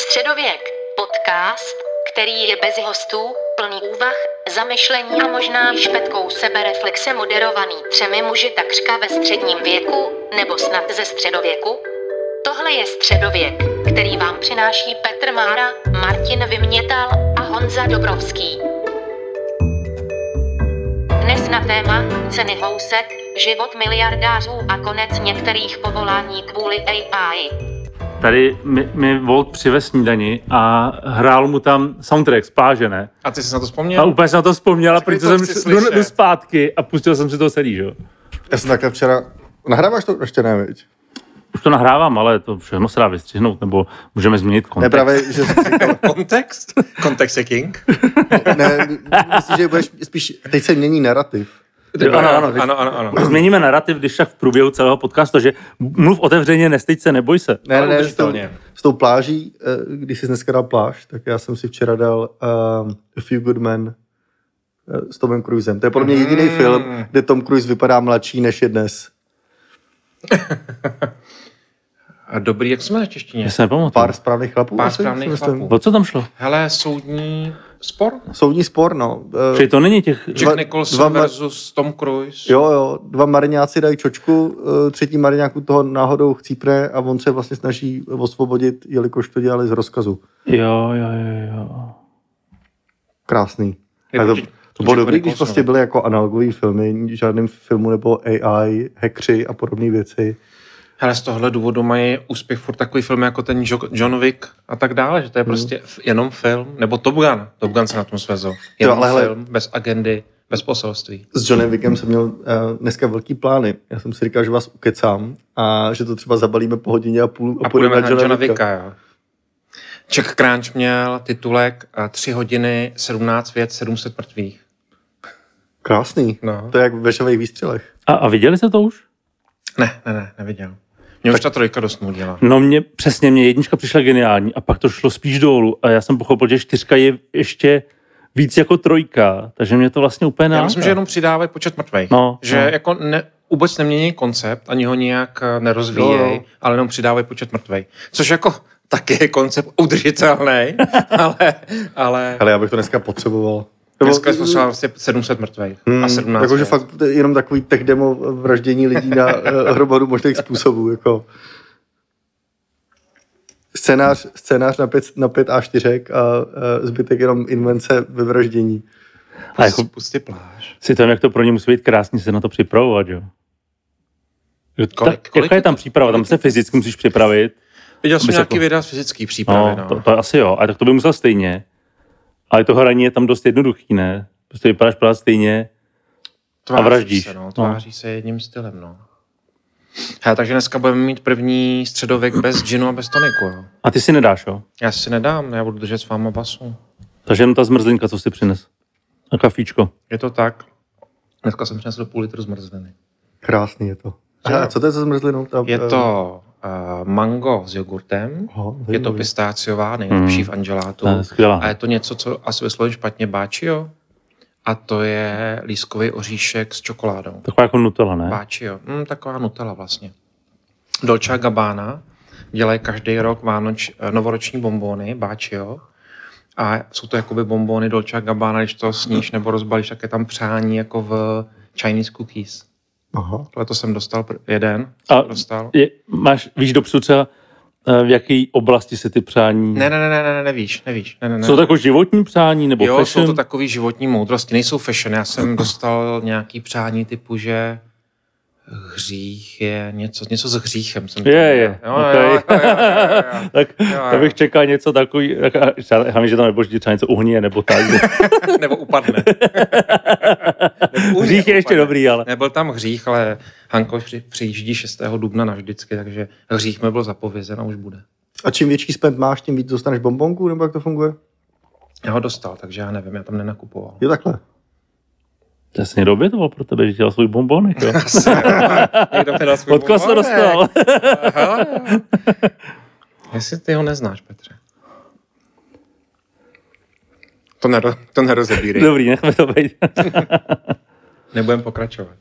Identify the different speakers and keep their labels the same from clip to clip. Speaker 1: Středověk. Podcast, který je bez hostů, plný úvah, zamyšlení a možná i špetkou sebereflexe moderovaný třemi muži takřka ve středním věku, nebo snad ze středověku. Tohle je Středověk, který vám přináší Petr Mára, Martin Vymětal a Honza Dobrovský. Dnes na téma ceny housek, život miliardářů a konec některých povolání kvůli AI.
Speaker 2: Tady mi, mi Volt přivez snídani a hrál mu tam soundtrack z pláže, ne?
Speaker 3: A ty jsi na to
Speaker 2: A
Speaker 3: vzpomněl?
Speaker 2: úplně jsem na to vzpomněl, a
Speaker 3: Řekni,
Speaker 2: protože
Speaker 3: co
Speaker 2: jsem
Speaker 3: chci
Speaker 2: šel- jdu,
Speaker 3: slyšet.
Speaker 2: jdu zpátky a pustil jsem si to celý, že jo?
Speaker 4: Já jsem takhle včera... Nahráváš to ještě ne, viď?
Speaker 2: Už to nahrávám, ale to všechno se dá vystřihnout, nebo můžeme změnit
Speaker 4: Ne,
Speaker 2: kontext.
Speaker 4: právě, že jsi říkal,
Speaker 3: Jako Kontext? Kontext je king?
Speaker 4: ne, myslím, že budeš spíš, teď se mění narrativ.
Speaker 2: Jo, ano, ano,
Speaker 3: ano, ano, ano.
Speaker 2: Změníme narrativ, když tak v průběhu celého podcastu, že mluv otevřeně, nesteď se, neboj se.
Speaker 4: Ne,
Speaker 3: Ale
Speaker 4: ne, ne, s tou,
Speaker 3: udržitelně.
Speaker 4: s tou pláží, eh, když jsi dneska dal pláž, tak já jsem si včera dal um, A Few Good Men eh, s Tomem Cruisem. To je podle mě jediný
Speaker 3: Mm.
Speaker 4: film, kde Tom Cruise vypadá mladší než je dnes.
Speaker 3: A dobrý, jak jsme na češtině?
Speaker 2: Já se nepamatuju.
Speaker 4: Pár správných chlapů.
Speaker 3: Pár
Speaker 4: asi,
Speaker 3: správných
Speaker 4: si myslím.
Speaker 3: chlapů.
Speaker 2: O co tam šlo?
Speaker 3: Hele, soudní spor?
Speaker 4: Soudní spor, no. Eh,
Speaker 2: Protože to není těch...
Speaker 3: Jack
Speaker 4: Dva-
Speaker 3: Nicholson
Speaker 4: dva ma-
Speaker 3: versus Tom Cruise?
Speaker 4: Jo, jo, dva mariňáci dají čočku, eh, třetí mariňáku toho náhodou chcípne a on se vlastně snaží osvobodit, jelikož to dělali z rozkazu.
Speaker 2: Jo, jo, jo, jo.
Speaker 4: Krásný.
Speaker 3: Je
Speaker 4: A to,
Speaker 3: určitě-
Speaker 4: to bylo
Speaker 3: určitě
Speaker 4: dobrý, když
Speaker 3: Nicholson.
Speaker 4: prostě byly jako analogové filmy, žádným filmu nebo AI, hackři a podobné věci.
Speaker 3: Hele, z tohohle důvodu mají úspěch furt takový film jako ten Jo- John Wick a tak dále, že to je prostě f- jenom film, nebo Top Gun. Top Gun se na tom svezl. Jenom
Speaker 4: ale hele-
Speaker 3: film, bez agendy, bez poselství.
Speaker 4: S Johnem Wickem jsem měl uh, dneska velký plány. Já jsem si říkal, že vás ukecám a že to třeba zabalíme po hodině a půl
Speaker 3: A půjdeme na Johna Wicka, jo. Jack Crunch měl titulek a 3 hodiny, 17 věc, 700 mrtvých.
Speaker 4: Krásný.
Speaker 3: No.
Speaker 4: To je jak ve šavých výstřelech.
Speaker 2: A, a viděli se to už?
Speaker 3: Ne, ne, ne, neviděl. Mě už ta trojka dost nudila.
Speaker 2: No mě, přesně, mě jednička přišla geniální a pak to šlo spíš dolů a já jsem pochopil, že čtyřka je ještě víc jako trojka, takže mě to vlastně úplně
Speaker 3: Já
Speaker 2: neláká.
Speaker 3: myslím, že jenom přidávají počet mrtvých.
Speaker 2: No,
Speaker 3: že
Speaker 2: no.
Speaker 3: jako ne, vůbec nemění koncept, ani ho nijak eh, nerozvíjejí,
Speaker 4: No, no.
Speaker 3: ale jenom přidávají počet mrtvých. Což jako taky je koncept udržitelný, ale, ale
Speaker 4: Ale já bych to dneska potřeboval. To bylo-
Speaker 3: dneska jsme vlastně 700 mrtvých a 17.
Speaker 4: Hmm, Jakože
Speaker 3: věc.
Speaker 4: fakt to je jenom takový tech demo vraždění lidí na eh, hromadu možných způsobů. Jako. Scénář, scénář na, pět, na pět A4 a eh, zbytek jenom invence ve vraždění.
Speaker 2: A jako
Speaker 3: Spusti pláž.
Speaker 2: si tam, jak to pro ně musí být krásný, se na to připravovat, jo. Jo, Ta,
Speaker 3: Kolik- kolik
Speaker 2: jaká je tam příprava? Tam se fyzicky musíš připravit.
Speaker 3: Viděl jsem
Speaker 2: Aby se
Speaker 3: nějaký
Speaker 2: po-
Speaker 3: videa z fyzický přípravy,
Speaker 2: jako- No,
Speaker 3: no.
Speaker 2: to, to, asi jo, ale tak to by musel stejně. Ale to hraní je tam dost jednoduchý, ne? Prostě vypadáš pořád stejně.
Speaker 3: Tváří
Speaker 2: vraždíš.
Speaker 3: Se, no,
Speaker 2: No.
Speaker 3: tváří no. se jedním stylem, no. Hele, takže dneska budeme mít první středověk bez džinu a bez toniku, jo.
Speaker 2: A ty si nedáš, jo?
Speaker 3: Já si nedám, já budu držet s váma basu.
Speaker 2: Takže jenom ta zmrzlinka, co si přines. A kafíčko.
Speaker 3: Je to tak. Dneska jsem přinesl půl litru zmrzliny.
Speaker 4: Krásný je to. A co to je za zmrzlinou? Ta,
Speaker 3: Je
Speaker 4: eh,
Speaker 3: to uh, mango s jogurtem,
Speaker 4: Aha, zajímavý.
Speaker 3: je to pistáciová, nejlepší v angelátu.
Speaker 2: To je skvělá.
Speaker 3: A je Mm. to něco, co asi vyslovím špatně báčio. A to je lískový oříšek s čokoládou.
Speaker 2: Taková jako Nutella, ne?
Speaker 3: Báčio, mm, taková Nutella vlastně. Dolce a Gabbana dělají každý rok Vánoč, eh, novoroční bombóny, Báčio. A jsou to jakoby bombóny Dolce a Gabbana, když to sníš nebo rozbalíš, tak je tam přání jako v Chinese cookies.
Speaker 4: Aha.
Speaker 3: Leto jsem dostal pr- jeden.
Speaker 2: A-
Speaker 3: A... Dostal.
Speaker 2: Je, máš, víš dopředu třeba, eh, v jaký oblasti se ty přání...
Speaker 3: Ne, ne, ne, ne, ne, nevíš, nevíš. Ne, ne, ne.
Speaker 2: Jsou to jako životní přání nebo
Speaker 3: jo,
Speaker 2: fashion?
Speaker 3: jsou to takový životní moudrosti, nejsou fashion. Já jsem dostal nějaký přání typu, že hřích je něco, něco s hříchem. Jsem
Speaker 2: Je, je,
Speaker 3: Jo,
Speaker 2: ok.
Speaker 3: jo, jo, jo, jo, jo.
Speaker 2: tak
Speaker 3: Jo,
Speaker 2: to
Speaker 3: jo.
Speaker 2: bych čekal něco takový, tak, a- třeba- hlavně, že tam nebo třeba něco uhnije nebo tak.
Speaker 3: Nebo upadne. Nebo unie
Speaker 2: Hřích je ještě
Speaker 3: upadne.
Speaker 2: dobrý, ale
Speaker 3: Nebyl tam hřích, ale Hanko při- přijíždí 6. dubna navždycky, takže hřích mi byl zapovězen a už bude.
Speaker 4: A čím větší spend máš, tím víc dostaneš bombonku, nebo jak to funguje?
Speaker 3: Já ho dostal, takže já nevím, já tam nenakupoval.
Speaker 4: Je takhle.
Speaker 2: to se někdo obětoval pro tebe, že dělal svůj bombonek, jo?
Speaker 3: Někdo mi dal svůj
Speaker 2: Od koho jsi to
Speaker 3: bombonek.
Speaker 2: dostal?
Speaker 3: Aha. Jestli ty ho neznáš, Petře. To, nero, to nerozebírej.
Speaker 2: Dobrý, nechme to být.
Speaker 3: Nebudem pokračovat.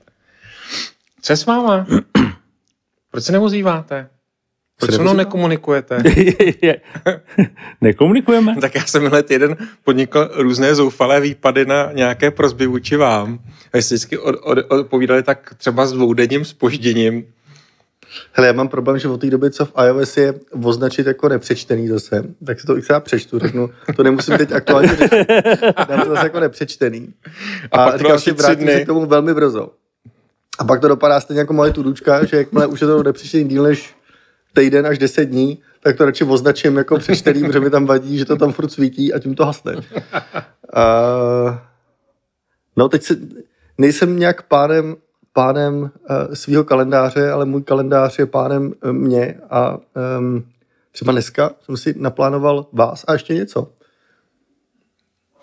Speaker 3: Co je s váma? Proč se neozýváte? Proč se mnou nekomunikujete?
Speaker 2: Nekomunikujeme?
Speaker 3: tak já jsem minulý týden podnikl různé zoufalé výpady na nějaké prozby vůči vám. A jste vždycky od, od, odpovídali tak třeba s dvoudenním spožděním.
Speaker 4: Hele, já mám problém, že od té doby, co v iOS je označit jako nepřečtený zase, tak si to xkrát přečtu, řeknu, to nemusím teď aktuálně řešit, dám to zase jako nepřečtený.
Speaker 3: A
Speaker 4: A,
Speaker 3: pak
Speaker 4: a
Speaker 3: to
Speaker 4: říkám
Speaker 3: další
Speaker 4: si,
Speaker 3: tři
Speaker 4: vrátím
Speaker 3: dny.
Speaker 4: se k tomu velmi brzo. A pak to dopadá stejně jako moje tudučka, že jakmile už je to nepřečtený díl než týden až deset dní, tak to radši označím jako přečtený, protože mi tam vadí, že to tam furt svítí a tím to hasne. Uh, no teď se, nejsem nějak pánem, pánem uh, svého kalendáře, ale můj kalendář je pánem eh, mě a um, třeba dneska jsem si naplánoval vás a ještě něco.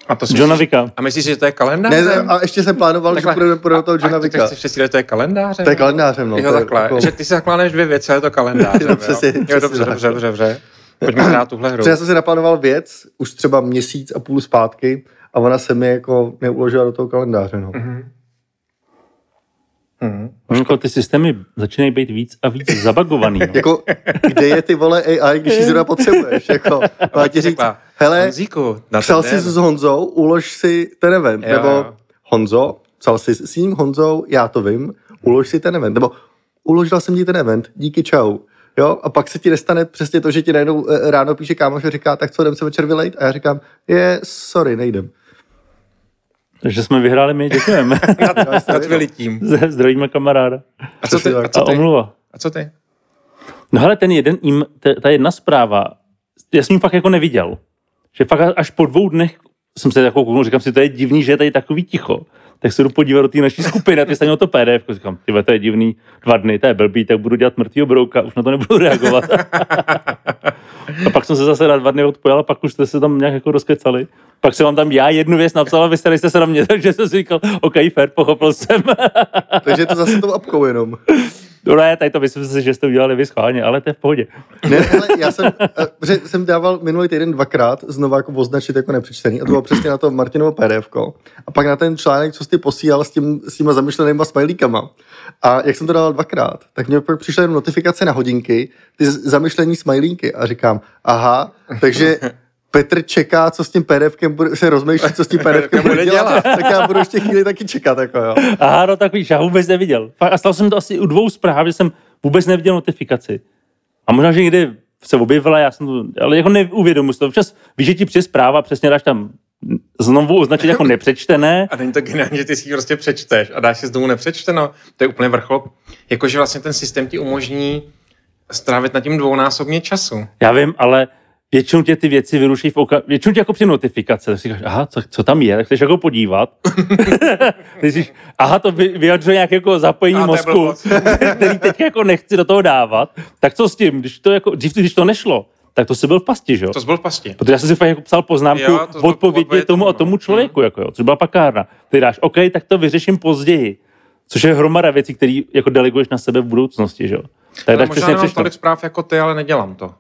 Speaker 3: A to si
Speaker 2: Johna
Speaker 3: myslíš-
Speaker 2: Vicka.
Speaker 3: A myslíš, že to je kalendář?
Speaker 4: Ne, a ještě jsem plánoval, že budeme pro toho Johna Vicka.
Speaker 3: Tak chceš to je kalendářem?
Speaker 4: To je kalendářem, no.
Speaker 3: No, jo,
Speaker 4: to je
Speaker 3: takhle.
Speaker 4: jako-
Speaker 3: Že ty si zakláneš dvě věci, ale je to kalendář.
Speaker 4: Jo, přesně,
Speaker 3: jo,
Speaker 4: přesně
Speaker 3: dobře,
Speaker 4: tak.
Speaker 3: dobře, dobře, dobře. Pojďme hrát tuhle hru.
Speaker 4: Protože já jsem si naplánoval věc už třeba měsíc a půl zpátky a ona se mi jako neuložila do toho kalendáře, no.
Speaker 3: Mhm.
Speaker 2: Honko, ty systémy začínají být víc a víc zabagovaný. No.
Speaker 4: Jako, kde je ty vole AI, když ji zrovna potřebuješ, jako. Má ti říct,
Speaker 3: No, Řekla,
Speaker 4: hele,
Speaker 3: Honzíku, na
Speaker 4: psal
Speaker 3: ten
Speaker 4: jsi
Speaker 3: den.
Speaker 4: s Honzou, ulož si ten event.
Speaker 3: Jo,
Speaker 4: nebo
Speaker 3: jo.
Speaker 4: Honzo, psal jsi s ním Honzou, já to vím, ulož si ten event. Nebo uložil jsem ti ten event, díky čau. Jo, a pak se ti nestane přesně to, že ti najednou eh, ráno píše kámoš a říká, tak co, jdem se večer vylejt? A já říkám, je, sorry, nejdem.
Speaker 2: Takže jsme vyhráli my, děkujeme.
Speaker 3: Nad velitím.
Speaker 2: Zdravíme kamaráda.
Speaker 3: A co ty? A co
Speaker 2: A
Speaker 3: ty?
Speaker 2: omluva.
Speaker 3: A co ty?
Speaker 2: No hele, ten jeden, im- t- ta jedna zpráva, já jsem ji fakt jako neviděl. Že fakt až po dvou dnech jsem se jako kouknul, říkám si, to je divný, že je tady takový ticho. Tak se jdu podívat do té naší skupiny a ty stejně to PDF. jako Říkám, ty vole, to je divný, dva dny, to je blbý, tak budu dělat mrtvýho brouka, už na to nebudu reagovat. a pak jsem se zase na dva dny odpojil a pak už jste se tam nějak jako rozkecali. Pak jsem vám tam já jednu věc napsal a vy jste nejste se na mě, takže jsem si říkal, OK, fair, pochopil jsem.
Speaker 4: Takže je to zase tou apkou jenom.
Speaker 2: no ne, tady to myslím si, že jste udělali vy schválně, ale to je v pohodě.
Speaker 4: Ne, ale já jsem, eh, že jsem dával minulý týden dvakrát znova jako označit jako nepřečtený a to bylo přesně na to Martinovo pdf a pak na ten článek, co jsi ty posílal s, tím, s těma zamyšlenýma smajlíkama. A jak jsem to dával dvakrát, tak mě pak přišla jenom notifikace na hodinky, ty z- zamyšlení smajlíky a říkám, aha, takže Petr čeká, co s tím PDFkem bude, se rozmýšlí, co s tím PDFkem bude dělat. Tak já budu ještě chvíli taky čekat, jako jo.
Speaker 2: Aha, no tak víš, já vůbec neviděl. Fakt, A stal jsem to asi u dvou zpráv, že jsem vůbec neviděl notifikaci. A možná, že někdy se objevila, já jsem to, ale jako neuvědomuji si to. Občas víš, že ti přijde zpráva, přesně dáš tam znovu označit jako nepřečtené.
Speaker 3: A není to geniální, že ty si ji prostě přečteš a dáš si z domu nepřečteno. To je úplně vrchol. Jakože vlastně ten systém ti umožní strávit na tím dvounásobně času.
Speaker 2: Já vím, ale většinou tě ty věci vyruší v oka... Většinou tě jako při notifikace, tak si říkáš, aha, co, co tam je, tak chceš jako podívat. Myslíš, aha, to vy, vyjadřuje nějaké jako zapojení
Speaker 3: A, to je
Speaker 2: mozku,
Speaker 3: blbost.
Speaker 2: který teď jako nechci do toho dávat. Tak co s tím, když to jako, dřív, když to nešlo, tak to si byl v pasti, že jo?
Speaker 3: To jsi byl v pasti.
Speaker 2: Protože já jsem si fakt jako psal poznámku
Speaker 3: Jo,
Speaker 2: jo,
Speaker 3: to- to-
Speaker 2: odpovědně
Speaker 3: odpověď
Speaker 2: tomu a
Speaker 3: tomu,
Speaker 2: tomu
Speaker 3: no.
Speaker 2: člověku, jako jo, což byla pakárna. Ty dáš, OK, tak to vyřeším později. Což je hromada věcí, které jako deleguješ na sebe v budoucnosti, že jo. Tak
Speaker 3: Ale
Speaker 2: dáš
Speaker 3: možná
Speaker 2: přesně
Speaker 3: nemám
Speaker 2: přečtu.
Speaker 3: tolik zpráv jako ty, ale nedělám to.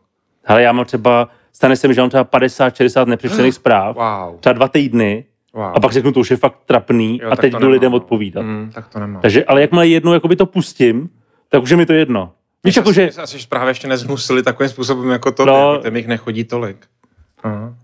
Speaker 2: Hele, já mám třeba, stane se mi, že mám třeba 50, 60 nepřečtených zpráv,
Speaker 3: Wow.
Speaker 2: třeba dva týdny,
Speaker 3: wow.
Speaker 2: a pak řeknu, to už je fakt trapný
Speaker 3: Jo,
Speaker 2: a
Speaker 3: tak
Speaker 2: teď
Speaker 3: to
Speaker 2: jdu
Speaker 3: nemám,
Speaker 2: lidem
Speaker 3: no.
Speaker 2: odpovídat.
Speaker 3: Mm, tak to nemám.
Speaker 2: Takže, ale jakmile jednou jakoby to pustím, tak už je mi to jedno. Víš, jako, že
Speaker 3: Asi, asi právě ještě nezhnusili takovým způsobem jako to,
Speaker 2: No.
Speaker 3: no. jako těm jich nechodí tolik. Aha.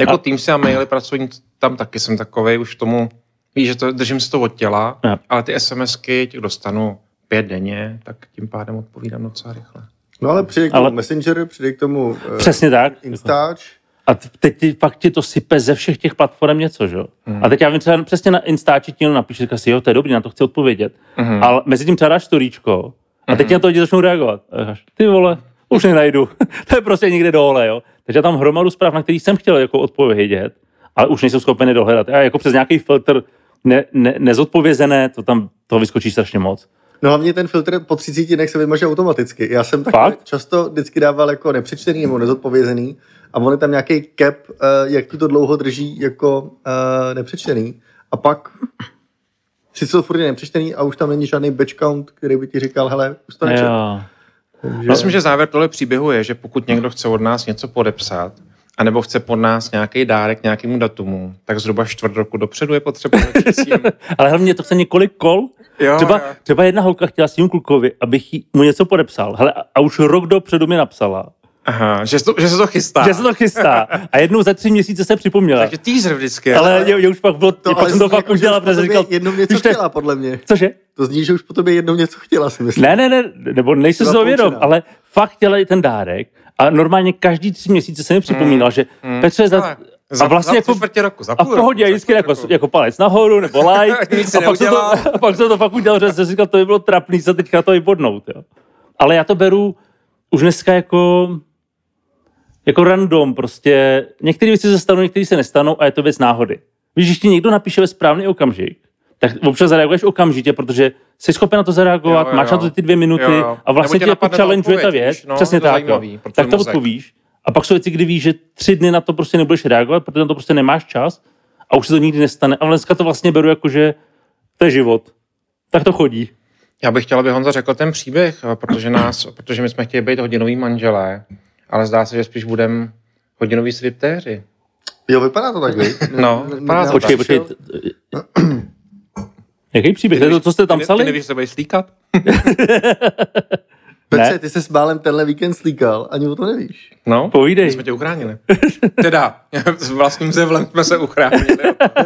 Speaker 3: Jako
Speaker 2: A-
Speaker 3: a... tým si a maily pracovní, tam taky jsem takovej už tomu, víš, že to, držím si to od těla,
Speaker 2: Jo.
Speaker 3: ale ty SMSky těch dostanu pět denně, tak tím pádem odpovídám docela rychle.
Speaker 4: No ale přijde k tomu
Speaker 2: Ale-
Speaker 4: ale... Messenger, přijde k tomu eh,
Speaker 2: přesně tak.
Speaker 4: Instač,
Speaker 2: A t- teď ti, fakt ti to sype ze všech těch platform něco, že jo?
Speaker 4: Mhm.
Speaker 2: Hmm. A teď já vím třeba přesně na Instači ti jenom napíšu, říkáš si, jo, to je dobrý, na to chci odpovědět. Hmm.
Speaker 4: Mhm.
Speaker 2: Ale mezi tím třeba dáš storíčko a teď hmm. na to lidi začnou reagovat. A říkáš, ty vole, už nenajdu. to je prostě někde dole, jo? Takže já tam hromadu zpráv, na který jsem chtěl jako odpovědět, ale už nejsem schopen je dohledat. A jako přes nějaký filtr ne, ne, nezodpovězené, to tam toho vyskočí strašně moc.
Speaker 4: No hlavně ten filtr po 30 dnech se vymaže automaticky. Já jsem tak
Speaker 2: Fakt?
Speaker 4: často vždycky dával jako nepřečtený nebo nezodpovězený a on je tam nějaký cap, eh, jak ti to dlouho drží jako eh, nepřečtený. A pak si to furt je nepřečtený a už tam není žádný batch count, který by ti říkal, hele, už to nečet.
Speaker 2: Jo.
Speaker 4: Takže-
Speaker 2: No.
Speaker 3: Myslím, že závěr tohle příběhu je, že pokud někdo chce od nás něco podepsat, anebo chce pod nás nějaký dárek nějakému datumu, tak zhruba čtvrt roku dopředu je potřeba začít
Speaker 2: Ale hlavně to chce několik kol.
Speaker 3: Jo,
Speaker 2: Třeba,
Speaker 3: jo.
Speaker 2: třeba jedna holka chtěla svým klukovi, abych jí, mu něco podepsal. Hele, a- a už rok dopředu mi napsala,
Speaker 3: Aha, že, se to, že se to chystá.
Speaker 2: že se to chystá. A jednou za tři měsíce se připomněla.
Speaker 3: Takže teaser vždycky.
Speaker 2: ale jo, jo, už pak bylo, to, pak
Speaker 4: ale
Speaker 2: jsem to
Speaker 4: zní
Speaker 2: fakt
Speaker 4: jako, že
Speaker 2: udělal,
Speaker 4: už po
Speaker 2: protože
Speaker 4: tobě
Speaker 2: říkal,
Speaker 4: jednou něco
Speaker 2: "Víš, to je-
Speaker 4: chtěla, podle mě.
Speaker 2: Cože?
Speaker 4: To zní, že už po tobě jednou něco chtěla, si myslím.
Speaker 2: Ne, ne, ne, nebo nejsem
Speaker 4: Byla
Speaker 2: si toho vědom,
Speaker 4: poučená.
Speaker 2: ale fakt chtěla i ten dárek. A normálně každý tři měsíce se mi připomínal, že Petře, za,
Speaker 3: Ale za-
Speaker 2: a vlastně
Speaker 3: za
Speaker 2: jako,
Speaker 3: tři čtvrtě roku, za
Speaker 2: a
Speaker 3: půl
Speaker 2: v
Speaker 3: roku,
Speaker 2: pohodě,
Speaker 3: za
Speaker 2: vždycky
Speaker 3: čtvrt
Speaker 2: jako,
Speaker 3: roku.
Speaker 2: jako palec nahoru, nebo like,
Speaker 3: Nic si
Speaker 2: a, pak se to,
Speaker 3: neudělal.
Speaker 2: a pak se to fakt udělal, že jsem si říkal, to by bylo trapný se teďka to vybodnout, jo. Ale já to beru už dneska jako, jako random prostě. Některé věci se stanou, některé se nestanou a je to věc náhody. Víš, když ti někdo napíše ve správný okamžik, tak občas zareaguješ okamžitě, protože jsi schopen na to zareagovat,
Speaker 3: Jo, jo,
Speaker 2: máš na to
Speaker 3: jo.
Speaker 2: ty dvě minuty
Speaker 3: Jo, jo.
Speaker 2: a vlastně
Speaker 3: Nebo tě
Speaker 2: tě jako
Speaker 3: napadne ta
Speaker 2: challengeuje ta
Speaker 3: odpověď,
Speaker 2: věc.
Speaker 3: víš, no,
Speaker 2: Přesně
Speaker 3: je to
Speaker 2: tak,
Speaker 3: zajímavý
Speaker 2: jo.
Speaker 3: pro
Speaker 2: tak
Speaker 3: tvůj
Speaker 2: to
Speaker 3: mozek.
Speaker 2: odpovíš. A pak jsou věci, kdy víš, že tři dny na to prostě nebudeš reagovat, protože na to prostě nemáš čas a už se to nikdy nestane. A dneska to vlastně beru jako, že to je život. Tak to chodí.
Speaker 3: Já bych chtěl, aby Honza řekl ten příběh, eh, protože, nás, protože my jsme chtěli být hodinový manželé, ale zdá se, že spíš budeme hodinový striptéři.
Speaker 4: Jo, vypadá to tak, viď?
Speaker 3: No,
Speaker 4: Ne-
Speaker 3: vypadá
Speaker 4: ne-
Speaker 3: to
Speaker 2: Počkej,
Speaker 4: našel.
Speaker 2: počkej. t- Jaký příběh? To je to, co jste tam
Speaker 3: Ty, ty
Speaker 2: psali?
Speaker 3: nevíš, že se budeš slíkat?
Speaker 2: Ne.
Speaker 4: Petře, ty se s Bálem tenhle víkend slíkal, ani o to nevíš.
Speaker 3: No,
Speaker 2: Povídej.
Speaker 3: my jsme tě uchránili. Teda, s vlastním zevlem jsme se uchránili.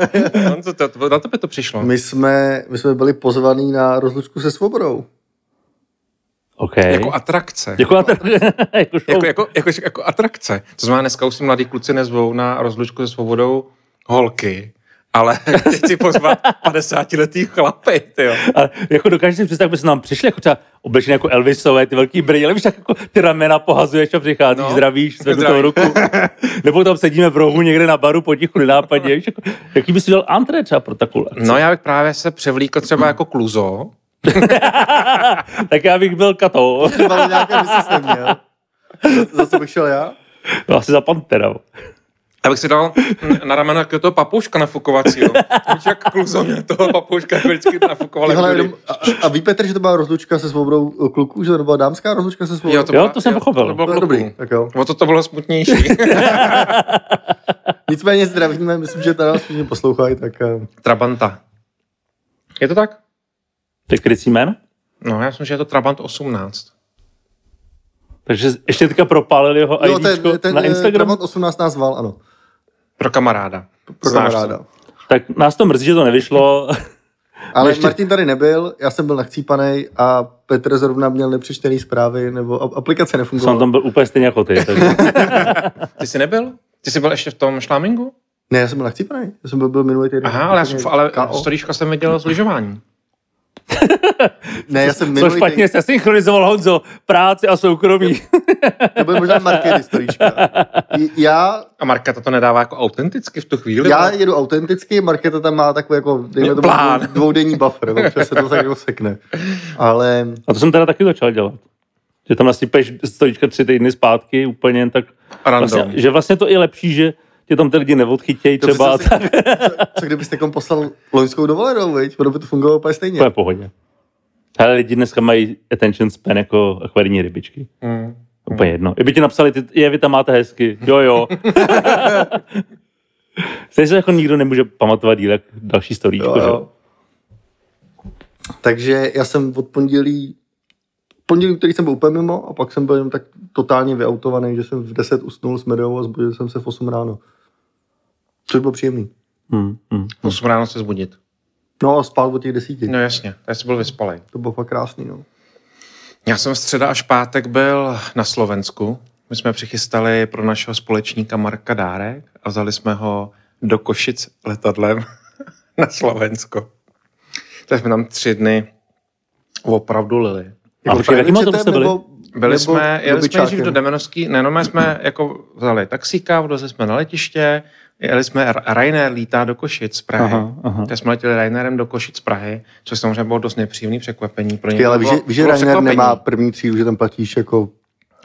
Speaker 3: Honzo, to, to, na tebe to přišlo.
Speaker 4: My jsme, my jsme byli pozvaní na rozlučku se svobodou.
Speaker 2: OK.
Speaker 3: Jako atrakce.
Speaker 2: Děkuji. Jako show.
Speaker 3: Jako, jako, jako, jako atrakce. To znamená, dneska už si mladí kluci nezvou na rozlučku se svobodou holky, ale chci pozvat 50-letý chlapy, tyjo.
Speaker 2: A jako dokážeš si představit, kdyby se nám přišli jako třeba oblečený jako Elvisové, ty velký brýle, ale víš, tak jako ty ramena pohazuješ a přicházíš, no,
Speaker 3: No,
Speaker 2: zdravíš, zvednu
Speaker 3: zdraví.
Speaker 2: toho ruku. Nebo tam sedíme v rohu někde na baru potichu nenápadně, víš, jako, jaký bys udělal antré třeba pro takovou akci?
Speaker 3: No já bych právě se převlíkl třeba jako kluzo.
Speaker 2: Tak já bych byl kato,
Speaker 4: Třeba na nějaké misi jsem měl. Za- Zase bych šel já?
Speaker 2: no, asi za pantera.
Speaker 3: Já bych si dal na rameno jako toho papouška nafukovacího. Víš, jak kluzo mě toho papouška jako vždycky nafukovali.
Speaker 4: Hele,
Speaker 3: byli.
Speaker 4: jenom, a, a ví Petr, že to byla rozlučka se svobodou eh, kluků, že to byla dámská rozlučka se svobodou?
Speaker 3: Jo,
Speaker 4: to
Speaker 2: Jo,
Speaker 3: byla-
Speaker 2: to jsem pochopil.
Speaker 3: To bylo
Speaker 4: bylo
Speaker 3: kluků.
Speaker 4: dobrý, tak jo.
Speaker 3: O to to bylo smutnější.
Speaker 4: Nicméně zdravíme, myslím, že tady nás všichni poslouchají, tak eh,
Speaker 3: Trabanta. Je to tak?
Speaker 2: To je krycí jméno?
Speaker 3: No, já myslím, že je to Trabant 18.
Speaker 2: Takže ještě teďka propálili jeho
Speaker 4: jo,
Speaker 2: IDčko
Speaker 4: ten, ten
Speaker 2: na Instagramu.
Speaker 4: 18 nás val, ano,
Speaker 3: Pro kamaráda.
Speaker 4: pro
Speaker 3: Znáš
Speaker 4: kamaráda.
Speaker 2: Tak nás to mrzí, že to nevyšlo.
Speaker 4: Ale
Speaker 2: Ještě-
Speaker 4: ještě... Martin tady nebyl, já jsem byl nachcípanej a Petr zrovna měl nepřečtený zprávy, nebo a- aplikace
Speaker 2: Jsem
Speaker 4: nefungovala.
Speaker 2: tam byl úplně stejně jako ty. Takže.
Speaker 3: Ty jsi nebyl? Ty jsi byl ještě v tom šlámingu?
Speaker 4: Ne, já jsem byl nachcípanej, já jsem byl, byl minulý týden.
Speaker 3: Aha, ale, já jsem,
Speaker 4: Úplně
Speaker 3: ale
Speaker 4: KO.
Speaker 3: storíčka jsem viděl z lyžování.
Speaker 4: Ne, já jsem
Speaker 2: Co
Speaker 4: minulý týden,
Speaker 2: špatně se synchronizoval Honzo, práci a soukromí.
Speaker 4: to byl možná Martin historička. Já,
Speaker 3: A Marketa to nedává jako autenticky v tu chvíli.
Speaker 4: já
Speaker 3: ale-
Speaker 4: jedu autenticky, Marketa tam má takový jako, dejme tomu,
Speaker 3: Plán.
Speaker 4: dvou- dvoudenní buffer, občas se to tak jako sekne. Ale
Speaker 2: A to jsem teda taky začal dělat. Že tam nasypeš stojíčka tři týdny zpátky úplně jen tak.
Speaker 3: Random.
Speaker 2: Vlastně, že vlastně to i lepší, že tě tam ty lidi neodchytějí
Speaker 4: To
Speaker 2: třeba.
Speaker 4: přece
Speaker 2: a tak.
Speaker 4: Co, co kdybyste někomu poslal loňskou dovolenou, viď? Ono by to fungovalo úplně stejně.
Speaker 2: To je v pohodě. Hele, lidi dneska mají attention span jako akvarijní rybičky.
Speaker 4: Mm.
Speaker 3: Hmm.
Speaker 2: Úplně jedno. Kdyby ti napsali, ty, je, vy tam máte hezky. Jo, jo. Stejně se jako nikdo nemůže pamatovat díl, jak další storíčko,
Speaker 4: Jo,
Speaker 2: že?
Speaker 4: jo. Takže já jsem od pondělí, pondělí, který jsem byl úplně mimo a pak jsem byl jenom tak totálně vyautovaný, že jsem v 10 usnul s Medou a zbudil jsem se v 8 ráno. Což bylo příjemný.
Speaker 2: Hmm, hmm.
Speaker 3: Musím ráno se zbudit.
Speaker 4: No a spál od těch desíti.
Speaker 3: No jasně, já jsem byl vyspalý.
Speaker 4: To bylo fakt krásný, no.
Speaker 3: Já jsem středa až pátek byl na Slovensku. My jsme přichystali pro našeho společníka Marka Dárek a vzali jsme ho do Košic letadlem na Slovensko. Tak jsme tam tři dny opravdu lili.
Speaker 2: A počkej, v jakém
Speaker 4: Private
Speaker 2: autobuse
Speaker 4: jetem
Speaker 2: byli?
Speaker 4: Jako nebo-
Speaker 3: Byli
Speaker 4: nebo
Speaker 3: jsme, jeli jsme
Speaker 4: dobyčákem?
Speaker 3: nejdřív do Demenovský, ne, no, jsme jako vzali taxíka, vlezli jsme na letiště, jeli jsme, R- Ryanair lítá do Košic z Prahy.
Speaker 2: Aha, aha.
Speaker 3: Tak jsme letěli Ryanairem do Košic z Prahy, což samozřejmě bylo dost nepříjemný překvapení pro něj.
Speaker 4: Ty, ale víš, že- víš, že Rainer nemá první třídu, že tam platíš jako...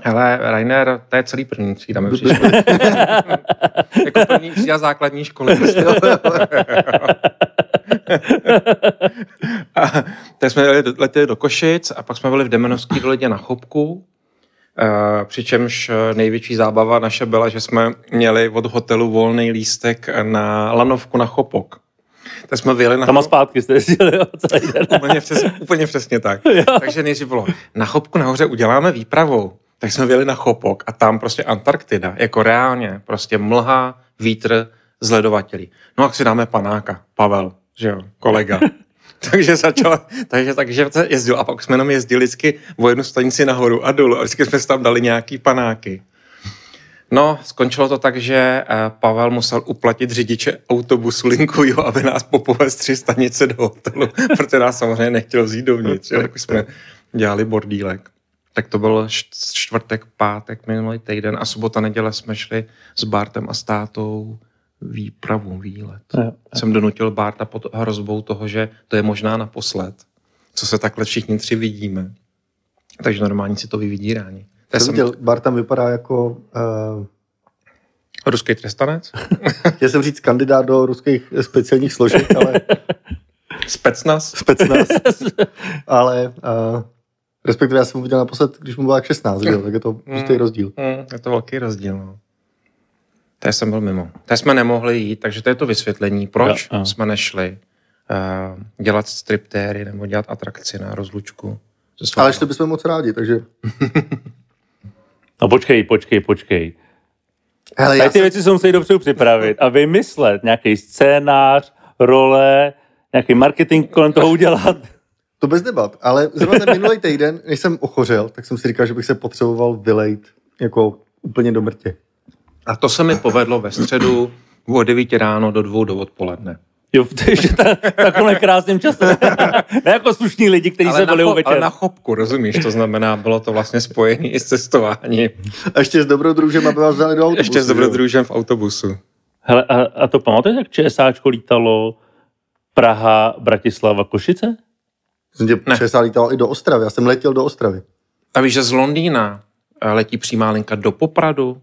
Speaker 3: Hele, Rainer, to je celý první třída, my přišli. jako první třída základní školy. prostě. a, tak jsme jeli- letěli do Košic a pak jsme byli v Demenovský doledě na Chopku. Eh, Přičemž eh, největší zábava naše byla, že jsme měli od hotelu volný lístek na lanovku na Chopok. Tak jsme vyjeli na
Speaker 2: Tam a zpátky jste jezdili, jo, celý den.
Speaker 3: úplně, přes, úplně přesně tak. Takže nejdřív bylo, na Chopku nahoře uděláme výpravu. Tak jsme vyjeli na Chopok a tam prostě Antarktida, jako reálně, prostě mlha, vítr, zledovatelí. No a si dáme panáka, Pavel, že jo, kolega. takže začal, takže, takže se jezdil a pak jsme jenom jezdili vždycky o jednu stanici nahoru a dolů a vždycky jsme si tam dali nějaký panáky. No, skončilo to tak, že eh, Pavel musel uplatit řidiče autobusu linku, jo, aby nás popovez tři stanice do hotelu, protože nás samozřejmě nechtěl vzít dovnitř, jo, jako jsme dělali bordílek. Tak to byl št- čtvrtek, pátek, minulý týden a sobota, neděle jsme šli s Bartem a státou výpravu, výlet.
Speaker 2: Jo.
Speaker 3: Jsem donutil Barta pod hrozbou toho, že to je možná naposled, co se takhle všichni tři vidíme. Takže normálně si to vyvidí ráni. To
Speaker 4: Jsem viděl, Bar tam vypadá jako, uh,
Speaker 3: ruský trestanec?
Speaker 4: chtěl jsem říct kandidát do ruských speciálních složek, ale
Speaker 3: Specnaz?
Speaker 4: specnaz, ale uh, respektive já jsem ho viděl naposled, když mu bylo jak 16, že jo, tak
Speaker 3: Hmm.
Speaker 4: je to prostý rozdíl.
Speaker 3: Mm, je to velký rozdíl. No. To jsem byl mimo. To jsme nemohli jít, takže to je to vysvětlení, proč
Speaker 2: Jo,
Speaker 3: jo,
Speaker 2: jo.
Speaker 3: jsme nešli uh, dělat striptéry nebo dělat atrakci na rozlučku. se svou-
Speaker 4: Ale šli bychom moc rádi, takže...
Speaker 2: No počkej, počkej, počkej.
Speaker 4: Hele, já
Speaker 2: Tady ty
Speaker 4: jsem,
Speaker 2: věci se musí dopředu připravit a vymyslet nějaký scénář, role, nějaký marketing kolem toho udělat.
Speaker 4: to bez debat, ale zrovna ten minulý týden, než jsem ochořel, tak jsem si říkal, že bych se potřeboval vylejt jako úplně do mrtě.
Speaker 3: A to se mi povedlo ve středu od 9 ráno do 2 do odpoledne.
Speaker 2: Jo, takže ta, takovým krásným časem. ne jako slušní lidi, kteří se
Speaker 3: na,
Speaker 2: byli u
Speaker 3: cho- ale
Speaker 2: večer.
Speaker 3: na chopku, rozumíš? To znamená, bylo to vlastně spojené i s cestováním.
Speaker 4: A ještě s dobrodružem, aby vás vzali do autobusu.
Speaker 3: Ještě s
Speaker 4: že jo?
Speaker 3: dobrodružem v autobusu.
Speaker 2: Hele, a, a to pamatuješ, jak ČSAčko lítalo Praha, Bratislava, Košice?
Speaker 4: Jsem tě přesálítal i do Ostravy, já jsem letěl do Ostravy.
Speaker 3: A víš, že z Londýna eh, letí přímá linka do Popradu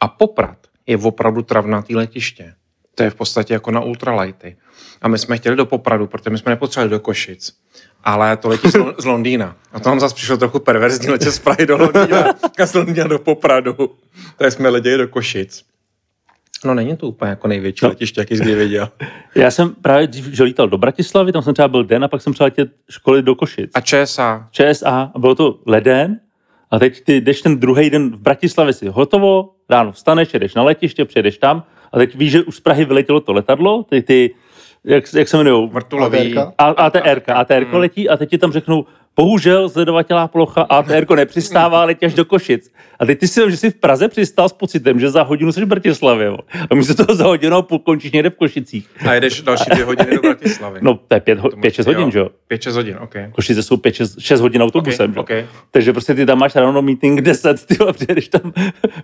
Speaker 3: a Poprad je opravdu travnatý letiště. To je v podstatě jako na ultralighty. A my jsme chtěli do Popradu, protože my jsme nepotřebovali do Košic. Ale to letí z, Lo- z Londýna. A to nám zase přišlo trochu perverzní, letět z Prahy do Londýna a z Londýna do Popradu. Tak jsme letěli do Košic. No není to úplně jako
Speaker 2: No.
Speaker 3: největší letiště, jaký jsi kdy viděl.
Speaker 2: Já jsem právě dřív, že lítal do Bratislavy, tam jsem třeba byl den a pak jsem přeletěl školy do Košic.
Speaker 3: A ČSA,
Speaker 2: ČSA a bylo to leden. A teď ty jdeš ten druhý den v Bratislavě si hotovo, ráno vstaneš, jedeš na letiště, přijedeš tam a teď víš, že už z Prahy vyletělo to letadlo, ty, ty jak, jak se jmenují?
Speaker 3: vrtulový.
Speaker 4: Averka?
Speaker 2: A- ATR, ATR letí a teď ti tam řeknou, bohužel zledovatelá plocha ATR nepřistává, letí až do Košic. A teď ty si že jsi v Praze přistál s pocitem, že za hodinu jsi v Bratislavě. jo. A místo toho za hodinu a půl končíš někde v Košicích.
Speaker 3: A jedeš další dvě hodiny do Bratislavy.
Speaker 2: No to je 5-6 hodin,
Speaker 3: Jo,
Speaker 2: že jo?
Speaker 3: Pět, šest hodin, OK.
Speaker 2: Košice jsou 5-6 hodin autobusem.
Speaker 3: Ok,
Speaker 2: že jo?
Speaker 3: ok.
Speaker 2: Takže prostě ty tam máš ráno meeting 10, ty a přijedeš tam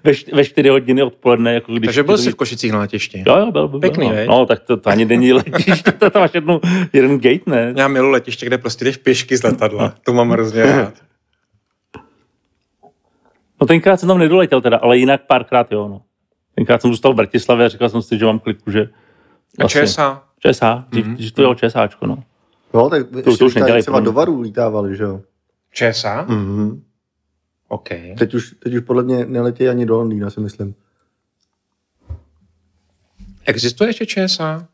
Speaker 2: ve, št- ve 4 hodiny odpoledne. Jako když
Speaker 3: Takže byl
Speaker 2: to-
Speaker 3: jsi v Košicích na letišti.
Speaker 2: Jo, jo, byl, byl.
Speaker 3: Pěkný,
Speaker 2: byl,
Speaker 3: viď?
Speaker 2: no. no, tak to, to ani není letiště, to tam máš jednu, jeden gate, ne?
Speaker 3: Já miluji letiště, kde prostě jdeš pěšky z letadla. To mám hrozně rád.
Speaker 2: No tenkrát jsem tam nedoletěl teda, ale jinak párkrát jo, no. Tenkrát jsem zůstal v Bratislavě a říkal jsem si, že mám kliku, že...
Speaker 3: A Mhm,
Speaker 2: vlastně-
Speaker 3: ČSA?
Speaker 2: ČSA, dřív, mm-hmm. to bylo ČSAčko, no.
Speaker 4: No, tak to, ještě
Speaker 2: to už
Speaker 4: už tady
Speaker 2: nedělají,
Speaker 4: třeba
Speaker 2: podle mě.
Speaker 4: do Varu lítávali, že jo?
Speaker 3: ČSA?
Speaker 4: Mm-hmm.
Speaker 3: OK.
Speaker 4: Teď, už, teď už podle mě neletí ani do Londýna, si myslím.
Speaker 3: Existuje ještě ČSA?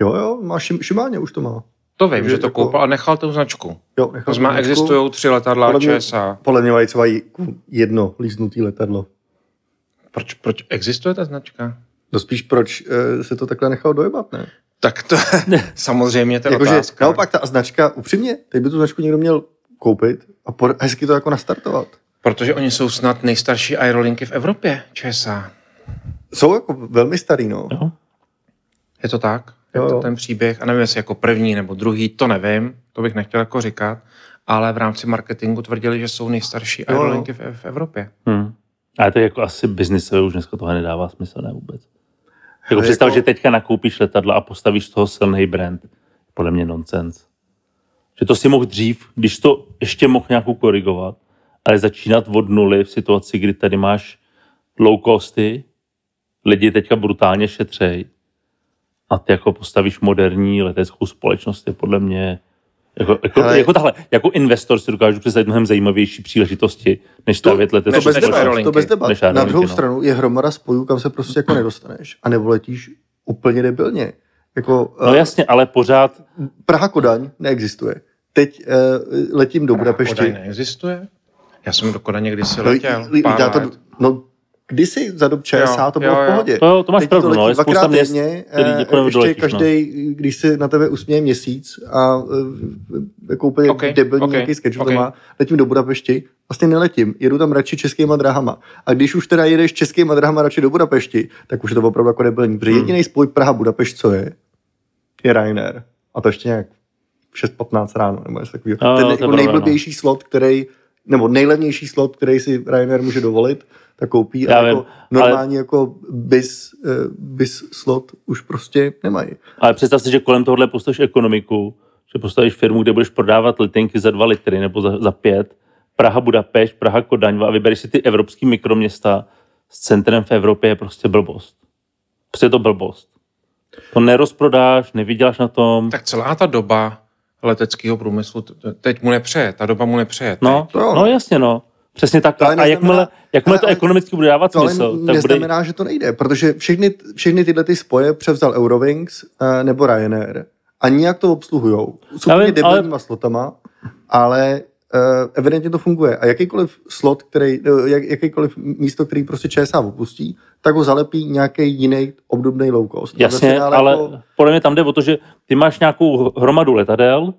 Speaker 4: Jo, jo, má šim, Šimáně už to má.
Speaker 3: To vím,
Speaker 4: Takže
Speaker 3: že to
Speaker 4: jako-
Speaker 3: koupil a nechal tu značku.
Speaker 4: Jo,
Speaker 3: To
Speaker 4: nechal
Speaker 3: znamená,
Speaker 4: značku.
Speaker 3: existují tři letadla
Speaker 4: Podle mě-
Speaker 3: ČSA.
Speaker 4: Podle mě mají třeba i jedno líznutý letadlo.
Speaker 3: Proč, proč existuje ta značka?
Speaker 4: No spíš proč e, se to takhle nechalo dojebat, ne?
Speaker 3: Tak to samozřejmě to je
Speaker 4: Jakože
Speaker 3: otázka.
Speaker 4: naopak ta značka, upřímně, teď by tu značku někdo měl koupit a por, hezky to jako nastartovat.
Speaker 3: Protože oni jsou snad nejstarší aerolinky v Evropě, ČSA.
Speaker 4: Jsou jako velmi starý, no.
Speaker 2: Jo.
Speaker 3: Je to tak? Je
Speaker 4: Jo,
Speaker 3: to
Speaker 4: jo.
Speaker 3: ten příběh? A nevím, jestli jako první nebo druhý, to nevím, to bych nechtěl jako říkat, ale v rámci marketingu tvrdili, že jsou nejstarší
Speaker 4: jo. no.
Speaker 3: aerolinky v, v Evropě.
Speaker 2: Hmm. Ale to je jako asi biznisové, už dneska tohle nedává smysl, ne vůbec. Jako
Speaker 4: Ale
Speaker 2: představ,
Speaker 4: jako-
Speaker 2: že teďka nakoupíš letadla a postavíš z toho silný brand. Podle mě nonsens. Že to si mohl dřív, když to ještě mohl nějakou korigovat, ale začínat od nuly v situaci, kdy tady máš low costy, lidi teďka brutálně šetřej a ty jako postavíš moderní leteckou společnost je podle mě Jako, jako,
Speaker 4: Hele.
Speaker 2: jako, tahle, jako investor si dokážu představit mnohem zajímavější příležitosti, než stavět
Speaker 4: To
Speaker 2: letecké
Speaker 4: bez
Speaker 3: než
Speaker 4: debat, to
Speaker 3: aerolinky,
Speaker 4: bez debat.
Speaker 2: než
Speaker 4: Na
Speaker 2: aerolinky,
Speaker 4: druhou
Speaker 2: no.
Speaker 4: stranu je hromada spojů, kam se prostě jako nedostaneš. A nebo letíš úplně debilně. Jako,
Speaker 2: No
Speaker 4: eh,
Speaker 2: jasně, ale pořád
Speaker 4: Praha Kodaň neexistuje. Teď eh, letím do
Speaker 3: Kodaň
Speaker 4: Budapešti.
Speaker 3: neexistuje? Já jsem do Kodaně kdysi
Speaker 4: No,
Speaker 3: letěl.
Speaker 4: i- i-
Speaker 3: pár
Speaker 4: já to,
Speaker 3: let.
Speaker 4: no, kdysi za dob ČSA
Speaker 3: Jo,
Speaker 4: to bylo
Speaker 3: jo,
Speaker 4: v
Speaker 3: jo.
Speaker 4: pohodě.
Speaker 2: To jo, to máš
Speaker 4: Teď
Speaker 2: pravdu,
Speaker 4: letí
Speaker 2: no, je
Speaker 4: dvakrát
Speaker 2: spousta měst,
Speaker 4: týdně,
Speaker 2: který
Speaker 4: eh,
Speaker 2: nikdo
Speaker 4: ještě
Speaker 2: nedoletíš, no.
Speaker 4: každý, když se na tebe usměje měsíc a eh, jako úplně
Speaker 3: Ok,
Speaker 4: okay, debilní
Speaker 3: ok,
Speaker 4: okay, nějaký sketch
Speaker 3: ok.
Speaker 4: okay. má, letím do Budapešti, vlastně neletím, jedu tam radši českýma drahama. A když už teda jedeš českýma drahama radši do Budapešti, tak už je to opravdu jako debilní,
Speaker 2: Hmm.
Speaker 4: protože jediný spoj Praha-Budapešť, co je, je Ryanair. A to ještě nějak v 6.15 ráno, nebo něco takového.
Speaker 2: Jo, jo,
Speaker 4: Ten
Speaker 2: to je
Speaker 4: jako
Speaker 2: pravda, no.
Speaker 4: nejblbější slot, který, nebo nejlevnější slot, který si Ryanair může dovolit, tak koupí
Speaker 2: Já
Speaker 4: a
Speaker 2: vím,
Speaker 4: jako normální jako bis, eh, bis slot už prostě nemají.
Speaker 2: Ale představ si, že kolem tohohle postavíš ekonomiku, že postavíš firmu, kde budeš prodávat letenky za dva litry nebo za, za pět, Praha, Budapešť, Praha, Kodaň a vybereš si ty evropský mikroměsta s centrem v Evropě je prostě blbost. Prostě je to blbost. To nerozprodáš, nevyděláš na tom.
Speaker 3: Tak celá ta doba leteckého průmyslu, t- t- teď mu nepřeje, ta doba mu nepřeje.
Speaker 2: No,
Speaker 4: to jo.
Speaker 2: no jasně, no. Přesně tak.
Speaker 4: To ale
Speaker 2: A
Speaker 4: neznamená-
Speaker 2: jakmile, jakmile
Speaker 4: ale-
Speaker 2: to
Speaker 4: ale-
Speaker 2: ekonomicky bude dávat
Speaker 4: To ale
Speaker 2: smysl, tak bude...
Speaker 4: neznamená, že to nejde, protože všechny, všechny tyhle ty spoje převzal Eurowings eh, nebo Ryanair a nijak to obsluhujou. Jsou
Speaker 2: Já
Speaker 4: úplně
Speaker 2: vím,
Speaker 4: debilníma ale... slotama, ale eh, evidentně to funguje. A jakýkoliv slot, který, eh, jak, jakýkoliv místo, který prostě ČSA opustí, tak ho zalepí nějaký jiný obdobný low cost. A ve
Speaker 2: Jasně,
Speaker 4: finále
Speaker 2: ale
Speaker 4: jako-
Speaker 2: podle mě tam jde o to, že ty máš nějakou hromadu letadel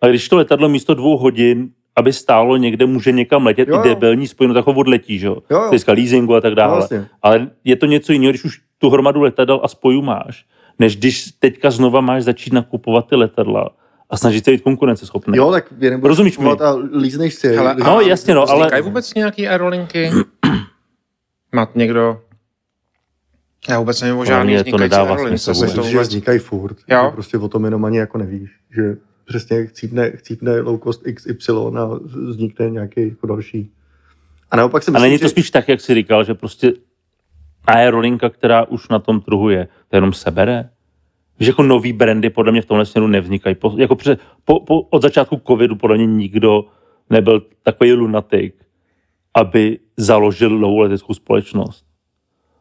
Speaker 2: a když to letadlo místo dvou hodin, aby stálo někde, může někam letět,
Speaker 4: Jo,
Speaker 2: jo.
Speaker 4: jo.
Speaker 2: i debilní spojeno, tak ho odletí, že jo?
Speaker 4: Jo, jo.
Speaker 2: Získá leasingu a tak
Speaker 4: No,
Speaker 2: dále.
Speaker 4: vlastně.
Speaker 2: ale je to něco jiného, když už tu hromadu letadel a spojů máš, než když teďka znova máš začít nakupovat ty letadla a snažit se jít konkurenceschopný.
Speaker 4: Jo, tak je nebudeš
Speaker 2: Rozumíš mi?
Speaker 4: kupovat a lízneš si. je.
Speaker 3: Hele,
Speaker 4: Lízneš-
Speaker 2: No,
Speaker 3: A
Speaker 2: jasně, no, ale...
Speaker 3: Vznikají vůbec nějaký aerolinky? Má někdo... Já vůbec nevím o žádný
Speaker 2: mě to
Speaker 3: vznikající
Speaker 2: nedává
Speaker 3: aerolince.
Speaker 2: smysl
Speaker 3: jestli to
Speaker 4: Myslím, si, že
Speaker 3: vůbec-
Speaker 4: vznikají furt.
Speaker 3: Jo.
Speaker 4: Jo. Prostě o tom jenom ani jako nevíš, že přesně jak chcípne, chcípne low cost XY a vznikne nějaký jako další. A naopak si
Speaker 2: A
Speaker 4: myslím,
Speaker 2: není to
Speaker 4: že...
Speaker 2: spíš tak, jak jsi říkal, že prostě aerolinka, která už na tom trhu je, to jenom sebere? Víš, jako nový brandy podle mě v tomhle směru nevznikají. Po, jako pře, po, po, od začátku covidu podle mě nikdo nebyl takový lunatik, aby založil novou leteckou společnost.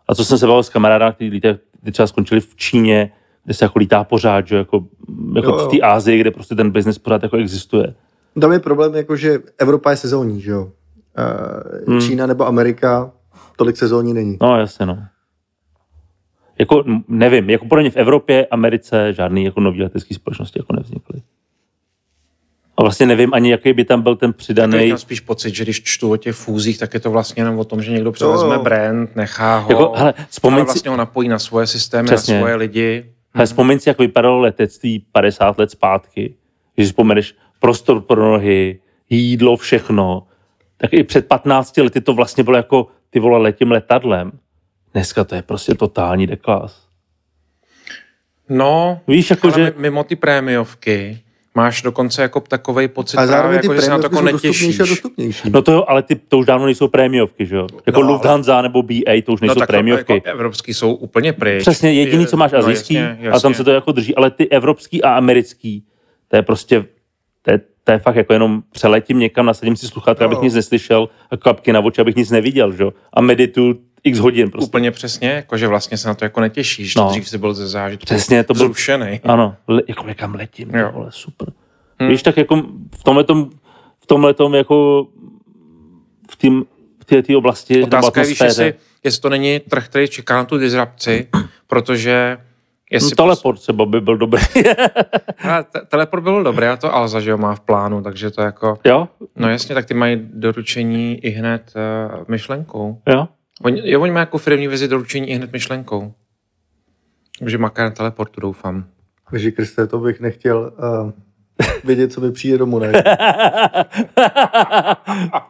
Speaker 2: A co jsem se bavil s kamarádem, který lítá, kteří třeba skončili v Číně, kde se jako lítá pořád, že jo, jako, jako
Speaker 4: Jo, jo.
Speaker 2: v té Ázii, kde prostě ten biznis pořád jako existuje.
Speaker 4: Tam je problém, jako, že Evropa je sezónní, že jo? E,
Speaker 2: Hmm.
Speaker 4: Čína nebo Amerika tolik sezónní není.
Speaker 2: No, jasně, no. Jako, m- nevím, jako pro ně v Evropě, Americe žádný jako nový letecký společnosti jako nevznikly. A vlastně nevím ani, jaký by tam byl ten
Speaker 3: Takový
Speaker 2: přidaný.
Speaker 3: Měl spíš pocit, že když čtu o těch fúzích, tak je to vlastně jenom o tom, že někdo převezme
Speaker 4: Jo.
Speaker 3: brand, nechá ho,
Speaker 2: Jako, hele, vzpomeň
Speaker 3: ale
Speaker 2: si-
Speaker 3: vlastně ho napojí na svoje systémy,
Speaker 2: Přesně.
Speaker 3: na svoje lidi.
Speaker 2: Ale vzpomeň si, jak vypadalo letectví 50 let zpátky. Když si vzpomeneš prostor pro nohy, jídlo, všechno, tak i před 15 lety to vlastně bylo jako ty vole letím letadlem. Dneska to je prostě totální deklas.
Speaker 3: No,
Speaker 2: Víš, jako,
Speaker 3: ale
Speaker 2: že...
Speaker 3: že... mimo ty prémiovky máš dokonce jako takovej pocit
Speaker 4: A
Speaker 3: právě,
Speaker 4: zároveň ty
Speaker 3: jako, že se na to
Speaker 4: prémiovky
Speaker 3: jako
Speaker 4: jsou dostupnější a
Speaker 3: netěšíš.
Speaker 4: dostupnější.
Speaker 2: No to jo, ale ty, to už dávno nejsou prémiovky, že jo? Jako
Speaker 4: No,
Speaker 2: no,
Speaker 4: ale-
Speaker 2: Lufthansa nebo BA, to už nejsou no,
Speaker 3: tak to
Speaker 2: prémiovky.
Speaker 3: Jako evropský jsou úplně pryč.
Speaker 2: Přesně, jediný, co máš
Speaker 3: No,
Speaker 2: azijský,
Speaker 3: jasně, jasně.
Speaker 2: a tam se to jako drží, ale ty evropský a americký, to je prostě, to je, to je fakt jako jenom přeletím někam, nasadím si sluchátka,
Speaker 4: No.
Speaker 2: abych nic neslyšel a klapky na oči, abych nic neviděl, že jo? A meditu x hodin prostě.
Speaker 3: Úplně přesně, jakože vlastně se na to jako netěšíš. No.
Speaker 2: No.
Speaker 3: Dřív jsi byl ze zážitku
Speaker 2: Přesně, to byl-
Speaker 3: zrušený.
Speaker 2: Ano, le, jako někam letím,
Speaker 3: Jo. Hm.
Speaker 2: jo. Vole, super. Hmm. Víš, tak jako v tomhle v tomhle jako v tým, v té- té oblasti nebo
Speaker 3: Otázka je, víš,
Speaker 2: atmosféře.
Speaker 3: jestli, jestli to není trh, který čeká na tu disrupci, protože
Speaker 2: No,
Speaker 3: jestli...
Speaker 2: teleport třeba by byl dobrý.
Speaker 3: Hele, te- teleport byl dobrý, a to Alza, že jo, má v plánu, takže to jako...
Speaker 2: jo,
Speaker 3: No jasně, tak ty mají doručení i hned uh, myšlenkou.
Speaker 2: jo.
Speaker 3: Oni, jo, oni mají jako firmní vizi doručení i hned myšlenkou. Takže maká na teleportu, doufám.
Speaker 4: Takže Kriste, to bych nechtěl uh, vědět, co mi přijde domů. Ne?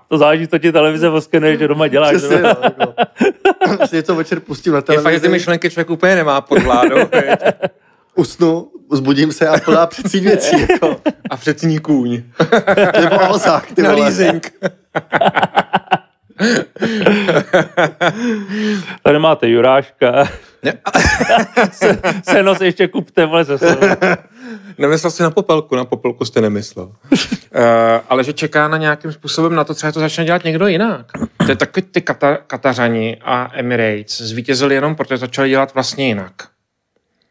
Speaker 2: to záleží, co ti televize poskenuje, že doma děláš.
Speaker 4: Přesně, no, jako. Si něco večer pustím na
Speaker 3: Je fakt, že ty
Speaker 4: televizi,
Speaker 3: myšlenky člověk úplně nemá pod vládou. viď?
Speaker 4: usnu, zbudím se a plná přecí věcí. Jako.
Speaker 3: a před ní kůň.
Speaker 4: Nebo Alzák, ty
Speaker 3: Na
Speaker 4: vole.
Speaker 3: leasing.
Speaker 2: Tady máte Juráška. Seno si ještě kupte, vole, ze seno.
Speaker 3: Nemyslel si na popelku, na popelku jste nemyslel. uh, ale že čeká na nějakým způsobem na to, třeba to začne dělat někdo jinak. To je taky ty Kata- Katařani a Emirates zvítězili jenom, protože začali dělat vlastně jinak.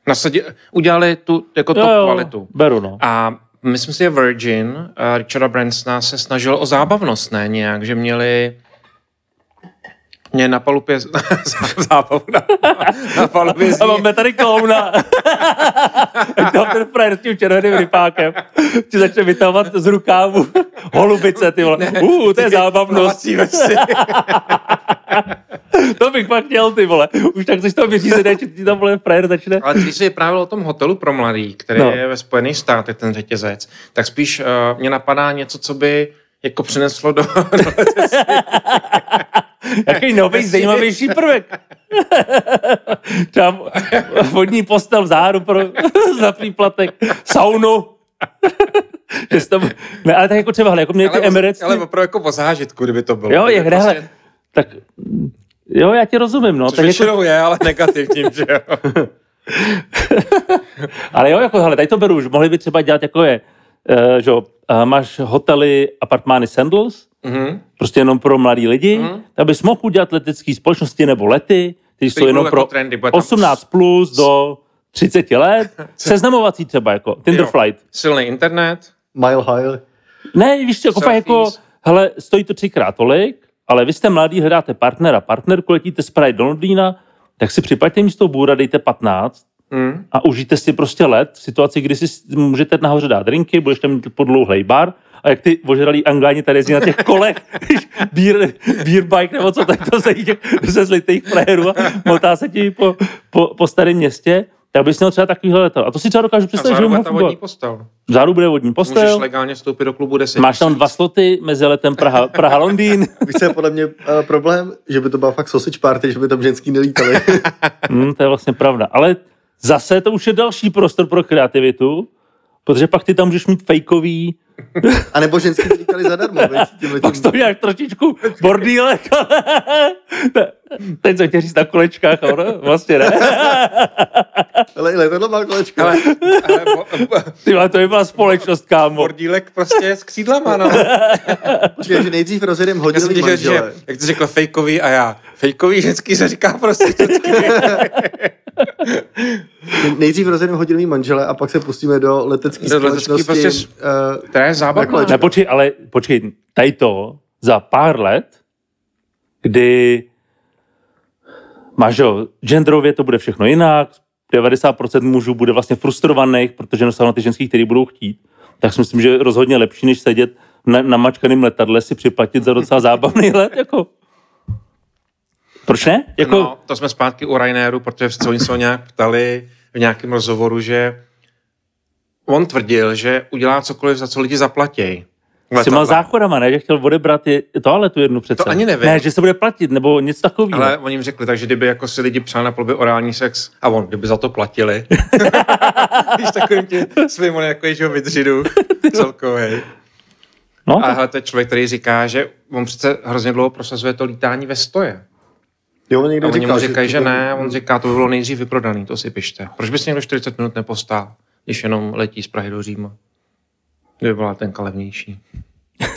Speaker 3: Nasadě, udělali tu jako top
Speaker 2: Jo, jo,
Speaker 3: kvalitu.
Speaker 2: Beru, no.
Speaker 3: A myslím si, že Virgin uh, Richarda Bransona se snažil o zábavnost, ne nějak, že měli mě na palubě zábavu na, na palubě
Speaker 2: A
Speaker 3: zní,
Speaker 2: máme tady klouna. Tam ten frajer s tím červeným rypákem ti začne vytahovat z rukávu holubice, ty vole. Uh, to je zábavnost.
Speaker 3: plovací vesy.
Speaker 2: To bych pak měl, ty vole. Už tak jsi to vyřízené, že ti tam, vole, frajer začne.
Speaker 3: Ale když jsi vyprávěl o tom hotelu pro mladý, který
Speaker 2: No.
Speaker 3: no. je ve Spojených státech, ten řetězec, tak spíš uh, mě napadá něco, co by jako přineslo do...
Speaker 2: Jaký nový, zajímavější prvek. Tam vodní postel v záru pro, za příplatek. Saunu. Že jsi tam, ne, ale tak jako třeba, hele, jako mě ty
Speaker 3: ale,
Speaker 2: Emirates,
Speaker 3: ale
Speaker 2: ty-
Speaker 3: opravdu jako o zážitku, kdyby to bylo.
Speaker 2: jo, je,
Speaker 3: Kdyby
Speaker 2: hele,
Speaker 3: prostě-
Speaker 2: tak, jo, já ti rozumím, no.
Speaker 3: Což
Speaker 2: tak jako,
Speaker 3: většinou je, ale negativním, že jo.
Speaker 2: Ale jo, jako hele, tady to beru už. Mohli by třeba dělat jako je, uh, že jo, eh, máš hotely, apartmány Sandals,
Speaker 3: Mhm.
Speaker 2: prostě jenom pro mladý lidi, mm. tak bys mohl udělat letecké společnosti nebo lety, které jsou
Speaker 3: budou
Speaker 2: jenom
Speaker 3: jako
Speaker 2: pro
Speaker 3: trendy, bude tam-
Speaker 2: 18 plus do 30 let, seznamovací třeba jako, Tinder
Speaker 3: Jo.
Speaker 2: flight.
Speaker 3: Silný internet,
Speaker 4: Mile high.
Speaker 2: Ne, víš co, jako, fakt jako,
Speaker 3: Selfies.
Speaker 2: hele, stojí to třikrát tolik, ale vy jste mladý, hledáte partnera, partnerku, letíte z Prahy do Londýna, tak si připaďte místo bůra, dejte 15
Speaker 3: Mm.
Speaker 2: a užijte si prostě let v situaci, kdy si s- můžete nahoře dát drinky, budeš tam mít podlouhlej bar a jak ty ožralí angláni tady jezdí na těch kolech, když beer, beer bike nebo co, tak to se, jde se zlitých frajerů a motá se ti po, po, po starém městě, tak bys měl třeba takovýhle leto. A to si třeba dokážu
Speaker 3: a
Speaker 2: představit, že by
Speaker 3: zároveň
Speaker 2: mohl
Speaker 3: tam vodní
Speaker 2: fungovat.
Speaker 3: postel.
Speaker 2: Záru bude vodní
Speaker 3: Můžeš
Speaker 2: postel,
Speaker 3: legálně vstoupit do klubu 10.
Speaker 2: máš tam dva sloty mezi letem Praha, Praha Londýn.
Speaker 4: Víš, co je podle mě eh, problém? Že by to byla fakt sausage party, že by tam ženský nelítali.
Speaker 2: Hmm, to je vlastně pravda. Ale zase to už je další prostor pro kreativitu, protože pak ty tam můžeš mít fejkový
Speaker 4: A nebo ženský nelítali zadarmo. Víš, tímhle
Speaker 2: Pak to nějak trošičku bordílek. Teď jsem tě říct na kolečkách, ale ono vlastně ne.
Speaker 4: Ale letadlo má kolečko.
Speaker 3: Ale, ale bo, bo,
Speaker 2: Ty vole, to by byla společnost, kámo.
Speaker 3: bordílek prostě s křídlama, no.
Speaker 4: Počkej, že nejdřív rozjedem
Speaker 3: Já jsem
Speaker 4: hodilý
Speaker 3: těžil, že,
Speaker 4: manžele.
Speaker 3: jak jsi řekl, fejkový a já. Fejkový ženský se říká prostě prostitutky.
Speaker 4: Nejdřív rozjedem hodilý manžele a pak se pustíme do letecké
Speaker 3: Do letecký
Speaker 4: společnosti.
Speaker 3: prostě s-
Speaker 4: eh,
Speaker 3: To je zábavné.
Speaker 2: Ne, počkej, ale počkej, tady to za pár let, kdy máš, jo, genderově to bude všechno jinak, 90% mužů bude vlastně frustrovaných, protože dostanou ty ženský, který budou chtít, tak si myslím, že je rozhodně lepší, než sedět na, na mačkaném letadle si připlatit za docela zábavný let, jako. Proč ne? Jako, no.
Speaker 3: No, to jsme zpátky u Rainéru, protože se oni se ho nějak ptali v nějakém rozhovoru, že on tvrdil, že udělá cokoliv, za co lidi zaplatí.
Speaker 2: S těma záchodama, ne? Že chtěl odebrat je, toaletu jednu přece.
Speaker 3: No, To ani nevím.
Speaker 2: Ne, že se bude platit, nebo něco takového.
Speaker 3: Ale oni jim řekli, takže kdyby jako si lidi přáli na polubě orální sex, a on, kdyby za to platili. Víš, takovým tě svým, on jako jeho vydřidu celkový.
Speaker 2: No,
Speaker 3: Ale hele, to je člověk, který říká, že on přece hrozně dlouho prosazuje to lítání ve stoje.
Speaker 4: Jo, někdo
Speaker 3: A oni
Speaker 4: říkal,
Speaker 3: mu říkají, že
Speaker 4: to-
Speaker 3: ne, on říká, to by bylo nejdřív vyprodaný, to si pište. Proč by si někdo 40 minut nepostál, když jenom letí z Prahy do Říma? Kdyby byla ten levnější.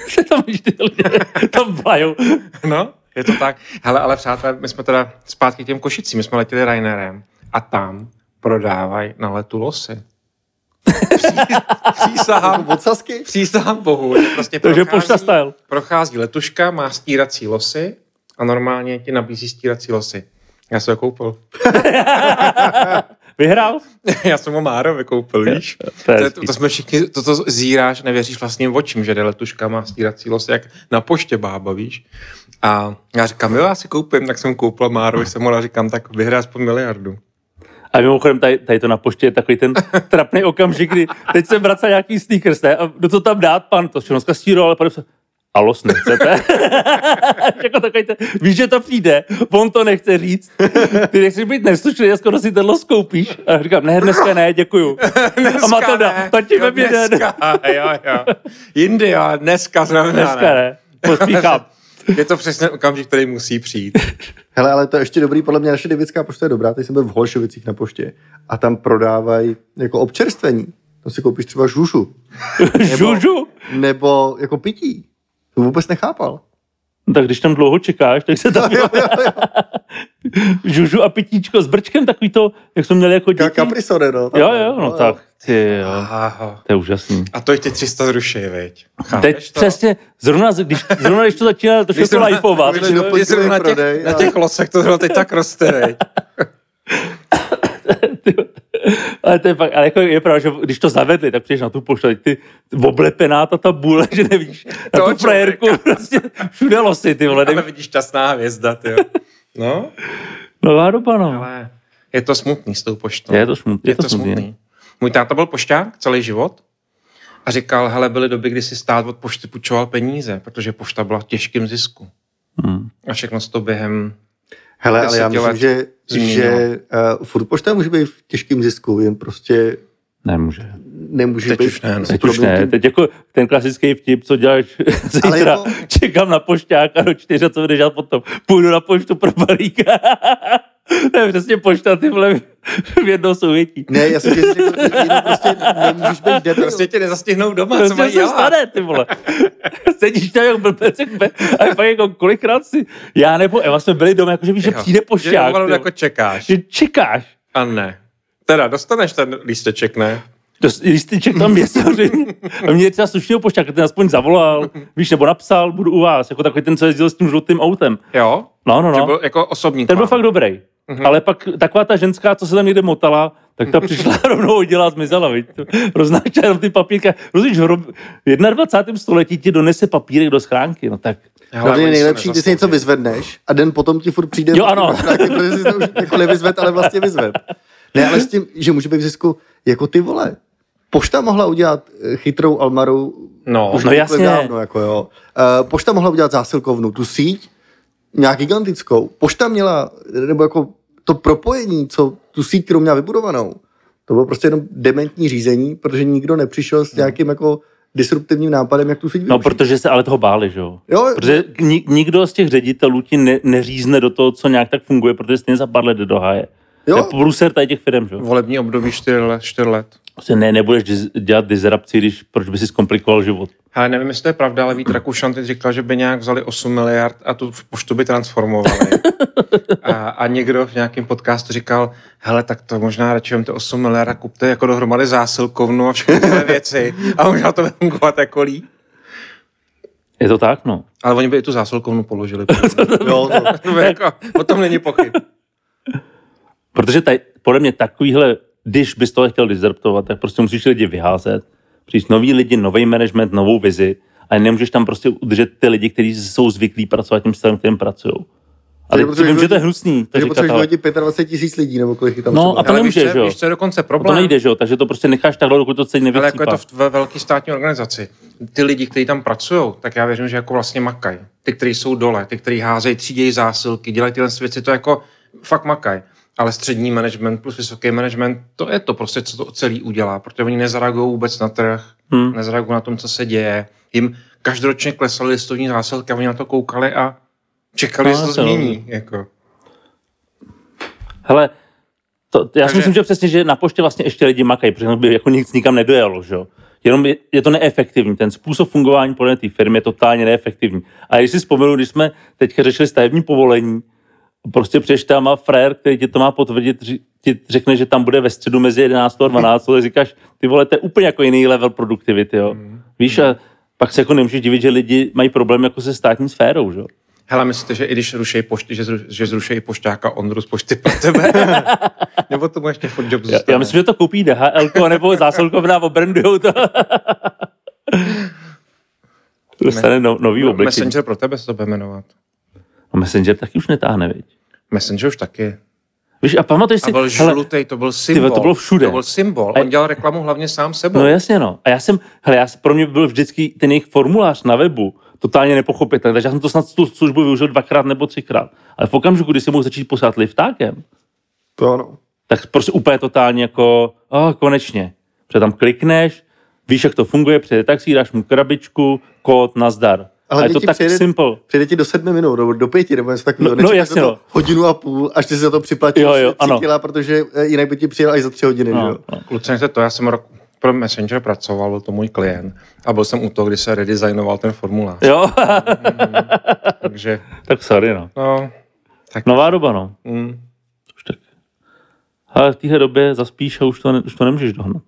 Speaker 2: se tam vždy lidé tam blajou.
Speaker 3: No, je to tak. Hele, ale přátelé, my jsme teda zpátky k těm košicím, my jsme letěli Rainerem a tam prodávají na letu losy. Pří- Přísahám,
Speaker 4: Od Sasky?
Speaker 3: přísahám bohu. že Prostě
Speaker 2: Takže pošta style.
Speaker 3: prochází letuška, má stírací losy a normálně ti nabízí stírací losy. Já jsem ho koupil.
Speaker 2: Vyhrál?
Speaker 3: Já jsem ho Márovi koupil, víš?
Speaker 2: To
Speaker 3: To,
Speaker 2: je
Speaker 3: je,
Speaker 2: hezký.
Speaker 3: to jsme všichni, to, to zíráš, nevěříš vlastním očím, že jde letuška má stírací los, jak na poště bába, víš? A já říkám, jo, já si koupím, tak jsem koupil Márovi, jsem mu říkám, tak vyhraje aspoň miliardu.
Speaker 2: A mimochodem, tady, tady to na poště je takový ten trapný okamžik, kdy teď jsem vracel nějaký sneakers, ne? A no co tam dát, pan, to všechno zkastíro, ale pane, a los nechcete? jako takový ten, víš, že to přijde, on to nechce říct. Ty nechceš být neslušný, a skoro si ten los koupíš. A říkám, ne, dneska ne, děkuju. a Matilda,
Speaker 3: ne,
Speaker 2: tatíme
Speaker 3: jo,
Speaker 2: jeden.
Speaker 3: Dneska, jo, jo. Jindy, jo, dneska zrovna
Speaker 2: Dneska ne. Pospíchám.
Speaker 3: Je to přesně okamžik, který musí přijít.
Speaker 4: Hele, ale to je ještě dobrý, podle mě naše divická pošta je dobrá. Teď jsem byl v Holšovicích na poště a tam prodávají jako občerstvení. Tam si koupíš třeba žužu
Speaker 2: Žužu!
Speaker 4: nebo jako pití. To vůbec nechápal.
Speaker 2: No Tak když tam dlouho čekáš, tak se tam
Speaker 4: Jo, jo, jo.
Speaker 2: žužu a pitíčko s brčkem, takový to, jak jsme měli jako
Speaker 4: Ka-
Speaker 2: děti.
Speaker 4: Kaprisore, no.
Speaker 2: Jo, jo, no tak. Ty jo,
Speaker 3: Aha.
Speaker 2: to je úžasný.
Speaker 3: A to ještě 300 zruší, viď? Chápeš
Speaker 2: Teď
Speaker 3: to?
Speaker 2: přesně, zrovna, když, zrovna když to začíná to
Speaker 3: Když
Speaker 2: všechno
Speaker 3: jsem-
Speaker 2: lajfovat.
Speaker 4: Když doplňkový
Speaker 3: Jestli na těch,
Speaker 4: prodej,
Speaker 3: na
Speaker 4: ale-
Speaker 3: těch losech to zrovna teď tak roste, viď?
Speaker 2: Ale, to je fakt, ale jako je pravda, že když to zavedli, tak přijdeš na tu poštu, teď ty oblepená ta tabule, že nevíš, na
Speaker 3: Toho
Speaker 2: tu frajerku prostě všude losy, ty vole.
Speaker 3: Ale
Speaker 2: Nevím.
Speaker 3: vidíš, šťastná hvězda, ty jo. No,
Speaker 2: Nová doba, no.
Speaker 3: ale je to smutný s tou poštou.
Speaker 2: Je to smutný, je to smutný.
Speaker 3: Můj táta byl pošťák celý život a říkal, hele, byly doby, kdy si stát od pošty půjčoval peníze, protože pošta byla v těžkém zisku.
Speaker 2: Hmm.
Speaker 3: A všechno se to během...
Speaker 4: Hele, ale já
Speaker 3: deseti
Speaker 4: myslím,
Speaker 3: let
Speaker 4: že,
Speaker 3: změnilo.
Speaker 4: že
Speaker 2: no.
Speaker 4: uh, furt pošta může být v těžkém zisku, jen prostě
Speaker 2: Nemůže.
Speaker 4: nemůže
Speaker 3: Teď
Speaker 4: být.
Speaker 3: už ne, no.
Speaker 2: Teď už ne, teď jako ten klasický vtip, co děláš zítra,
Speaker 4: jako-
Speaker 2: čekám na pošťáka do čtyř a co budeš dělat potom, půjdu na poštu pro balíka. to je přesně pošta, ty vole, v jednou souvětí.
Speaker 4: Ne, já si myslím, že jenom prostě nemůžeš být debil.
Speaker 3: Prostě tě nezastihnou doma, co
Speaker 2: Co
Speaker 3: mají
Speaker 2: Prostě se
Speaker 3: dělat.
Speaker 2: stane, ty vole? Sedíš tam jak blbec, jak pe- a je fakt jako kolikrát si, já nebo Eva jsme byli doma, jakože víš, že
Speaker 3: Jo.
Speaker 2: přijde
Speaker 3: Že
Speaker 2: pošťák,
Speaker 3: opravdu
Speaker 2: že,
Speaker 3: jako čekáš.
Speaker 2: že čekáš.
Speaker 3: A ne. Teda dostaneš ten lísteček, ne?
Speaker 2: Dost- Lísteček tam je samozřejmě. A mě je třeba slušného pošťáka, ten aspoň zavolal, víš, nebo napsal, budu u vás, jako takový ten, co jezdil s tím žlutým autem.
Speaker 3: Jo?
Speaker 2: No, no,
Speaker 3: Že
Speaker 2: no.
Speaker 3: byl jako osobní
Speaker 2: Ten byl
Speaker 3: plán.
Speaker 2: fakt dobrý. Mm-hmm. Ale pak taková ta ženská, co se tam někde motala, tak ta přišla rovnou oddělá zmizela, viď? Roznáčela jenom ty papírka. Rozumíš, hrob... v 21. století ti donese papírek do schránky, no tak.
Speaker 3: Hele,
Speaker 4: No, to je
Speaker 3: oni se
Speaker 4: nejlepší, ty si něco
Speaker 3: nezaslouží.
Speaker 4: vyzvedneš a den potom ti furt přijde.
Speaker 2: Jo, ano.
Speaker 4: Vrátit, protože jsi to už jako nevyzved, ale vlastně vyzved. Ne, ale s tím, že může být v zisku, jako ty vole. Pošta mohla udělat eh, chytrou Almaru
Speaker 3: No,
Speaker 4: už
Speaker 2: no
Speaker 4: no
Speaker 2: jasně.
Speaker 4: jasně. dávno, jako jo. Eh, Pošta mohla udělat zásilkovnu, tu síť, nějak gigantickou. Pošta měla, nebo jako to propojení, co tu síť, kterou měla vybudovanou, to bylo prostě jenom dementní řízení, protože nikdo nepřišel s nějakým jako disruptivním nápadem, jak tu síť
Speaker 2: Hmm. No,
Speaker 4: využít.
Speaker 2: protože se ale toho báli, že jo?
Speaker 4: Jo,
Speaker 2: Protože ni- nikdo z těch ředitelů ti ne- neřízne do toho, co nějak tak funguje, protože stejně za pár let jde do háje.
Speaker 4: Jo.
Speaker 2: To je průser tady těch firm, že jo?
Speaker 3: volební období 4 let. 4 let.
Speaker 2: Prostě ne, nebudeš dis- dělat disrupci, když proč by si zkomplikoval život.
Speaker 3: Ale nevím, jestli to je pravda, ale Vít Rakušan teď říkal, že by nějak vzali 8 miliard a tu poštu by transformovali. A, a někdo v nějakém podcastu říkal, hele, tak to možná radši vemte 8 miliard a kupte jako dohromady zásilkovnu a všechny tyhle věci. A možná to bude fungovat jako líp.
Speaker 2: Je to tak, no.
Speaker 3: Ale oni by i tu zásilkovnu položili.
Speaker 4: jo, to,
Speaker 3: To by jako, o tom není pochyb.
Speaker 2: Protože tady, podle mě takovýhle, když bys tohle chtěl disruptovat, tak prostě musíš lidi vyházet, přijít nový lidi, nový management, novou vizi a nemůžeš tam prostě udržet ty lidi, kteří jsou zvyklí pracovat tím stylem, kterým pracují. A
Speaker 4: Takže
Speaker 2: teď
Speaker 4: potřebuješ
Speaker 2: vím, že to je
Speaker 4: lidi-
Speaker 2: hrusný, to
Speaker 4: takže
Speaker 2: říkat,
Speaker 4: potřebuješ
Speaker 2: ale
Speaker 4: dohodit 25 tisíc lidí, nebo kolik je tam
Speaker 2: No,
Speaker 4: třeba.
Speaker 2: a to
Speaker 3: Ale víš,
Speaker 2: nemůžeš,
Speaker 3: co
Speaker 2: jo?
Speaker 3: je- víš, co je dokonce
Speaker 2: to
Speaker 3: problém?
Speaker 2: nejde, že jo, takže to prostě necháš takhle, dokud to celý
Speaker 3: Ale jako je
Speaker 2: nevycípá.
Speaker 3: to v- ve velké státní organizaci. Ty lidi, kteří tam pracují, tak já věřím, že jako vlastně makají. Ty, kteří jsou dole, ty, kteří házejí, třídějí zásilky, dělají tyhle věci, to jako fakt makají. Ale střední management plus vysoký management, to je to prostě, co to celý udělá, protože oni nezareagují vůbec na trh, hmm. nezareagují na tom, co se děje. Jim každoročně klesaly listovní zásilky a oni na to koukali a čekali,
Speaker 2: No,
Speaker 3: že se to
Speaker 2: to jo.
Speaker 3: změní. Jako.
Speaker 2: Hele, to, já si
Speaker 3: Takže-
Speaker 2: myslím, že přesně, že na poště vlastně ještě lidi makají, protože by jako nic nikam nedojelo, že jo. Jenom je, je to neefektivní. Ten způsob fungování podle té firmy je totálně neefektivní. A když si vzpomenu, když jsme teďka řešili stavební povolení, prostě přijdeš tam a frajer, který ti to má potvrdit, ři- ti řekne, že tam bude ve středu mezi 11 a 12, ale říkáš, ty vole, to je úplně jako jiný level produktivity, jo. Víš, a pak se jako nemůžeš divit, že lidi mají problém jako se státní sférou, že jo.
Speaker 3: Hele, myslíte, že i když zrušejí pošty, že, zru, že zrušejí pošťáka Ondru z pošty pro tebe? Nebo tomu ještě furt job
Speaker 2: Já,
Speaker 3: zůstane?
Speaker 2: já myslím, že to koupí DHL nebo zásilkovna a obrandujou to. To Dostane no, nový obličej. Messenger.
Speaker 3: Messenger pro tebe se to bude jmenovat.
Speaker 2: Messenger taky už netáhne, viď?
Speaker 3: Messenger už taky.
Speaker 2: Víš, a pamatuješ si...
Speaker 3: A byl
Speaker 2: hele,
Speaker 3: žlutej, to byl symbol.
Speaker 2: to bylo všude.
Speaker 3: To byl symbol. On dělal reklamu hlavně sám sebou.
Speaker 2: no jasně, no. A já jsem, hele, já jsem, pro mě byl vždycky ten jejich formulář na webu totálně nepochopitelný, takže já jsem to snad tu službu využil dvakrát nebo třikrát. Ale v okamžiku, kdy jsem mohl začít posát liftákem,
Speaker 4: To ano.
Speaker 2: tak prostě úplně totálně jako, oh, konečně. Protože tam klikneš, víš, jak to funguje, přijde taxi, dáš mu krabičku, kód, nazdar. Ale je
Speaker 4: hlavně
Speaker 2: to
Speaker 4: ti
Speaker 2: tak
Speaker 4: přijede-
Speaker 2: simple.
Speaker 4: Přijde ti do sedmi minut, nebo do pěti, nebo něco
Speaker 2: No-
Speaker 4: takového. Nečekáš
Speaker 2: no, jasně,
Speaker 4: na to
Speaker 2: no.
Speaker 4: Hodinu a půl, až ty si za to připlatíš
Speaker 2: Jo, jo,
Speaker 4: tři
Speaker 2: ano.
Speaker 4: kila, protože eh, jinak by ti přijel až za tři hodiny. že
Speaker 2: No,
Speaker 4: jo?
Speaker 2: no.
Speaker 3: Kluci, nechte to, já jsem rok pro Messenger pracoval, byl to můj klient a byl jsem u toho, kdy se redesignoval ten formulář.
Speaker 2: Jo,
Speaker 3: Takže,
Speaker 2: tak sorry, no.
Speaker 3: no,
Speaker 2: Nová doba, no.
Speaker 3: mm,
Speaker 2: Už tak. Ale v téhle době zaspíš a už to, ne, už to nemůžeš dohnat.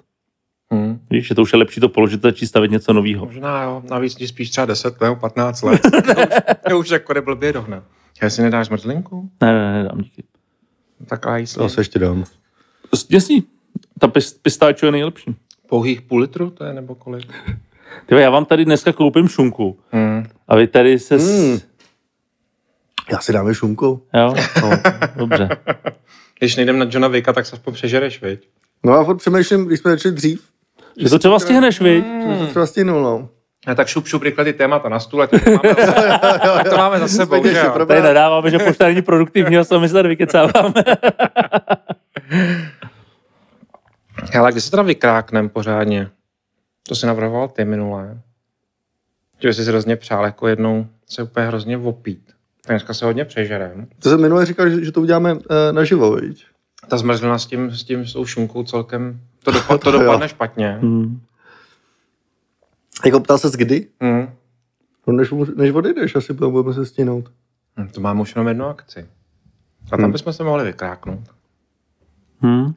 Speaker 3: mm.
Speaker 2: Víš, že to už je lepší to položit a začít stavět něco nového.
Speaker 3: možná jo, navíc když spíš třeba 10 nebo 15 let. To už, to už jako neblbě dohne. Já si nedáš mrzlinku?
Speaker 2: Ne, ne, ne, dám díky.
Speaker 3: Tak a jíst
Speaker 4: To se ještě dám.
Speaker 2: Jasný, ta pis- pistáčo je nejlepší.
Speaker 3: pouhých půl litru, to je nebo kolik?
Speaker 2: Tyve, já vám tady dneska koupím šunku
Speaker 3: Mm.
Speaker 2: a vy tady se... S...
Speaker 4: Hmm. Já si dám i šunkou.
Speaker 2: Jo, no, dobře.
Speaker 3: Když nejdem na Johna Vicka, tak se aspoň přežereš, viď?
Speaker 4: No a furt přemýšlím, když jsme začali dřív,
Speaker 2: Že to třeba stihneš, viď?
Speaker 4: hmm. to se třeba stihnul, no.
Speaker 3: A tak šup, šup, rychle ty témata na stůl, ať to máme, ať to máme za sebou,
Speaker 4: Zbytečně
Speaker 3: že jo?
Speaker 4: pro-
Speaker 2: Tady nadáváme, že pošta není produktivní a sami se tady vykecáváme.
Speaker 3: Hele, kde se teda vykráknem pořádně? To si navrhoval ty minulé. Že jsi si hrozně přál jako jednou se úplně hrozně vopít. Tak dneska se hodně přežerem.
Speaker 4: To jsem minule říkal, že, že to uděláme eh, naživo, viď?
Speaker 3: Ta zmrzlina s tím, s tím s tou šunkou celkem, to, dopad, to
Speaker 4: Jo.
Speaker 3: dopadne špatně.
Speaker 2: Hmm.
Speaker 4: Jako ptal ses kdy?
Speaker 3: Hmm.
Speaker 4: No, než, než odejdeš, asi potom budeme se stihnout.
Speaker 3: Hm, To mám už jenom jednu akci. A tam
Speaker 4: Hmm.
Speaker 3: bychom se mohli vykráknout.
Speaker 2: Hmm.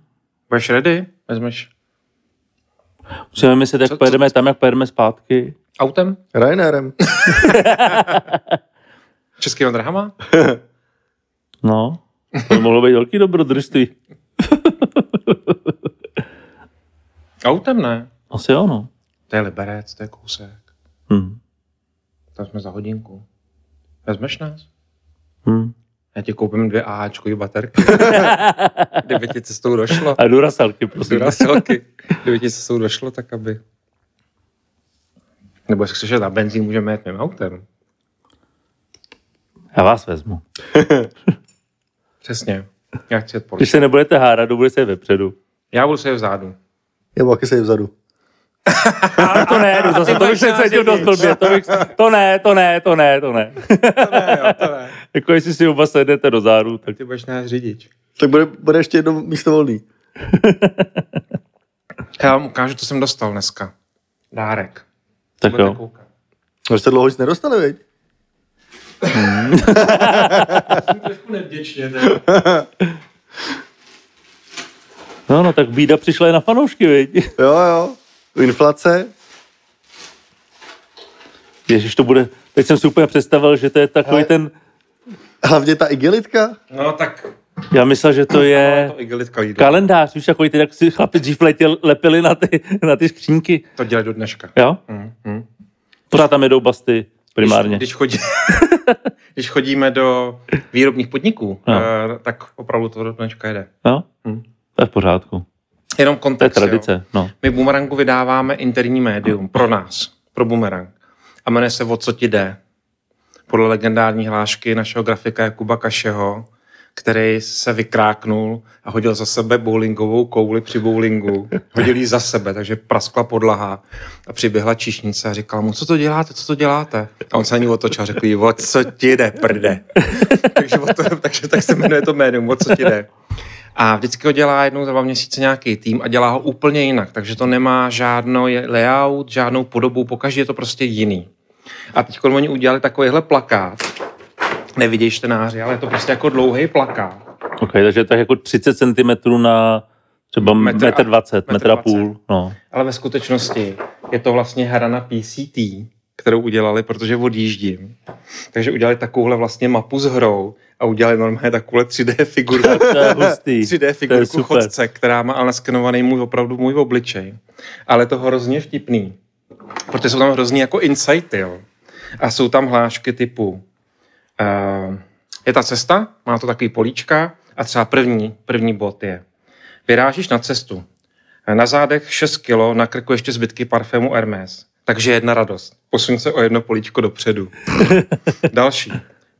Speaker 3: Budeš ready? Vezmeš
Speaker 2: Přijeme si, jak
Speaker 3: Co- co-
Speaker 2: pojedeme tam, jak pojedeme zpátky.
Speaker 3: autem?
Speaker 4: Ryanairem.
Speaker 3: Českýma drahama?
Speaker 2: No, to by mohlo být velký dobrodružství.
Speaker 3: Autem ne.
Speaker 2: Asi jo, no.
Speaker 3: To je Liberec, to je kousek.
Speaker 2: Hmm.
Speaker 3: Tam jsme za hodinku. Vezmeš nás?
Speaker 2: Hmm.
Speaker 3: Já ti koupím dvě AAčkový baterky. Kdyby ti cestou došlo.
Speaker 2: A durasalky, prosím.
Speaker 3: Durasilky. Kdyby ti cestou došlo, tak aby... Nebo jestli chceš jet na benzín, můžeme jet mým autem.
Speaker 2: Já vás vezmu.
Speaker 3: Přesně. Já chci jet po
Speaker 2: Když se nebudete hárat, bude se vepředu.
Speaker 3: Já budu se vzadu.
Speaker 4: Nebo taky se vzadu.
Speaker 2: A to ne, jdu zase, to bych se cítil dost blbě. To, bych, to ne, to ne, to ne, to ne.
Speaker 3: To ne, jo, to ne.
Speaker 2: Jako jestli si oba sednete do záru, tak
Speaker 3: Ty budeš náš řidič.
Speaker 4: Tak bude, bude ještě jedno místo volný.
Speaker 3: Já vám ukážu, co jsem dostal dneska. Dárek.
Speaker 2: tak
Speaker 3: Budete
Speaker 2: jo.
Speaker 3: koukat.
Speaker 4: No, jste dlouho nic nedostali, viď?
Speaker 3: Trošku nevděčně. ne?
Speaker 2: No, no, tak bída přišla i na fanoušky, viď?
Speaker 4: Jo, jo. Inflace.
Speaker 2: Ježiš, to bude, teď jsem si úplně představil, že to je takový
Speaker 4: Hele.
Speaker 2: ten,
Speaker 4: Hlavně ta igelitka.
Speaker 3: No tak,
Speaker 2: já myslel, že to je
Speaker 3: to igelitka jídla.
Speaker 2: kalendář, víš, takový ty, jak si chlapi dřív letěl, lepili na ty, na ty skřínky,
Speaker 3: To dělají do dneška.
Speaker 2: jo?
Speaker 3: Mm, mm.
Speaker 2: Pořád tam jedou basty, primárně.
Speaker 3: Když, když, chodí, když chodíme do výrobních podniků,
Speaker 2: No.
Speaker 3: no. tak opravdu to do dneška jede.
Speaker 2: No,
Speaker 3: Hm.
Speaker 2: to je v pořádku.
Speaker 3: Jenom
Speaker 2: To je
Speaker 3: kontext. Jo.
Speaker 2: tradice, no.
Speaker 3: My Boomerangu vydáváme interní médium pro nás, pro Boomerang. A jmenuje se O co ti jde. Podle legendární hlášky našeho grafika Jakuba Kašeho, který se vykráknul a hodil za sebe bowlingovou kouli při bowlingu. Hodil ji za sebe, takže praskla podlaha a přiběhla číšnice a říkala mu, co to děláte, co to děláte? A on se na ní otočil a řekl jí, o co ti jde, prde. takže, o to, takže tak se jmenuje to jméno, o co ti jde. A vždycky ho dělá jednou za dva měsíce nějaký tým a dělá ho úplně jinak, takže to nemá žádnou je- layout, žádnou podobu, pokaždé je to prostě jiný. A teď oni udělali takovýhle plakát, nevidějí čtenáři, ale je to prostě jako dlouhý plakát.
Speaker 2: Ok, takže tak jako 30 cm na třeba
Speaker 3: Metr a-
Speaker 2: metr 20,
Speaker 3: metr
Speaker 2: metr a
Speaker 3: 20.
Speaker 2: půl, no.
Speaker 3: Ale ve skutečnosti je to vlastně hra na PCT, kterou udělali, protože odjíždím. Takže udělali takovouhle vlastně mapu s hrou a udělali normálně takovouhle 3D figurku.
Speaker 2: To je hustý.
Speaker 3: 3D
Speaker 2: To je
Speaker 3: figurku
Speaker 2: super.
Speaker 3: chodce, která má ale skenovaný můj opravdu můj obličej. Ale je to hrozně vtipný, protože jsou tam hrozně jako insighty, jo. A jsou tam hlášky typu uh, je ta cesta, má to takový políčka a třeba první, první bod je vyrážíš na cestu, na zádech 6 kilo, na krku ještě zbytky parfému Hermes. Takže jedna radost. Posuň se o jedno políčko dopředu. Další.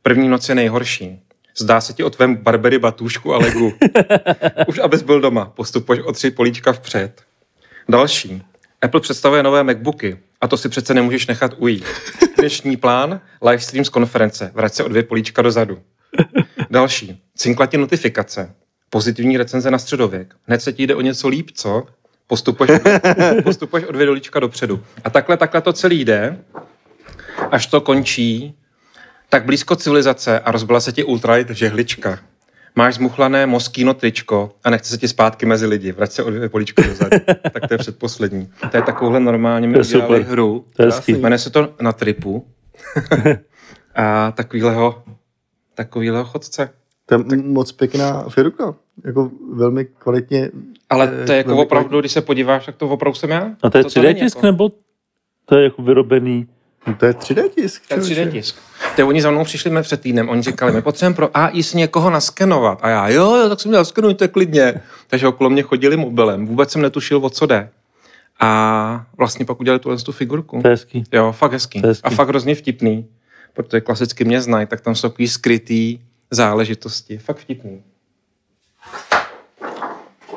Speaker 3: První noc je nejhorší. Zdá se ti o tvém barbery batůšku a legu. Už abys byl doma, postupuješ o tři políčka vpřed. Další. Apple představuje nové MacBooky a to si přece nemůžeš nechat ujít. Dnešní plán, livestream z konference, vrať se o dvě políčka dozadu. Další, cinklatě notifikace, pozitivní recenze na středověk. Hned se ti jde o něco líp, co? Postupuješ, postupuješ o dvě dolíčka dopředu. A takhle, takhle to celý jde, až to končí tak blízko civilizace a rozbila se ti ultralight žehlička. Máš zmuchlané moskýno tričko a nechce se ti zpátky mezi lidi. Vrať se o dvě políčka dozadu. tak to je předposlední. To je takovouhle normálně.
Speaker 2: To
Speaker 3: My
Speaker 2: je
Speaker 3: udělali
Speaker 2: super.
Speaker 3: hru.
Speaker 2: To je hezký.
Speaker 3: Jmenuje se to na tripu. a takovýhleho, takovýhleho chodce.
Speaker 4: To je m- moc pěkná firma. Jako velmi kvalitně.
Speaker 3: Ale
Speaker 4: Eh,
Speaker 3: to je jako
Speaker 4: velmi
Speaker 3: opravdu, když se podíváš, tak to opravdu jsem já.
Speaker 2: A to je
Speaker 3: to není
Speaker 2: 3D tisk,
Speaker 3: jako-
Speaker 2: nebo to je jako vyrobený?
Speaker 4: No to je 3D tisk.
Speaker 3: To je
Speaker 4: člověče.
Speaker 3: 3D tisk. Ty oni za mnou přišli mě před týdnem, oni říkali, my potřebujeme pro AI si někoho naskenovat. A já, jo, jo, tak jsem měl skenujte klidně. Takže okolo mě chodili mobilem, vůbec jsem netušil, o co jde. A vlastně pak udělali tuhle tu figurku.
Speaker 2: To je hezký.
Speaker 3: Jo, fakt hezký.
Speaker 2: To je hezký.
Speaker 3: A fakt hrozně vtipný, protože klasicky mě znají, tak tam jsou takový skrytý záležitosti. Fakt vtipný.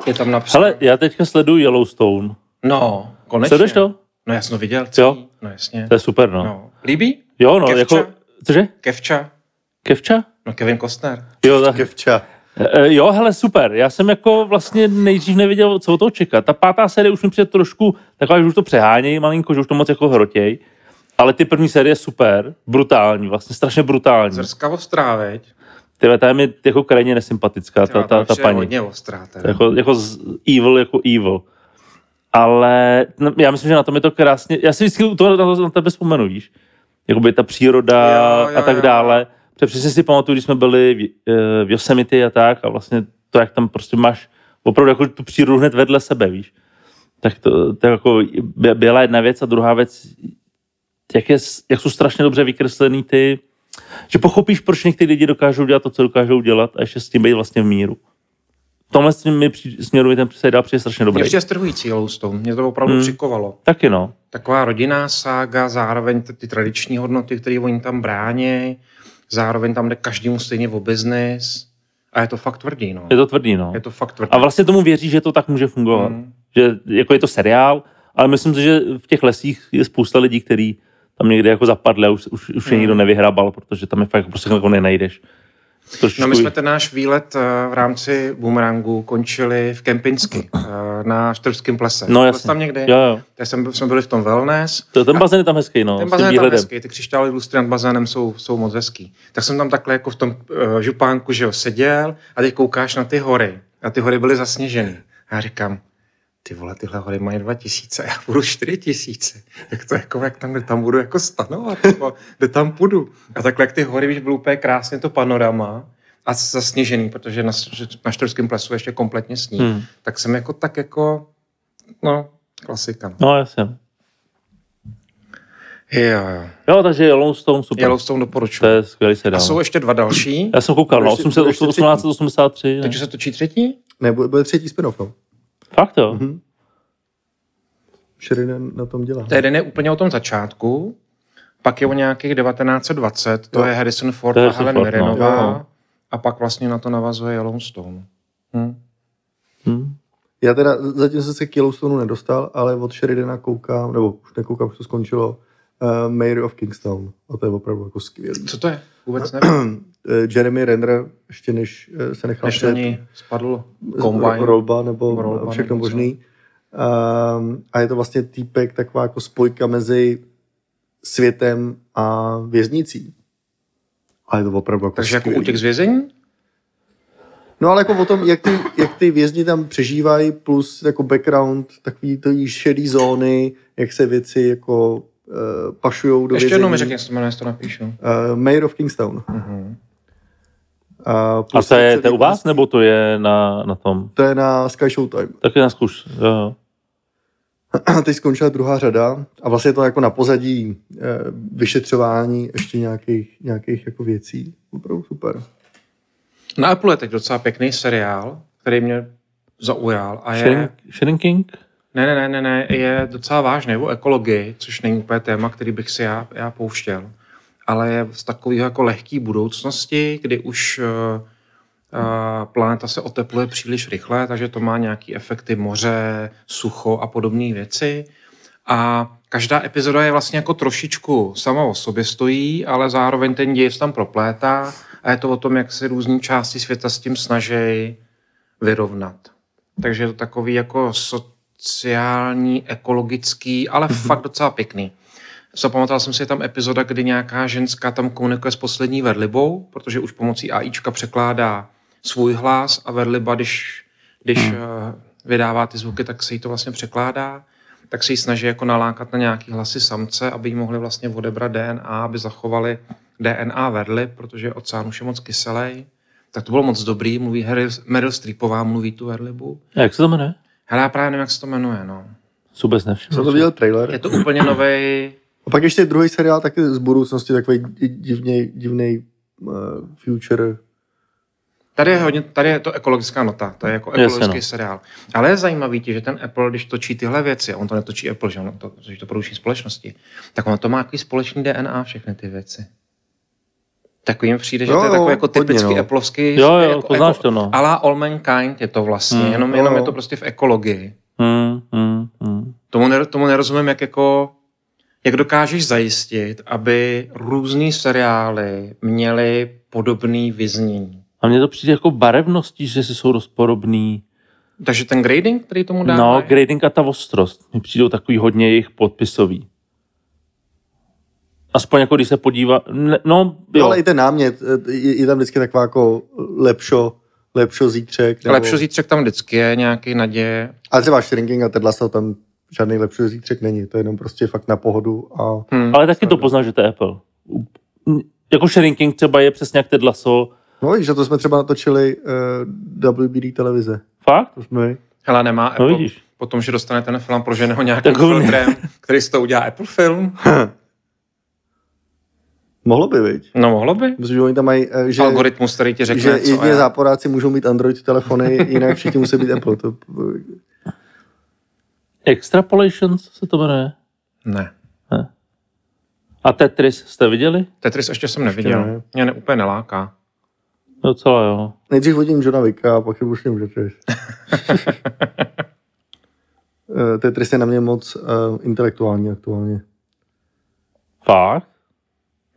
Speaker 3: Je tam napsáno.
Speaker 2: Hele, já teďka sleduju Yellowstone.
Speaker 3: No, konečně.
Speaker 2: Sleduješ to?
Speaker 3: No já jsem to viděl. Celý.
Speaker 2: Jo.
Speaker 3: No jasně.
Speaker 2: To je super, no.
Speaker 3: No. Líbí?
Speaker 2: Jo, no,
Speaker 3: Kevča?
Speaker 2: jako... Cože?
Speaker 3: Kevča?
Speaker 2: Kevča?
Speaker 3: No Kevin Costner.
Speaker 2: Jo, tak,
Speaker 4: Kevča.
Speaker 2: Eh, Jo, hele, super. Já jsem jako vlastně nejdřív nevěděl, co od toho čekat. Ta pátá série už mi přijde trošku taková, že už to přehánějí malinko, že už to moc jako hrotěj. Ale ty první série super, brutální, vlastně strašně brutální.
Speaker 3: Zrská ostrá, veď?
Speaker 2: Tyhle, ta je mi jako krajně nesympatická, ta,
Speaker 3: Tyva,
Speaker 2: ta, ta
Speaker 3: už Je
Speaker 2: paní.
Speaker 3: hodně ostrá, teda.
Speaker 2: Jako, jako z evil, jako evil. Ale no, já myslím, že na tom je to krásně. Já si vždycky u toho na, na tebe vzpomenu, víš? Jakoby ta příroda
Speaker 3: Jo, jo,
Speaker 2: a tak
Speaker 3: jo.
Speaker 2: dále. Protože přesně si pamatuju, když jsme byli v, eh, v Yosemite a tak a vlastně to, jak tam prostě máš opravdu jako tu přírodu hned vedle sebe, víš? Tak to, to je jako by- byla jedna věc a druhá věc, jak, je, s- jak jsou strašně dobře vykreslený ty, že pochopíš, proč někteří lidi dokážou dělat to, co dokážou dělat a ještě s tím být vlastně v míru. V tomhle s tím mi při- směru mi ten seriál přijde strašně
Speaker 3: Mě
Speaker 2: dobrý.
Speaker 3: ještě strhující Yellowstone, mě to opravdu
Speaker 2: Hmm.
Speaker 3: hmm. přikovalo.
Speaker 2: Taky no.
Speaker 3: Taková rodinná sága, zároveň t- ty tradiční hodnoty, které oni tam brání, zároveň tam jde každému stejně o biznis a je to fakt tvrdý, no.
Speaker 2: Je to tvrdý no.
Speaker 3: je to fakt tvrdý.
Speaker 2: A vlastně tomu věří, že to tak může fungovat.
Speaker 3: Mm.
Speaker 2: Že jako je to seriál, ale myslím si, že v těch lesích je spousta lidí, který tam někde jako zapadli a už, už, už
Speaker 3: Mm.
Speaker 2: je nikdo nevyhrabal, protože tam je fakt prostě jako nenajdeš. Trošičku,
Speaker 3: No my jsme ten náš výlet eh, v rámci Boomerangu končili v Kempinsky eh, na Štrbském plese.
Speaker 2: no
Speaker 3: Byl
Speaker 2: jasně.
Speaker 3: jsi tam někdy?
Speaker 2: Jo, jo.
Speaker 3: Tak jsem, jsme byli v tom wellness.
Speaker 2: To, ten bazén je tam hezký, no.
Speaker 3: Ten
Speaker 2: s tím
Speaker 3: bazén je tam
Speaker 2: výhledem.
Speaker 3: hezký, ty křišťály lustry nad bazénem jsou, jsou moc hezký. Tak jsem tam takhle jako v tom uh, župánku, že jo, seděl a teď koukáš na ty hory. A ty hory byly zasněžený. A já říkám, ty vole, tyhle hory mají 2000 a já budu 4000. Jak to jako, jak tam, kde tam budu jako stanovat, nebo kde tam půjdu. A takhle jak ty hory, víš, bylo úplně krásně to panorama a zasněžený, protože na, na Štorském plesu ještě kompletně sní. Hmm.
Speaker 2: Hmm.
Speaker 3: Tak jsem jako tak jako, no, klasika. No.
Speaker 2: No jasně.
Speaker 3: Jo, jo.
Speaker 2: Jo, takže Yellowstone super.
Speaker 3: Yellowstone doporučuji.
Speaker 2: To je skvělý
Speaker 3: A
Speaker 2: seriál.
Speaker 3: jsou ještě dva další,
Speaker 2: Já jsem koukal, no,
Speaker 4: Budeš- budeš
Speaker 2: 800,
Speaker 4: to
Speaker 2: 1883. Ne?
Speaker 3: takže se točí třetí.
Speaker 4: Ne, bude, bude třetí spin-off, no.
Speaker 2: Fakt jo?
Speaker 4: Mhm. Sheridan na tom dělá.
Speaker 3: To jeden je úplně o tom začátku, pak je o nějakých 1920, to
Speaker 4: Jo.
Speaker 3: je Harrison Ford
Speaker 2: To je
Speaker 3: a
Speaker 2: Harrison
Speaker 3: Helen
Speaker 2: Ford, no.
Speaker 3: Mirrenová.
Speaker 4: Jo, jo.
Speaker 3: A pak vlastně na to navazuje Yellowstone. Hm.
Speaker 2: Hm.
Speaker 4: Já teda zatím jsem se k Yellowstoneu nedostal, ale od Sheridana koukám, nebo už nekoukám, už to skončilo, uh, Mayor of Kingstown. A to je opravdu jako skvělý.
Speaker 3: Co to je? Vůbec nevím.
Speaker 4: Eh, Jeremy Renner, ještě než eh, se nechal
Speaker 3: Než na ní spadl
Speaker 4: ro-
Speaker 3: kombajn.
Speaker 4: rolba nebo
Speaker 3: Rolba nebo co.
Speaker 4: všechno možný. Um, a je to vlastně týpek, taková jako spojka mezi světem a věznicí. A je to opravdu jako
Speaker 3: Takže jako
Speaker 4: skvělý.
Speaker 3: útěk z vězení?
Speaker 4: No ale jako o tom, jak ty, jak ty vězni tam přežívají, plus jako background takový to jí šedý zóny, jak se věci jako uh, pašujou do
Speaker 3: Ještě jednou mi
Speaker 4: vězení.
Speaker 3: řekni, co to jmenuje, jestli to napíšu.
Speaker 4: Uh, Mayor of Kingstown.
Speaker 3: Mhm.
Speaker 4: Uh,
Speaker 2: A to je, to je u vás, nebo to je na, na tom?
Speaker 4: To je na Sky Showtime.
Speaker 2: Taky na zkuš. Jo, jo.
Speaker 4: teď skončila druhá řada a vlastně je to jako na pozadí eh, vyšetřování ještě nějakých, nějakých jako věcí. Opravdu super.
Speaker 3: Na Apple je teď docela pěkný seriál, který mě zaujal a je...
Speaker 2: Sharing- Sharing King?
Speaker 3: Ne, ne, ne, ne, ne, je docela vážný o ekologii, což není úplně téma, který bych si já, já pouštěl, ale je z takového jako lehké budoucnosti, kdy už uh, uh, planeta se otepluje příliš rychle, takže to má nějaký efekty moře, sucho a podobné věci. A každá epizoda je vlastně jako trošičku sama o sobě stojí, ale zároveň ten děj se tam proplétá a je to o tom, jak se různé části světa s tím snaží vyrovnat. Takže je to takový jako sociální, ekologický, ale mm-hmm. fakt docela pěkný. Zapamatoval jsem si, je tam epizoda, kdy nějaká ženská tam komunikuje s poslední verlibou, protože už pomocí AIčka překládá svůj hlas a verliba, když, když hmm. vydává ty zvuky, tak se jí to vlastně překládá, tak se jí snaží jako nalákat na nějaký hlasy samce, aby jí mohli vlastně odebrat DNA, aby zachovali DNA verli, protože oceán už je moc kyselý. Tak to bylo moc dobrý, mluví Harry, Meryl Streepová, mluví tu verlibu.
Speaker 2: A jak se to jmenuje?
Speaker 3: Hele, já právě nevím, jak se to jmenuje, no.
Speaker 2: Vůbec nevšiml.
Speaker 4: Jsem to viděl trailer.
Speaker 3: Je to úplně novej,
Speaker 4: A pak ještě druhý seriál taky z budoucnosti, takový divný, divný uh, future.
Speaker 3: Tady je, hodně, tady je to ekologická nota, to je jako
Speaker 2: Jasně,
Speaker 3: ekologický
Speaker 2: no.
Speaker 3: seriál. Ale je zajímavý, ti, že ten Apple, když točí tyhle věci, a on to netočí Apple, že on to, protože to produční společnosti, tak on to má takový společný DNA, všechny ty věci. Takovým přijde, že
Speaker 4: Jo,
Speaker 3: to je
Speaker 4: jo,
Speaker 3: takový jako
Speaker 4: hodně,
Speaker 3: typický
Speaker 4: no.
Speaker 3: Appleovský.
Speaker 2: Jo, jo,
Speaker 3: jako,
Speaker 2: poznáš to, no.
Speaker 3: Ala All Mankind je to vlastně,
Speaker 2: Hmm,
Speaker 3: hmm, jenom,
Speaker 4: Mm, jo,
Speaker 3: jenom
Speaker 4: jo.
Speaker 3: je to prostě v ekologii.
Speaker 2: Hmm, hmm, hmm.
Speaker 3: Tomu, ner, tomu nerozumím, jak jako jak dokážeš zajistit, aby různý seriály měly podobný vyznění.
Speaker 2: A mně to přijde jako barevností, že si jsou rozporobný.
Speaker 3: Takže ten grading, který tomu dá.
Speaker 2: No, grading a ta ostrost. Mi přijdou takový hodně jejich podpisový. Aspoň jako když se podívá... Ne, no,
Speaker 4: Jo.
Speaker 2: jo.
Speaker 4: Ale i ten námět, eh, je, je tam vždycky taková jako lepšo, lepšo zítřek.
Speaker 3: Nebo... Lepšo zítřek tam vždycky je, nějaký naděje.
Speaker 4: A třeba Shrinking a Ted se tam žádný lepší zítřek není, to je jenom prostě fakt na pohodu a
Speaker 3: Hm.
Speaker 2: ale taky to poznáš, že to je Apple. Jako shrinking třeba je přesně jak Ted Lasso.
Speaker 4: no víš, že to jsme třeba natočili uh, WBD televize,
Speaker 2: Fakt?
Speaker 4: to jsme
Speaker 3: Hele, nemá
Speaker 2: No
Speaker 3: Apple.
Speaker 2: vidíš.
Speaker 3: Potom, že dostane ten film, prožene ho nějakým
Speaker 2: Tak on-
Speaker 3: filtrem, který z toho udělá Apple film.
Speaker 4: mohlo by, viď?
Speaker 3: No mohlo by.
Speaker 4: Myslím, že oni tam mají, eh, že,
Speaker 3: Že, Algoritmus, který ti
Speaker 4: že
Speaker 3: řekne, že co
Speaker 4: jedině
Speaker 3: je.
Speaker 4: záporáci můžou mít Android telefony, jinak všichni musí být Apple. To,
Speaker 2: Extrapolations se to jmenuje.
Speaker 3: Ne.
Speaker 2: A Tetris jste viděli?
Speaker 3: Tetris ještě jsem neviděl.
Speaker 4: ne.
Speaker 3: Mě ne, úplně neláká.
Speaker 2: Docela jo.
Speaker 4: nejdřív hodím Johna Vicka a pak je už nemůžete. Eh, Tetris je na mě moc uh, intelektuální aktuálně.
Speaker 2: Fakt?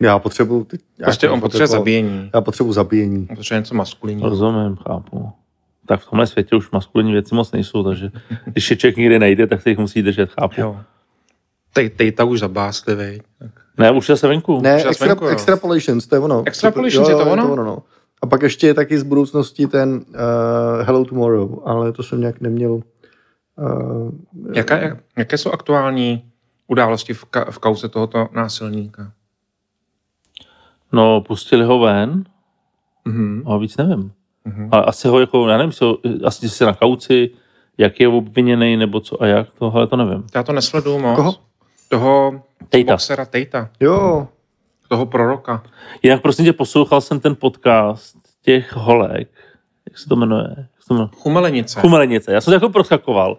Speaker 4: Já potřebuju... teď
Speaker 3: Prostě
Speaker 4: nějakou
Speaker 3: on potřebuje
Speaker 4: fotokol-
Speaker 3: zabíjení.
Speaker 4: Já potřebuju zabíjení.
Speaker 3: On potřebuje něco maskulinního.
Speaker 2: Rozumím, chápu. Tak v tomhle světě už maskulinní věci moc nejsou, takže když je člověk nikdy nejde, tak se jich musí držet, chápu.
Speaker 3: Jo. Tej, tejta už zabásli, viď?
Speaker 2: Ne, už je se venku.
Speaker 4: Ne,
Speaker 3: Přes
Speaker 4: extra,
Speaker 3: venku, jo.
Speaker 4: Extrapolations, to je ono.
Speaker 3: Extrapolations, je to ono?
Speaker 4: no. A pak ještě je taky z budoucnosti ten uh, Hello Tomorrow, ale to jsem nějak neměl. Uh,
Speaker 3: Jaká, jak, jaké jsou aktuální události v, ka, v kauze tohoto násilníka?
Speaker 2: No, pustili ho ven no
Speaker 3: Mhm.
Speaker 2: a víc nevím.
Speaker 3: Mhm.
Speaker 2: Ale asi ho jako, já nevím, jestli ho- asi se na kauci, jak je obviněný, nebo co a jak, tohle to nevím.
Speaker 3: Já to nesleduju moc.
Speaker 4: Koho?
Speaker 3: Toho
Speaker 2: Tejta.
Speaker 3: boxera Tejta.
Speaker 4: jo,
Speaker 3: Toho proroka.
Speaker 2: Jinak prosím tě, poslouchal jsem ten podcast těch holek, jak se to jmenuje? Jak se to jmenuje?
Speaker 3: Chumelenice.
Speaker 2: Chumelenice. Já jsem to jako proskakoval.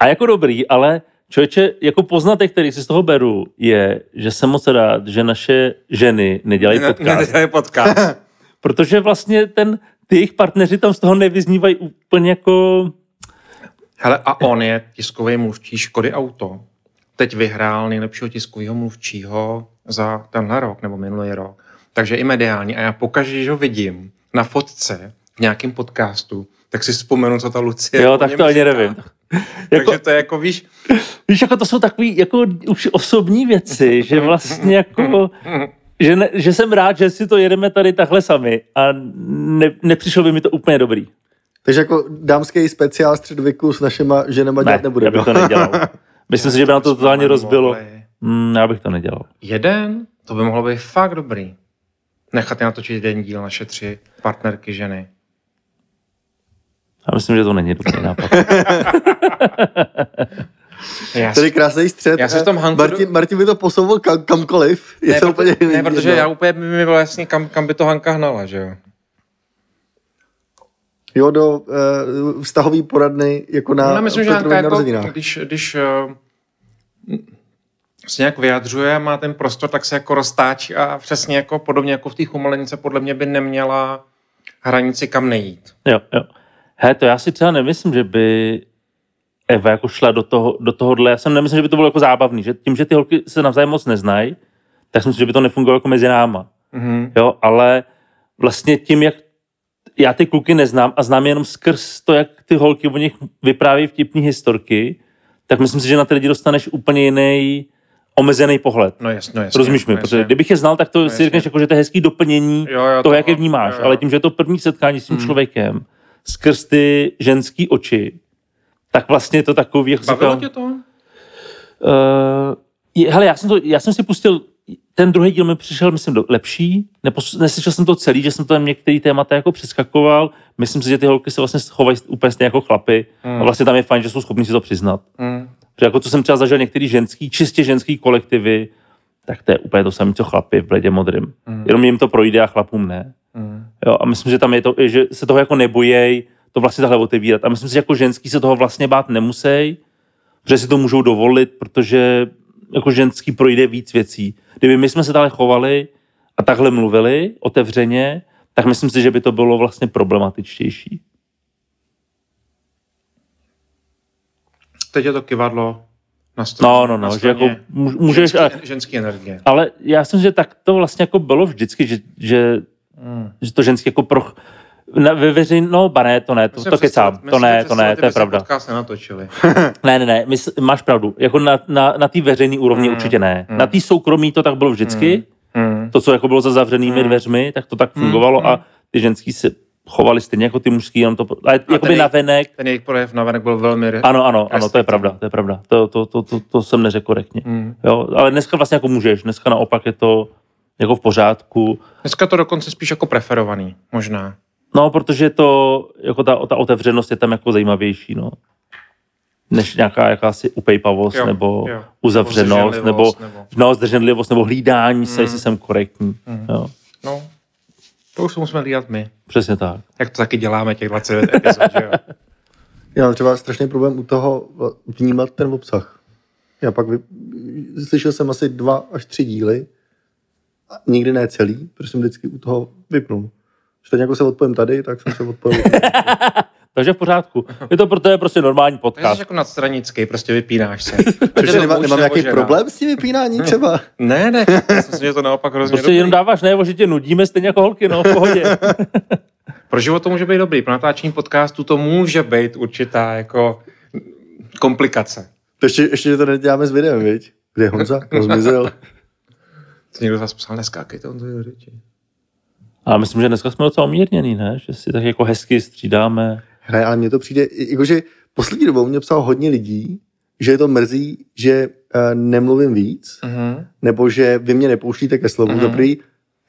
Speaker 2: A jako dobrý, ale člověče, jako poznatek, který si z toho beru, je, že jsem moc rád, že naše ženy nedělají
Speaker 3: Ne-
Speaker 2: podcast.
Speaker 3: nedělej podcast.
Speaker 2: Protože vlastně ten, ty jejich partneři tam z toho nevyznívají úplně jako...
Speaker 3: Hele, a on je tiskový mluvčí Škody Auto. Teď vyhrál nejlepšího tiskového mluvčího za tenhle rok nebo minulý rok. Takže i mediální. A já pokaždé, když ho vidím na fotce v nějakém podcastu, tak si vzpomenu, co ta Lucie
Speaker 2: Jo,
Speaker 3: o
Speaker 2: tak
Speaker 3: něm
Speaker 2: to ani
Speaker 3: říká.
Speaker 2: nevím.
Speaker 3: Takže
Speaker 2: Jako,
Speaker 3: to je jako, víš,
Speaker 2: víš, jako to jsou takový jako už osobní věci, že vlastně jako... Že, ne, že jsem rád, že si to jedeme tady takhle sami a ne, nepřišlo by mi to úplně dobrý.
Speaker 4: takže jako dámský speciál středověku s našima ženama dělat nebude. no.
Speaker 2: já bych to nedělal. Myslím si, že by nám to totálně rozbilo. Mm, já bych to nedělal.
Speaker 3: Jeden, to by mohlo být fakt dobrý. Nechat je natočit jeden díl naše tři partnerky ženy.
Speaker 2: Já myslím, že to není dobrý nápad.
Speaker 3: Já
Speaker 4: Tady krásný střed.
Speaker 3: Já si v tom Hanku-
Speaker 4: Martin, Martin by to posouval kam, kamkoliv. Je
Speaker 3: ne,
Speaker 4: to
Speaker 3: proto-
Speaker 4: úplně
Speaker 3: ne, protože
Speaker 4: jedno.
Speaker 3: já úplně by mi bylo jasný, kam, kam by to Hanka hnala, že jo.
Speaker 4: Jo, do uh, vztahový poradny jako na
Speaker 3: Já myslím, že Hanka
Speaker 4: Petrových
Speaker 3: jako,
Speaker 4: narozeninách.
Speaker 3: když, když eh, se nějak vyjadřuje a má ten prostor, tak se jako roztáčí a přesně jako podobně jako v té chumelenice podle mě by neměla hranici kam nejít.
Speaker 2: jo, jo. He, to já si třeba nemyslím, že by Eva jako šla do, toho, do tohohle. Já jsem nemyslel, že by to bylo jako zábavný, že tím, že ty holky se navzájem moc neznají, tak jsem si myslel, že by to nefungovalo jako mezi náma.
Speaker 3: Mhm.
Speaker 2: Jo, ale vlastně tím, jak já ty kluky neznám a znám je jenom skrz to, jak ty holky o nich vyprávějí vtipné historky, tak myslím si, že na ty lidi dostaneš úplně jiný omezený pohled.
Speaker 3: No jasně, no jasně.
Speaker 2: Rozumíš mi?
Speaker 3: jasně.
Speaker 2: Protože kdybych je znal, tak to si
Speaker 3: jasně.
Speaker 2: řekneš, jako, že to je hezký doplnění
Speaker 3: Jo,
Speaker 2: toho,
Speaker 3: jo, to-
Speaker 2: jak je vnímáš.
Speaker 3: jo, Hmm. jo.
Speaker 2: Ale tím, že je to první setkání s tím člověkem skrz ty ženský oči, tak vlastně je to takový... Jak
Speaker 3: Bavilo
Speaker 2: říkám,
Speaker 3: tě to?
Speaker 2: Uh, je, hele, já jsem, to, já jsem si pustil, ten druhý díl mi přišel, myslím, do, lepší. Nepos, neslyšel jsem to celý, že jsem tam některý témata jako přeskakoval. Myslím si, že ty holky se vlastně chovají úplně stejně jako chlapy. Hmm. A vlastně tam je fajn, že jsou schopni si to přiznat.
Speaker 4: Mhm,
Speaker 3: Mm.
Speaker 2: Protože jako co jsem třeba zažil některý ženský, čistě ženský kolektivy, tak to je úplně to samé, co chlapy v bledě modrým. Hmm. Jenom jim to projde a chlapům ne.
Speaker 4: mhm.
Speaker 3: Mm.
Speaker 2: Jo, a myslím, že tam je to, že se toho jako nebojejí to vlastně takhle otevírat. A myslím si, že jako ženský se toho vlastně bát nemusí, protože si to můžou dovolit, protože jako ženský projde víc věcí. Kdyby my jsme se takhle chovali a takhle mluvili otevřeně, tak myslím si, že by to bylo vlastně problematičtější.
Speaker 3: Teď je to kivadlo na straně.
Speaker 2: No, no,
Speaker 3: na
Speaker 2: no, že
Speaker 3: straně
Speaker 2: jako můž- můžeš, ale,
Speaker 3: Ženský, ženský energie.
Speaker 2: ale já si myslím, že tak to vlastně jako bylo vždycky, že, že, že to ženský jako proch... Na, ve veřejn... No, ba ne, to ne,
Speaker 3: Prostě
Speaker 2: to, to kecám, to ne, to ne, to je
Speaker 3: jako
Speaker 2: pravda.
Speaker 3: Podcast nenatočili.
Speaker 2: Ne, ne, ne, mys- máš pravdu. Jako na, na, na té veřejné úrovni mm, určitě ne. Mm. Na té soukromí to tak bylo vždycky.
Speaker 3: Mm.
Speaker 2: To, co jako bylo za zavřenými mm. dveřmi, tak to tak fungovalo mm. a ty ženský se chovali stejně jako ty mužský, jenom to... Ale jakoby
Speaker 3: tedy-
Speaker 2: navenek...
Speaker 3: Ten jejich projev navenek byl velmi... re-
Speaker 2: Ano, ano, ano, to je
Speaker 3: Restriktivní.
Speaker 2: pravda, to je pravda. To, to, to, to, to jsem neřekl korektně.
Speaker 3: Mm.
Speaker 2: Jo, ale dneska vlastně jako můžeš, dneska naopak je to jako v pořádku.
Speaker 3: Dneska to dokonce spíš jako preferovaný, možná.
Speaker 2: No, protože to, jako ta, ta otevřenost je tam jako zajímavější, no. Než nějaká jakási upejpavost,
Speaker 3: Jo,
Speaker 2: nebo
Speaker 3: jo.
Speaker 2: uzavřenost, nebo,
Speaker 3: Zdrženlivost, nebo- Mhm.
Speaker 2: no, zdrženlivost, nebo hlídání se, jestli jsem korektní. Jo,
Speaker 3: No, to už se musíme dělat my.
Speaker 2: přesně tak.
Speaker 3: Jak to taky děláme těch 29 epizod, že jo?
Speaker 4: Já mám třeba strašný problém u toho vnímat ten obsah. Já pak vy... slyšel jsem asi dva až tři díly, a nikdy ne celý, protože jsem vždycky u toho vypnul. Že teď jako se odpojím tady, tak jsem se odpojil.
Speaker 2: Takže v pořádku. Je to pro tebe prostě normální
Speaker 3: Takže jsi
Speaker 2: podcast.
Speaker 3: jako nadstranický, prostě vypínáš se.
Speaker 4: Takže
Speaker 3: to muž
Speaker 4: nemá, nemám
Speaker 3: nebo
Speaker 4: nějaký
Speaker 3: žena.
Speaker 4: problém s tím vypínáním třeba.
Speaker 3: Ne, ne, myslím, že to naopak hrozně
Speaker 2: Prostě
Speaker 3: prostě
Speaker 2: jenom dáváš najevo, že tě nudíme stejně jako holky, no, v pohodě.
Speaker 3: Pro život to může být dobrý, pro natáčení podcastu to může být určitá jako komplikace.
Speaker 4: To ještě, ještě že to neděláme s videem, viď? Kde je Honza? On zmizel.
Speaker 3: To někdo zase psal, neskákejte, on to je řeči.
Speaker 2: A myslím, že dneska jsme docela umírněný, ne? Že si tak jako hezky střídáme.
Speaker 4: Ne, ale mně to přijde, jakože poslední dobou mě psal hodně lidí, že je to mrzí, že eh, nemluvím víc,
Speaker 3: Mhm.
Speaker 4: nebo že vy mě nepouštíte ke slovu.
Speaker 3: Mhm.
Speaker 4: Mm-hmm. Dobrý,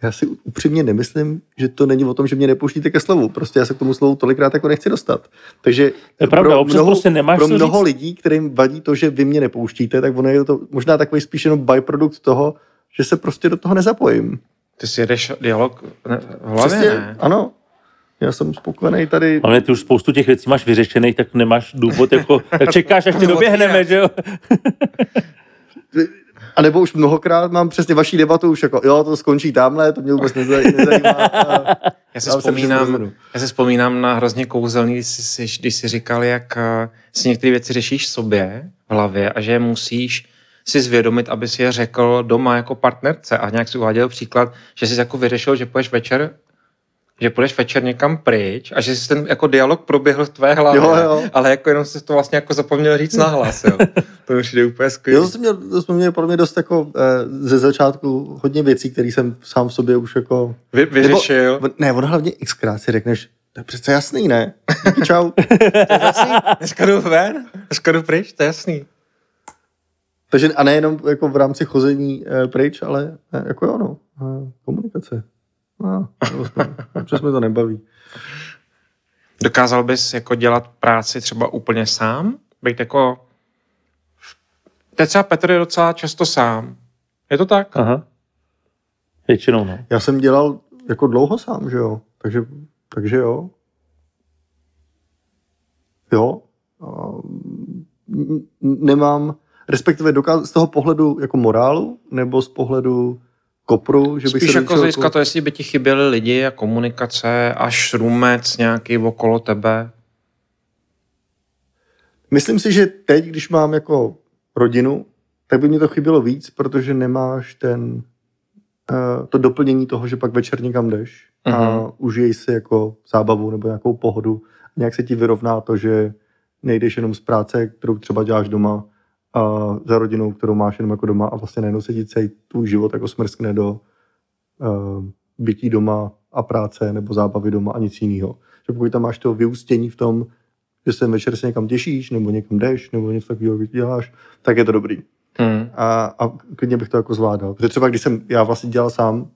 Speaker 4: já si upřímně nemyslím, že to není o tom, že mě nepouštíte ke slovu. Prostě já se k tomu slovu tolikrát jako nechci dostat. Takže
Speaker 2: To je pravda, občas prostě nemáš
Speaker 4: pro
Speaker 2: co
Speaker 4: mnoho
Speaker 2: říct.
Speaker 4: lidí, kterým vadí to, že vy mě nepouštíte, tak ono je to možná takový spíš jenom byproduct toho, že se prostě do toho nezapojím.
Speaker 3: Ty si jedeš dialog ne, v hlavě, ne?
Speaker 4: ano. Já jsem spokojený tady.
Speaker 2: Ale ty už spoustu těch věcí máš vyřešených, tak nemáš důvod, jako, tak čekáš, až tě doběhneme, že jo?
Speaker 4: A nebo už mnohokrát mám přesně vaší debatu, už jako, jo, to skončí tamhle, to mě vůbec nezaj- nezajímá. A-
Speaker 3: Já si,
Speaker 4: Já už jsem se
Speaker 3: vzpomínám,
Speaker 4: rozhodl.
Speaker 3: já si vzpomínám na hrozně kouzelný, když jsi, jsi- když jsi říkal, jak eh, si některé věci řešíš sobě v hlavě a že je musíš si zvědomit, aby si je řekl doma jako partnerce. A nějak si uváděl příklad, že jsi jako vyřešil, že půjdeš večer že půjdeš večer někam pryč a že jsi ten jako dialog proběhl v tvé hlavě,
Speaker 4: Jo, jo.
Speaker 3: ale jako jenom jsi to vlastně jako zapomněl říct nahlas, jo. To už jde úplně skvělé.
Speaker 4: Jo, to jsem měl, to jsme měli pro mě dost jako eh, ze začátku hodně věcí, které jsem sám v sobě už jako...
Speaker 3: Vy, vyřešil.
Speaker 4: Nebo, ne, on hlavně xkrát si řekneš, to je přece jasný, ne? Díky, Čau.
Speaker 3: Dneska jdu ven, dneska jdu pryč, to je jasný.
Speaker 4: Takže a nejenom jako v rámci chození eh, pryč, ale eh, jako jo, no, eh, komunikace. No, to jsme- Občas mi to nebaví.
Speaker 3: Dokázal bys jako dělat práci třeba úplně sám? Být jako... Teď třeba Petr je docela často sám. Je to tak?
Speaker 2: Aha. Většinou, no.
Speaker 4: Já jsem dělal jako dlouho sám, že jo? Takže, takže jo. Jo. A, mm, nemám, respektive dokáz, z toho pohledu jako morálu, nebo z pohledu kopru, že bych
Speaker 3: Spíš jako
Speaker 4: se do
Speaker 3: z
Speaker 4: něčeho
Speaker 3: hlediska to, jestli by ti chyběli lidi a komunikace a šrumec nějaký okolo tebe.
Speaker 4: Myslím si, že teď, když mám jako rodinu, tak by mě to chybělo víc, protože nemáš ten, eh, to doplnění toho, že pak večer někam jdeš a
Speaker 3: Mhm.
Speaker 4: užiješ si jako zábavu nebo nějakou pohodu. Nějak se ti vyrovná to, že nejdeš jenom z práce, kterou třeba děláš doma, a za rodinou, kterou máš jenom jako doma a vlastně najednou se ti celý tvůj život jako smrskne do uh, bytí doma a práce nebo zábavy doma a nic jiného. Že pokud tam máš to vyústění v tom, že se večer se někam těšíš, nebo někam jdeš, nebo něco takového děláš, tak je to dobrý.
Speaker 3: Hmm.
Speaker 4: A, a klidně bych to jako zvládal. Protože třeba když jsem já vlastně dělal sám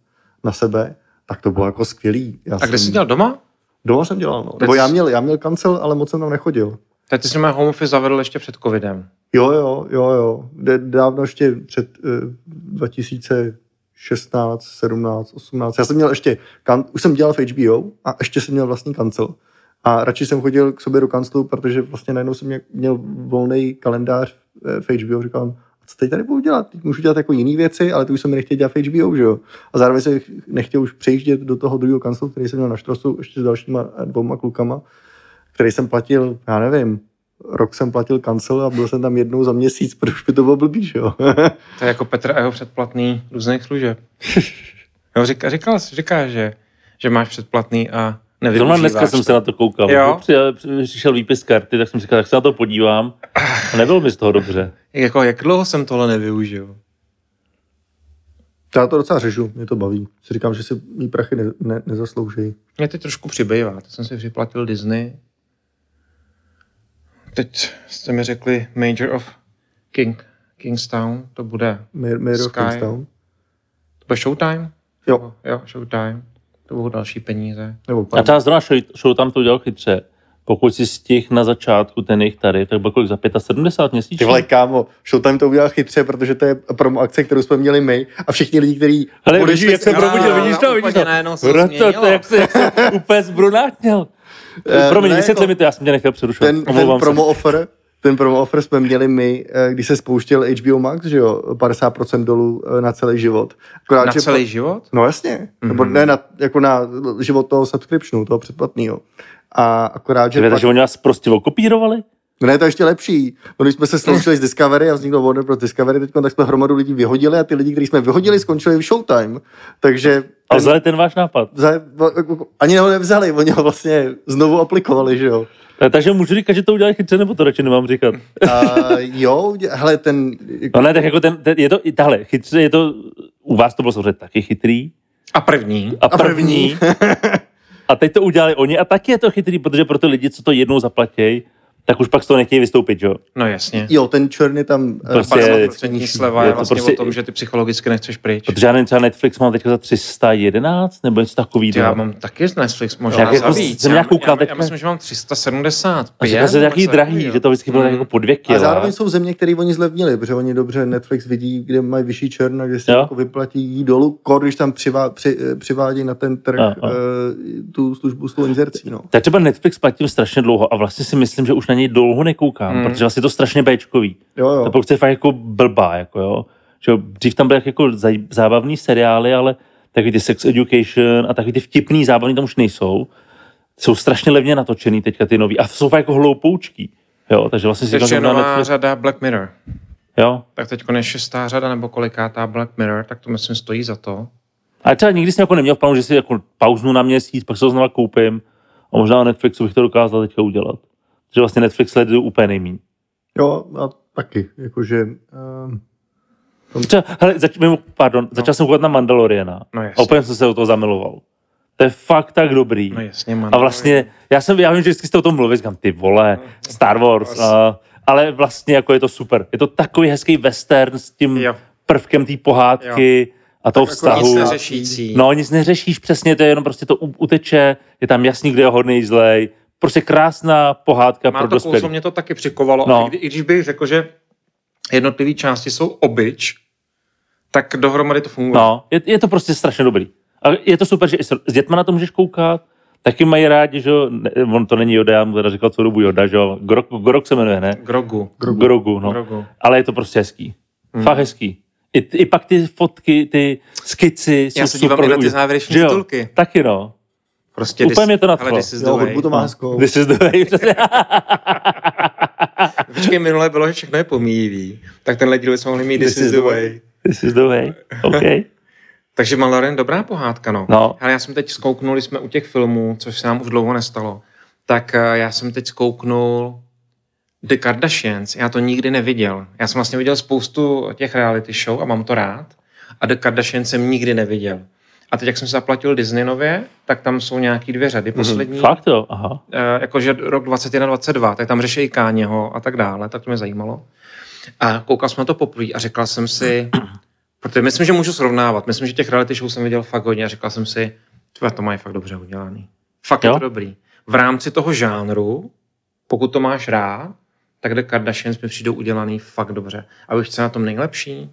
Speaker 4: na sebe, tak to bylo jako skvělý. Já
Speaker 3: A kde
Speaker 4: jsem,
Speaker 3: jsi dělal doma?
Speaker 4: Doma jsem dělal, no.
Speaker 3: Kde
Speaker 4: Nebo
Speaker 3: jsi-
Speaker 4: já měl, já měl kancel, ale moc jsem tam nechodil.
Speaker 3: Tak ty jsi mé home office zavedl ještě před covidem.
Speaker 4: Jo, jo, jo, jo. De- Dávno ještě před eh, 2016, 17, 18. Já jsem měl ještě, kan- už jsem dělal v HBO a ještě jsem měl vlastní kancel. A radši jsem chodil k sobě do kanclu, protože vlastně najednou jsem mě- měl volný kalendář eh, v HBO. Říkám, "A co teď tady budu dělat? Teď můžu dělat jako jiné věci, ale ty už jsem nechtěl dělat v HBO, že jo? A zároveň jsem nechtěl už přejíždět do toho druhého kanclu, který jsem měl na Štrosu, ještě s dalšíma eh, dvouma klukama, který jsem platil, já nevím, rok jsem platil kancel a byl jsem tam jednou za měsíc, protože už by to bylo blbý, že jo?
Speaker 3: To je jako Petr a jeho předplatný různých služeb. Jo, říká, říkal jsi, říká, že, že máš předplatný a
Speaker 2: Zrovna
Speaker 3: nevyužíváš.
Speaker 2: dneska jsem se na to koukal.
Speaker 3: Jo.
Speaker 2: Přijel, přišel výpis karty, tak jsem si říkal, tak se na to podívám. A nebylo mi z toho dobře.
Speaker 3: Jako, jak dlouho jsem tohle nevyužil?
Speaker 4: Já to docela řežu, mě to baví. Si říkám, že si mý prachy ne, ne, nezaslouží.
Speaker 3: Mě teď trošku přibývá. To jsem si připlatil Disney. Teď jste mi řekli Major of King, Kingstown. To bude,
Speaker 4: Mayor, Mayor of
Speaker 3: Sky.
Speaker 4: Kingstown.
Speaker 3: to bude Showtime?
Speaker 4: Jo.
Speaker 3: Jo, Showtime. To budou další peníze.
Speaker 4: Nebo
Speaker 2: A
Speaker 4: pan.
Speaker 2: třeba zrovna show, show tam to udělal chytře. Pokud si stihl na začátku ten jejich tarif, tak byl kolik za 75 měsíčně?
Speaker 4: Ty vole, kámo, Showtime to udělal chytře, protože to je promo akce, kterou jsme měli my a všichni lidi, kteří
Speaker 2: Ale
Speaker 4: odešli
Speaker 2: vidíš, jak
Speaker 4: z-
Speaker 2: se
Speaker 3: Já-
Speaker 2: probudil,
Speaker 4: No,
Speaker 2: vidíš
Speaker 3: já
Speaker 2: to, vidíš
Speaker 3: úplně
Speaker 2: to.
Speaker 3: najednou se
Speaker 2: Proto
Speaker 3: změnilo.
Speaker 2: to, jak se, jak se úplně zbrunátněl.
Speaker 4: Eh,
Speaker 2: Promiň,
Speaker 4: ne,
Speaker 2: vysvětli
Speaker 4: jako-
Speaker 2: mi to, já jsem tě nechtěl přerušovat.
Speaker 4: ten, ten
Speaker 2: Omlouvám se.
Speaker 4: promo offer, ten promo offer jsme měli my, eh, když se spouštěl HBO Max, že jo, 50% dolů eh, na celý život. Akorát,
Speaker 3: Na
Speaker 4: že
Speaker 3: celý život?
Speaker 4: No jasně, mm-hmm.
Speaker 2: Mhm.
Speaker 4: nebo ne na, jako na život toho subscriptionu, toho předplatného. A akorát, že...
Speaker 2: Čekaj,
Speaker 4: Pak,
Speaker 2: takže oni nás prostě okopírovali?
Speaker 4: ne, to je ještě lepší. No, Když jsme se sloučili z Discovery a vznikl Warner Bros. Discovery, teď, tak jsme hromadu lidí vyhodili a ty lidi, kteří jsme vyhodili, skončili v Showtime. Takže
Speaker 2: A vzali ten váš nápad.
Speaker 4: za, ani ho nevzali, oni ho vlastně znovu aplikovali, že jo.
Speaker 2: Tak- Eh, Takže můžu říkat, že to udělali chytře, nebo to radši nemám říkat?
Speaker 4: A jo, dě- hele, ten...
Speaker 2: No ne, tak jako ten, ten je to, i tahle, chytře je to, u vás to bylo samozřejmě taky chytrý.
Speaker 3: A první?
Speaker 2: A první. a teď to udělali oni a taky je to chytrý, protože pro ty lidi, co to jednou zaplatí, tak už pak z toho nechtějí vystoupit, jo?
Speaker 3: No jasně.
Speaker 4: Jo, ten černý tam... eh,
Speaker 2: Prostě-
Speaker 4: padl-
Speaker 3: 50% sleva
Speaker 2: je
Speaker 3: je
Speaker 2: to
Speaker 3: vlastně
Speaker 2: prostě-
Speaker 3: o tom, že ty psychologicky nechceš pryč.
Speaker 2: Protože já nevím, třeba Netflix mám teďka za 311 nebo něco
Speaker 3: Ty, já
Speaker 2: takového.
Speaker 3: mám taky z Netflix možná
Speaker 2: Tak jako
Speaker 3: za víc.
Speaker 2: jsem
Speaker 3: Já-
Speaker 2: nějakou
Speaker 3: já, já,
Speaker 2: kladetka-
Speaker 3: myslím, že mám 375.
Speaker 2: A říká se
Speaker 3: nebo
Speaker 2: nějaký
Speaker 3: něco
Speaker 2: drahý,
Speaker 3: takovýho.
Speaker 2: že to vždycky bylo tak jako po dvě
Speaker 4: A
Speaker 2: kila.
Speaker 4: zároveň jsou země, které oni zlevnili, protože oni dobře Netflix vidí, kde mají vyšší čern a kde se
Speaker 2: Jo.
Speaker 4: jako vyplatí jít dolů, kor, když tam přivá, při, eh, přivádí na ten trh
Speaker 2: Aha.
Speaker 4: uh, tu službu s tou inzercí. No.
Speaker 2: Tak třeba Netflix platím strašně dlouho a vlastně si myslím, že už na něj dlouho nekoukám, hmm. protože vlastně je to strašně Bčkový.
Speaker 4: Jo,
Speaker 2: Ta
Speaker 4: jo.
Speaker 2: produkce je fakt jako blbá, jako jo. Že jo, dřív tam byly jak jako zaj- zábavný seriály, ale takový ty Sex Education a takový ty vtipný zábavný tam už nejsou. Jsou strašně levně natočený teďka ty nový a jsou fakt jako hloupoučký. Jo, takže vlastně si
Speaker 3: Ještě je
Speaker 2: říkám, že na
Speaker 3: nová
Speaker 2: Netflix,
Speaker 3: řada Black Mirror.
Speaker 2: jo.
Speaker 3: Tak teď je šestá řada nebo kolikátá Black Mirror, tak to myslím stojí za to.
Speaker 2: A třeba nikdy jsem jako neměl v plánu, že si jako pauznu na měsíc, pak se ho znova koupím a možná na Netflixu bych to dokázal teďka udělat. Že vlastně Netflix sleduju úplně nejméně.
Speaker 4: jo, a taky. Jakože, um,
Speaker 2: Třeba, hele, zač, mimo, pardon, začal jsem koukat na Mandaloriana.
Speaker 3: No
Speaker 2: a
Speaker 3: jasně.
Speaker 2: úplně jsem se do toho zamiloval. To je fakt tak dobrý.
Speaker 3: No jasně, man.
Speaker 2: a vlastně, já, jsem, já vím, že vždycky jste o tom mluvil, říkám, ty vole, Star Wars. A, ale vlastně jako je to super. Je to takový hezký western s tím
Speaker 3: Jo. jako
Speaker 2: prvkem té pohádky a toho
Speaker 3: Nic
Speaker 2: vztahu.
Speaker 3: neřešící.
Speaker 2: No, nic neřešíš přesně, to je jenom prostě to u- uteče, je tam jasný, kde je hodnej zlej. Prostě krásná pohádka
Speaker 3: Má
Speaker 2: pro
Speaker 3: to kouzlo,
Speaker 2: dospělé.
Speaker 3: mě to taky přikovalo.
Speaker 2: No.
Speaker 3: No. I, kdy, I když bych řekl, že jednotlivé části jsou obyč, tak dohromady to funguje.
Speaker 2: No, je, je to prostě strašně dobrý. A je to super, že i s, s dětma na to můžeš koukat, taky mají rádi, že jo, ne, on to není Joda, já mu teda říkal co dobu Joda, že jo, Grok, Grok se jmenuje, ne?
Speaker 3: Grogu.
Speaker 2: Grogu. Grogu, no.
Speaker 3: Grogu.
Speaker 2: Ale je to prostě hezký. Hmm. Fakt hezký. I, I pak ty fotky, ty skici jsou
Speaker 3: Já se dívám
Speaker 2: super
Speaker 3: i na ty
Speaker 2: uj-
Speaker 3: závěrečné
Speaker 2: že jo,
Speaker 3: titulky.
Speaker 2: Taky no.
Speaker 3: Prostě
Speaker 2: Úplně
Speaker 3: this-
Speaker 2: mě to nadchlo.
Speaker 3: Ale this is the
Speaker 4: jo,
Speaker 3: way.
Speaker 4: hudbu to má hezkou.
Speaker 2: This is the way. přesně.
Speaker 3: Počkej, minule bylo, že všechno je pomíjivý. Tak tenhle díl bychom mohli mít This, is the way.
Speaker 2: This is the way. OK.
Speaker 3: Takže Mandalorian dobrá pohádka, no.
Speaker 2: No.
Speaker 3: Ale já jsem teď zkouknul, když jsme u těch filmů, což se nám už dlouho nestalo, tak eh, já jsem teď zkouknul The Kardashians. Já to nikdy neviděl. Já jsem vlastně viděl spoustu těch reality show a mám to rád. A The Kardashians jsem nikdy neviděl. A teď, jak jsem se zaplatil Disney nově, tak tam jsou nějaký dvě řady poslední.
Speaker 2: Mhm, Fakt jo, aha.
Speaker 3: Eh, jakože rok 21-22, tak tam řeší Káněho a tak dále, tak to mě zajímalo. A koukal jsem na to poprvé a říkal jsem si, protože myslím, že můžu srovnávat, myslím, že těch reality show jsem viděl fakt hodně a říkal jsem si, tvé, to mají fakt dobře udělaný. Fakt jo?
Speaker 2: Jo?
Speaker 3: je to dobrý. V rámci toho žánru, pokud to máš rád, tak The Kardashians mi přijdou udělaný fakt dobře. A víš, co je na tom nejlepší?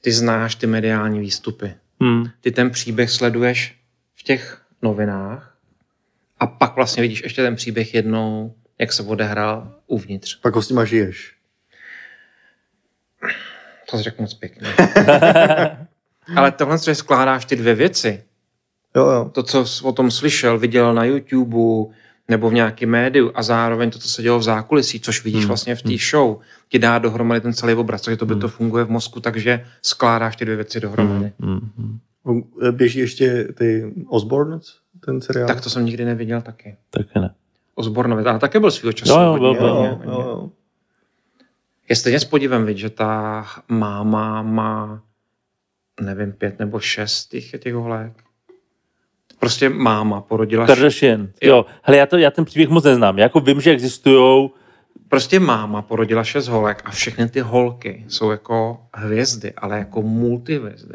Speaker 3: Ty znáš ty mediální výstupy
Speaker 2: Hmm.
Speaker 3: ty ten příběh sleduješ v těch novinách a pak vlastně vidíš ještě ten příběh jednou, jak se odehrál uvnitř.
Speaker 4: Pak ho s nima žiješ.
Speaker 3: To jsi řekl moc pěkně. Ale tohle, co je skládáš ty dvě věci,
Speaker 4: Jo, jo.
Speaker 3: to, co jsi o tom slyšel, viděl na YouTube nebo v nějakém médiu a zároveň to, co se dělo v zákulisí, což
Speaker 2: Hmm.
Speaker 3: vidíš vlastně v té show, ti dá dohromady ten celý obraz, takže to by to funguje v mozku, takže skládáš ty dvě věci dohromady.
Speaker 2: Hmm.
Speaker 4: eh, Běží ještě ty Osborns, ten seriál?
Speaker 3: Tak to jsem nikdy neviděl taky.
Speaker 2: Taky ne.
Speaker 3: Osbornovi, ale také byl svýho času.
Speaker 2: Jo, jo,
Speaker 3: hodně,
Speaker 2: byl, byl.
Speaker 4: jo,
Speaker 3: hodně,
Speaker 4: jo,
Speaker 3: hodně.
Speaker 4: jo.
Speaker 3: Je stejně s podivem, viď, že ta máma má, nevím, pět nebo šest těch, těch holek. Prostě máma porodila, š-
Speaker 2: Kardashian. Jo. Hele, já, to, já ten příběh moc neznám. Já jako vím, že existujou.
Speaker 3: prostě máma porodila šest holek a všechny ty holky jsou jako hvězdy, ale jako multihvězdy.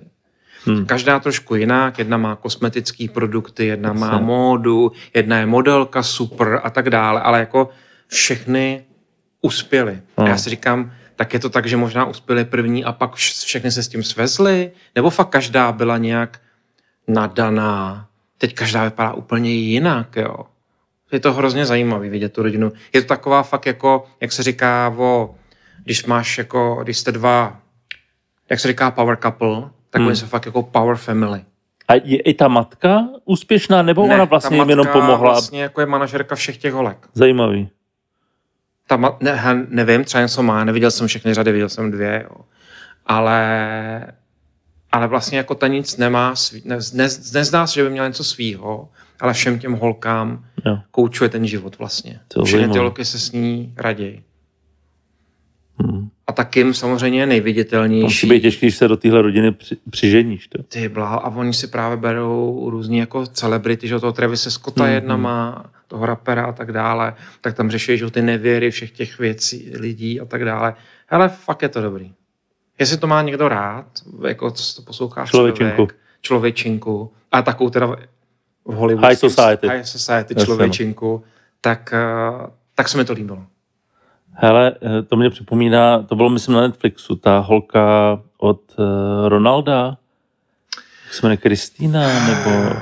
Speaker 2: Hmm.
Speaker 3: Každá trošku jinak, jedna má kosmetické produkty, jedna má
Speaker 2: Jasně.
Speaker 3: módu, jedna je modelka super a tak dále, ale jako všechny uspěly. A já
Speaker 2: Hmm.
Speaker 3: si říkám, tak je to tak, že možná uspěly první a pak vš- všechny se s tím svezly, nebo fakt každá byla nějak nadaná. Teď každá vypadá úplně jinak, jo. Je to hrozně zajímavý vidět tu rodinu. Je to taková fakt jako, jak se říká o, když máš jako, když jste dva, jak se říká power couple, tak
Speaker 2: Hmm.
Speaker 3: hmm. oni jsou fakt jako power family.
Speaker 2: A je i ta matka úspěšná, nebo
Speaker 3: Ne,
Speaker 2: ona
Speaker 3: ta
Speaker 2: vlastně jim
Speaker 3: matka
Speaker 2: jenom pomohla?
Speaker 3: Vlastně jako je manažerka všech těch holek.
Speaker 2: Zajímavý.
Speaker 3: Ta ma- ne, he, nevím, třeba něco má, neviděl jsem všechny řady, viděl jsem dvě, jo. Ale, ale vlastně jako ta nic nemá, svý, ne, ne, nezdá se, že by měla něco svýho, ale všem těm holkám
Speaker 2: Jo.
Speaker 3: koučuje ten život vlastně.
Speaker 2: To je
Speaker 3: Všechny ty
Speaker 2: zajímavé.
Speaker 3: holky se s ní raději.
Speaker 2: Hmm.
Speaker 3: A tak Kim samozřejmě je
Speaker 2: To
Speaker 3: nejviditelnější.
Speaker 2: musí být těžké, když se do téhle rodiny při, přiženíš. To.
Speaker 3: Ty bláho, a oni si právě berou různý jako celebrity, že jo, toho Travise Scotta
Speaker 2: Mhm.
Speaker 3: mm-hmm. jedna má, toho rapera a tak dále, tak tam řeší, že jo, ty nevěry všech těch věcí, lidí a tak dále. Hele, fakt je to dobrý. Jestli to má někdo rád, jako co to poslouchá
Speaker 2: Člověčinku.
Speaker 3: člověk, člověčinku, a takovou teda v Hollywoodu.
Speaker 2: High society.
Speaker 3: High society,
Speaker 2: Jasně, no.
Speaker 3: člověčinku, tak, eh, tak se mi to líbilo.
Speaker 2: Hele, eh, to mě připomíná, to bylo myslím na Netflixu, ta holka od eh, Ronalda, jak se jmenuje Kristýna, nebo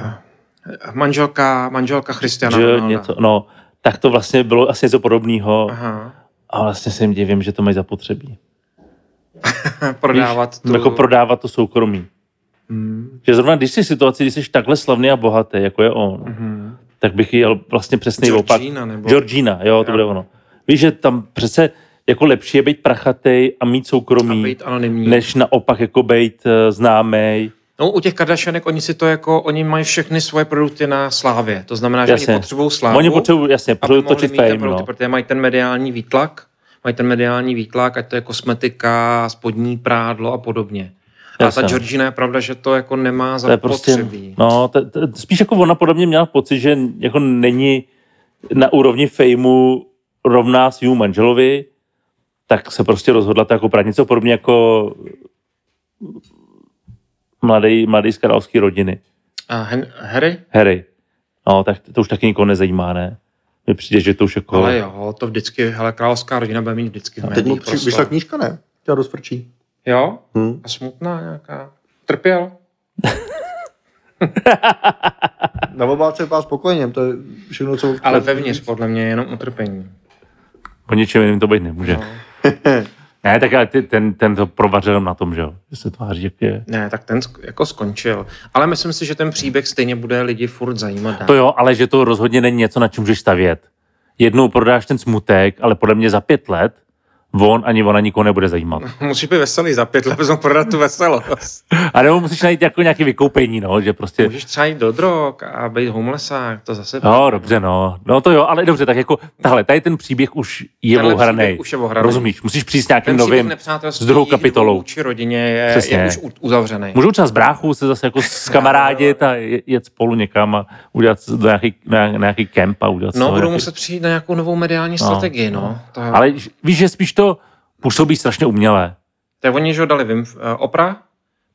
Speaker 3: Manželka, manželka Christiana
Speaker 2: že
Speaker 3: Ronalda.
Speaker 2: něco, no, tak to vlastně bylo asi něco podobného
Speaker 3: Aha.
Speaker 2: a vlastně se jim divím, že to mají zapotřebí.
Speaker 3: Prodávat
Speaker 2: Víš, Jako prodávat to soukromí.
Speaker 3: Hmm.
Speaker 2: Že zrovna když jsi v situaci, když jsi takhle slavný a bohatý, jako je on,
Speaker 3: Mhm.
Speaker 2: tak bych jel vlastně přesný opak.
Speaker 3: Georgina, nebo...
Speaker 2: Georgina, jo, to
Speaker 3: Jo.
Speaker 2: bude ono. Víš, že tam přece jako lepší je být prachatej a mít
Speaker 3: A
Speaker 2: soukromí,
Speaker 3: být anonymní.
Speaker 2: než naopak jako být uh, známý.
Speaker 3: No, u těch Kardashianek oni si to jako, oni mají všechny svoje produkty na slávě. To znamená, že
Speaker 2: Jasně.
Speaker 3: oni potřebují slávu,
Speaker 2: Oni potřebují, jasně,
Speaker 3: aby
Speaker 2: potřebují
Speaker 3: mohli
Speaker 2: točit
Speaker 3: mít ten
Speaker 2: fame,
Speaker 3: produkty,
Speaker 2: no.
Speaker 3: no. protože mají ten mediální výtlak, mají ten mediální výtlak, ať to je kosmetika, spodní prádlo a podobně. A ta
Speaker 2: Jasně.
Speaker 3: Georgina je pravda, že to jako nemá
Speaker 2: To je prostě,
Speaker 3: zapotřebí.
Speaker 2: no, to, to, spíš jako ona podle mě měla pocit, že jako není na úrovni fejmu rovná svým manželovi, tak se prostě rozhodla to jako brát něco podobně jako mladý, mladý z královské rodiny.
Speaker 3: A Hen- Harry?
Speaker 2: Harry. No, tak to už taky nikoho nezajímá, ne? Mně přijde, že to už jako...
Speaker 3: Ale jo, to vždycky, hele, královská rodina bude mít vždycky v
Speaker 4: Teď mu
Speaker 3: médiích
Speaker 4: při-
Speaker 3: prostor.
Speaker 4: vyšla knížka, ne? Tě rozprčí.
Speaker 3: Jo?
Speaker 4: Hm.
Speaker 3: A smutná nějaká. Trpěl?
Speaker 4: Na obálce vás spokojením, to je všechno, co...
Speaker 3: Ale vevnitř podle mě je jenom utrpení.
Speaker 2: Po ničem jiným to být nemůže.
Speaker 3: No.
Speaker 2: Ne, tak ale ty, ten, ten to provařil na tom, že jo. Že se tváří, jak je.
Speaker 3: Ne, tak ten sk- jako skončil. Ale myslím si, že ten příběh stejně bude lidi furt zajímat.
Speaker 2: To jo, ale že to rozhodně není něco, na čem můžeš stavět. Jednou prodáš ten smutek, ale podle mě za pět let on ani ona nikoho nebude zajímat.
Speaker 3: Musíš být veselý za pět let, protože prodat tu veselost.
Speaker 2: A nebo musíš najít jako nějaké vykoupení, no, že prostě...
Speaker 3: Můžeš třeba jít do drog a být homelessák, to zase...
Speaker 2: No, dobře, no. No to jo, ale dobře, tak jako tahle, tady ten příběh už je
Speaker 3: Tenhle
Speaker 2: ohraný.
Speaker 3: příběh už je ohranej.
Speaker 2: Rozumíš, musíš přijít s nějakým
Speaker 3: Ten příběh
Speaker 2: novým, s
Speaker 3: nepřátelství
Speaker 2: druhou
Speaker 3: dvou
Speaker 2: kapitolou.
Speaker 3: Vůči rodině je,
Speaker 2: Přesně.
Speaker 3: je už u- uzavřený.
Speaker 2: Můžou třeba s bráchou se zase jako skamarádit a je- jet spolu někam a udělat s- do nějaký, na, na nějaký kemp a udělat z
Speaker 3: No,
Speaker 2: toho
Speaker 3: budou
Speaker 2: nějaký-
Speaker 3: muset přijít na nějakou novou mediální strategii, no. To je,
Speaker 2: Ale ž- víš, že spíš to působí strašně umělé.
Speaker 3: to je oni, že ho dali Vim, eh, Opera,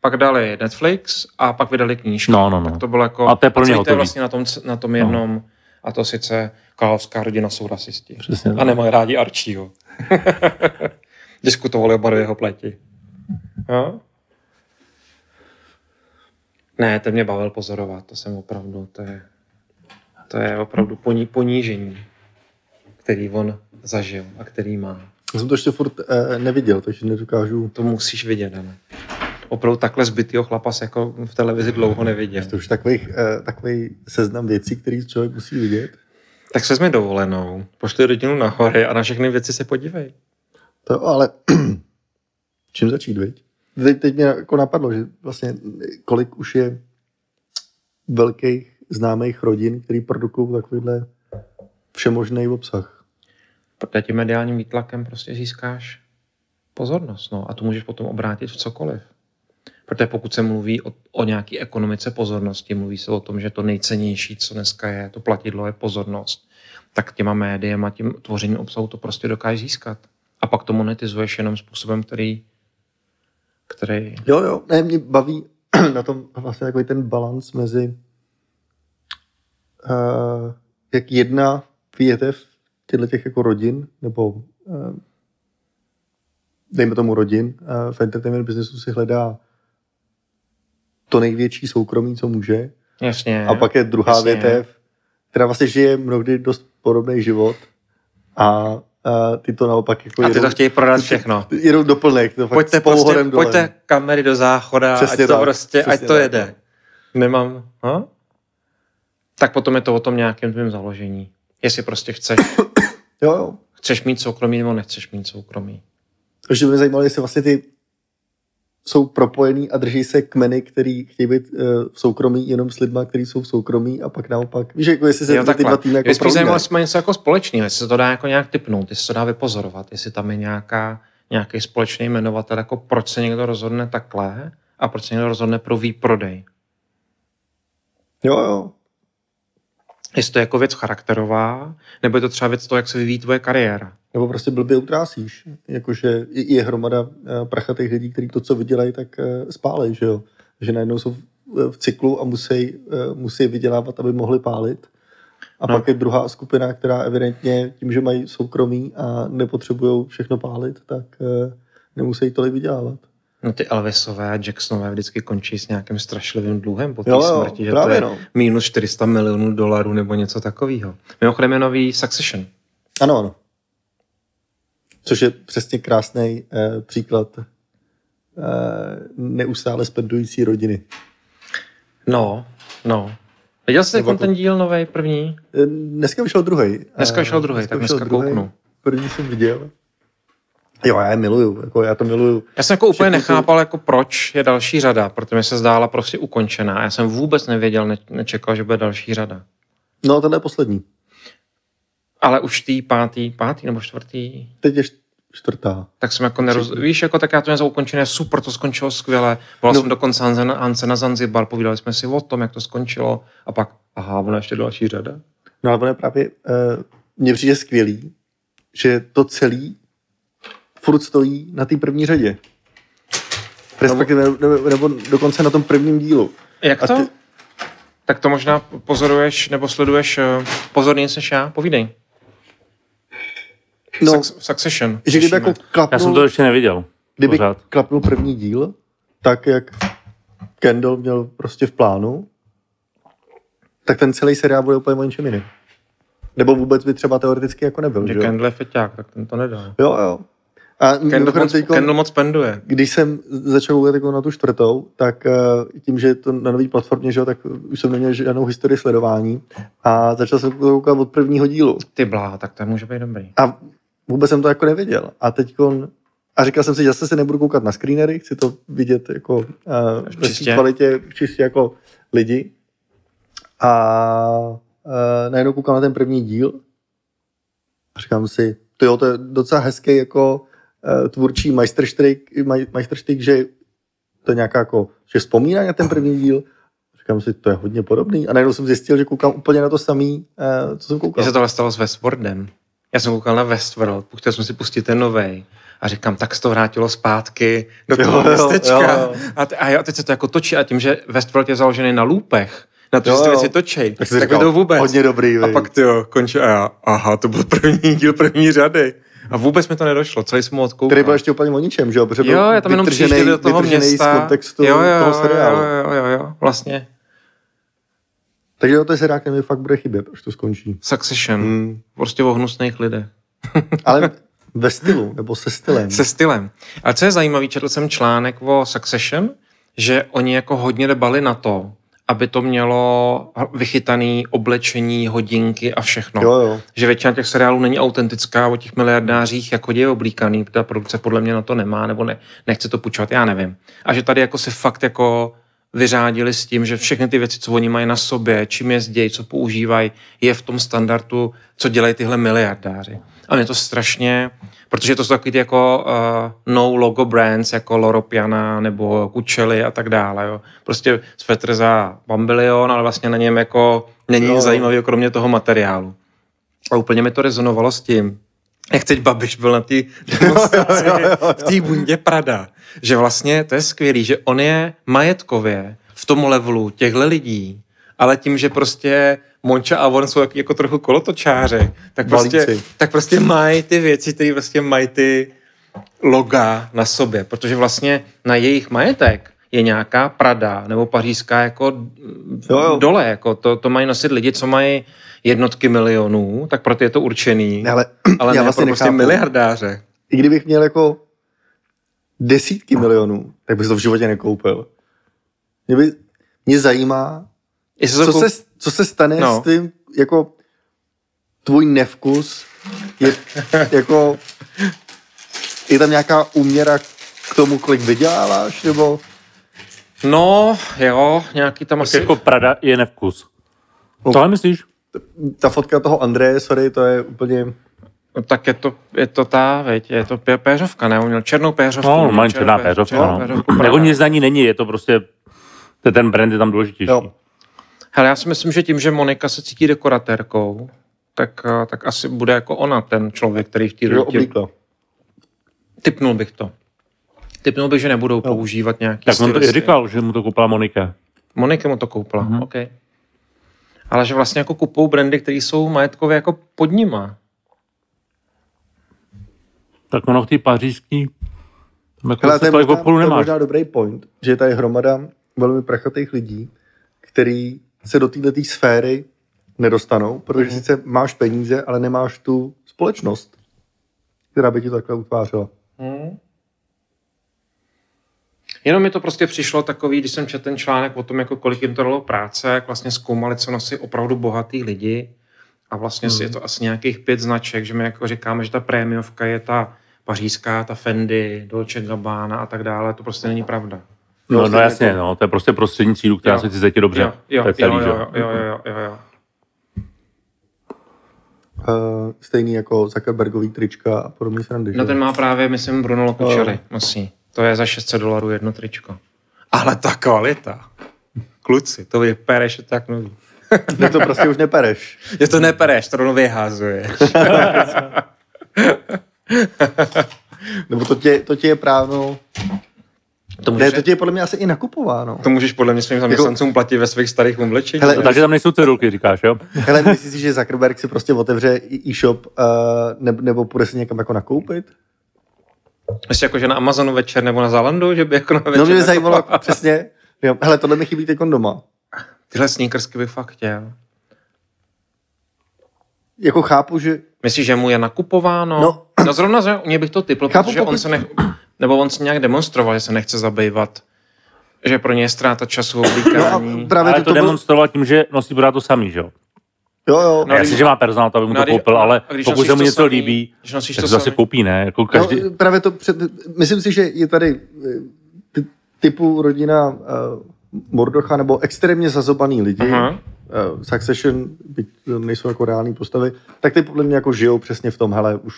Speaker 3: pak dali Netflix a pak vydali knížku.
Speaker 2: No, no, no.
Speaker 3: Tak to bylo jako...
Speaker 2: A to je pro mě
Speaker 3: celý to je
Speaker 2: hotový. No.
Speaker 3: vlastně na tom, na tom jednom, a to sice královská rodina jsou rasisti.
Speaker 2: Přesně
Speaker 3: A
Speaker 2: tak.
Speaker 3: nemají rádi Archieho. Diskutovali o barvě jeho pleti. Jo? Ne, ten mě bavil pozorovat, to jsem opravdu, to je, to je opravdu poní, ponížení, který on zažil a který má.
Speaker 4: Já jsem to ještě furt eh, neviděl, takže nedokážu.
Speaker 3: To musíš vidět, ale opravdu takhle zbytýho chlapa se jako v televizi dlouho neviděl.
Speaker 4: To už takových, eh, takový seznam věcí, který člověk musí vidět.
Speaker 3: Tak se jsme dovolenou, pošli rodinu na hory a na všechny věci se podívej.
Speaker 4: To jo, ale čím začít, viď? Teď, teď mě jako napadlo, že vlastně kolik už je velkých známých rodin, který produkují takovýhle všemožný obsah.
Speaker 3: Protože tím mediálním výtlakem prostě získáš pozornost. No, a tu můžeš potom obrátit v cokoliv. Protože pokud se mluví o, o nějaké ekonomice pozornosti, mluví se o tom, že to nejcennější, co dneska je, to platidlo je pozornost, tak těma médiem a tím tvořením obsahu to prostě dokážeš získat. A pak to monetizuješ jenom způsobem, který, který
Speaker 4: Jo, jo, ne, mě baví na tom vlastně takový ten balans mezi uh, jak jedna větev těchto těch jako rodin, nebo uh, dejme tomu rodin, uh, v entertainment businessu si hledá to největší soukromí, co může,
Speaker 3: jasně,
Speaker 4: A pak je druhá
Speaker 3: Jasně.
Speaker 4: větev, která vlastně žije mnohdy dost podobný život a, a ty to naopak jako
Speaker 3: a ty to chtějí prodat všechno.
Speaker 4: jedou doplnek. To fakt
Speaker 3: Pojďte,
Speaker 4: s pouhorem
Speaker 3: prostě,
Speaker 4: dolem.
Speaker 3: pojďte kamery do záchoda,
Speaker 4: Přesně
Speaker 3: ať to
Speaker 4: tak,
Speaker 3: prostě, ať
Speaker 4: přesně
Speaker 3: to
Speaker 4: tak.
Speaker 3: jede. Nemám, ha? Tak potom je to o tom nějakém tvém založení. Jestli prostě chceš,
Speaker 4: Jo, jo.
Speaker 3: chceš mít soukromí nebo nechceš mít soukromí.
Speaker 4: Takže by mě zajímalo, jestli vlastně ty jsou propojený a drží se kmeny, který chtějí být eh, v soukromí jenom s lidma, kteří jsou v soukromí a pak naopak. Víš, jako jestli se
Speaker 3: Jo,
Speaker 4: tyhle ty
Speaker 3: takhle.
Speaker 4: dva týmy jako
Speaker 3: Mě spíš zajímalo,
Speaker 4: prolínají.
Speaker 3: jestli má něco jako společného, jestli se to dá jako nějak typnout, jestli se to dá vypozorovat, jestli tam je nějaká, nějaký společný jmenovatel, jako proč se někdo rozhodne takhle a proč se někdo rozhodne pro výprodej.
Speaker 4: Jo, jo.
Speaker 3: Jestli to je jako věc charakterová, nebo je to třeba věc toho, jak se vyvíjí tvoje kariéra.
Speaker 4: Nebo prostě blbě utrácíš. Jakože je- je hromada eh, prachatých lidí, kteří to, co vydělají, tak eh, spálej, že jo. Že najednou jsou v- eh, v cyklu a musí, musí vydělávat, aby mohli pálit. A
Speaker 3: No.
Speaker 4: no. pak je druhá skupina, která evidentně tím, že mají soukromí a nepotřebují všechno pálit, tak eh, nemusí tolik vydělávat.
Speaker 3: No ty Elvisové a Jacksonové vždycky končí s nějakým strašlivým dluhem po té
Speaker 4: Jo, jo,
Speaker 3: smrti, že
Speaker 4: právě
Speaker 3: to je
Speaker 4: no.
Speaker 3: minus 400 milionů dolarů nebo něco takového. Mimochodem je nový Succession.
Speaker 4: Ano, ano. Což je přesně krásný eh, příklad eh, neustále spendující rodiny.
Speaker 3: No, no. Viděl jsi
Speaker 4: Nebo
Speaker 3: ten,
Speaker 4: to-
Speaker 3: ten díl nový první?
Speaker 4: Eh, Dneska vyšel druhý.
Speaker 3: Dneska vyšel druhý, tak
Speaker 4: vyšel
Speaker 3: dneska
Speaker 4: druhý.
Speaker 3: kouknu.
Speaker 4: První jsem viděl. Jo, já je miluju, jako já to miluju.
Speaker 3: Já jsem jako úplně
Speaker 4: Všechny ty-
Speaker 3: nechápal, jako proč je další řada, protože mi se zdála prostě ukončená. Já jsem vůbec nevěděl, ne- nečekal, že bude další řada.
Speaker 4: No, tohle je poslední.
Speaker 3: Ale už tý pátý, pátý nebo čtvrtý,
Speaker 4: Teď je št- čtvrtá.
Speaker 3: tak jsem jako neroz... Víš, jako tak já to měl za ukončené, super, to skončilo skvěle. Volal
Speaker 4: No.
Speaker 3: jsem dokonce Hanse- Hanse na Zanzibar, povídali jsme si o tom, jak to skončilo. A pak, aha, ona ještě další řada.
Speaker 4: No, ale ono je právě, eh, mně přijde skvělý, že to celý furt stojí na té první řadě. Respektive, nebo, nebo dokonce na tom prvním dílu.
Speaker 3: Jak
Speaker 4: A
Speaker 3: to?
Speaker 4: ty-
Speaker 3: Tak to možná pozoruješ nebo sleduješ eh, pozorně než já? Povídej.
Speaker 4: No,
Speaker 3: Suc- Succession.
Speaker 4: že kdyby
Speaker 3: Řešíme.
Speaker 4: jako
Speaker 2: Já jsem to
Speaker 4: klapnul,
Speaker 2: ještě neviděl.
Speaker 4: kdyby
Speaker 2: Pořád.
Speaker 4: klapnul první díl, tak jak Kendall měl prostě v plánu, tak ten celý seriál bude úplně o něčem jiným. Nebo vůbec by třeba teoreticky jako nebyl, že
Speaker 3: Že
Speaker 4: jo?
Speaker 3: Kendall je feťák, tak ten to nedá.
Speaker 4: Jo, jo. A
Speaker 3: Kendall
Speaker 4: mimochodem
Speaker 3: moc,
Speaker 4: teďko,
Speaker 3: Kendall moc penduje.
Speaker 4: když jsem začal koukat jako na tu čtvrtou, tak eh, tím, že je to na nový platformě, že jo, tak už jsem neměl žádnou historii sledování a začal jsem to koukat od prvního dílu.
Speaker 3: Ty blá, tak to může být dobrý.
Speaker 4: A vůbec jsem to jako nevěděl. A teď a říkal jsem si, zase se nebudu koukat na screenery, chci to vidět jako uh, ve
Speaker 3: Čistě.
Speaker 4: svý kvalitě, čistě jako lidi. A uh, najednou koukám na ten první díl a říkám si, to jo, to je docela hezký jako uh, tvůrčí majstrštyk, maj, majstrštyk, že to je nějaká jako, že vzpomíná na ten první díl. Říkám si, to je hodně podobný. A najednou jsem zjistil, že koukám úplně na to samý, uh, co jsem
Speaker 3: Mně
Speaker 4: koukal.
Speaker 3: se tohle stalo s Westworldem. Já jsem koukal na Westworld, chtěl jsem si pustit ten novej. A říkám, tak se to vrátilo zpátky do
Speaker 4: Jo,
Speaker 3: toho
Speaker 4: jo,
Speaker 3: městečka.
Speaker 4: jo, jo.
Speaker 3: A, t- a, jo, teď se to jako točí a tím, že Westworld je založený na loopech, na to,
Speaker 4: Jo,
Speaker 3: že se ty
Speaker 4: jo.
Speaker 3: věci točí, tak,
Speaker 4: jsem
Speaker 3: tak to vůbec.
Speaker 4: Hodně dobrý,
Speaker 3: a
Speaker 4: vej.
Speaker 3: pak ty jo, končí a já, aha, to byl první díl první řady. A vůbec mi to nedošlo, celý jsem mu
Speaker 4: Který
Speaker 3: odkoukal.
Speaker 4: byl ještě úplně o ničem, že jo? Protože byl
Speaker 3: jo, já tam jenom
Speaker 4: vytržený-
Speaker 3: přijížděli do toho
Speaker 4: vytržený
Speaker 3: města.
Speaker 4: z kontextu
Speaker 3: jo, jo,
Speaker 4: toho seriálu.
Speaker 3: Jo, jo, jo, jo, vlastně.
Speaker 4: Takže jo, to je seriál, který mi fakt bude chybět, až to skončí.
Speaker 3: Succession.
Speaker 4: Hmm.
Speaker 3: Prostě o hnusných lidech.
Speaker 4: Ale ve stylu, nebo se stylem.
Speaker 3: Se stylem. A co je zajímavé, četl jsem článek o Succession, že oni jako hodně dbali na to, aby to mělo vychytané oblečení, hodinky a všechno.
Speaker 4: Jo, jo.
Speaker 3: Že většina těch seriálů není autentická, o těch miliardářích jako je oblíkaný, ta produkce podle mě na to nemá, nebo ne, nechce to půjčovat, já nevím. A že tady jako se fakt jako vyřádili s tím, že všechny ty věci, co oni mají na sobě, čím jezdí, co používají, je v tom standardu, co dělají tyhle miliardáři. A mě to strašně, protože to jsou takový ty jako uh, no logo brands, jako Loro Piana nebo Kučely a tak dále. Jo. Prostě svetr za bambilion, ale vlastně na něm jako není
Speaker 4: Jo,
Speaker 3: no.
Speaker 4: jo.
Speaker 3: zajímavý kromě toho materiálu. A úplně mi to rezonovalo s tím, jak teď Babiš byl na té demonstraci v té bundě Prada. Že vlastně to je skvělý, že on je majetkově v tom levelu těchto lidí, ale tím, že prostě Monča a on jsou jak, jako trochu kolotočáři, tak prostě,
Speaker 4: Balíci.
Speaker 3: tak prostě mají ty věci, které prostě mají ty loga na sobě, protože vlastně na jejich majetek je nějaká Prada nebo pařížská jako
Speaker 4: Jo, jo.
Speaker 3: dole, jako to, to mají nosit lidi, co mají jednotky milionů, tak pro ty je to určený.
Speaker 4: Ne, ale,
Speaker 3: Ale
Speaker 4: já
Speaker 3: ne
Speaker 4: vlastně
Speaker 3: pro prostě
Speaker 4: nechápu.
Speaker 3: miliardáře.
Speaker 4: I kdybych měl jako desítky milionů, tak bych to v životě nekoupil. Mě, by, mě zajímá,
Speaker 3: Jestli
Speaker 4: co
Speaker 3: to
Speaker 4: se,
Speaker 3: kou-
Speaker 4: co se stane
Speaker 3: No.
Speaker 4: no. s tím, jako tvůj nevkus je jako je tam nějaká úměra k tomu, kolik vyděláváš, nebo
Speaker 3: No, jo, nějaký tam
Speaker 2: Tak
Speaker 3: asi...
Speaker 2: jako Prada je nevkus.
Speaker 4: No.
Speaker 2: Tohle myslíš?
Speaker 4: ta fotka toho Andreje, sorry, to je úplně...
Speaker 3: No, tak je to, je to ta, veď, je to pě- péřovka, ne? On měl černou péřovku.
Speaker 2: No,
Speaker 3: měl
Speaker 2: normálně
Speaker 3: černou
Speaker 2: černá
Speaker 3: pé-
Speaker 2: péřovka.
Speaker 3: černou
Speaker 2: No.
Speaker 3: péřovku,
Speaker 2: Jako
Speaker 3: Prada.
Speaker 2: nic na ní není, je to prostě, to je ten brand je tam důležitější.
Speaker 4: no, Jo.
Speaker 3: Hele, já si myslím, že tím, že Monika se cítí dekoratérkou, tak, eh, tak asi bude jako ona ten člověk, který v té
Speaker 4: Jo,
Speaker 3: roli...
Speaker 4: oblíklo.
Speaker 3: Typnul bych to. Typnul bych, že nebudou používat nějaký
Speaker 2: Tak on to i
Speaker 3: stylisty.
Speaker 2: říkal, že mu to koupila Monika.
Speaker 3: Moniky mu to koupila,
Speaker 2: Mhm.
Speaker 3: mm-hmm. OK. Ale že vlastně jako kupou brandy, které jsou majetkově jako pod nima.
Speaker 2: Tak ono v té pařížský, tam jako
Speaker 4: Hele,
Speaker 2: Hele,
Speaker 4: to je,
Speaker 2: tolik
Speaker 4: možná,
Speaker 2: obchodu
Speaker 4: to je
Speaker 2: nemáš.
Speaker 4: možná dobrý point, že je tady hromada velmi prachatých lidí, který se do této sféry nedostanou, protože mm-hmm. sice máš peníze, ale nemáš tu společnost, která by ti to takhle utvářela.
Speaker 3: Jenom mi to prostě přišlo takový, když jsem četl ten článek o tom, jako kolik jim to dalo práce, jak vlastně zkoumali, co nosí opravdu bohatý lidi. A vlastně
Speaker 2: Mhm.
Speaker 3: hmm. je to asi nějakých pět značek, že my jako říkáme, že ta prémiovka je ta pařížská, ta Fendi, Dolce Gabbana a tak dále. To prostě není pravda.
Speaker 2: No, no
Speaker 4: stejně
Speaker 2: jasně,
Speaker 4: jako-
Speaker 2: no, to je prostě prostřední cílu, která
Speaker 3: Jo.
Speaker 2: se ti cítí dobře.
Speaker 3: Jo, jo,
Speaker 2: to je celý,
Speaker 3: jo,
Speaker 2: že
Speaker 3: jo, jo, jo, jo, jo.
Speaker 4: Uh, stejný jako Zuckerbergový trička a podobně srandy.
Speaker 3: No
Speaker 4: že?
Speaker 3: ten má právě, myslím, Bruno Lokučery. Nosí. To je za 600 dolarů jedno tričko. Ale ta kvalita. Kluci, to vypereš je tak nový.
Speaker 4: Ne, to prostě už nepereš.
Speaker 3: Je to nepereš, to rovnou vyházuješ.
Speaker 4: Nebo to tě, to tě je právno...
Speaker 3: To Jako-
Speaker 4: Ne,
Speaker 3: můžeš,
Speaker 4: to tě je podle mě asi i nakupováno.
Speaker 3: to můžeš podle mě svým zaměstnancům platit ve svých starých oblečeních.
Speaker 4: Hele,
Speaker 2: No, takže tam nejsou cedulky, říkáš, jo?
Speaker 4: Hele, myslíš si, že Zuckerberg si prostě otevře i- e-shop uh, ne, nebo půjde si někam jako nakoupit?
Speaker 3: Myslíš jako, že na Amazonu večer nebo na Zalandu, že by jako na večer...
Speaker 4: No mě by
Speaker 3: jako-
Speaker 4: zajímalo, přesně. Jo, hele, tohle mi chybí teď doma.
Speaker 3: Tyhle sneakersky bych fakt chtěl.
Speaker 4: Jako chápu, že...
Speaker 3: Myslíš, že mu je nakupováno?
Speaker 4: No.
Speaker 3: no zrovna že u něj bych to typl,
Speaker 4: Chápu,
Speaker 3: protože on
Speaker 4: pokud-
Speaker 3: se nech... Nebo on se nějak demonstroval, že se nechce zabývat. Že pro ně je ztráta času
Speaker 4: No a
Speaker 3: oblíkání.
Speaker 4: No, právě
Speaker 2: Ale
Speaker 4: to,
Speaker 2: to,
Speaker 4: to, byl,
Speaker 2: demonstroval tím, že nosí pořád to samý, že jo?
Speaker 4: Jo, jo.
Speaker 2: No,
Speaker 3: No,
Speaker 2: já si,
Speaker 3: když-
Speaker 2: že má personál, to aby mu
Speaker 3: no,
Speaker 2: to
Speaker 3: když-
Speaker 2: koupil,
Speaker 3: no,
Speaker 2: ale
Speaker 3: a když
Speaker 2: pokud
Speaker 3: nosíš
Speaker 2: se mu
Speaker 3: to
Speaker 2: něco
Speaker 3: samý-
Speaker 2: líbí,
Speaker 3: když nosíš
Speaker 2: tak
Speaker 3: to
Speaker 2: to asi
Speaker 3: samý.
Speaker 2: koupí, ne? Jako každý...
Speaker 4: No, právě to před, myslím si, že je tady eh, ty, typu rodina uh, Mordocha nebo extrémně zazobaný lidi,
Speaker 3: Aha.
Speaker 4: uh-huh. uh, Succession, byť eh, nejsou jako reální postavy, tak ty podle mě jako žijou přesně v tom, hele, už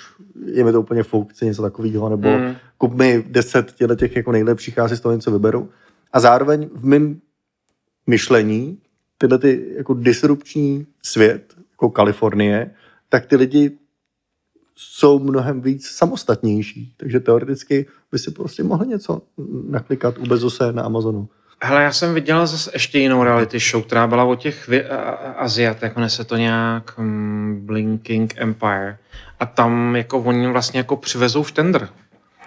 Speaker 4: je mi to úplně fouk, chci něco takového, nebo
Speaker 3: Mm.
Speaker 4: mm. kup mi deset těchto těch jako nejlepších, já si z toho něco vyberu. A zároveň v mém myšlení tyhle ty jako disrupční svět, jako Kalifornie, tak ty lidi jsou mnohem víc samostatnější. Takže teoreticky by si prostě mohl něco naklikat u Bezose na Amazonu.
Speaker 3: Hele, já jsem viděl zase ještě jinou reality show, která byla o těch vě- a- a- Aziatech, jmenuje se to nějak um, Blinking Empire. A tam jako oni vlastně jako přivezou v tender.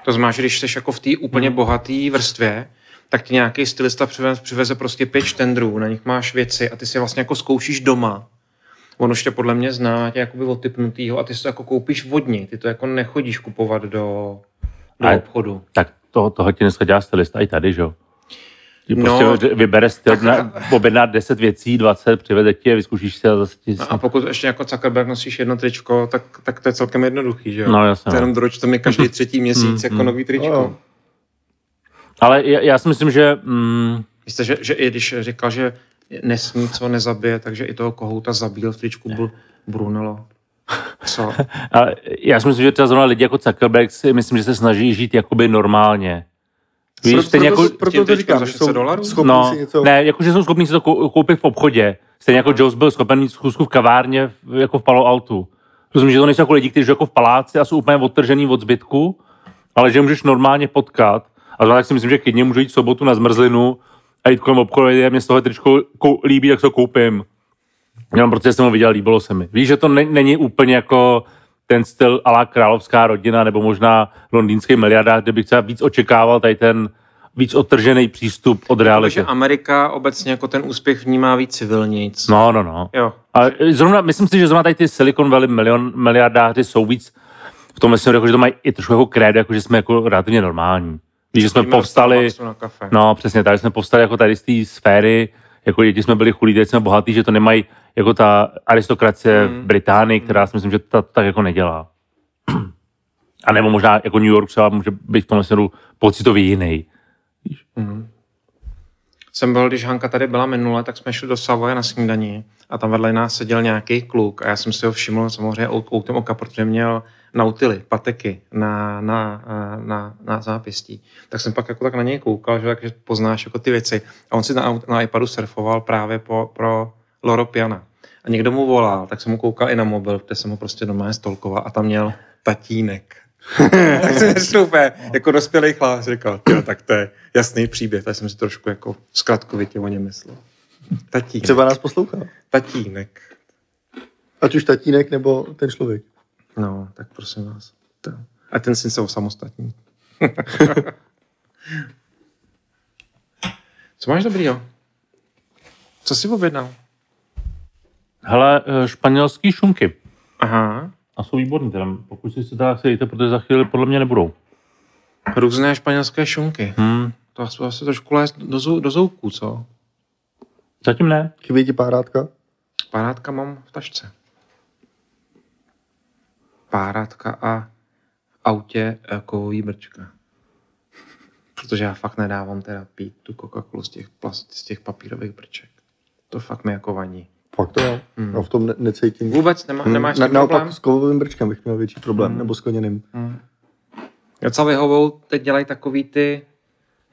Speaker 3: To znamená, že když jsi jako v té úplně bohaté vrstvě, tak ti nějaký stylista přiveze, přiveze prostě pět tendrů, na nich máš věci a ty si vlastně jako zkoušíš doma. On už tě podle mě zná, tě jakoby otypnutýho a ty si to jako koupíš vodní, ty to jako nechodíš kupovat do, do
Speaker 2: A-
Speaker 3: obchodu.
Speaker 2: Tak to, toho ti dneska dělá stylista i tady, že jo? Ti
Speaker 3: No,
Speaker 2: Prostě no, vybere styl, na, objedná 10 věcí, 20, přivede ti je, vyzkoušíš si a zase ti...
Speaker 3: No a pokud ještě jako Zuckerberg nosíš jedno tričko, tak, tak to je celkem jednoduchý, že jo?
Speaker 2: No, jasně,
Speaker 3: To
Speaker 2: no. Mhm,
Speaker 3: jenom droč, to mi každý třetí měsíc jako nový tričko.
Speaker 4: Jo.
Speaker 2: Ale já, já si myslím, že... Mm,
Speaker 3: Víte, že, že i když říkal, že nesmí, co nezabije, takže i toho kohouta zabíl v tričku Br- Brunello. Co?
Speaker 2: a já si myslím, že třeba zrovna lidi jako Zuckerberg si myslím, že se snaží žít jakoby normálně. Víš,
Speaker 4: Proto-
Speaker 2: stejně jako...
Speaker 4: proto, proto
Speaker 3: tím teďka
Speaker 4: to říkám,
Speaker 3: za
Speaker 4: že
Speaker 3: 600
Speaker 4: jsou
Speaker 3: dolarů?
Speaker 4: schopni
Speaker 2: No,
Speaker 4: si něco...
Speaker 2: ne, jakože jsou schopni si to kou- koupit v obchodě. Stejně jako Jones byl schopen mít schůzku v kavárně, v- jako v Palo Altu. Rozumím, že to nejsou jako lidi, kteří žijou jako v paláci a jsou úplně odtržený od zbytku, ale že je můžeš normálně potkat. A zrovna tak si myslím, že klidně můžu jít v sobotu na zmrzlinu a jít kolem obchodu, je mě z toho tričko kou- líbí, tak to koupím. Jenom protože jsem ho viděl, líbilo se mi. Víš, že to ne- není úplně jako ten styl ala královská rodina nebo možná londýnský miliardář, kde bych třeba víc očekával tady ten víc odtržený přístup od reality.
Speaker 3: Takže Amerika obecně jako ten úspěch vnímá víc civilnějc.
Speaker 2: No, no, no.
Speaker 3: Jo.
Speaker 2: A zrovna, myslím si, že zrovna tady ty Silicon Valley milion, miliardáři jsou víc v tom smyslu, jako, že to mají i trošku jako krédo, jako, že jsme jako relativně normální. Víš, že jsme
Speaker 3: Jdeme do
Speaker 2: povstali,
Speaker 3: Starbucksu Na kafe.
Speaker 2: no přesně tak, že jsme povstali jako tady z té sféry, jako děti jsme byli chudí, teď jsme bohatí, že to nemají jako ta aristokracie v
Speaker 3: Hmm.
Speaker 2: Británii, která si myslím, že ta to tak jako nedělá. A nebo možná jako New York třeba může být v tom směru pocitově jiný.
Speaker 3: jsem byl, když Hanka tady byla minule, tak jsme šli do Savoje na snídaní a tam vedle nás seděl nějaký kluk a já jsem si ho všiml samozřejmě out- outem oka, protože měl nautily, pateky na, na, eh, na, na zápěstí. Tak jsem pak jako tak na něj koukal, že takže poznáš jako ty věci. A on si na, aut- na iPadu surfoval právě po, pro Loro Piana. A někdo mu volal, tak jsem mu koukal i na mobil, kde jsem ho prostě doma stolkoval a tam měl tatínek. tak jsem řekl úplně, jako dospělý chlás, říkal, jo, tak to je jasný příběh, tak jsem si trošku jako zkratkovitě o něm myslel. Tatínek.
Speaker 4: Třeba nás poslouchá.
Speaker 3: Tatínek.
Speaker 4: Ať už tatínek nebo ten člověk.
Speaker 3: No, tak prosím vás. To. A ten syn se osamostatní. Co máš dobrýho? Co jsi objednal?
Speaker 2: Hele, eh, španělský šunky.
Speaker 3: Aha,
Speaker 2: A jsou výborný teda, pokud si to tak sejte, protože za chvíli podle mě nebudou.
Speaker 3: různé španělské šunky.
Speaker 2: Hmm,
Speaker 3: To asi- asi trošku lézt do, zou- do zouků, co?
Speaker 2: zatím ne.
Speaker 4: Chybí ti párátka?
Speaker 3: Párátka mám v tašce. Párátka a v autě eh, kovový brčka. Protože já fakt nedávám teda pít tu Coca-Colu z těch, plast, z těch papírových brček. To fakt mi jako vaní.
Speaker 4: Fakt to jo.
Speaker 3: Hmm.
Speaker 4: No, v tom ne- necítím.
Speaker 3: Vůbec nemá,
Speaker 4: Hmm.
Speaker 3: nemáš
Speaker 4: Na,
Speaker 3: na,
Speaker 4: naopak
Speaker 3: problém?
Speaker 4: s kovovým brčkem bych měl větší problém,
Speaker 3: Hmm.
Speaker 4: nebo s koněným.
Speaker 3: Hmm. Docela vyhovou, teď dělají takový ty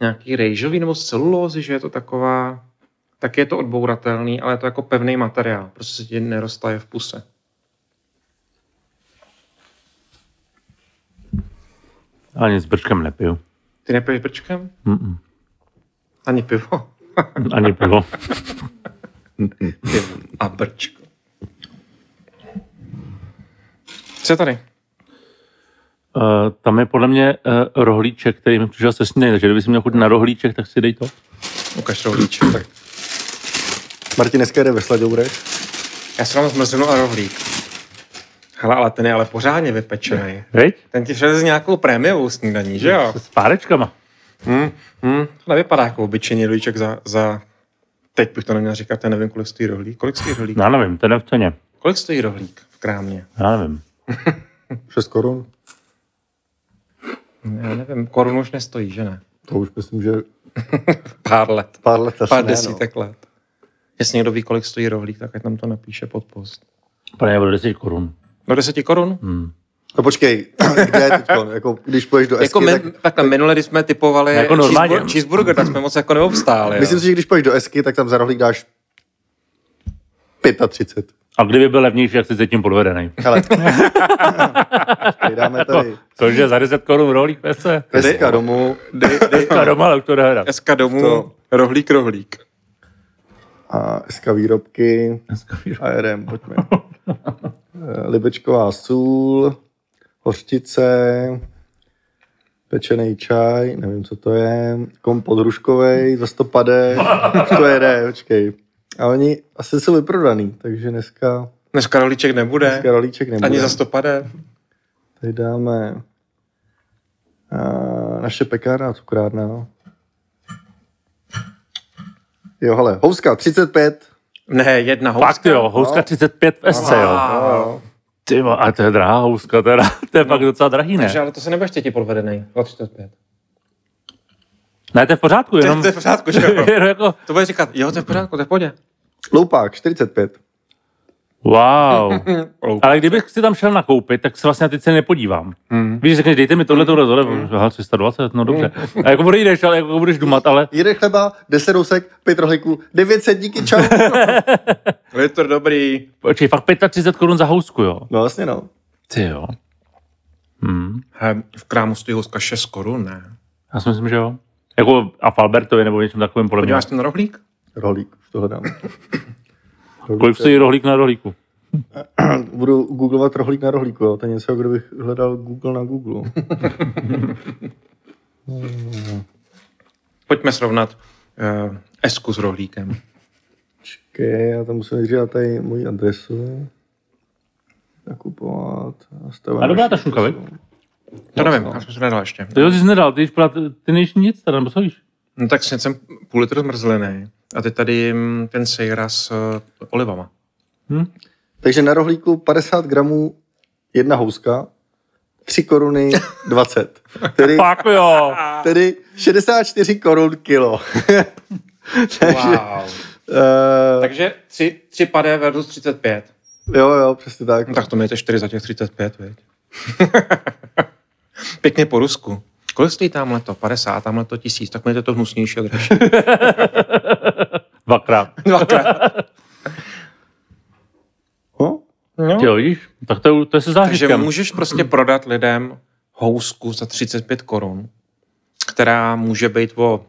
Speaker 3: nějaký rejžový nebo z celulózy, že je to taková, tak je to odbouratelný, ale je to jako pevný materiál, prostě se ti neroztaje v puse.
Speaker 2: Ani s brčkem nepiju.
Speaker 3: Ty nepiješ brčkem?
Speaker 2: Mm-mm.
Speaker 3: Ani pivo.
Speaker 2: Ani pivo.
Speaker 3: Pivo a brčko. Co je tady?
Speaker 2: Uh, tam je podle mě uh, rohlíček, který mi přišel se snídaní, takže kdyby si měl chuť na rohlíček, tak si dej to.
Speaker 3: Ukaž rohlíček. Tak.
Speaker 4: Martin dneska jde ve sledourech.
Speaker 3: Já si mám zmrzlinu a rohlík. Hele, ale ten je ale pořádně vypečený.
Speaker 2: Veď?
Speaker 3: Ten ti přiveze nějakou prémiovou snídaní, že jo?
Speaker 2: S párečkama.
Speaker 3: Hmm, hmm. To nevypadá jako obyčejný rohlíček za, za... Teď bych to neměl říkat, já nevím, kolik stojí rohlík. Kolik stojí rohlík?
Speaker 2: Já nevím, to je v ceně.
Speaker 3: Kolik stojí rohlík v krámě?
Speaker 2: Já nevím.
Speaker 4: 6 korun.
Speaker 3: Já nevím, korun už nestojí, že ne?
Speaker 4: To už myslím, že
Speaker 3: Pár let.
Speaker 4: pár let asi
Speaker 3: Pár
Speaker 4: ne, no.
Speaker 3: desítek let. Jestli někdo ví, kolik stojí rohlík, tak ať nám to napíše pod post.
Speaker 2: Pane, nebo 10 korun.
Speaker 3: No 10 korun?
Speaker 4: No počkej, kde je teď? Jako, když půjdeš do Esky,
Speaker 3: Jako
Speaker 4: tak...
Speaker 3: men, tak, tak minule, když jsme typovali
Speaker 2: Jako
Speaker 3: jako
Speaker 2: normálně.
Speaker 3: cheeseburger, cheeseburger, tak jsme moc jako neobstáli.
Speaker 4: Myslím
Speaker 3: Myslím,
Speaker 4: si, že když půjdeš do Esky, tak tam za rohlík dáš 35.
Speaker 2: A kdyby byl levnější, jak jsi se tím podvedený.
Speaker 4: Hele. Počkej, dáme
Speaker 3: Jako-
Speaker 4: tady
Speaker 2: Cože za 10 korun rohlík pese?
Speaker 4: Eska domů
Speaker 3: dej, dej
Speaker 2: A doma lektora hra.
Speaker 3: dneska domů
Speaker 4: To-
Speaker 3: to. rohlík, rohlík.
Speaker 4: a Eska výrobky ARM, pojďme. Eh, Libečková sůl, hořčice, pečený čaj, nevím, co to je, kompot hruškovej, za stopade, už to jede, počkej. A oni asi jsou vyprodaný, takže dneska,
Speaker 3: Dneska rohlíček nebude,
Speaker 4: dneska rolíček nebude.
Speaker 3: ani za stopade.
Speaker 4: Tady dáme a, naše pekárna a cukrárna. Jo, hele, houska 35.
Speaker 3: Ne, jedna houska.
Speaker 2: Fakt jo, houska
Speaker 4: no.
Speaker 2: 35 v SC, jo.
Speaker 4: Jo.
Speaker 2: Ty vo- a to je drahá houska, teda. to je pak docela drahý, ne?
Speaker 3: Takže ale to se nebudeš ti podvedený, 2,45.
Speaker 2: Ne, to je v pořádku,
Speaker 3: To je-
Speaker 2: jenom...
Speaker 3: to je v pořádku, že jo?
Speaker 2: jenom jako,
Speaker 3: To bude říkat, jo, to je v pořádku, to je v pohodě.
Speaker 4: Loupák 45.
Speaker 2: wow.
Speaker 3: Loup.
Speaker 2: Ale kdybych si tam šel nakoupit, tak se vlastně na ty ceny nepodívám. Hmm. Víš, řekneš, dejte mi tohle, tohle, tohle, aha, 320, no dobře. A jako odejdeš, ale jako budeš dumat, ale
Speaker 4: Jeden chleba, 10 rousek, 5 rohlíků, 900 díky, čau.
Speaker 3: Litr dobrý.
Speaker 2: počkej, fakt 35 korun za housku, jo.
Speaker 4: No vlastně no.
Speaker 2: Ty jo. Hmm.
Speaker 3: He, v krámu stojí houska 6 korun, ne?
Speaker 2: Já si myslím, že jo. Jako a v Albertově nebo něčem takovém podle mě.
Speaker 3: Podíváš ten rohlík?
Speaker 4: Rohlík, už toho dám.
Speaker 2: Kolik stojí rohlík na rohlíku?
Speaker 4: Budu googlovat rohlík na rohlíku, jo. To je něco, kdo bych hledal Google na Google.
Speaker 3: Pojďme srovnat uh, esku s rohlíkem.
Speaker 4: Počkej, já tam musím říct tady moji adresu. Nakupovat.
Speaker 2: A dobrá ta šunka, veď?
Speaker 3: To nevím, já jsem se nedal ještě.
Speaker 2: Ty jo, ty jsi nedal, ty, jsi pořád, ty nejsi nic teda, nebo co víš?
Speaker 3: No tak sněd jsem půl litr zmrzliny a teď tady mm, ten sejra s eh, olivama.
Speaker 4: Takže na rohlíku 50 gramů jedna houska, 3 koruny 20. Tedy,
Speaker 2: Fakt jo.
Speaker 4: tedy 64 korun kilo. Takže,
Speaker 3: Wow.
Speaker 4: uh,
Speaker 3: Takže 3, 3 padé versus 35.
Speaker 4: jo, jo, přesně tak.
Speaker 3: No tak to mějte 4 za těch 35, viď? Pěkně po Rusku. Kolik stojí tamhle to? 50, tamhle to tisíc. Tak mějte to hnusnější a dražší.
Speaker 2: Dvakrát.
Speaker 3: Dvakrát.
Speaker 4: No?
Speaker 3: No.
Speaker 2: Ty jo, vidíš? Tak to, je- to je se zážitkem.
Speaker 3: Takže můžeš prostě prodat lidem housku za 35 korun, která může být o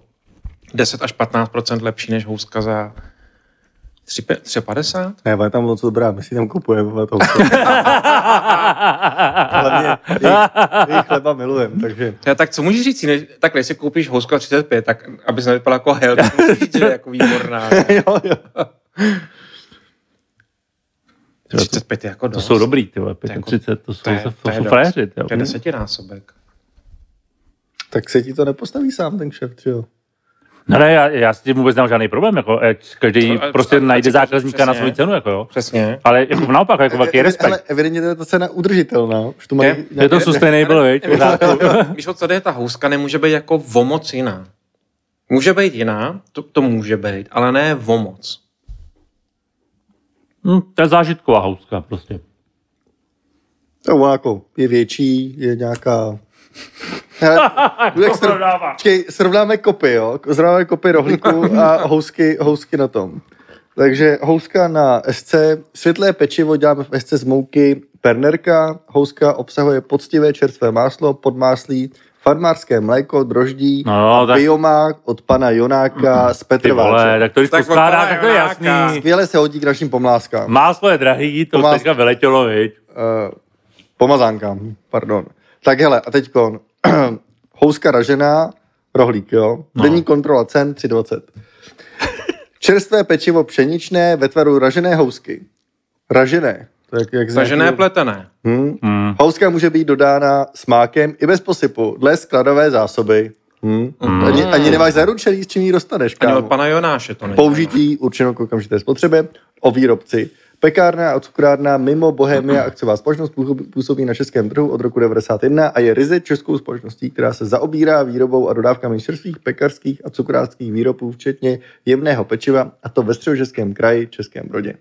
Speaker 3: 10 až 15 lepší než houska za 3, 3,50?
Speaker 4: Ne, ale tam moc dobrá, my si tam kupujeme, ale to hlavně jejich, jejich chleba milujem, takže
Speaker 3: Já, tak co můžeš říct, než, takhle, jestli koupíš housku za 35, tak aby se nevypadala jako hel, tak musíš říct, že je jako výborná.
Speaker 4: jo, jo.
Speaker 3: 35 je jako dost.
Speaker 2: To jsou dobrý, ty vole,
Speaker 3: je jako-
Speaker 2: 35, to jsou,
Speaker 3: To je,
Speaker 2: to
Speaker 3: to je
Speaker 2: jsou
Speaker 3: dost.
Speaker 2: frajeři, ty jo.
Speaker 3: To je desetinásobek.
Speaker 4: Tak se ti to nepostaví sám ten šef, že jo?
Speaker 2: No ne, já, já s tím vůbec nemám žádný problém, jako, ať každý
Speaker 3: To- a-
Speaker 2: prostě
Speaker 3: a- a-
Speaker 2: najde
Speaker 3: a-
Speaker 2: zákazníka na
Speaker 3: přesně.
Speaker 2: svoji cenu, jako jo.
Speaker 3: Přesně.
Speaker 2: Ale jako naopak, jako velký
Speaker 4: Ale
Speaker 2: respekt.
Speaker 4: evidentně to je ta cena udržitelná. Už tu
Speaker 3: Je-
Speaker 4: mají
Speaker 2: Je to sustainable, viď? pořád.
Speaker 3: Víš, co je ta houska, nemůže být jako vomoc jiná. Může být jiná, to, to může být, ale ne vomoc.
Speaker 2: Hm, To je zážitková houska prostě.
Speaker 4: No, ona jako je větší, je nějaká... Hele, jak
Speaker 2: to prodává.
Speaker 4: Počkej, srovnáme kopy, jo? Srovnáme kopy rohlíku a housky, housky na tom. Takže houska na SC, světlé pečivo děláme v SC z mouky pernerka, houska obsahuje poctivé čerstvé máslo, podmáslí, farmářské mléko, droždí,
Speaker 2: No,
Speaker 4: a
Speaker 2: tak- Mm,
Speaker 4: biomák od pana Jonáka z
Speaker 2: Ty vole,
Speaker 4: Petrováče.
Speaker 2: tak to když
Speaker 3: Tak
Speaker 2: poskládá,
Speaker 3: odpadá
Speaker 2: tak to je
Speaker 3: Jonáka.
Speaker 2: jasný.
Speaker 4: Skvěle se hodí k našim pomláskám.
Speaker 2: Máslo je drahý, to
Speaker 4: To má-
Speaker 2: teďka vyletělo, viď?
Speaker 4: Eh, pomazánkám, pardon. Tak hele, a teďkon. Houska ražená, rohlík, jo? No. Denní kontrola cen 3,20. Čerstvé pečivo pšeničné ve tvaru ražené housky. Ražené. To jak, jak z
Speaker 3: Tažené
Speaker 4: nějakého-
Speaker 3: pletené.
Speaker 4: hm?
Speaker 2: Hmm.
Speaker 4: Houska může být dodána s mákem i bez posypu, dle skladové zásoby. Hm? Ani, ani nemáš zaručený, s čím ji dostaneš,
Speaker 3: Ani
Speaker 4: kámo.
Speaker 3: od pana Jonáše to není.
Speaker 4: Použití určeno k okamžité spotřebě o výrobci. Pekárna a cukrárna mimo Bohemia akciová společnost působí na českém trhu od roku 1991 a je ryze českou společností, která se zaobírá výrobou a dodávkami čerstvých pekarských a cukrářských výrobků, včetně jemného pečiva, a to ve středočeském kraji, Českém Brodě.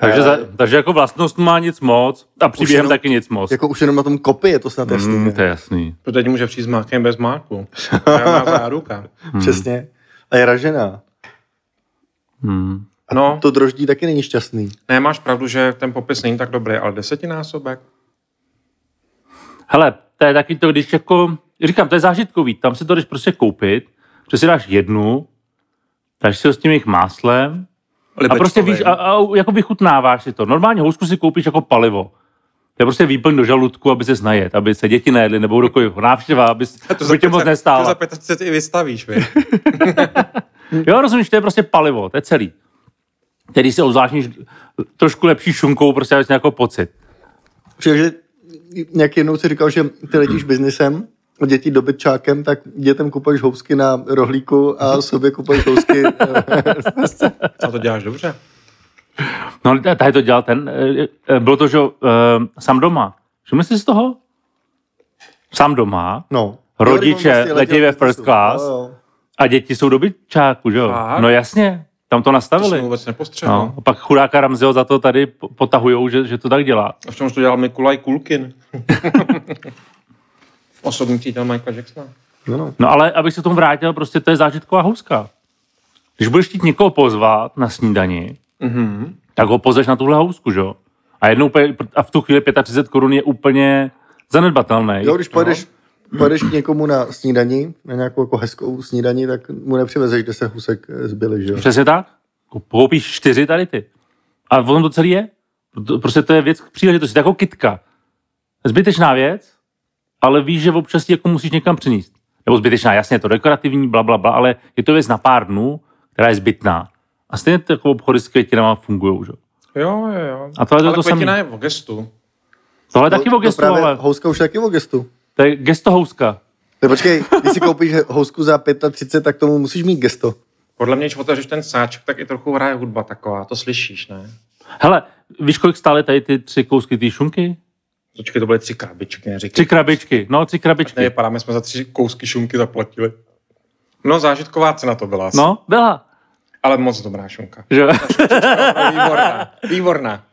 Speaker 2: Takže, za, takže jako vlastnost má nic moc a příběhem
Speaker 4: jenom-
Speaker 2: taky nic moc.
Speaker 4: Jako už jenom na tom kopy je to snad jasný.
Speaker 2: Hmm,
Speaker 4: ne?
Speaker 2: to je jasný.
Speaker 3: To teď může přijít s mákem bez máku. To je má záruka.
Speaker 4: Přesně. A je ražená.
Speaker 2: Hmm.
Speaker 4: A
Speaker 3: No.
Speaker 4: to droždí taky není šťastný.
Speaker 3: Ne, máš pravdu, že ten popis není tak dobrý, ale desetinásobek.
Speaker 2: Hele, to je taky to, když jako, říkám, to je zážitkový, tam si to jdeš prostě koupit, že si dáš jednu, dáš si ho s tím jejich máslem a prostě víš, a, a jako vychutnáváš si to. Normálně housku si koupíš jako palivo. To je prostě výplň do žaludku, aby se snajet, aby se děti nejedly, nebo dokoju návštěva, aby,
Speaker 3: to
Speaker 2: aby tě moc
Speaker 3: To za
Speaker 2: nestála.
Speaker 3: 25 i vystavíš, vy.
Speaker 2: Jo, rozumíš, to je prostě palivo, to je celý. Tedy si obzvláštníš trošku lepší šunkou, prostě aby jsi měl jako pocit.
Speaker 4: Protože nějak jednou si říkal, že ty letíš biznisem, a děti dobytčákem, tak dětem kupuješ housky na rohlíku a sobě kupuješ housky. eh,
Speaker 3: A to děláš dobře.
Speaker 2: No, ale t- tady to dělal ten, eh, eh, bylo to, že eh, sám doma. Všimli jsi z toho? Sám doma
Speaker 4: No.
Speaker 2: Rodiče
Speaker 4: Jo, vlastně
Speaker 2: letí ve first
Speaker 4: biznisu.
Speaker 2: class.
Speaker 4: Jo, jo.
Speaker 2: a děti jsou dobyčáku, že jo?
Speaker 3: Fakt?
Speaker 2: No jasně, tam to
Speaker 3: To jsem
Speaker 2: nastavili.
Speaker 3: vůbec nepostřehl.
Speaker 2: No,
Speaker 3: No.
Speaker 2: a pak chudáka Ramzeho za to tady po- potahujou, že, že to tak dělá.
Speaker 3: A v čemž to dělal Mikulaj Kulkin. Osobní přítel Michaela Jacksona.
Speaker 4: No, no.
Speaker 2: No ale abych se tomu vrátil, prostě to je zážitková houska. Když budeš chtít někoho pozvat na snídani,
Speaker 3: Mhm.
Speaker 2: tak ho pozveš na tuhle housku, že jo? A, jednou, pe- a v tu chvíli 35 korun je úplně zanedbatelný.
Speaker 4: jo když pojedeš, pojedeš k někomu na snídani, na nějakou jako hezkou snídani, tak mu nepřivezeš 10 husek eh, zbyly, že jo?
Speaker 2: Přesně tak. Koupíš čtyři tady ty. A o tom to celý je. To- Prostě to je věc k příležitosti, to je jako kitka. Zbytečná věc, ale víš, že občas ji jako musíš někam přinést. Nebo zbytečná, jasně, je to dekorativní, bla, bla, bla, ale je to věc na pár dnů, která je zbytná. A stejně to jako obchody s květinama fungují. Že?
Speaker 3: Jo, jo, jo.
Speaker 2: A tohle je
Speaker 3: ale
Speaker 2: to
Speaker 3: květina
Speaker 2: samý.
Speaker 3: je v gestu.
Speaker 2: Tohle je taky
Speaker 4: No,
Speaker 2: o
Speaker 4: to
Speaker 2: gestu,
Speaker 4: právě
Speaker 2: ale
Speaker 4: Houska už je taky o gestu.
Speaker 2: to je gestohouska.
Speaker 4: Ne, počkej, když si koupíš he- housku za 35, tak tomu musíš mít gesto.
Speaker 3: Podle mě, když otevřeš ten sáček, tak i trochu hraje hudba taková. To slyšíš, ne?
Speaker 2: Hele, víš, kolik stály tady ty tři kousky té šunky?
Speaker 3: Počkej, to byly tři krabičky, neříkej.
Speaker 2: Tři krabičky, no tři krabičky.
Speaker 3: Nevypadáme, jsme za tři kousky šunky zaplatili. No, zážitková cena to byla asi.
Speaker 2: No, byla.
Speaker 3: Ale moc dobrá šunka.
Speaker 2: Že?
Speaker 3: Výborná, výborná.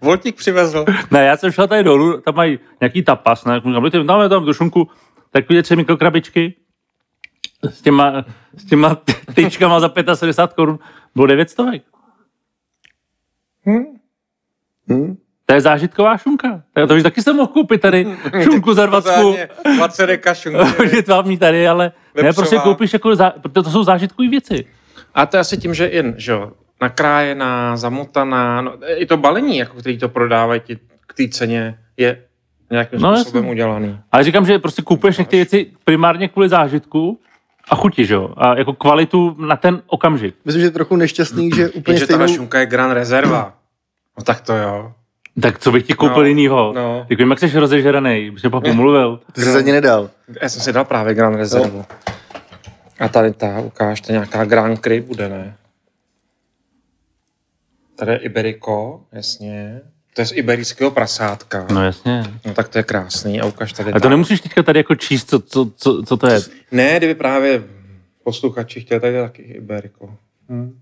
Speaker 3: Voltík přivezl.
Speaker 2: Ne, já jsem šel tady dolů, tam mají nějaký tapas, ne? Říkám, "Dejte mi- dáme tam do šunku takové tři mikrokrabičky s těma, s těma ty- tyčkama za 75 korun. Bylo 9 stovek.
Speaker 4: Hm?
Speaker 2: To je zážitková šunka. Tak to víš, taky jsem mohl koupit tady šunku za 20.
Speaker 3: Pořádně, 20 deka šunky.
Speaker 2: že vám mít tady, ale ne,
Speaker 3: Vepřová.
Speaker 2: prostě koupíš jako, zá, protože to jsou zážitkové věci.
Speaker 3: A to je asi tím, že jen, že jo, nakrájená, zamotaná, no, i to balení, jako který to prodávají ti k té ceně, je nějakým
Speaker 2: No,
Speaker 3: no, způsobem
Speaker 2: jasně.
Speaker 3: udělaný.
Speaker 2: Ale říkám, že prostě kupuješ některé věci primárně kvůli zážitku a chuti, že jo? A jako kvalitu na ten okamžik.
Speaker 4: Myslím, že je trochu nešťastný, že úplně
Speaker 3: Jenže ta
Speaker 4: stejnou...
Speaker 3: šunka je Gran Reserva. No tak to jo.
Speaker 2: Tak co bych ti koupil
Speaker 3: No,
Speaker 2: jinýho?
Speaker 3: no.
Speaker 2: Tak vím, jak jsi rozežraný, protože pak pomluvil.
Speaker 4: Ty jsi za ně nedal.
Speaker 3: Já jsem si dal právě Gran Reservu. A tady ta, ukážte, nějaká Grand Cry bude, ne? Tady je Iberico, jasně. To je z iberijského prasátka.
Speaker 2: No jasně.
Speaker 3: No tak to je krásný. A ukáž tady
Speaker 2: A to
Speaker 3: ta-
Speaker 2: nemusíš teďka tady jako číst, co, co, co, co to je.
Speaker 3: Ne, kdyby právě posluchači chtěli, tak je taky Iberico. Hmm.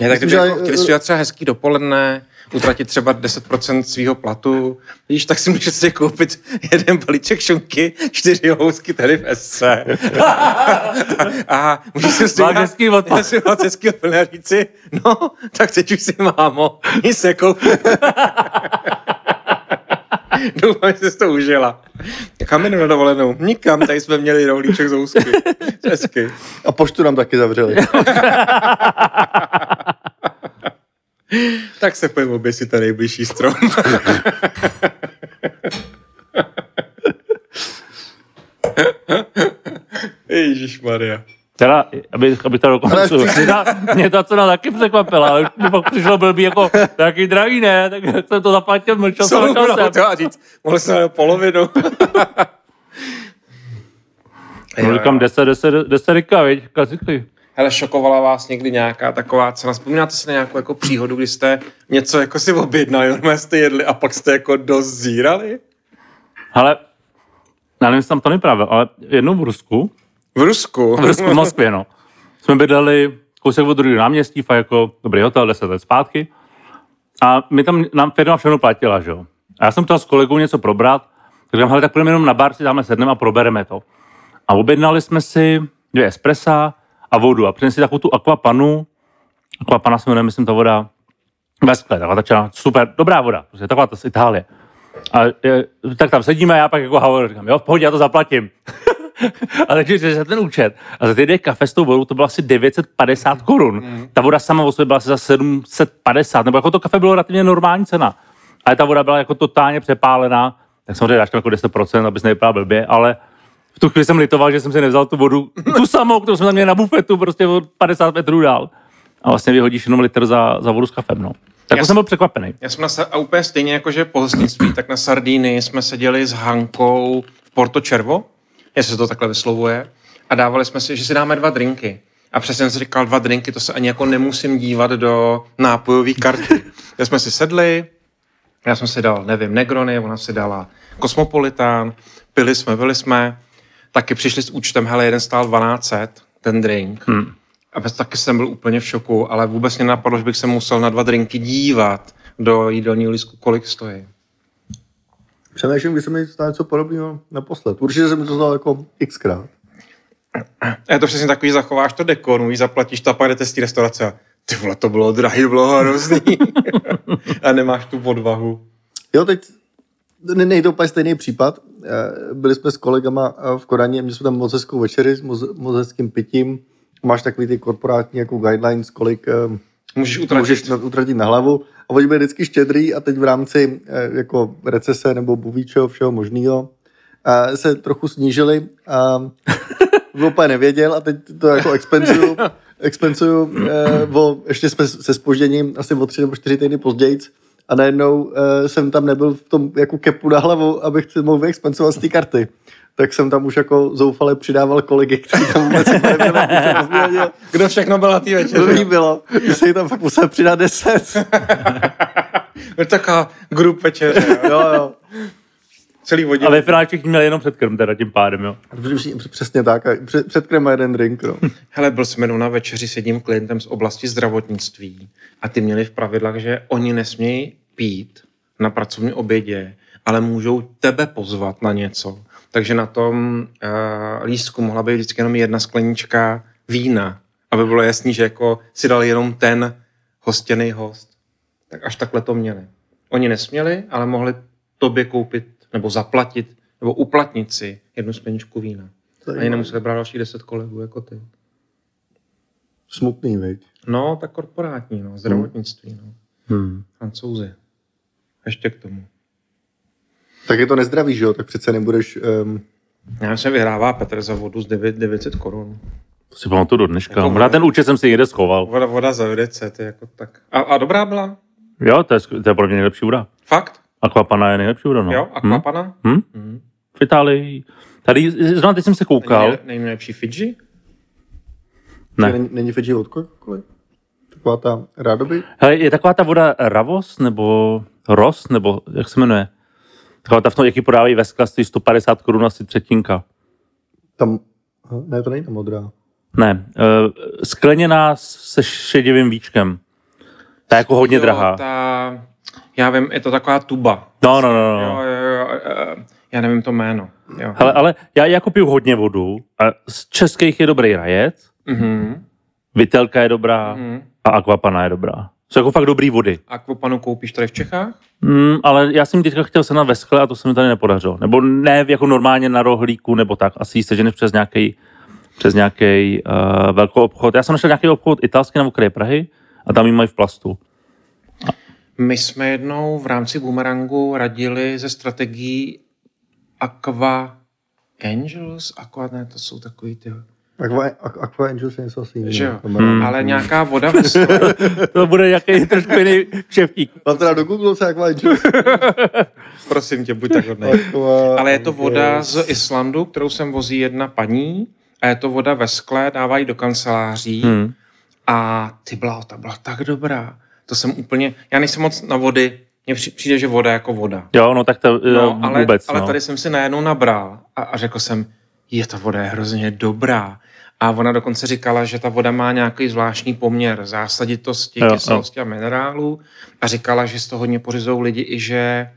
Speaker 3: Ne, tak
Speaker 4: Myslím,
Speaker 3: kdyby
Speaker 4: že-
Speaker 3: jako chtěli si udělat třeba hezký dopoledne, utratit třeba 10% svého platu, víš, tak si můžete koupit jeden balíček šunky, čtyři housky tady v SC. a můžeš si s tím
Speaker 2: Máš hezký odpad.
Speaker 3: si vás hezký odpoledne a říci, no, tak teď už si mámo, nic nekoupím. Doufám, že jsi to užila. Kam jdu na dovolenou? Nikam, tady jsme měli rohlíček z housky. Hezky.
Speaker 4: A poštu nám taky zavřeli.
Speaker 3: Tak se pojďme oběsit ten nejbližší strom. Ježíš Maria.
Speaker 2: Teda, aby, aby to
Speaker 4: Ale
Speaker 2: dokončil.
Speaker 4: přišli-
Speaker 2: Mě ta, mě ta cena taky překvapila, ale mi pak přišlo blbý jako taky drahý, ne? Tak jsem to zaplatil, mlčel jsem, mlčel jsem.
Speaker 3: to a říct, mohl jsem na polovinu.
Speaker 2: No, říkám 10, 10, 10 rika, viď? Klasiky.
Speaker 3: hele, šokovala vás někdy nějaká taková cena? Vzpomínáte si na nějakou jako příhodu, kdy jste něco jako si objednali, normálně jste jedli a pak jste jako dozírali?
Speaker 2: Ale, já nevím, jestli tam to nepravil, ale jednou v Rusku,
Speaker 3: V Rusku?
Speaker 2: v Rusku v Moskvě, no, jsme bydleli kousek od druhého náměstí, fakt jako dobrý hotel, 10 let zpátky. A my tam, nám firma všechno platila, že jo. A já jsem chtěl s kolegou něco probrat, tak říkám, hele, tak půjdeme jenom na bar, si dáme sedneme a probereme to. A objednali jsme si dvě espressa a vodu a přinesli takovou tu aquapanu, aquapana se jmenuje, myslím, ta voda, ve skle, taková ta černá, super, dobrá voda, prostě taková ta z Itálie. A je, tak tam sedíme a já pak jako Howard říkám, jo, v pohodě, já to zaplatím. a takže že za ten účet. A za ty dvě kafe s tou vodou to bylo asi 950 korun. Ta voda sama o sobě byla asi za 750, nebo jako to kafe bylo relativně normální cena. Ale ta voda byla jako totálně přepálená, tak samozřejmě dáš tam jako 10%, aby se nevypadal blbě, ale v tu chvíli jsem litoval, že jsem si nevzal tu vodu, tu samou, kterou jsem tam měl na bufetu, prostě o 50 metrů dál. A vlastně vyhodíš jenom litr za, za vodu s kafem, no. Tak to
Speaker 3: Jas-
Speaker 2: jsem byl překvapený.
Speaker 3: Já jsem na, sa- a úplně stejně jako, že po hostnictví, tak na Sardíny jsme seděli s Hankou v Porto Červo, jestli se to takhle vyslovuje, a dávali jsme si, že si dáme dva drinky. A přesně jsem si říkal, dva drinky, to se ani jako nemusím dívat do nápojové karty. Já jsme si sedli, já jsem si dal, nevím, Negrony, ona si dala Kosmopolitán, pili jsme, byli jsme, taky přišli s účtem, hele, jeden stál 1200, ten drink. Hmm. A bez, taky jsem byl úplně v šoku, ale vůbec mě napadlo, že bych se musel na dva drinky dívat do jídelního lístku, kolik stojí.
Speaker 4: Přemýšlím, když se mi stalo něco podobného naposled. Určitě jsem to znal jako xkrát.
Speaker 3: A je to přesně takový, zachováš to dekonu, víš, zaplatíš to a pak jdete z té restaurace. a Ty vole, to bylo drahý, to bylo hrozný. a nemáš tu odvahu.
Speaker 4: Jo, teď ne- nejde to úplně stejný případ. Eh, Byli jsme s kolegama eh, v Koraně, měli jsme tam moc hezkou večeři s moz- moc hezkým pitím. Máš takový ty korporátní jako guidelines, kolik eh,
Speaker 3: Můžeš utratit.
Speaker 4: můžeš na- utratit na hlavu. A oni byli vždycky štědrý a teď v rámci eh, jako recese nebo buvíčeho všeho možného se trochu snížili a úplně nevěděl a teď to jako expenzuju, expenzuju eh, o, ještě jsme se spožděním asi o tři nebo čtyři týdny později a najednou eh, jsem tam nebyl v tom jako kepu na hlavu, abych si mohl vyexpensovat z té karty. Tak jsem tam už jako zoufale přidával kolegy, kteří tam vůbec jako nebyli, nevěděl,
Speaker 3: Kdo všechno byl na té večeři?
Speaker 4: Blbý bylo, že se jí tam fakt musel přidat 10.
Speaker 3: Byl taková grup večeře, jo.
Speaker 4: Jo, jo.
Speaker 3: celý vodě.
Speaker 2: A ve finále všichni měli jenom předkrm teda tím pádem, jo.
Speaker 4: Přesně tak. a Před, před krema jeden drink, no.
Speaker 3: Hele, byl jsem jenom na večeři s jedním klientem z oblasti zdravotnictví a ty měli v pravidlech, že oni nesmějí pít na pracovní obědě, ale můžou tebe pozvat na něco. Takže na tom uh, lístku mohla být vždycky jenom jedna sklenička vína, aby bylo jasný, že jako si dal jenom ten hostěný host. Tak až takhle to měli. Oni nesměli, ale mohli tobě koupit nebo zaplatit nebo uplatnit si jednu skleničku vína. Ani nemuseli brát dalších deset kolegů jako ty.
Speaker 4: Smutný, viď?
Speaker 3: No, tak korporátní, no, zdravotnictví, no.
Speaker 2: Hmm.
Speaker 3: Francouzi. Ještě k tomu.
Speaker 4: Tak je to nezdravý, že jo? Tak přece nebudeš... Um,
Speaker 3: Já jsem vyhrává Petr za vodu z 9, 900 korun.
Speaker 2: To si pamatuju do dneška.
Speaker 3: Jako
Speaker 2: Možná ten účet jsem si někde schoval.
Speaker 3: Voda, voda za 900, je jako tak. A, a dobrá byla?
Speaker 2: Jo, to je, skv- to je pro mě nejlepší voda.
Speaker 3: Fakt?
Speaker 2: Aquapana je nejlepší voda, no.
Speaker 3: No. Jo? A
Speaker 2: Hm?
Speaker 3: klapana?
Speaker 2: Hm?
Speaker 3: Hmm.
Speaker 2: V Itálii. Tady, zrovna teď jsem se koukal.
Speaker 3: Není nej- nejlepší Fidži?
Speaker 2: Ne.
Speaker 4: Není, není Fidži od Coca-Coly? Taková ta rádoby?
Speaker 2: Hele, je taková ta voda Ravos, nebo Ros, nebo jak se jmenuje? Taková ta v tom, jaký podávají ve skle, stojí 150 korun asi třetinka.
Speaker 4: Tam... Aha, Ne, to není ta modrá.
Speaker 2: Ne, eh, skleněná se šedivým víčkem. Ta je jako hodně
Speaker 3: Jo,
Speaker 2: drahá.
Speaker 3: Ta, já vím, je to taková tuba.
Speaker 2: No, no, no. no.
Speaker 3: Jo, jo, jo, eh, já nevím to jméno. Jo.
Speaker 2: Hele, ale já jako piju hodně vodu a z českých je dobrý rajet,
Speaker 3: Mhm.
Speaker 2: vitelka je dobrá
Speaker 3: Mhm.
Speaker 2: a akvapana je dobrá. Jsou jako fakt dobrý vody.
Speaker 3: A kvopanu koupíš tady v Čechách?
Speaker 2: Mm, ale já jsem teďka chtěl se na veskle a to se mi tady nepodařilo. Nebo ne jako normálně na rohlíku nebo tak. Asi ji seženeš přes nějaký přes nějaký uh, velký obchod. Já jsem našel nějaký obchod italský na okraji Prahy a tam ji mají v plastu.
Speaker 3: My jsme jednou v rámci Boomerangu radili ze strategií Aqua Angels, Aqua, ne, to jsou takový ty,
Speaker 4: Aqua, Aqu- Aqua Angels je něco asi jiného.
Speaker 3: že jo,
Speaker 4: To jméno.
Speaker 3: ale nějaká voda ve skle,
Speaker 2: To bude nějaký trošku jiný kšeftík.
Speaker 4: Mám teda do Google se Aqua Angels.
Speaker 3: prosím tě, buď tak hodnej.
Speaker 4: Aqua
Speaker 3: Ale je to voda
Speaker 4: Angels.
Speaker 3: z Islandu, kterou sem vozí jedna paní a je to voda ve skle, dávají do kanceláří
Speaker 2: Hmm.
Speaker 3: a ty byla, ta byla tak dobrá. To jsem úplně, já nejsem moc na vody, mně při- přijde, že voda jako voda.
Speaker 2: Jo, no tak to
Speaker 3: No,
Speaker 2: no,
Speaker 3: ale,
Speaker 2: vůbec.
Speaker 3: ale
Speaker 2: no.
Speaker 3: tady jsem si najednou nabral a, a řekl jsem, je ta voda je hrozně dobrá. A ona dokonce říkala, že ta voda má nějaký zvláštní poměr zásaditosti,
Speaker 2: Jo, jo.
Speaker 3: kyselosti a minerálů. A říkala, že z toho hodně pořizou lidi i že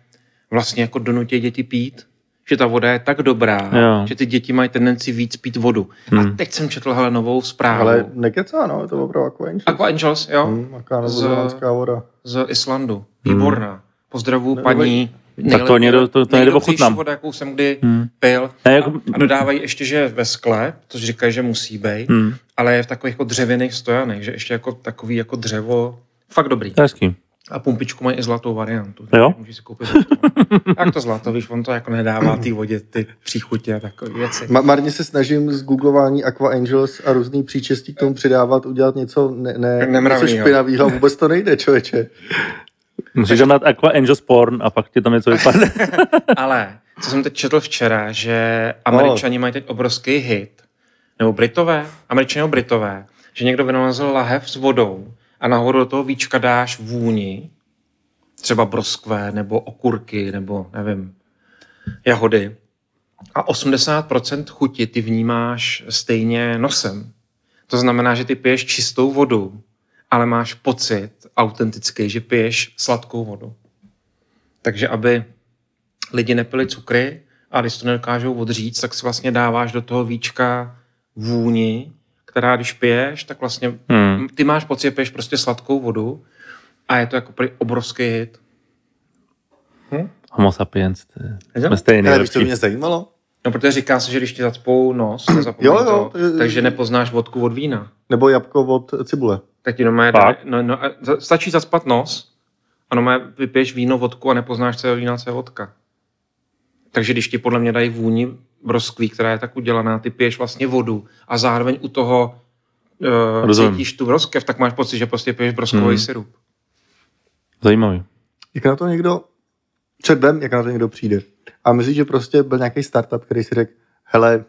Speaker 3: vlastně jako donutí děti pít. Že ta voda je tak dobrá,
Speaker 2: Jo.
Speaker 3: že ty děti mají tendenci víc pít vodu.
Speaker 2: Hmm.
Speaker 3: A teď jsem četl hele novou zprávu.
Speaker 4: Ale nekecá, no, je to opravdu jako Angel.
Speaker 3: Aqua Angels, jo?
Speaker 4: Hm, Jaká
Speaker 3: Z-
Speaker 4: novozelandská voda.
Speaker 3: z Islandu. Výborná. Pozdravu
Speaker 4: Ne,
Speaker 3: paní.
Speaker 2: Hmm. Tak to někdo- to- to někde ochutnám.
Speaker 3: voda, jakou jsem kdy
Speaker 2: Hmm.
Speaker 3: pil.
Speaker 2: Ne,
Speaker 3: A,
Speaker 2: jako-
Speaker 3: a dodávají ještě, že ve skle, což říkají, že musí být,
Speaker 2: Hmm.
Speaker 3: ale je v takových jako dřevěných stojanech, že ještě jako takový jako dřevo. Fakt dobrý.
Speaker 2: To je hezký.
Speaker 3: A pumpičku mají i zlatou variantu.
Speaker 2: Jo?
Speaker 3: Můžeš si koupit zlatou. Jak to zlato, víš, on to jako nedává té vodě ty příchutě a takové věci.
Speaker 4: Ma- marně se snažím z googlování Aqua Angels a různý příčestí k tomu přidávat, udělat něco, ne, ne, něco
Speaker 3: Nemravnýho.
Speaker 4: špinavého. Vůbec to nejde, člověče.
Speaker 2: Musíš tam dát Aqua Angels Porn a pak ti tam něco vypadne.
Speaker 3: Ale co jsem teď četl včera, že američani mají teď obrovský hit, nebo britové, američani nebo britové, že někdo vynalezl lahev s vodou a nahoru do toho víčka dáš vůni, třeba broskve, nebo okurky, nebo nevím, jahody. A 80% chuti ty vnímáš stejně nosem. To znamená, že ty piješ čistou vodu, ale máš pocit autentický, že piješ sladkou vodu. Takže aby lidi nepili cukry a když to nedokážou odříct, tak si vlastně dáváš do toho víčka vůni, která když piješ, tak vlastně
Speaker 2: Hmm.
Speaker 3: ty máš pocit, že piješ prostě sladkou vodu a je to jako prý obrovský hit.
Speaker 2: Homo sapiens. to je-
Speaker 3: Je to?
Speaker 2: Jsme stejný.
Speaker 4: Ale víš, to
Speaker 2: lepší.
Speaker 4: mě zajímalo.
Speaker 3: No, protože říká se, že když ti zacpou nos, nezapomeň
Speaker 4: Jo, jo,
Speaker 3: to,
Speaker 4: to je-
Speaker 3: takže nepoznáš vodku od vína.
Speaker 4: Nebo jabko od cibule.
Speaker 3: Tak ti doma je
Speaker 2: Fakt?
Speaker 3: no, no, a za- stačí zacpat nos a doma vypiješ víno, vodku a nepoznáš, co je vína, co je vodka. Takže když ti podle mě dají vůni broskví, která je tak udělaná, ty piješ vlastně vodu a zároveň u toho uh,
Speaker 2: Rozumím.
Speaker 3: cítíš tu broskev, tak máš pocit, že prostě piješ broskový
Speaker 2: Mhm.
Speaker 3: sirup.
Speaker 2: Zajímavý.
Speaker 4: Jak na to někdo, před vem, jak na to někdo přijde. A myslím, že prostě byl nějaký startup, který si řekl, hele,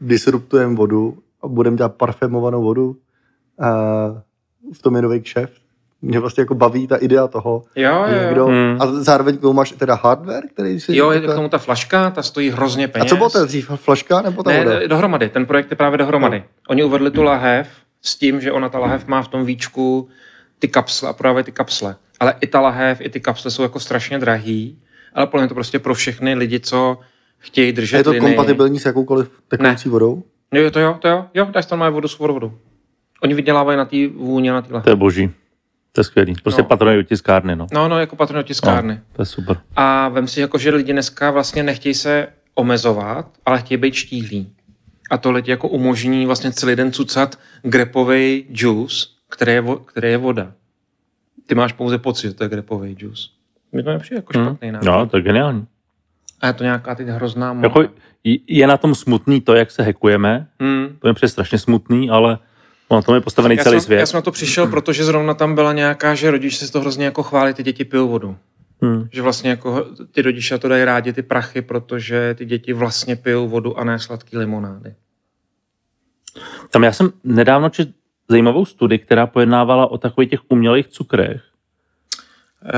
Speaker 4: disruptujeme vodu a budeme dělat parfémovanou vodu. A v tom je nový kšeft. Mě vlastně jako baví ta idea toho,
Speaker 3: Jo,
Speaker 4: že
Speaker 3: jo, jo.
Speaker 4: někdo,
Speaker 2: Hmm.
Speaker 4: a zároveň k tomu máš teda hardware, který si...
Speaker 3: Jo, je k tomu ta flaška, ta stojí hrozně
Speaker 4: a
Speaker 3: peněz.
Speaker 4: co bylo to dřív, flaška nebo ta voda?
Speaker 3: Ne, dohromady. Ten projekt je právě dohromady. Oni uvedli tu lahev s tím, že ona ta lahev má v tom víčku ty kapsle a prodávají ty kapsle. Ale i ta lahev, i ty kapsle jsou jako strašně drahý, ale podle mě to prostě pro všechny lidi, co chtějí
Speaker 4: A
Speaker 3: držet
Speaker 4: je to
Speaker 3: liny.
Speaker 4: kompatibilní s jakoukoliv tekoucí vodou?
Speaker 3: Jo, jo, to jo, to jo. Jo, dáš tam mají vodu s vodu. Oni vydělávají na té vůně, na té
Speaker 2: To
Speaker 3: lahev.
Speaker 2: je boží. To je skvělý. Prostě
Speaker 3: No.
Speaker 2: no. patronují tiskárny, no.
Speaker 3: No, no, jako patron do tiskárny.
Speaker 2: no. To je super.
Speaker 3: A vem si, jako, že lidi dneska vlastně nechtějí se omezovat, ale chtějí být štíhlí. A tohle ti jako umožní vlastně celý den cucat grepový juice, který je, vo- který je voda. Ty máš pouze pocit, že to je grepový juice. Mi to nepřijde jako
Speaker 2: Hmm.
Speaker 3: špatný nápad.
Speaker 2: No, to je geniální.
Speaker 3: A je to nějaká teď hrozná moda.
Speaker 2: Jako, j- je na tom smutný to, jak se hekujeme.
Speaker 3: hmm.
Speaker 2: To je přece strašně smutný, ale na tom je postavený
Speaker 3: já,
Speaker 2: celý
Speaker 3: jsem,
Speaker 2: svět.
Speaker 3: já jsem na to přišel, protože zrovna tam byla nějaká, že rodiče se to hrozně jako chválí, ty děti pijou vodu.
Speaker 2: Hmm.
Speaker 3: Že vlastně jako ty rodiče to dají rádi, ty prachy, protože ty děti vlastně pijou vodu a ne sladký limonády.
Speaker 2: Tam já jsem nedávno četl zajímavou studii, která pojednávala o takových těch umělých cukrech.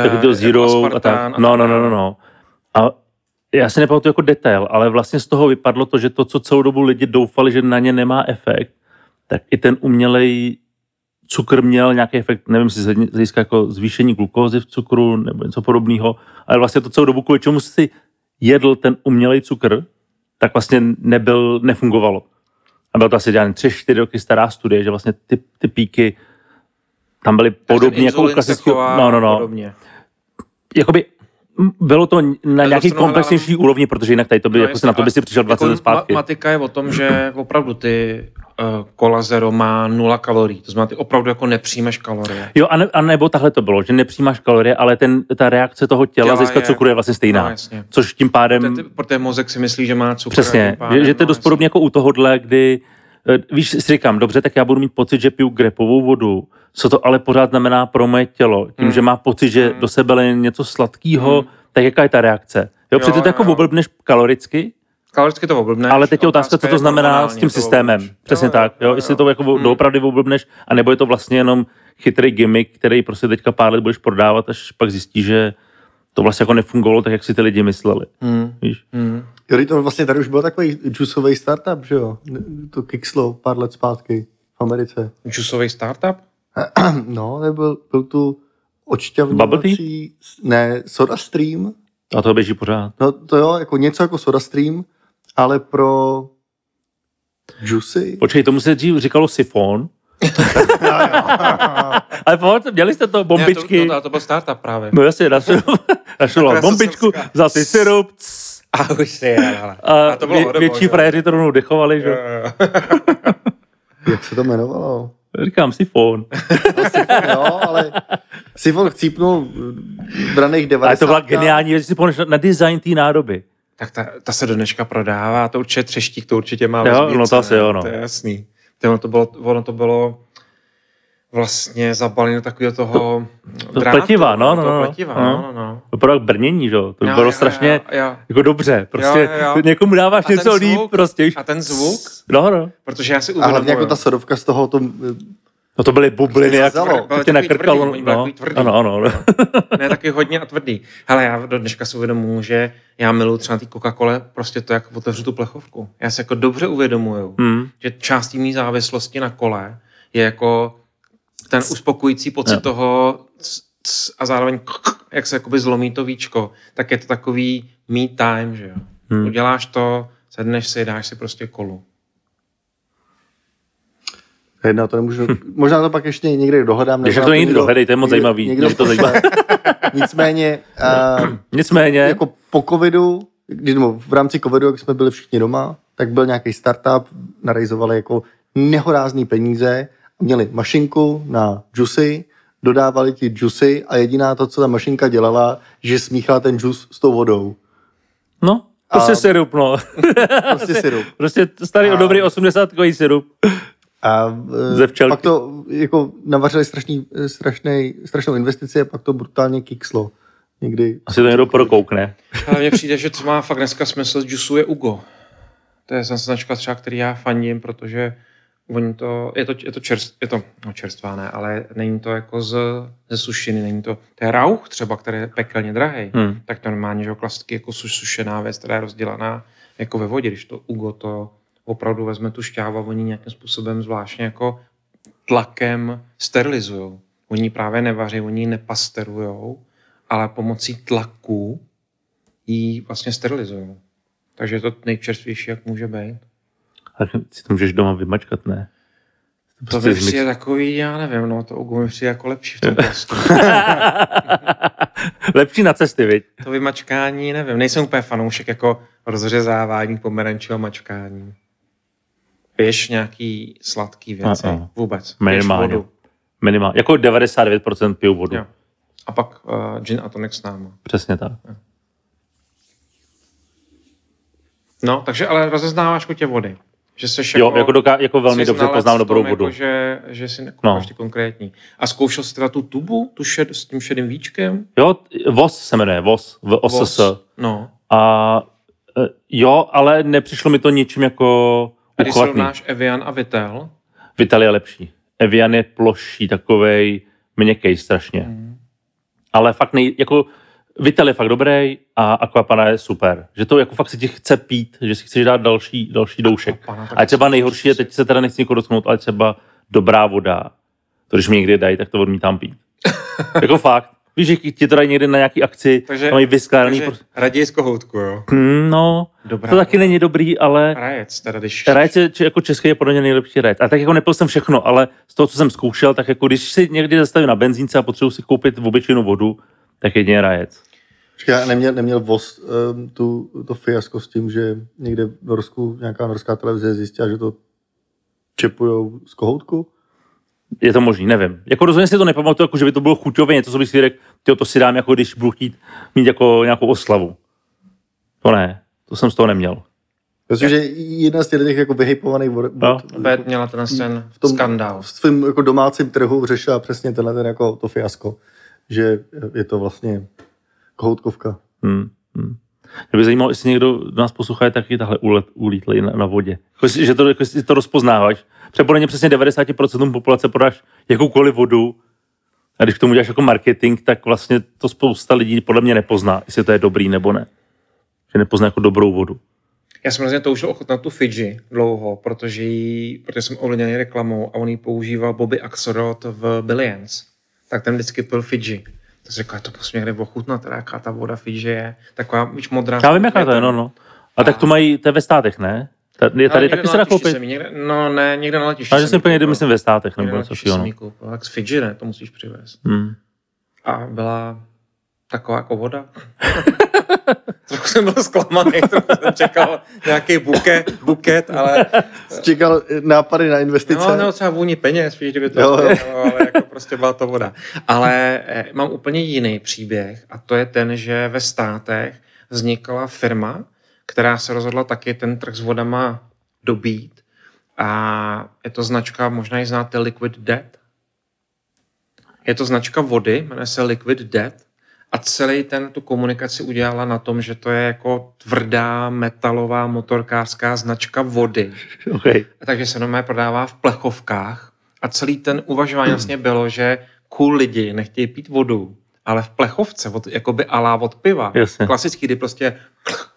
Speaker 2: Jako to
Speaker 3: Eh,
Speaker 2: Zero a
Speaker 3: aspartán
Speaker 2: tak. No, no, no, no, no. A já si nepamatuju jako detail, ale vlastně z toho vypadlo to, že to, co celou dobu lidi doufali, že na ně nemá efekt, tak i ten umělej cukr měl nějaký efekt, nevím, si získá jako zvýšení glukózy v cukru nebo něco podobného, ale vlastně to celou dobu, kvůli čemu si jedl ten umělej cukr, tak vlastně nebyl, nefungovalo. A bylo to asi dělané 3-4 roky stará studie, že vlastně ty, ty píky tam byly podobné jako u klasického... No, no, no
Speaker 3: Podobně.
Speaker 2: jakoby m, bylo to na nějaký
Speaker 3: stranu
Speaker 2: komplexnější úrovni, protože jinak tady to by,
Speaker 3: No,
Speaker 2: no, jako
Speaker 3: jasně,
Speaker 2: se na to
Speaker 3: ale
Speaker 2: by si přišel 20 let
Speaker 3: jako ma-
Speaker 2: zpátky.
Speaker 3: matika je o tom, že opravdu ty uh, kola zero má nula kalorií. To znamená, ty opravdu jako nepřijmeš kalorie.
Speaker 2: Jo, a, ne, a nebo tahle to bylo, že nepřijímáš kalorie, ale ten, ta reakce toho těla,
Speaker 3: Těla
Speaker 2: těla získat
Speaker 3: je-
Speaker 2: cukru je vlastně
Speaker 3: No,
Speaker 2: stejná.
Speaker 3: jasně.
Speaker 2: což tím pádem,
Speaker 3: Ten, protože mozek si myslí, že má cukr. a
Speaker 2: přesně,
Speaker 3: tím
Speaker 2: že,
Speaker 3: pádem,
Speaker 2: že to je
Speaker 3: no,
Speaker 2: dost
Speaker 3: jasně.
Speaker 2: podobně jako u tohohle, kdy, eh, víš, si říkám, dobře, tak já budu mít pocit, že piju grepovou vodu, co to ale pořád znamená pro moje tělo, tím,
Speaker 3: Hmm.
Speaker 2: že má pocit, že
Speaker 3: Hmm.
Speaker 2: do sebe je něco sladkého,
Speaker 3: Hmm.
Speaker 2: tak jaká je ta reakce? Jo,
Speaker 3: Jo,
Speaker 2: jo protože to
Speaker 3: jo,
Speaker 2: jako
Speaker 3: jo.
Speaker 2: oblbneš kaloricky,
Speaker 3: Kaloricky to oblbneš.
Speaker 2: Ale teď je otázka, co to
Speaker 3: je
Speaker 2: znamená s
Speaker 3: hormonálně
Speaker 2: tím
Speaker 3: to
Speaker 2: systémem.
Speaker 3: oblbneš.
Speaker 2: Přesně
Speaker 3: Jo, Hmm.
Speaker 2: tak. Jo, jestli to jako doopravdy oblbneš, anebo je to vlastně jenom chytrý gimmick, který prostě teďka pár let budeš prodávat, až pak zjistíš, že to vlastně jako nefungovalo tak, jak si ty lidi mysleli.
Speaker 3: Hmm.
Speaker 2: Víš?
Speaker 3: Hmm.
Speaker 4: Jo, teď to vlastně tady už byl takový juiceový startup, že jo? To kikslo pár let zpátky v Americe.
Speaker 3: Juiceový startup?
Speaker 4: No, nebyl, byl tu
Speaker 2: Bubble tea?
Speaker 4: odšťavňovací... Ne, SodaStream.
Speaker 2: A to běží pořád.
Speaker 4: No to jo, jako něco jako SodaStream, ale pro juicy.
Speaker 2: Počkej, tomu se dřív říkalo sifon. Ale pohled, měli jste to, bombičky.
Speaker 3: Ne, to, no, to byl startup právě.
Speaker 2: No jasně, našel
Speaker 3: Takhle jsem
Speaker 2: bombičku,
Speaker 3: se-
Speaker 2: vzal si syrup cs,
Speaker 3: A už si je, ale.
Speaker 2: a,
Speaker 3: to bylo
Speaker 2: vě-
Speaker 3: horrible,
Speaker 2: větší
Speaker 3: jo.
Speaker 2: frajeři to rovnou dechovali, že?
Speaker 4: Jak se to jmenovalo? No,
Speaker 2: Říkám sifon.
Speaker 4: Jo, ale Sifon chcípnul v raných 90.
Speaker 2: Ale to byla geniální věc, že si pohneš na, na design té nádoby.
Speaker 3: Tak ta, ta, se do dneška prodává, to určitě třeštík, to určitě má
Speaker 2: Jo,
Speaker 3: ve sbírce,
Speaker 2: no to asi
Speaker 3: ne?
Speaker 2: jo, no.
Speaker 3: To je jasný. To, ono, to bylo, ono to bylo vlastně zabaleno takového toho
Speaker 2: to
Speaker 3: drátu,
Speaker 2: pletiva, no, no,
Speaker 3: toho
Speaker 2: no,
Speaker 3: pletiva,
Speaker 2: no.
Speaker 3: no, no, no.
Speaker 2: Opravdu jak brnění, že jo? To
Speaker 3: Jo,
Speaker 2: bylo
Speaker 3: jo,
Speaker 2: strašně
Speaker 3: jo, jo.
Speaker 2: jako dobře. Prostě
Speaker 3: Jo, jo, jo.
Speaker 2: to někomu dáváš
Speaker 3: A ten
Speaker 2: něco líp,
Speaker 3: zvuk?
Speaker 2: prostě. víš.
Speaker 3: A ten zvuk?
Speaker 2: No, no.
Speaker 3: Protože já si
Speaker 4: A
Speaker 3: uvědomuji.
Speaker 4: hlavně jako ta sodovka z toho, to, eh,
Speaker 2: No to byly bubliny,
Speaker 4: To
Speaker 2: jak
Speaker 4: zazalo.
Speaker 2: to
Speaker 3: Byly
Speaker 2: tě
Speaker 3: takový
Speaker 2: nakrkalo.
Speaker 3: tvrdý, oni byly
Speaker 2: No,
Speaker 3: takový tvrdý.
Speaker 2: ano, ano. no.
Speaker 3: ne, taky hodně a tvrdý. Hele, já do dneška si uvědomuji, že já miluji třeba na té coca cole prostě to, jak otevřu tu plechovku. Já si jako dobře uvědomuju,
Speaker 2: Hmm.
Speaker 3: že částí mý závislosti na kole je jako ten uspokojící pocit
Speaker 2: Jo.
Speaker 3: toho c- c- a zároveň jak se jakoby zlomí to víčko, tak je to takový me time, že jo.
Speaker 2: Hmm.
Speaker 3: Uděláš to, sedneš si, dáš si prostě kolu.
Speaker 4: jedna, to nemůžu, možná to pak ještě někde dohledám.
Speaker 2: Když
Speaker 4: nebo
Speaker 2: to
Speaker 4: na
Speaker 2: někdy
Speaker 4: někdo-
Speaker 2: dohledej, to je moc
Speaker 4: někdo-
Speaker 2: zajímavý,
Speaker 4: někdo
Speaker 2: mě to
Speaker 4: pošle. Nicméně, a,
Speaker 2: Nicméně,
Speaker 4: jako po covidu, když, nebo v rámci covidu, jak jsme byli všichni doma, tak byl nějaký startup, narejzovali jako nehorázný peníze, měli mašinku na džusy, dodávali ti džusy a jediná to, co ta mašinka dělala, že smíchala ten džus s tou vodou.
Speaker 2: no, prostě
Speaker 4: a-
Speaker 2: syrup, no.
Speaker 4: Prostě sirup.
Speaker 2: Prostě starý a... dobrý 80 syrup.
Speaker 4: A eh,
Speaker 2: Ze včelky.
Speaker 4: pak to jako navařili strašný, eh, strašnej, strašnou investici a pak to brutálně kikslo. Někdy.
Speaker 2: Asi to někdo prokoukne.
Speaker 3: Ale mně přijde, že co má fakt dneska smysl z džusu je Ugo. To je značka třeba, který já fandím, protože oni to, je to, je to, čerst, je to no čerstvá ne, ale není to jako z, ze sušiny, není to, to je rauch třeba, který je pekelně drahý,
Speaker 2: Hmm.
Speaker 3: tak to normálně, že jo, klasicky jako su, sušená věc, která je rozdělaná jako ve vodě, když to Ugo to opravdu vezme tu šťávu a oni nějakým způsobem zvláštně jako tlakem sterilizujou. Oni ji právě nevaří, oni ji nepasterujou, ale pomocí tlaku ji vlastně sterilizují. Takže je to nejčerstvější, jak může být.
Speaker 2: Tak si to můžeš doma vymačkat, ne?
Speaker 3: To
Speaker 2: Prostě
Speaker 3: mi
Speaker 2: zmix-
Speaker 3: přijde takový, já nevím, no to Ugo mi přijde jako lepší v tom plastu.
Speaker 2: Lepší na cesty, viď?
Speaker 3: To vymačkání, nevím, nejsem úplně fanoušek jako rozřezávání pomerančů a mačkání. Piješ nějaký sladký věci,
Speaker 2: Uh-uh.
Speaker 3: vůbec. Piješ
Speaker 2: Minimálně.
Speaker 3: vodu.
Speaker 2: Minimálně. Jako 99% piju vodu.
Speaker 3: Jo. A pak uh, gin a tonic s náma.
Speaker 2: Přesně tak.
Speaker 3: No, takže ale rozeznáváš chutě vody. Že seš
Speaker 2: Jo, jako, doká- jako velmi
Speaker 3: jsi
Speaker 2: dobře
Speaker 3: znalec
Speaker 2: poznám
Speaker 3: v
Speaker 2: dobrou
Speaker 3: tom,
Speaker 2: vodu.
Speaker 3: Jako, že, že si
Speaker 2: No.
Speaker 3: nekoukáš no. ty konkrétní. A zkoušel jsi teda tu tubu tu šed, s tím šedým víčkem?
Speaker 2: Jo, t- VOS se jmenuje, VOS, v OSS.
Speaker 3: Vos. No.
Speaker 2: A e, jo, ale nepřišlo mi to ničím jako
Speaker 3: A když
Speaker 2: uchvatný.
Speaker 3: srovnáš Evian a Vitel,
Speaker 2: Vital je lepší. Evian je ploší, takovej měkkej strašně.
Speaker 3: Mhm.
Speaker 2: Ale fakt nej, jako Vital je fakt dobrý a Aquapana je super. Že to jako fakt se ti chce pít, že si chceš dát další, další doušek.
Speaker 3: Aquapana, tak
Speaker 2: A třeba nejhorší je, teď se teda nechci nikoho dotknout, ale třeba dobrá voda. To, když mi někdy dají, tak to odmítám pít. jako fakt. Víš, že ti to dají někdy na nějaký akci,
Speaker 3: Takže-
Speaker 2: takže, mají vyskládaný...
Speaker 3: takže
Speaker 2: Takže...
Speaker 3: raději z kohoutku, jo?
Speaker 2: No,
Speaker 3: Dobrá.
Speaker 2: to taky není dobrý, ale...
Speaker 3: Rajec, teda když...
Speaker 2: Rajec je či- jako český je podle mě nejlepší rajec. A tak jako nepil jsem všechno, ale z toho, co jsem zkoušel, tak jako když si někdy zastavím na benzínce a potřebuji si koupit v obyčejnou vodu, tak jedině rajec.
Speaker 4: Počkej, Já neměl, neměl voz um, tu, to fiasko s tím, že někde v Norsku nějaká norská televize zjistila, že to čepujou z kohoutku.
Speaker 2: Je to možný, nevím. Jako rozhodně si to nepamatuju, jako že by to bylo chuťově něco, co bych si řekl, tyjo, to si dám, jako když budu chtít mít jako nějakou oslavu. To ne, to jsem z toho neměl.
Speaker 4: Myslím, že jedna z těch, těch jako vyhypovaných vod,
Speaker 2: No.
Speaker 3: Opět měla ten, ten
Speaker 4: Hmm. v tom
Speaker 3: skandál.
Speaker 4: v svém jako domácím trhu řešila přesně tenhle ten jako to fiasko, že je to vlastně kohoutkovka.
Speaker 2: Hmm. Hmm. Mě by zajímalo, jestli někdo z nás poslouchá, je taky tahle ulet, ulítli na, na vodě. Jako, jestli- že to, jako, jestli to rozpoznáváš. Přepodaně přesně 90% populace podáš jakoukoliv vodu, a když k tomu děláš jako marketing, tak vlastně to spousta lidí podle mě nepozná, jestli to je dobrý nebo ne. Že nepozná jako dobrou vodu.
Speaker 3: Já jsem hrozně toužil ochot na tu Fidži dlouho, protože, jí, protože jsem ovlivněný reklamou a on ji používal Bobby Axorod v Billions. Tak ten vždycky pil Fidži. To jsem říkal, to musím někde ochutnat, teda jaká ta voda Fidži je. Taková už modrá.
Speaker 2: Já vím, jaká to je, no, no. A tak to mají, to je ve státech, ne? Ta- Je tady
Speaker 3: Ale
Speaker 2: taky se
Speaker 3: někde na
Speaker 2: dá
Speaker 3: letišti
Speaker 2: koupit.
Speaker 3: jsem ji Někde, no ne, někde na letišti.
Speaker 2: Ale že
Speaker 3: jsem
Speaker 2: jsem
Speaker 3: ji
Speaker 2: úplně někde,
Speaker 3: koupil.
Speaker 2: myslím, ve státech
Speaker 3: Někde
Speaker 2: nebo no.
Speaker 3: na
Speaker 2: něco
Speaker 3: letišti jsem
Speaker 2: takového.
Speaker 3: ji koupil. Tak z Fidži ne, to musíš přivést.
Speaker 2: no. Hmm.
Speaker 3: A byla taková jako voda. trochu jsem byl zklamaný, trochu jsem čekal nějaký buket, buket ale
Speaker 4: Čekal e, nápady na investice.
Speaker 3: Eh. No, no, třeba vůni peněz, víš, kdyby to
Speaker 4: Jo,
Speaker 3: jo,
Speaker 4: jo.
Speaker 3: jo. ale jako prostě byla to voda. Ale eh, mám úplně jiný příběh a to je ten, že ve státech vznikla firma, která se rozhodla taky ten trh s vodama dobít a je to značka, možná ji znáte, Liquid Death. Je to značka vody, jmenuje se Liquid Death a celý ten tu komunikaci udělala na tom, že to je jako tvrdá metalová motorkářská značka vody.
Speaker 2: Okay.
Speaker 3: Takže se normálně prodává v plechovkách a celý ten uvažování vlastně bylo, že cool lidi nechtějí pít vodu, ale v plechovce, od, jakoby alá od piva.
Speaker 2: Jasně.
Speaker 3: Klasický, kdy prostě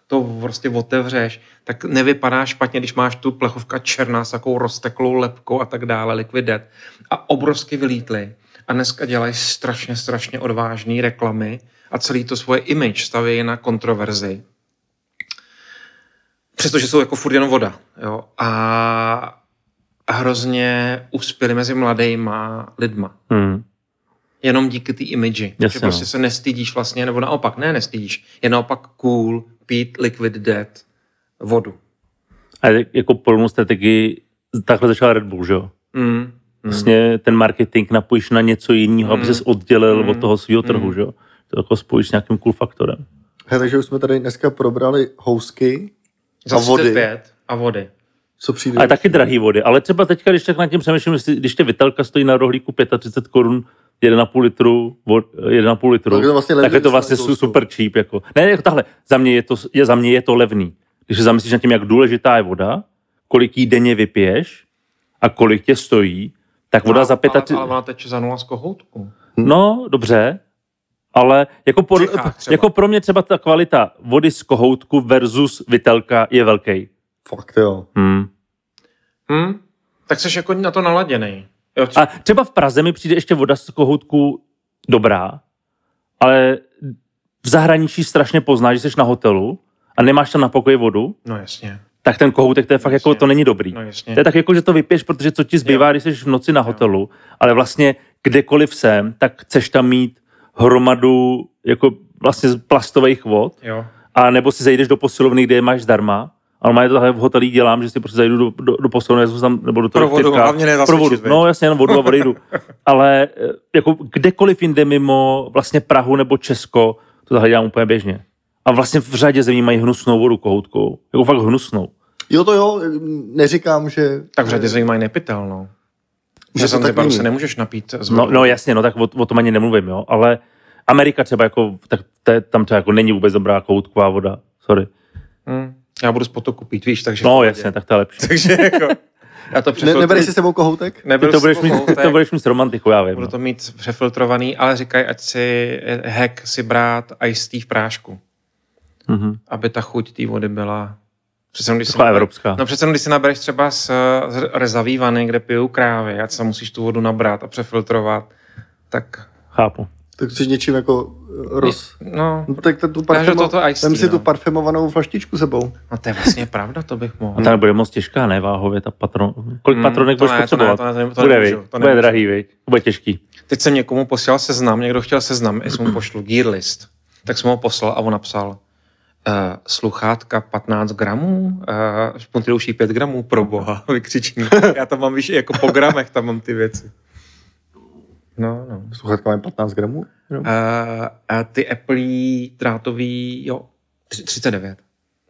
Speaker 3: to prostě otevřeš, tak nevypadá špatně, když máš tu plechovka černá s takovou rozteklou lepkou a tak dále, likvidet. A obrovsky vylítly. A dneska dělají strašně, strašně odvážné reklamy a celý to svoje image staví na kontroverzi přestože jsou jako furt jenom voda. Jo? A hrozně uspěli mezi mladýma lidma.
Speaker 2: Hmm.
Speaker 3: Jenom díky té imidži.
Speaker 2: Jasně,
Speaker 3: že prostě
Speaker 2: no.
Speaker 3: se nestydíš vlastně, nebo naopak, ne, nestydíš. Je naopak cool pít liquid death vodu.
Speaker 2: A je- jako podobnou strategii takhle začal Red Bull, že jo?
Speaker 3: Mm.
Speaker 2: Vlastně ten marketing napojíš na něco jiného, aby
Speaker 3: Mm.
Speaker 2: ses oddělil
Speaker 3: Mm.
Speaker 2: od toho svého trhu,
Speaker 3: Mm.
Speaker 2: že jo? To jako spojíš s nějakým cool faktorem.
Speaker 4: Hele, takže už jsme tady dneska probrali housky.
Speaker 3: Za
Speaker 4: A vody.
Speaker 3: 35 a vody.
Speaker 4: Co přijde?
Speaker 2: Ale taky drahý vody. Ale třeba teďka, když tak nad tím přemýšlím, jestli, když ty vitelka stojí na rohlíku 35 korun, 1,5 litru, vod, 1,5 litru,
Speaker 4: Tak je to vlastně
Speaker 2: tak
Speaker 4: levný
Speaker 2: je to vlastně
Speaker 4: s tou
Speaker 2: su- super cheap. Jako. Ne, jako tahle, za mě je to, je, za mě je to levný. Když se zamyslíš nad tím, jak důležitá je voda, kolik jí denně vypiješ a kolik tě stojí, tak voda
Speaker 3: No,
Speaker 2: za 35...
Speaker 3: Ale, ale ona teče za nula z kohoutku.
Speaker 2: No, dobře, ale jako, por,
Speaker 3: Čechách třeba.
Speaker 2: jako pro mě třeba ta kvalita vody z kohoutku versus vitelka je velký.
Speaker 4: Fakt jo.
Speaker 2: Hmm.
Speaker 3: Hm? Tak jsi jako na to naladěný. Jo, třeba,
Speaker 2: A třeba v Praze mi přijde ještě voda z kohoutku dobrá, ale v zahraničí strašně poznáš, že jsi na hotelu a nemáš tam na pokoji vodu,
Speaker 3: no jasně.
Speaker 2: tak ten kohoutek, to je fakt jako,
Speaker 3: Jasně.
Speaker 2: to není dobrý.
Speaker 3: No jasně.
Speaker 2: To je tak jako, že to vypiješ, protože co ti zbývá,
Speaker 3: Jo.
Speaker 2: když jsi v noci na hotelu, ale vlastně kdekoliv jsem, tak chceš tam mít hromadu jako vlastně z plastových vod,
Speaker 3: Jo.
Speaker 2: a nebo si zajdeš do posilovny, kde je máš zdarma. Ale má to takhle v hotelích dělám, že si prostě zajdu do, do, do posilovny, jsem tam, nebo do toho
Speaker 3: Pro vodu,
Speaker 2: aktivka.
Speaker 3: hlavně ne
Speaker 2: Pro
Speaker 3: zasvětit,
Speaker 2: vodu,
Speaker 3: viď?
Speaker 2: no jasně, jenom vodu a odejdu. Ale eh, jako kdekoliv jinde mimo vlastně Prahu nebo Česko, to takhle dělám úplně běžně. A vlastně v řadě zemí mají hnusnou vodu kohoutkou. Jako fakt hnusnou.
Speaker 4: Jo to jo, neříkám, že...
Speaker 3: Tak v řadě zemí mají nepitelnou.
Speaker 4: Že
Speaker 3: Že
Speaker 4: to tak
Speaker 3: Zanzibaru
Speaker 4: není.
Speaker 3: se nemůžeš napít z
Speaker 2: No,
Speaker 3: vody.
Speaker 2: no jasně, no tak o, o tom ani nemluvím, jo. Ale Amerika třeba jako, tak to je, tam třeba jako není vůbec dobrá kohoutková voda. Sorry.
Speaker 3: Hm. Já budu z potoku pít, víš, takže...
Speaker 2: No jasně, tak to je lepší.
Speaker 3: Takže jako... Já to
Speaker 4: Ne,
Speaker 3: přefiltruji.
Speaker 4: nebereš si s sebou kohoutek?
Speaker 2: Ty
Speaker 3: Nebyl
Speaker 2: to budeš mít, ty to
Speaker 3: budeš...
Speaker 2: budeš mít s romantikou, já vím.
Speaker 3: Budu
Speaker 2: no.
Speaker 3: to mít přefiltrovaný, ale říkají, ať si eh, hack si brát iced tea v prášku,
Speaker 2: Mhm.
Speaker 3: aby ta chuť té vody byla... Přece, jenom, když si
Speaker 2: Taková
Speaker 3: nabereš-
Speaker 2: evropská.
Speaker 3: No přece, jenom, když si nabereš třeba z, eh, z rezavý vany, kde pijou krávy, ať se musíš tu vodu nabrat a přefiltrovat, tak
Speaker 2: Chápu.
Speaker 4: Tak jsi něčím jako eh, roz...
Speaker 3: no,
Speaker 4: No, tak tu
Speaker 3: Takže
Speaker 4: parfemo...
Speaker 3: toto iced
Speaker 4: Vem
Speaker 3: tea,
Speaker 4: si
Speaker 3: no.
Speaker 4: tu parfumovanou flaštičku sebou.
Speaker 3: no to je vlastně pravda, to bych mohl.
Speaker 2: A ta nebude moc těžká, ne, váhově, ta patron. Kolik
Speaker 3: Mm,
Speaker 2: patronek
Speaker 3: to
Speaker 2: budeš
Speaker 3: ne, to ne,
Speaker 2: potřebovat?
Speaker 3: to ne, to
Speaker 2: bude,
Speaker 3: nemůžu,
Speaker 2: viď?
Speaker 3: to
Speaker 2: bude
Speaker 3: nemůžu.
Speaker 2: drahý, viď? bude těžký.
Speaker 3: Teď jsem někomu posílal seznam, někdo chtěl seznam, jestli mu pošlu gear list. Tak jsem mu ho poslal a on napsal uh, sluchátka 15 gramů, uh, špuntilouší 5 gramů, pro boha, vykřičník. Já tam mám, víš, jako po gramech tam mám ty věci. No, no.
Speaker 4: Sluchatka mají 15 gramů?
Speaker 3: Uh, a ty Apple drátový, jo, tři- 39.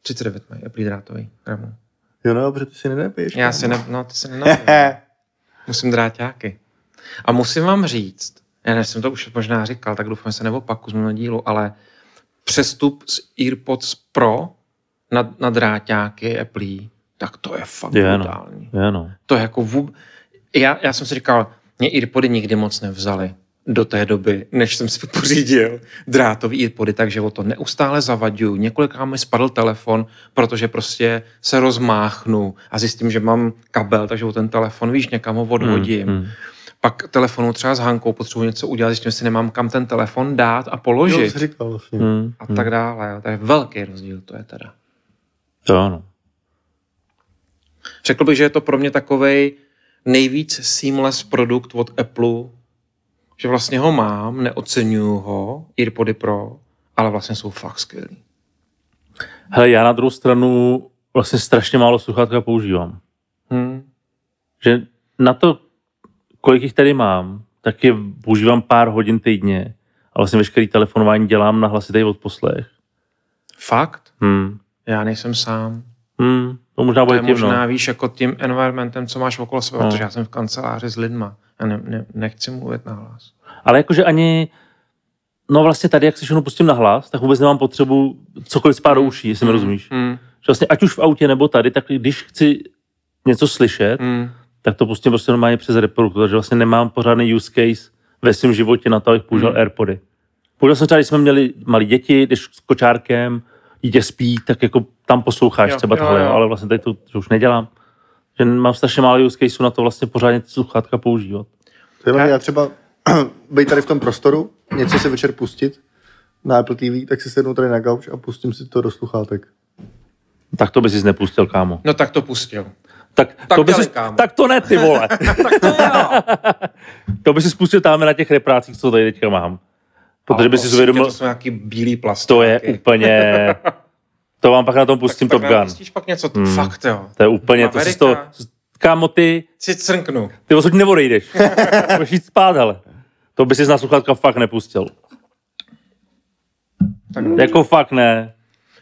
Speaker 3: 39 mají Apple drátový gramů.
Speaker 4: Jo no, protože ty si Eh, nenapiješ.
Speaker 3: Já si ne, no, ty se nenapiju. Musím dráťáky. A musím vám říct, já než jsem to už možná říkal, tak doufám, že se neopaku z mého dílu, ale přestup z AirPods Pro na, na dráťáky Apple, tak to je fakt
Speaker 2: Je, no.
Speaker 3: brutální.
Speaker 2: Je, no.
Speaker 3: To je jako vůb... já, já jsem si říkal, mě Earpody nikdy moc nevzali do té doby, než jsem si pořídil drátový Earpody, takže o to neustále zavaďuju. Několikrát mi spadl telefon, protože prostě se rozmáchnu a zjistím, že mám kabel, takže o ten telefon, víš, někam ho odhodím.
Speaker 2: Mm, mm.
Speaker 3: Pak telefonu třeba s Hankou potřebuji něco udělat, zjistím, jestli nemám kam ten telefon dát a
Speaker 4: Jo,
Speaker 3: položit
Speaker 4: jsi říkal vlastně.
Speaker 2: Mm,
Speaker 3: a tak dále. jo. To je velký rozdíl, to je teda.
Speaker 2: to no. ano.
Speaker 3: Řekl bych, že je to pro mě takovej nejvíc seamless produkt od Apple, že vlastně ho mám, neoceňuju ho, Earpody Pro, ale vlastně jsou fakt skvělý.
Speaker 2: Hele, já na druhou stranu vlastně strašně málo sluchátka používám.
Speaker 3: Hmm.
Speaker 2: Že na to, kolik jich tady mám, tak je používám pár hodin týdně a vlastně veškerý telefonování dělám na hlasitý odposlech.
Speaker 3: Fakt?
Speaker 2: Hmm.
Speaker 3: Já nejsem sám.
Speaker 2: Hmm. To možná
Speaker 3: To
Speaker 2: bude
Speaker 3: je
Speaker 2: tím, no.
Speaker 3: možná, víš, jako tím environmentem, co máš okolo sebe,
Speaker 2: No.
Speaker 3: protože já jsem v kanceláři s lidma. Já ne, ne, nechci mluvit na hlas.
Speaker 2: Ale jakože ani, no vlastně tady, jak se všechno pustím na hlas, tak vůbec nemám potřebu cokoliv spát do uší, jestli mi rozumíš.
Speaker 3: Hmm.
Speaker 2: Že vlastně ať už v autě nebo tady, tak když chci něco slyšet,
Speaker 3: Hmm.
Speaker 2: tak to pustím prostě normálně přes reproduktor, takže vlastně nemám pořádný use case ve svém životě na to, abych
Speaker 3: Hmm.
Speaker 2: použil AirPody. Použil jsem třeba, když jsme měli malí děti, když s kočárkem, dítě spí, tak jako tam posloucháš
Speaker 3: Jo,
Speaker 2: jo, třeba
Speaker 3: jo,
Speaker 2: tohle,
Speaker 3: jo.
Speaker 2: jo. ale vlastně tady to, to už nedělám. Že mám strašně málo use caseů na to vlastně pořádně ty sluchátka používat.
Speaker 4: Třeba,
Speaker 3: Já-
Speaker 4: já třeba být tady v tom prostoru, něco si večer pustit na Apple TV, tak si sednu tady na gauč a pustím si to do sluchátek.
Speaker 2: Tak to bys jsi nepustil, kámo.
Speaker 3: No tak to pustil.
Speaker 2: Tak,
Speaker 3: Tak
Speaker 2: to bys
Speaker 3: dělej,
Speaker 2: jsi,
Speaker 3: kámo.
Speaker 2: tak to ne, ty vole.
Speaker 3: tak to jo.
Speaker 2: to bys si spustil tam na těch reprácích, co tady teďka mám. Protože bys si uvědomil,
Speaker 3: To jsou nějaký bílý plast.
Speaker 2: to je úplně... To vám pak na tom pustím Top Gun. Hmm.
Speaker 3: Pustíš pak něco, fakt jo.
Speaker 2: To je úplně, to si to...
Speaker 3: Amerika.
Speaker 2: Kámo, ty,
Speaker 3: Si crknu.
Speaker 2: ty odsud neodejdeš. Budeš jít spát, ale. To by si na sluchátka fakt nepustil.
Speaker 3: Tak.
Speaker 2: Jako fakt ne.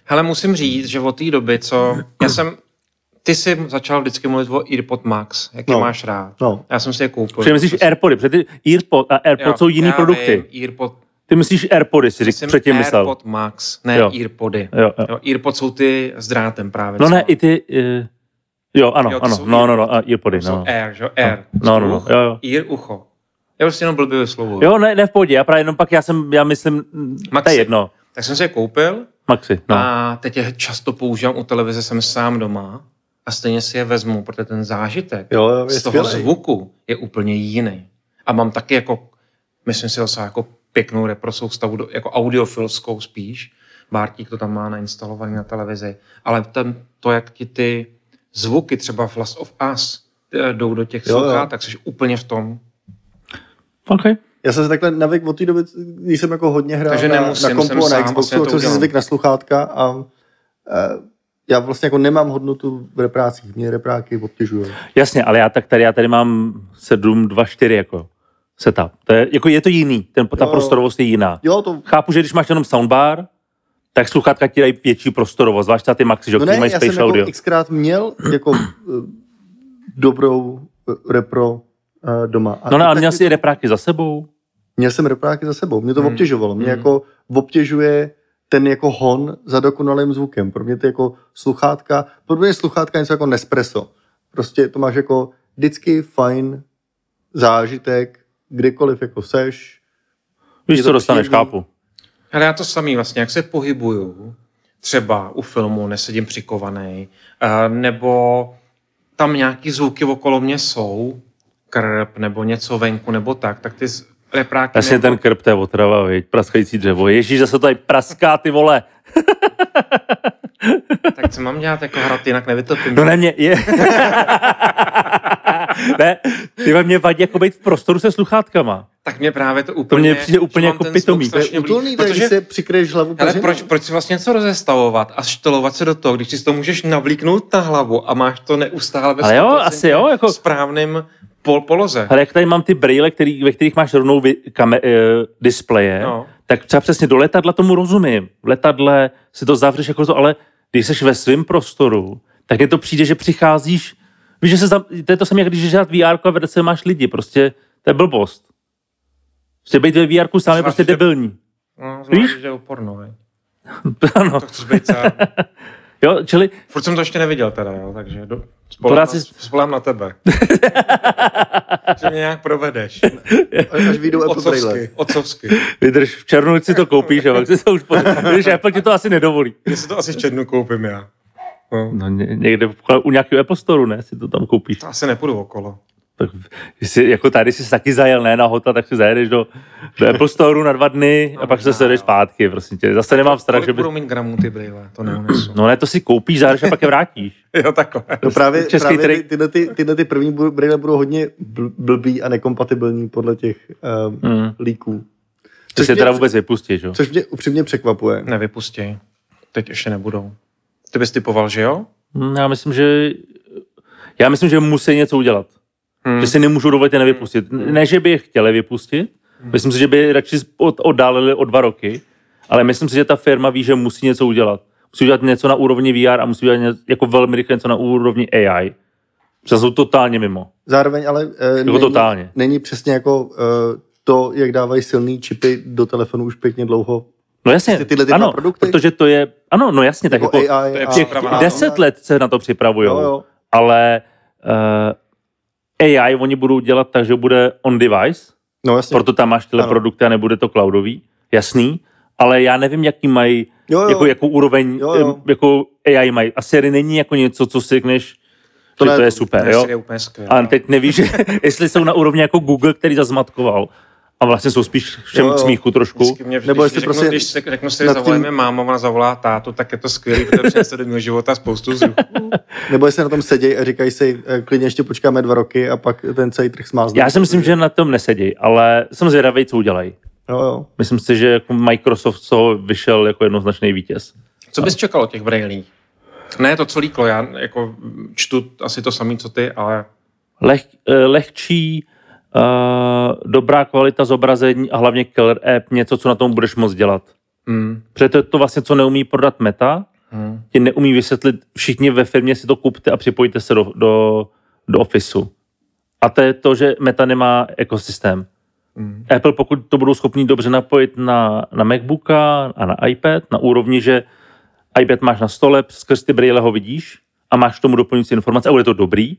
Speaker 3: Hele, musím říct, že od té doby, co... Já jsem... Ty jsi začal vždycky mluvit o AirPod Max, jak je
Speaker 4: No.
Speaker 3: máš rád.
Speaker 4: No.
Speaker 3: Já jsem si je koupil.
Speaker 2: Protože myslíš Airpody, protože ty Earpod a Airpod
Speaker 3: Jo,
Speaker 2: jsou jiný
Speaker 3: já
Speaker 2: produkty.
Speaker 3: Vím, Earpod,
Speaker 2: Ty myslíš Airpody, si
Speaker 3: myslím
Speaker 2: řík, předtím myslel.
Speaker 3: AirPod Max, ne
Speaker 2: Jo.
Speaker 3: Earpody.
Speaker 2: Jo, jo.
Speaker 3: Jo, Earpod jsou ty s drátem právě.
Speaker 2: No
Speaker 3: co
Speaker 2: ne,
Speaker 3: mám.
Speaker 2: i ty... eh, Jo, ano,
Speaker 3: Jo, to
Speaker 2: ano,
Speaker 3: jsou
Speaker 2: no, no, no, a Earpody,
Speaker 3: Jsou
Speaker 2: no.
Speaker 3: Air, že jo? Air.
Speaker 2: No, no, no,
Speaker 3: Ucho.
Speaker 2: jo, jo.
Speaker 3: Ear, ucho. Já prostě jenom blbě vyslovuju.
Speaker 2: Jo, ne, ne v pohodě, já právě jenom pak já jsem, já myslím, mm, to
Speaker 3: Maxi.
Speaker 2: je jedno,
Speaker 3: Tak jsem si je koupil
Speaker 2: Maxi, no.
Speaker 3: A teď je často používám u televize, jsem sám doma a stejně si je vezmu, protože ten zážitek
Speaker 4: Jo, jo, je
Speaker 3: z toho
Speaker 4: skvělej.
Speaker 3: zvuku je úplně jiný. A mám taky jako, myslím si docela jako pěknou reprosoustavu, do- jako audiofilskou spíš. Bártík to tam má nainstalovaný na televizi. Ale ten, to, jak ti ty zvuky třeba v Last of Us eh, jdou do těch
Speaker 4: Jo, jo.
Speaker 3: sluchá, tak jsi úplně v tom.
Speaker 2: OK.
Speaker 4: Já jsem se takhle navyk od té doby, když jsem jako hodně hrál
Speaker 3: Takže
Speaker 4: na,
Speaker 3: nemusím,
Speaker 4: na
Speaker 3: jsem
Speaker 4: kompu a na
Speaker 3: sám,
Speaker 4: Xboxu,
Speaker 3: vlastně to
Speaker 4: tak jsem si
Speaker 3: udělám.
Speaker 4: zvyk na sluchátka a uh, já vlastně jako nemám hodnotu v reprácích. Mě repráky obtěžují.
Speaker 2: Jasně, ale já tak tady, já tady mám 7, 2, 4 jako setup. To je, jako je to jiný, ten, ta
Speaker 4: Jo.
Speaker 2: prostorovost je jiná.
Speaker 4: Jo, to...
Speaker 2: Chápu, že když máš jenom soundbar, tak sluchátka ti dají větší prostorovost, zvlášť třeba ty maxi, že
Speaker 4: No
Speaker 2: no
Speaker 4: ne,
Speaker 2: mají
Speaker 4: já jsem
Speaker 2: spatial audio.
Speaker 4: jako xkrát měl jako eh, dobrou eh, repro eh, doma.
Speaker 2: No ne, ale
Speaker 4: tak
Speaker 2: měl
Speaker 4: mi
Speaker 2: jsi i repráky za sebou.
Speaker 4: Měl jsem repráky za sebou, mě to
Speaker 3: Hmm.
Speaker 4: obtěžovalo. Mě
Speaker 3: Hmm.
Speaker 4: jako obtěžuje ten jako hon za dokonalým zvukem. Pro mě ty jako sluchátka, pro mě je sluchátka něco jako Nespresso. Prostě to máš jako vždycky fajn zážitek, kdekoliv jako seš.
Speaker 2: Víš,
Speaker 4: Je
Speaker 2: co
Speaker 4: to
Speaker 2: dostaneš,
Speaker 4: příjemný.
Speaker 2: chápu.
Speaker 3: Ale já to samý vlastně, jak se pohybuju, třeba u filmu nesedím přikovaný, eh, nebo tam nějaký zvuky okolo mě jsou, krp nebo něco venku nebo tak, tak ty z- repráky...
Speaker 2: Jasně ten krp, to je otrava, viď? praskající dřevo. Ježíš, zase to tady praská, ty vole.
Speaker 3: Tak co mám dělat jako hrát, jinak nevytopím.
Speaker 2: No ne, mě, je... ne, ty ve mně vadí jako být v prostoru se sluchátkama.
Speaker 3: Tak mě právě to úplně...
Speaker 2: mně přijde úplně
Speaker 3: že mám
Speaker 2: jako
Speaker 3: ten
Speaker 2: pitomý.
Speaker 3: zvuk
Speaker 4: To je
Speaker 3: strašně blíž,
Speaker 4: útulný, protože
Speaker 3: protože
Speaker 4: se přikryješ hlavu
Speaker 3: Ale
Speaker 4: peřinou.
Speaker 3: proč, proč si vlastně něco rozestavovat a štolovat se do toho, když si to můžeš navlíknout na hlavu a máš to neustále ve
Speaker 2: Ale jo,
Speaker 3: 100%
Speaker 2: asi jo, jako-
Speaker 3: správném pol- poloze.
Speaker 2: Ale jak tady mám ty brýle, který, ve kterých máš rovnou vy, kame, uh, displeje,
Speaker 3: No.
Speaker 2: no. tak třeba přesně do letadla tomu rozumím. V letadle si to zavřeš jako to, ale když jsi ve svém prostoru, tak je to přijde, že přicházíš, víš, že se zam, to je to samé, jak když jdeš hrát VR a vedle se máš lidi, prostě to je blbost. Prostě být ve VR sám je
Speaker 3: Zvlášť,
Speaker 2: prostě
Speaker 3: že-
Speaker 2: debilní.
Speaker 3: No, zvlášť,
Speaker 2: Víš?
Speaker 3: že je oporno, veď.
Speaker 2: ano.
Speaker 3: To chceš být sám.
Speaker 2: Jo, čili
Speaker 3: Furt jsem to ještě neviděl teda, jo, takže do, spolem,
Speaker 2: Poráci-
Speaker 3: na, spolem na tebe. že mě nějak provedeš.
Speaker 4: Až vyjdou Apple
Speaker 3: Otcovsky,
Speaker 4: Trailer.
Speaker 3: otcovsky.
Speaker 2: vydrž, v černu si to koupíš a pak si to už po... Když Apple ti to asi nedovolí.
Speaker 3: Mně si to asi v černu koupím já. No,
Speaker 2: No ně, někde v- u nějakého Apple Store, ne, si to tam koupíš.
Speaker 3: to asi nepůjdu okolo.
Speaker 2: Tak, jsi, jako tady jsi taky zajel, ne na hota, tak si zajedeš do, do Apple Store na dva dny a
Speaker 3: No,
Speaker 2: pak se
Speaker 3: možná,
Speaker 2: sedeš
Speaker 3: jo.
Speaker 2: zpátky, prosím tě. Zase nemám strach, že
Speaker 3: Kolik
Speaker 2: by...
Speaker 3: budou mít gramů ty brýle, to neunesu.
Speaker 2: No ne, to si koupíš, zahraješ a pak je vrátíš.
Speaker 3: Jo, takhle.
Speaker 4: No právě,
Speaker 2: Český
Speaker 4: právě ty,
Speaker 2: trik.
Speaker 4: tyhle, ty, tyhle ty první bu- brýle budou hodně bl- blbý a nekompatibilní podle těch um,
Speaker 2: Mm.
Speaker 4: líků.
Speaker 2: Ty
Speaker 4: Což
Speaker 2: se
Speaker 4: mě,
Speaker 2: teda vůbec vypustíš, jo?
Speaker 4: což mě upřímně překvapuje.
Speaker 3: Nevypustí. Teď ještě nebudou. Ty bys typoval, že jo?
Speaker 2: Hm, Já myslím, že... Já myslím, že musí něco udělat.
Speaker 3: Hmm.
Speaker 2: Že si nemůžu dovolit je nevypustit. Ne, že by je chtěli vypustit,
Speaker 3: Hmm.
Speaker 2: myslím si, že by je radši od, oddálili o dva roky, ale myslím si, že ta firma ví, že musí něco udělat. Musí udělat něco na úrovni VR a musí udělat něco, jako velmi rychle něco na úrovni AI. Protože jsou totálně mimo.
Speaker 4: Zároveň ale eh, není,
Speaker 2: Jako totálně.
Speaker 4: není přesně jako eh, to, jak dávají silný čipy do telefonu už pěkně dlouho.
Speaker 2: No jasně,
Speaker 4: Ty- Prostě tyhle ty dva
Speaker 2: ano,
Speaker 4: produkty?
Speaker 2: protože to je, ano, no jasně, tak jako
Speaker 4: AI,
Speaker 3: to je
Speaker 4: a-
Speaker 2: těch
Speaker 3: Připravená,
Speaker 2: deset let se na to připravují,
Speaker 4: Jo, jo.
Speaker 2: ale uh, AI oni budou dělat tak, že bude on device,
Speaker 4: No jasně.
Speaker 2: proto tam máš tyhle
Speaker 4: Ano.
Speaker 2: produkty a nebude to cloudový, jasný, ale já nevím, jaký mají,
Speaker 4: Jo, jo.
Speaker 2: Jako, jakou úroveň,
Speaker 4: Jo, jo.
Speaker 2: em, jako AI mají. A série není jako něco, co si řekneš, to, že
Speaker 4: ne-
Speaker 2: to je super,
Speaker 3: Ne,
Speaker 2: jo?
Speaker 3: Siri je úplně skvělá.
Speaker 2: A teď nevíš, jestli jsou na úrovni jako Google, který zazmatkoval. A vlastně jsou spíš všem
Speaker 4: Jo, jo.
Speaker 2: k smíchu trošku.
Speaker 3: Vždycky mě,
Speaker 4: Nebo
Speaker 3: Nebo
Speaker 4: jestli
Speaker 3: když, řeknu,
Speaker 4: prostě
Speaker 3: prostě když se, řeknu si,
Speaker 4: nad
Speaker 3: tím...
Speaker 4: tím-
Speaker 3: zavolejme mámu, ona zavolá tátu, tak je to skvělý, protože přinese do mého života spoustu vzruchů.
Speaker 4: Nebo se na tom sedějí a říkají si, eh, klidně ještě počkáme dva roky a pak ten celý trh smázne.
Speaker 2: Já si myslím, že na tom nesedí, ale jsem zvědavý, co udělají.
Speaker 4: Jo, jo.
Speaker 2: Myslím si, že jako Microsoft z toho vyšel jako jednoznačný vítěz.
Speaker 3: Co bys čekal od těch brailí? Ne to, co líklo, já jako čtu asi to samé, co ty, ale
Speaker 2: Leh, eh, lehčí, eh, dobrá kvalita zobrazení a hlavně killer app, něco, co na tom budeš moc dělat.
Speaker 3: hmm,
Speaker 2: Protože to je to vlastně, co neumí prodat meta,
Speaker 3: hmm,
Speaker 2: ti neumí vysvětlit, všichni ve firmě si to kupte a připojte se do, do, do Officeu. A to je to, že Meta nemá ekosystém.
Speaker 3: hmm.
Speaker 2: Apple, pokud to budou schopni dobře napojit na, na MacBooka a na iPad, na úrovni, že iPad máš na stole, skrz ty brýle ho vidíš a máš k tomu doplňující informace a bude to dobrý,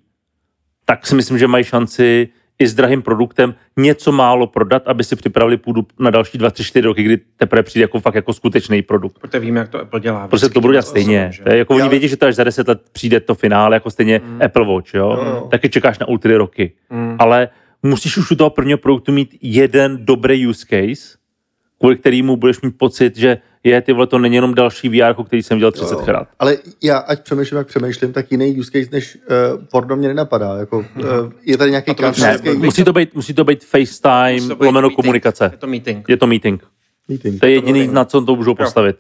Speaker 2: tak si myslím, že mají šanci i s drahým produktem něco málo prodat, aby si připravili půdu na další 2, 3, 4 roky, kdy teprve přijde jako fakt jako skutečný produkt.
Speaker 3: Protože víme, jak to Apple dělá.
Speaker 2: Prostě to budou dělat stejně. To je jako
Speaker 4: Já-
Speaker 2: oni vědí, že to až za deset let přijde to finále, jako stejně Apple Watch, jo?
Speaker 4: Mm. Jo, jo.
Speaker 2: Taky čekáš na ultry roky.
Speaker 3: Hmm.
Speaker 2: Ale musíš už u toho prvního produktu mít jeden dobrý use case, kvůli kterému budeš mít pocit, že je, ty vole, to není jenom další VR, který jsem dělal 30 krát.
Speaker 4: Ale já, ať přemýšlím, jak přemýšlím, tak jiný use case než uh, porno mě nenapadá. Jako, uh,
Speaker 2: No.
Speaker 4: je tady nějaký
Speaker 3: A to by
Speaker 2: Ne,
Speaker 3: Musí to být-
Speaker 2: musí to být, musí to být FaceTime, lomeno komunikace.
Speaker 3: Je to meeting.
Speaker 2: Je to meeting.
Speaker 4: meeting.
Speaker 2: To je jediný, na co to můžou postavit.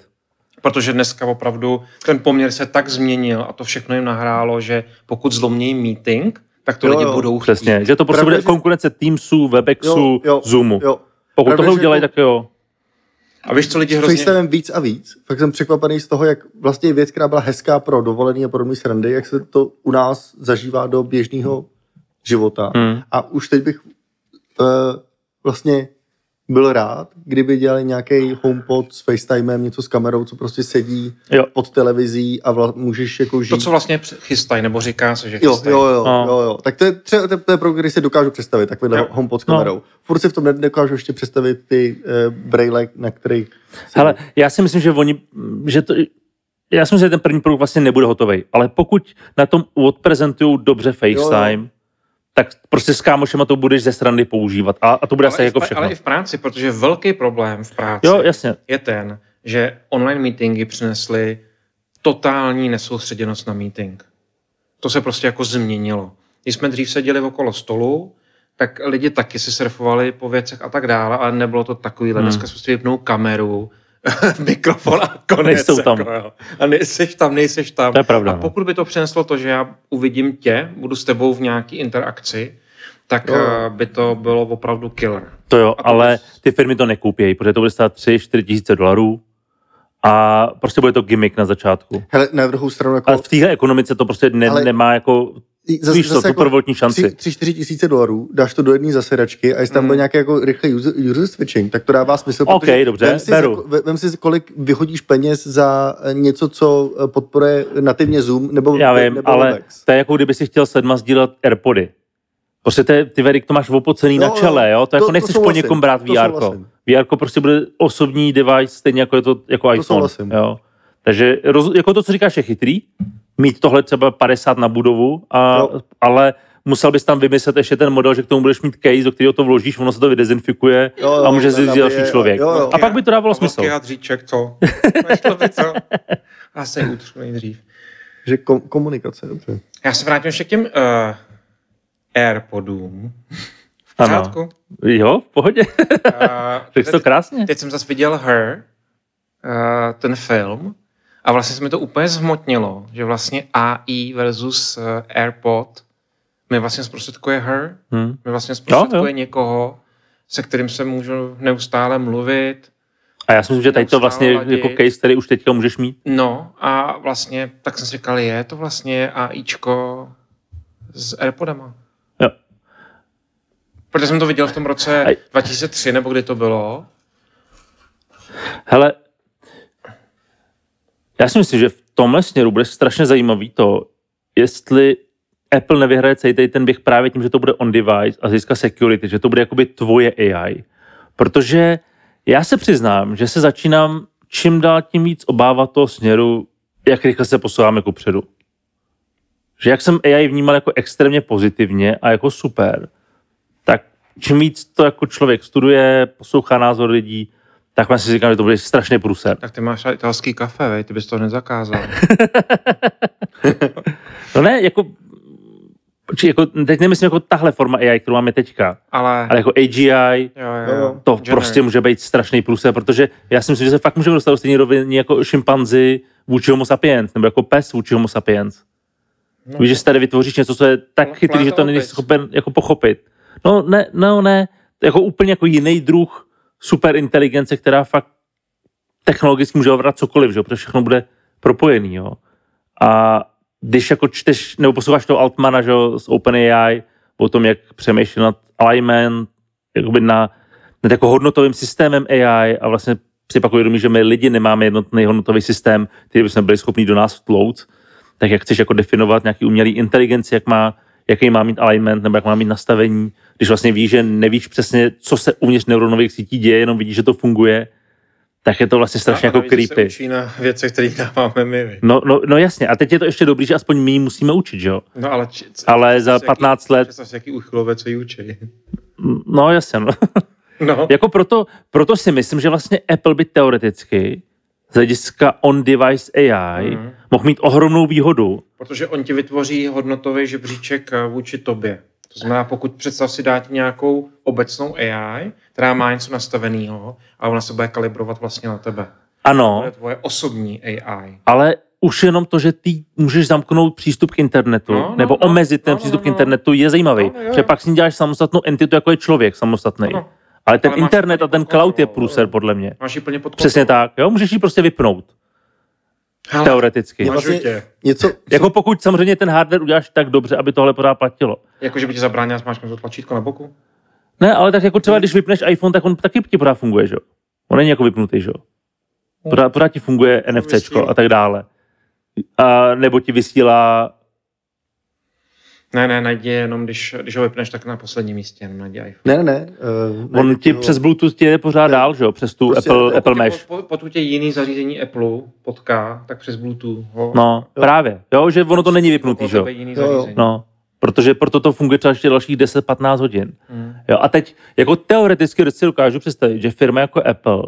Speaker 3: Protože dneska opravdu ten poměr se tak změnil a to všechno jim nahrálo, že pokud zlomnějí meeting, tak to
Speaker 4: Jo,
Speaker 3: lidi
Speaker 4: jo,
Speaker 3: budou chtít.
Speaker 2: Přesně, že to prostě
Speaker 4: Pravda,
Speaker 2: bude
Speaker 4: že-
Speaker 2: konkurence Teamsu, Webexu, Zoomu.
Speaker 4: Jo.
Speaker 2: Pokud
Speaker 4: Pravda,
Speaker 2: tohle
Speaker 4: že
Speaker 2: udělají,
Speaker 4: jako-
Speaker 2: tak jo.
Speaker 3: A víš, co lidi
Speaker 4: Hrozně...
Speaker 3: prostě hrozně...
Speaker 4: FaceTimem víc a víc. Fakt jsem překvapený z toho, jak vlastně věc, která byla hezká pro dovolený a podobné srandy, jak se to u nás zažívá do běžného života.
Speaker 2: Hmm.
Speaker 4: A už teď bych uh, vlastně byl rád, kdyby dělali nějaký HomePod s FaceTimem, něco s kamerou, co prostě sedí
Speaker 2: Jo.
Speaker 4: pod televizí a vla- můžeš jako žít.
Speaker 3: To, co vlastně chystají, nebo říká se, že
Speaker 4: Jo,
Speaker 3: chystají.
Speaker 4: jo, jo,
Speaker 2: No.
Speaker 4: jo, jo. Tak to je, třeba, to, je- to je pro který si dokážu představit, takovýhle
Speaker 3: Jo.
Speaker 4: HomePod s kamerou. No. Furt si v tom nedokážu ještě představit ty uh, braille, na kterých... se-
Speaker 2: Hele, já si myslím, že oni, že to, já si myslím, že ten první produkt vlastně nebude hotový, ale pokud na tom odprezentují dobře FaceTime,
Speaker 4: Jo,
Speaker 2: jo, jo. tak prostě s kámošema to budeš ze strany používat a, a to bude asi
Speaker 3: ale, i
Speaker 2: jako
Speaker 3: v,
Speaker 2: všechno.
Speaker 3: ale i v práci, protože velký problém v práci
Speaker 2: Jo, jasně.
Speaker 3: je ten, že online meetingy přinesly totální nesoustředěnost na meeting. To se prostě jako změnilo. Když jsme dřív seděli okolo stolu, tak lidi taky si surfovali po věcech a tak dále, ale nebylo to takový. Hmm. Dneska si prostě vypnou kameru, mikrofon a konec.
Speaker 2: Nejsou tam.
Speaker 3: Jako, jo. a nejseš tam, nejseš tam.
Speaker 2: To je pravda,
Speaker 3: A
Speaker 2: no.
Speaker 3: pokud by to přineslo to, že já uvidím tě, budu s tebou v nějaký interakci, tak
Speaker 4: Jo.
Speaker 3: eh, by to bylo opravdu killer.
Speaker 2: To jo,
Speaker 3: A to
Speaker 2: ale
Speaker 3: bys-
Speaker 2: ty firmy to nekoupějí, protože to bude stát 3-4 tisíce dolarů a prostě bude to gimmick na začátku.
Speaker 4: Hele, na druhou stranu jako...
Speaker 2: Ale v téhle ekonomice to prostě ne,
Speaker 4: Ale-
Speaker 2: nemá jako
Speaker 4: zase,
Speaker 2: Víš co, tu prvotní šanci. Hmm.
Speaker 4: Tři, tři, čtyři tisíce dolarů, dáš to do jedné zasedačky a jestli tam byl nějaký jako rychlý user, user switching, tak to dává smysl.
Speaker 2: OK,
Speaker 4: protože
Speaker 2: dobře,
Speaker 4: vem si,
Speaker 2: beru.
Speaker 4: za- ve- Vem si, kolik vyhodíš peněz za eh, něco, co eh, podporuje nativně Zoom nebo
Speaker 2: Já vím,
Speaker 4: nebo
Speaker 2: ale
Speaker 4: Webex.
Speaker 2: to je jako kdyby si chtěl sedma sdílet Airpody. Prostě to je- ty verik to máš opocený
Speaker 4: Jo,
Speaker 2: na čele, jo? To, to jako nechceš po
Speaker 4: souhlasím,
Speaker 2: někom brát
Speaker 4: to
Speaker 2: VR.
Speaker 4: souhlasím.
Speaker 2: VR prostě bude osobní device, stejně jako je to jako iPhone.
Speaker 4: souhlasím.
Speaker 2: Jo? Takže roz, jako to, co říkáš, je chytrý. Mít tohle třeba 50 na budovu, a,
Speaker 4: Jo.
Speaker 2: ale musel bys tam vymyslet ještě ten model, že k tomu budeš mít case, do kterého to vložíš, ono se to vydezinfikuje
Speaker 4: Jo, jo,
Speaker 2: a může si
Speaker 4: nabije,
Speaker 2: další člověk.
Speaker 4: jo, jo.
Speaker 2: A pak by to dávalo smysl.
Speaker 3: Vlky a dříček, co? Nešlo by to. A se utřu nejdřív.
Speaker 4: Že kom, komunikace, dobře.
Speaker 3: Já se vrátím ještě k těm uh, Airpodům. V
Speaker 2: Ano.
Speaker 3: pořádku.
Speaker 2: Jo, v pohodě.
Speaker 3: Uh,
Speaker 2: Řekl jsi to krásně.
Speaker 3: Teď jsem zase viděl Her, eh, ten film, a vlastně se mi to úplně zhmotnilo, že vlastně AI versus eh, AirPod mi vlastně zprostředkuje Her,
Speaker 2: Hm.
Speaker 3: mi vlastně zprostředkuje někoho, se kterým se můžu neustále mluvit.
Speaker 2: A já si myslím, že tady to
Speaker 3: Neustále
Speaker 2: vlastně
Speaker 3: ladit.
Speaker 2: jako case, který už teďka můžeš mít.
Speaker 3: No a vlastně, tak jsem si říkal, je to vlastně AIčko s AirPodama.
Speaker 2: Jo.
Speaker 3: Protože jsem to viděl v tom roce
Speaker 2: Aj.
Speaker 3: 2003, nebo kdy to bylo.
Speaker 2: Hele, já si myslím, že v tomhle směru bude strašně zajímavý to, jestli Apple nevyhraje celý tady ten běh právě tím, že to bude on-device a získá security, že to bude jakoby tvoje AI. Protože já se přiznám, že se začínám čím dál tím víc obávat toho směru, jak rychle se posouváme kupředu. Že jak jsem AI vnímal jako extrémně pozitivně a jako super, tak čím víc to jako člověk studuje, poslouchá názor lidí, tak vlastně si říkám, že to bude strašně průser.
Speaker 3: Tak ty máš italský kafe, vej, ty bys to nezakázal.
Speaker 2: No ne, jako, či jako, teď nemyslím jako tahle forma AI, kterou máme teďka,
Speaker 3: Ale,
Speaker 2: ale jako AGI,
Speaker 3: jo,
Speaker 4: Jo,
Speaker 3: jo,
Speaker 4: jo.
Speaker 3: jo.
Speaker 2: to
Speaker 3: Jenner.
Speaker 2: prostě může být strašný průser, protože já si myslím, že se fakt můžeme dostat do stejné roviny jako šimpanzi vůči homo sapiens, nebo jako pes vůči homo sapiens. No. Víš, že si tady vytvoříš něco, co je tak
Speaker 3: Pla-
Speaker 2: chytrý, že to
Speaker 3: planeta
Speaker 2: není
Speaker 3: opic.
Speaker 2: schopen jako pochopit. No ne, no ne, jako úplně jako jiný druh superinteligence, která fakt technologicky může ovrat cokoliv, že? jo, protože všechno bude propojený. Jo? A když jako čteš, nebo posloucháš toho Altmana že? jo, z OpenAI, o tom, jak přemýšlí nad alignment, jakoby na, nad jako hodnotovým systémem AI a vlastně si pak uvědomí, že my lidi nemáme jednotný hodnotový systém, který bychom byli schopni do nás vtlout, tak jak chceš jako definovat nějaký umělý inteligenci, jak má, jaký má mít alignment nebo jak má mít nastavení, když vlastně víš, že nevíš přesně, co se uvnitř neuronových sítí děje, jenom vidíš, že to funguje, tak je to vlastně strašně
Speaker 3: A
Speaker 2: jako
Speaker 3: navíc se
Speaker 2: creepy.
Speaker 3: učí na věci, které dáváme my. viď?
Speaker 2: No, no, no jasně, a teď je to ještě dobrý, že aspoň my ji musíme učit, že jo?
Speaker 3: No ale, či, c-
Speaker 2: Ale za
Speaker 3: jaký-
Speaker 2: 15 let,
Speaker 3: Představ si, jaký uchylové, co ji učí.
Speaker 2: no jasně, no.
Speaker 3: No,
Speaker 2: Jako proto, proto si myslím, že vlastně Apple by teoreticky z hlediska on-device AI mm.
Speaker 3: Mhm.
Speaker 2: mohl mít ohromnou výhodu.
Speaker 3: protože on ti vytvoří hodnotový žebříček eh, vůči tobě. To znamená, pokud představ si dát nějakou obecnou AI, která má něco nastaveného a ona se bude kalibrovat vlastně na tebe. To
Speaker 2: Ano,
Speaker 3: je tvoje osobní AI.
Speaker 2: ale už jenom to, že ty můžeš zamknout přístup k internetu,
Speaker 3: No, no,
Speaker 2: nebo
Speaker 3: no,
Speaker 2: omezit ten
Speaker 3: no, no,
Speaker 2: přístup k
Speaker 3: no.
Speaker 2: internetu, je zajímavý.
Speaker 3: No, jo, jo.
Speaker 2: že pak si děláš samostatnou entitu, jako je člověk samostatný.
Speaker 3: Ano.
Speaker 2: Ale ten
Speaker 3: Ale máš
Speaker 2: internet a ten
Speaker 3: kontrolu,
Speaker 2: cloud je
Speaker 3: jo.
Speaker 2: průser, podle mě.
Speaker 3: Máš ji plně pod kontrolou.
Speaker 2: Přesně tak, jo, můžeš ji prostě vypnout,
Speaker 3: Hele,
Speaker 2: teoreticky.
Speaker 4: Je vlastně
Speaker 3: Mažu tě.
Speaker 4: něco,
Speaker 2: Jako pokud samozřejmě ten hardware uděláš tak dobře, aby tohle pořád platilo.
Speaker 3: Jako, že by ti zabránil, máš to tlačítko na boku?
Speaker 2: Ne, ale tak jako třeba, když vypneš iPhone, tak on taky ti pořád funguje, že jo? On není jako vypnutý, že jo? Pořád, pořád ti funguje NFCčko a tak dále. A nebo ti vysílá,
Speaker 3: Ne, ne, najdi je jenom, když, když ho vypneš, tak na posledním místě, jenom najdi iPhone.
Speaker 4: ne, ne, ne. Uh,
Speaker 2: on ti přes Bluetooth tě jede pořád dál, že jo? Přes tu
Speaker 4: Prostě
Speaker 2: Apple,
Speaker 4: to-
Speaker 2: Apple
Speaker 3: Pokud tě-
Speaker 2: Mesh.
Speaker 3: po- Pokud tě jiný zařízení Apple potká, tak přes Bluetooth ho...
Speaker 2: No, právě. Jo, že ono to není vypnutý, že jo?
Speaker 4: Jo, jo.
Speaker 3: No.
Speaker 2: No, protože proto to funguje třeba ještě dalších 10-15 hodin.
Speaker 3: Mm.
Speaker 2: Jo, a teď jako teoreticky si dokážu představit, že firma jako Apple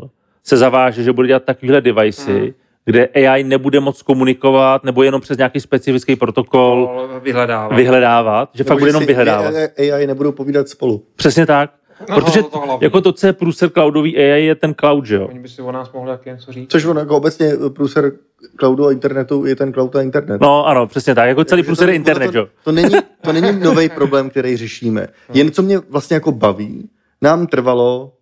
Speaker 2: se zaváže, že bude dělat takovéhle devicey,
Speaker 3: Mm.
Speaker 2: kde AI nebude moc komunikovat nebo jenom přes nějaký specifický
Speaker 3: No,
Speaker 2: protokol
Speaker 3: Vyhledává.
Speaker 2: vyhledávat, že fakt bude jenom
Speaker 4: si
Speaker 2: vyhledávat.
Speaker 4: AI AI nebudou povídat spolu.
Speaker 2: Přesně tak.
Speaker 3: No,
Speaker 2: Protože
Speaker 3: to to hlavní.
Speaker 2: jako to, co je průser cloudový AI, je ten cloud, že jo?
Speaker 3: Oni by si o nás mohli taky něco říct.
Speaker 4: Což on jako obecně průser cloudu a internetu je ten cloud a internet.
Speaker 2: No ano, přesně tak. Jako celý
Speaker 4: Jakože
Speaker 2: průser
Speaker 4: to-
Speaker 2: je internet,
Speaker 4: to,
Speaker 2: že jo?
Speaker 4: to, to, není, to není nový problém, který řešíme. Jen co mě vlastně jako baví, nám trvalo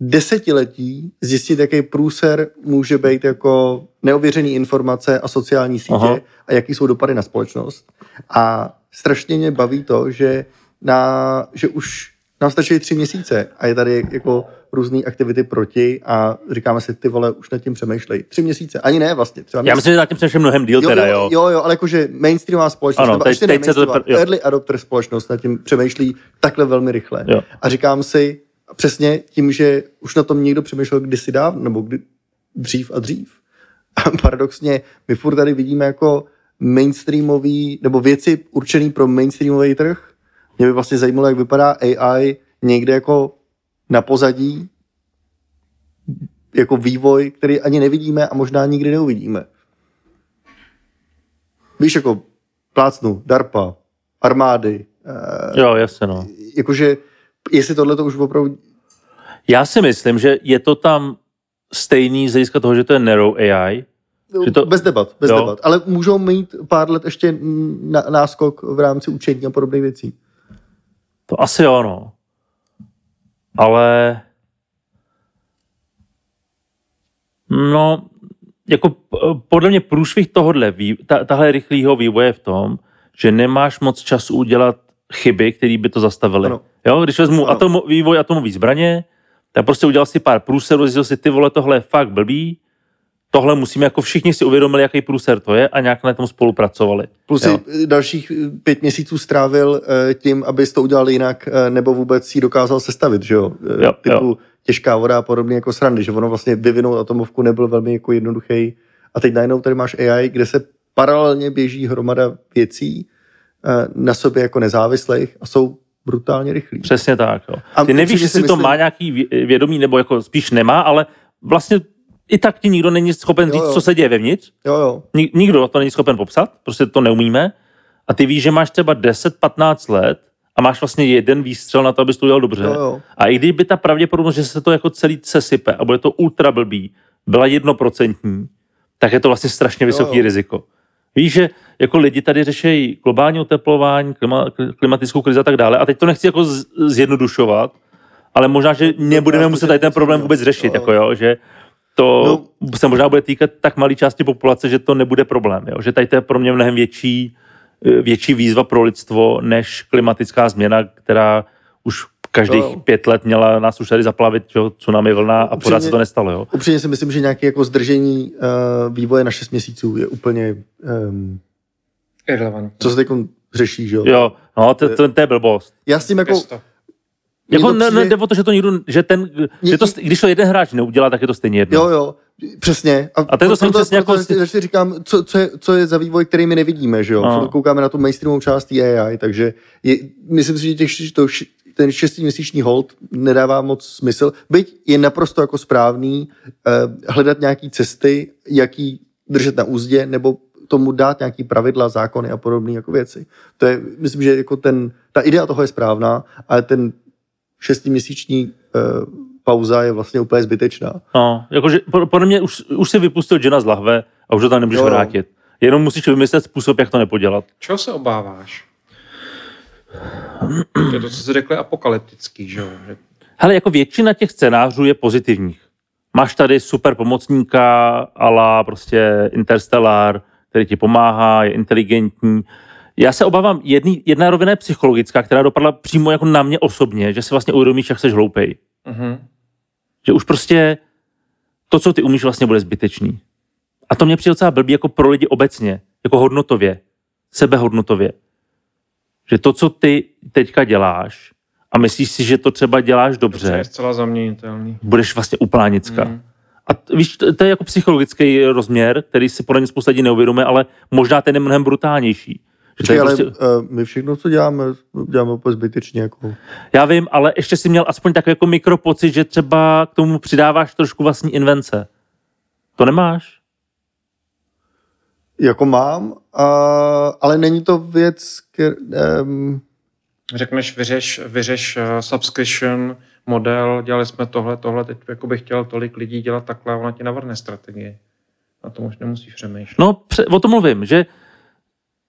Speaker 4: desetiletí zjistit, jaký průser může být jako neověřený informace a sociální sítě
Speaker 2: Aha.
Speaker 4: a jaký jsou dopady na společnost. A strašně mě baví to, že, na, že už nám stačí tři měsíce a je tady jako různé aktivity proti a říkáme si, ty vole, už nad tím přemýšlej. Tři měsíce, ani ne vlastně. Třeba
Speaker 2: Já myslím, že zatím přešel mnohem díl teda, jo.
Speaker 4: jo, jo, ale jakože mainstreamová společnost,
Speaker 2: Ano,
Speaker 4: ano, nebo
Speaker 2: teď-
Speaker 4: teď, ještě
Speaker 2: teď se to
Speaker 4: ne
Speaker 2: tepr- jo.
Speaker 4: to, early adopter společnost nad tím přemýšlí takhle velmi rychle.
Speaker 2: Jo.
Speaker 4: A říkám si, přesně tím, že už na tom někdo přemýšlel kdysi dávno, nebo kdy, dřív a dřív. A paradoxně, my furt tady vidíme jako mainstreamový, nebo věci určené pro mainstreamový trh. Mě by vlastně zajímalo, jak vypadá AI někde jako na pozadí, jako vývoj, který ani nevidíme a možná nikdy neuvidíme. Víš, jako plácnu, DARPA, armády, eh,
Speaker 2: Jo, jasně, no.
Speaker 4: jakože jestli tohle to už opravdu...
Speaker 2: Já si myslím, že je to tam stejný z hlediska toho, že to je Narrow AI. Že to-
Speaker 4: To... Bez debat, bez
Speaker 2: Jo.
Speaker 4: jo. debat. Ale můžou mít pár let ještě mm, na, náskok v rámci učení a podobných věcí.
Speaker 2: To asi jo, no. Ale... No, jako p- podle mě průšvih tohohle, vý- ta, tahle rychlého vývoje je v tom, že nemáš moc času udělat chyby, které by to zastavily.
Speaker 4: Ano.
Speaker 2: Jo, když vezmu
Speaker 4: Ano.
Speaker 2: atom, vývoj atomové zbraně, tak prostě udělal si pár průserů, zjistil si, ty vole, tohle je fakt blbý, tohle musíme, jako všichni si uvědomili, jaký průser to je a nějak na tom spolupracovali.
Speaker 4: Plus
Speaker 2: Jo.
Speaker 4: si dalších eh, pět měsíců strávil eh, tím, abys to udělal jinak, eh, nebo vůbec si dokázal sestavit, že jo? Eh,
Speaker 2: Jo,
Speaker 4: Typu
Speaker 2: jo.
Speaker 4: těžká voda a podobně jako srandy, že ono vlastně vyvinout atomovku nebyl velmi jako jednoduchý. A teď najednou tady máš AI, kde se paralelně běží hromada věcí eh, na sobě jako nezávislých a jsou brutálně rychlí.
Speaker 2: Přesně tak. Jo.
Speaker 4: A
Speaker 2: Ty nevíš,
Speaker 4: určitě
Speaker 2: jestli
Speaker 4: si
Speaker 2: to
Speaker 4: myslím-
Speaker 2: má nějaký vě- vědomí, nebo jako spíš nemá, ale vlastně i tak ti nikdo není schopen
Speaker 4: Jo,
Speaker 2: říct,
Speaker 4: jo.
Speaker 2: co se děje vevnitř.
Speaker 4: Jo, jo.
Speaker 2: Ni- Nikdo to není schopen popsat, prostě to neumíme. A ty víš, že máš třeba 10-15 let a máš vlastně jeden výstřel na to, abys to udělal dobře.
Speaker 4: Jo, jo.
Speaker 2: A i kdyby ta pravděpodobnost, že se to jako celý sesype a bude to ultra blbý, byla jednoprocentní, tak je to vlastně strašně vysoký
Speaker 4: jo.
Speaker 2: riziko. Víš, že jako lidi tady řeší globální oteplování, klima, klimatickou krizi a tak dále. A teď to nechci jako z- zjednodušovat, ale možná, že nebudeme
Speaker 4: No, já to
Speaker 2: muset tady ten
Speaker 4: teď-
Speaker 2: problém vůbec řešit,
Speaker 4: jo. No.
Speaker 2: jako jo, že to se možná bude týkat tak malé části populace, že to nebude problém, jo? že tady to je pro mě mnohem větší, eh, větší výzva pro lidstvo, než klimatická změna, která už každých
Speaker 4: Jo, jo.
Speaker 2: pět let měla nás už tady zaplavit, že jo, tsunami vlna a pořád se
Speaker 4: No. Upřímně-
Speaker 2: to nestalo, jo.
Speaker 4: Upřímně si myslím, že nějaké jako zdržení uh, vývoje na 6 měsíců je úplně, um,
Speaker 3: Irrelevant.
Speaker 4: co se teď řeší, že jo?
Speaker 2: Jo, no, to, to, to je blbost.
Speaker 4: Já s tím jako,
Speaker 3: Jako...
Speaker 4: Mně
Speaker 2: Jako
Speaker 4: to
Speaker 2: ne,
Speaker 4: přijde-
Speaker 2: ne, jde o to, že to někdo, že ten, že to, když to jeden hráč neudělá, tak je to stejně jedno.
Speaker 4: jo, jo, přesně.
Speaker 2: A to je to samé přesně jako-
Speaker 4: proto, proto říkám, co, co, je, co je za vývoj, který my nevidíme, že jo?
Speaker 2: Ano.
Speaker 4: Furt koukáme na tu mainstreamovou část té AI, takže je, myslím si, že těch, š- to, š- ten šestiměsíční hold nedává moc smysl. Byť je naprosto jako správný eh, hledat nějaký cesty, jaký držet na úzdě, nebo tomu dát nějaký pravidla, zákony a podobné jako věci. To je, myslím, že jako ten, ta idea toho je správná, ale ten šestiměsíční eh, pauza je vlastně úplně zbytečná.
Speaker 2: No, jakože po- podle mě už, už si vypustil džina z lahve a už ho tam nemůžeš
Speaker 4: Jo, jo.
Speaker 2: vrátit. Jenom musíš vymyslet způsob, jak to nepodělat.
Speaker 3: Čeho se obáváš? To je to, co jsi řekl, je apokalyptický, že jo? Že
Speaker 2: Hele, jako většina těch scénářů je pozitivních. Máš tady super pomocníka ala prostě Interstellar, který ti pomáhá, je inteligentní. Já se obávám, jedný, jedna rovina je psychologická, která dopadla přímo jako na mě osobně, že si vlastně uvědomíš, jak jsi hloupej.
Speaker 3: Uh-huh.
Speaker 2: Že už prostě to, co ty umíš, vlastně bude zbytečný. A to mě přijde docela blbý jako pro lidi obecně, jako hodnotově, sebehodnotově. Že to, co ty teďka děláš a myslíš si, že to třeba děláš
Speaker 3: To
Speaker 2: dobře,
Speaker 3: je zcela zaměnitelný.
Speaker 2: budeš vlastně úplná nicka. Mm.
Speaker 3: Mm.
Speaker 2: A t, víš, to, to je jako psychologický rozměr, který si podle mě spousta lidí neuvědomuje, ale možná ten je mnohem brutálnější. Že to
Speaker 4: Čekaj,
Speaker 2: je
Speaker 4: ale
Speaker 2: prostě,
Speaker 4: prostě... my všechno, co děláme, děláme úplně zbytečně. Jako.
Speaker 2: já vím, ale ještě si měl aspoň takový jako mikropocit, že třeba k tomu přidáváš trošku vlastní invence. To nemáš?
Speaker 4: jako mám, a, ale není to věc, kter, um,
Speaker 3: Řekneš, vyřeš, vyřeš eh, subscription model, dělali jsme tohle, tohle, teď jako bych chtěl tolik lidí dělat takhle, a ona ti navrhne strategii. Na tom už nemusíš přemýšlet.
Speaker 2: No, pře- o tom mluvím, že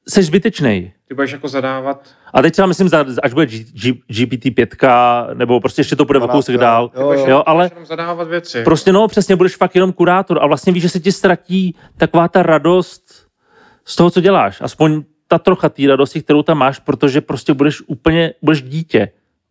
Speaker 2: jsi zbytečnej.
Speaker 3: Ty budeš jako zadávat
Speaker 2: A teď třeba myslím, za- až bude G- G- GPT-5, nebo prostě ještě to bude o
Speaker 4: 12,
Speaker 2: kousek
Speaker 4: jo.
Speaker 2: dál.
Speaker 4: Jo, jo.
Speaker 2: jo ale
Speaker 3: budeš jako jenom zadávat věci.
Speaker 2: Prostě no, přesně, budeš fakt jenom kurátor a vlastně víš, že se ti ztratí taková ta radost z toho, co děláš. Aspoň ta trocha té radosti, kterou tam máš, protože prostě budeš úplně, budeš dítě.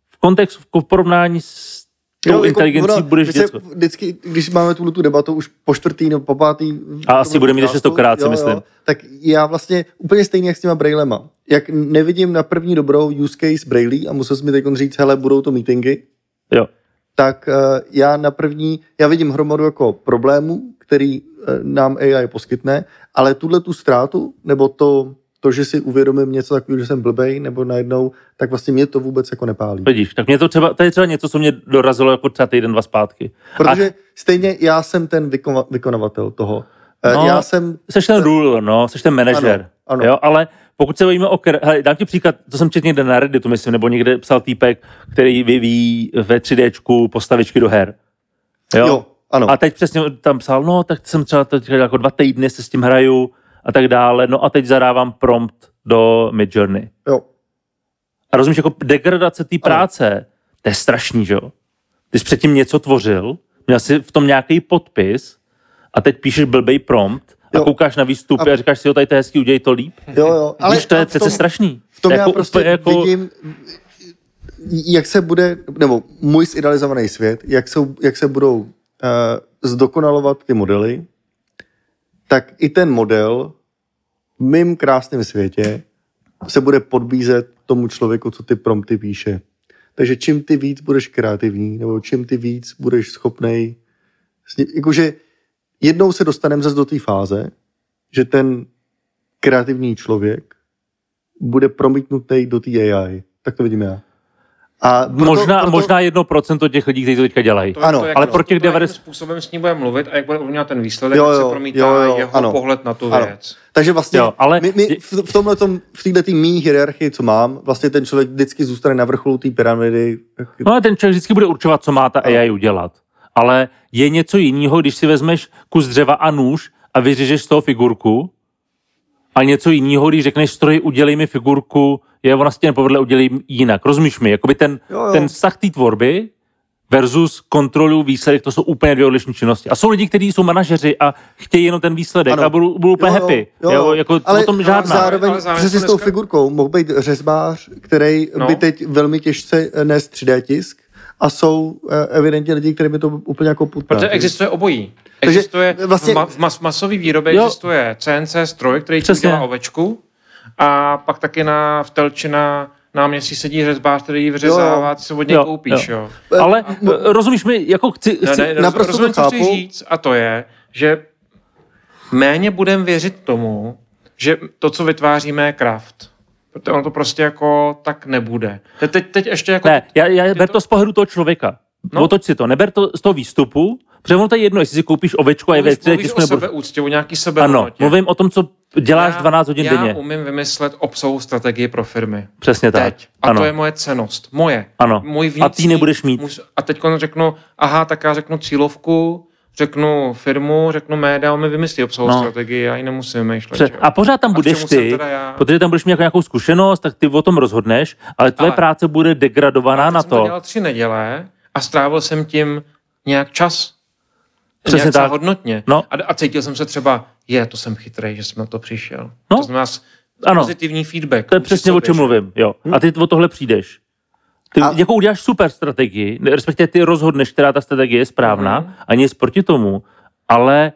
Speaker 2: V kontextu, v porovnání s tou jo, inteligencí jako, budeš
Speaker 4: my se
Speaker 2: děcko.
Speaker 4: Vždycky, když máme tuhle tu debatu už po čtvrtý nebo po pátý...
Speaker 2: A asi
Speaker 4: tomu
Speaker 2: bude mít ještě
Speaker 4: podcastu,
Speaker 2: stokrát, si
Speaker 4: jo, jo,
Speaker 2: myslím.
Speaker 4: Tak já vlastně úplně stejně jak s těma brailema. Jak nevidím na první dobrou use case brailí a musel jsem mi teď říct, hele, budou to meetingy,
Speaker 2: Jo.
Speaker 4: tak eh, já na první, já vidím hromadu jako problémů, který eh, nám AI poskytne, ale tuhle tu ztrátu, nebo to, to, že si uvědomím něco takového, že jsem blbej, nebo najednou, tak vlastně mě to vůbec jako nepálí.
Speaker 2: Vidíš, tak mě to třeba, to je třeba něco, co mě dorazilo jako třeba týden, dva zpátky.
Speaker 4: Protože stejně já jsem ten vykona, vykonavatel toho.
Speaker 2: No,
Speaker 4: No, já jsem,
Speaker 2: Seš ten ruler, no, seš ten manažer.
Speaker 4: Ano, ano.
Speaker 2: Jo, ale pokud se bavíme o... Kre... Hele, dám ti příklad, to jsem četl někde na Redditu, myslím, nebo někde psal týpek, který vyvíjí ve 3Dčku postavičky do her.
Speaker 4: jo, jo ano.
Speaker 2: A teď přesně tam psal, no, tak jsem třeba teď jako dva týdny se s tím hraju a tak dále, no a teď zadávám prompt do Midjourney.
Speaker 4: Jo.
Speaker 2: A rozumíš, jako degradace té práce, to je strašný, že jo? Ty jsi předtím něco tvořil, měl jsi v tom nějaký podpis a teď píšeš blbej prompt a
Speaker 4: Jo.
Speaker 2: koukáš na výstupy a,
Speaker 4: A-
Speaker 2: a říkáš si, jo, tady to je hezký, udělej to líp.
Speaker 4: jo, jo.
Speaker 2: Ale Víš, to je
Speaker 4: a v
Speaker 2: přece
Speaker 4: tom-
Speaker 2: strašný.
Speaker 4: V tom
Speaker 2: To je
Speaker 4: jako já prostě
Speaker 2: úplně
Speaker 4: jako... vidím, jak se bude, nebo můj zidealizovaný svět, jak se, jak se budou uh, zdokonalovat ty modely, tak i ten model v mým krásném světě se bude podbízet tomu člověku, co ty prompty píše. Takže čím ty víc budeš kreativní, nebo čím ty víc budeš schopnej, s ním- jakože jednou se dostaneme zase do té fáze, že ten kreativní člověk bude promítnutý do té AI. Tak to vidím já. A proto,
Speaker 2: možná, možná jedno procento těch lidí, kteří to teďka dělají.
Speaker 3: To je
Speaker 4: Ano,
Speaker 3: to, jak
Speaker 2: ale
Speaker 3: to-
Speaker 2: pro těch
Speaker 3: to, jakým
Speaker 2: 90
Speaker 3: způsobem s ním bude mluvit a jak bude ovlivňovat ten výsledek,
Speaker 4: Jo,
Speaker 3: jo, jo,
Speaker 4: jo,
Speaker 3: se promítá
Speaker 4: jo,
Speaker 3: jo,
Speaker 4: jo,
Speaker 3: jeho
Speaker 4: ano.
Speaker 3: ano, pohled na tu
Speaker 4: Ano.
Speaker 3: věc.
Speaker 4: Takže vlastně
Speaker 2: Jo,
Speaker 4: jo,
Speaker 2: ale-
Speaker 4: ale my, my v, v tomhle v této mý hierarchii, co mám, vlastně ten člověk vždycky zůstane na vrcholu té pyramidy.
Speaker 2: No ale ten člověk vždycky bude určovat, co má ta AI udělat. Ale je něco jiného, když si vezmeš kus dřeva a nůž a vyřežeš z toho figurku a něco jiného, když řekneš stroji, udělej mi figurku, je ona se ti nepovedla, udělej mi jinak. Rozumíš mi? Jakoby ten,
Speaker 4: Jo, jo.
Speaker 2: ten vztah té tvorby versus kontrolu výsledek, to jsou úplně dvě odlišné činnosti. A jsou lidi, kteří jsou manažeři a chtějí jenom ten výsledek ano.
Speaker 4: Ano.
Speaker 2: a budou, budou úplně happy. Jo, jo. jako
Speaker 4: ale,
Speaker 2: o tom
Speaker 4: Ale
Speaker 2: žádná.
Speaker 4: zároveň,
Speaker 3: Ale
Speaker 4: ale
Speaker 3: zároveň
Speaker 4: přesně s
Speaker 3: to
Speaker 4: tou
Speaker 3: dneska-
Speaker 4: figurkou mohl být řezbář, který no.
Speaker 3: No.
Speaker 4: by teď velmi těžce eh, nes 3D tisk a jsou eh, evidentně lidi, kteří by to úplně jako putná.
Speaker 3: Protože existuje obojí.
Speaker 4: Takže
Speaker 3: Existuje vlastně...
Speaker 4: vlastně-
Speaker 3: v, ma- v mas- masový výrobě
Speaker 2: Jo.
Speaker 3: jo. existuje CNC stroj, který ti
Speaker 2: Přesně.
Speaker 3: udělá ovečku a pak taky na v Telči na náměstí sedí řezbář, který ji
Speaker 4: Jo.
Speaker 3: vyřezává, ty se od něj
Speaker 2: Jo,
Speaker 3: koupíš.
Speaker 2: jo.
Speaker 3: Jo.
Speaker 2: Ale eh, rozumíš mi, jako chci... chci
Speaker 3: roz-
Speaker 4: naprosto to
Speaker 3: rozumím, co
Speaker 4: chápu.
Speaker 3: chci říct, a to je, že méně budeme věřit tomu, že to, co vytváříme, je kraft. Protože ono to prostě jako tak nebude. Te- Teď, teď ještě jako...
Speaker 2: Ne, já, já ber to z pohledu toho člověka. No.
Speaker 3: No.
Speaker 2: Otoč si to, neber to z toho výstupu, protože ono to je jedno, jestli si koupíš ovečku a je ve
Speaker 3: mluvíš,
Speaker 2: středě
Speaker 3: mluvíš
Speaker 2: tisku
Speaker 3: o
Speaker 2: nebo...
Speaker 3: sebeúctě, o nějaký
Speaker 2: Ano,
Speaker 3: sebehodnotě.
Speaker 2: mluvím o tom, co děláš já, 12 hodin
Speaker 3: já
Speaker 2: denně.
Speaker 3: Já umím vymyslet obsahovou strategii pro firmy.
Speaker 2: Přesně tak.
Speaker 3: Teď. A
Speaker 2: ano.
Speaker 3: to je moje cenost. Moje.
Speaker 2: Ano.
Speaker 3: Můj
Speaker 2: A ty
Speaker 3: vnitřní,
Speaker 2: nebudeš mít.
Speaker 3: Mus, a teď řeknu, aha, tak já řeknu cílovku, řeknu firmu, řeknu média, on mi vymyslí obsahovou
Speaker 2: No.
Speaker 3: no. strategii, já ji nemusím vymýšlet.
Speaker 2: Pře-
Speaker 3: že jo.
Speaker 2: a pořád tam
Speaker 3: k
Speaker 2: budeš
Speaker 3: čemu jsem
Speaker 2: ty,
Speaker 3: teda já?
Speaker 2: protože tam budeš mít jako nějakou zkušenost, tak ty o tom rozhodneš, ale tvoje ale,
Speaker 3: Ale-
Speaker 2: práce bude degradovaná
Speaker 3: Teď
Speaker 2: na
Speaker 3: jsem to
Speaker 2: to.
Speaker 3: dělal tři neděle a strávil jsem tím nějak čas.
Speaker 2: Přesně
Speaker 3: nějak
Speaker 2: tak.
Speaker 3: hodnotně.
Speaker 2: No.
Speaker 3: A, a, cítil jsem se třeba, je, to jsem chytrý, že jsem na to přišel.
Speaker 2: No.
Speaker 3: To znamená s-
Speaker 2: Ano.
Speaker 3: pozitivní feedback.
Speaker 2: To je
Speaker 3: vůči
Speaker 2: přesně o
Speaker 3: sobě,
Speaker 2: čem
Speaker 3: že?
Speaker 2: mluvím, jo. A ty o tohle přijdeš. Ty a...
Speaker 4: A-
Speaker 2: jako uděláš super strategii, ne- respektive ty rozhodneš, která ta strategie je správná mm. a nic proti tomu, ale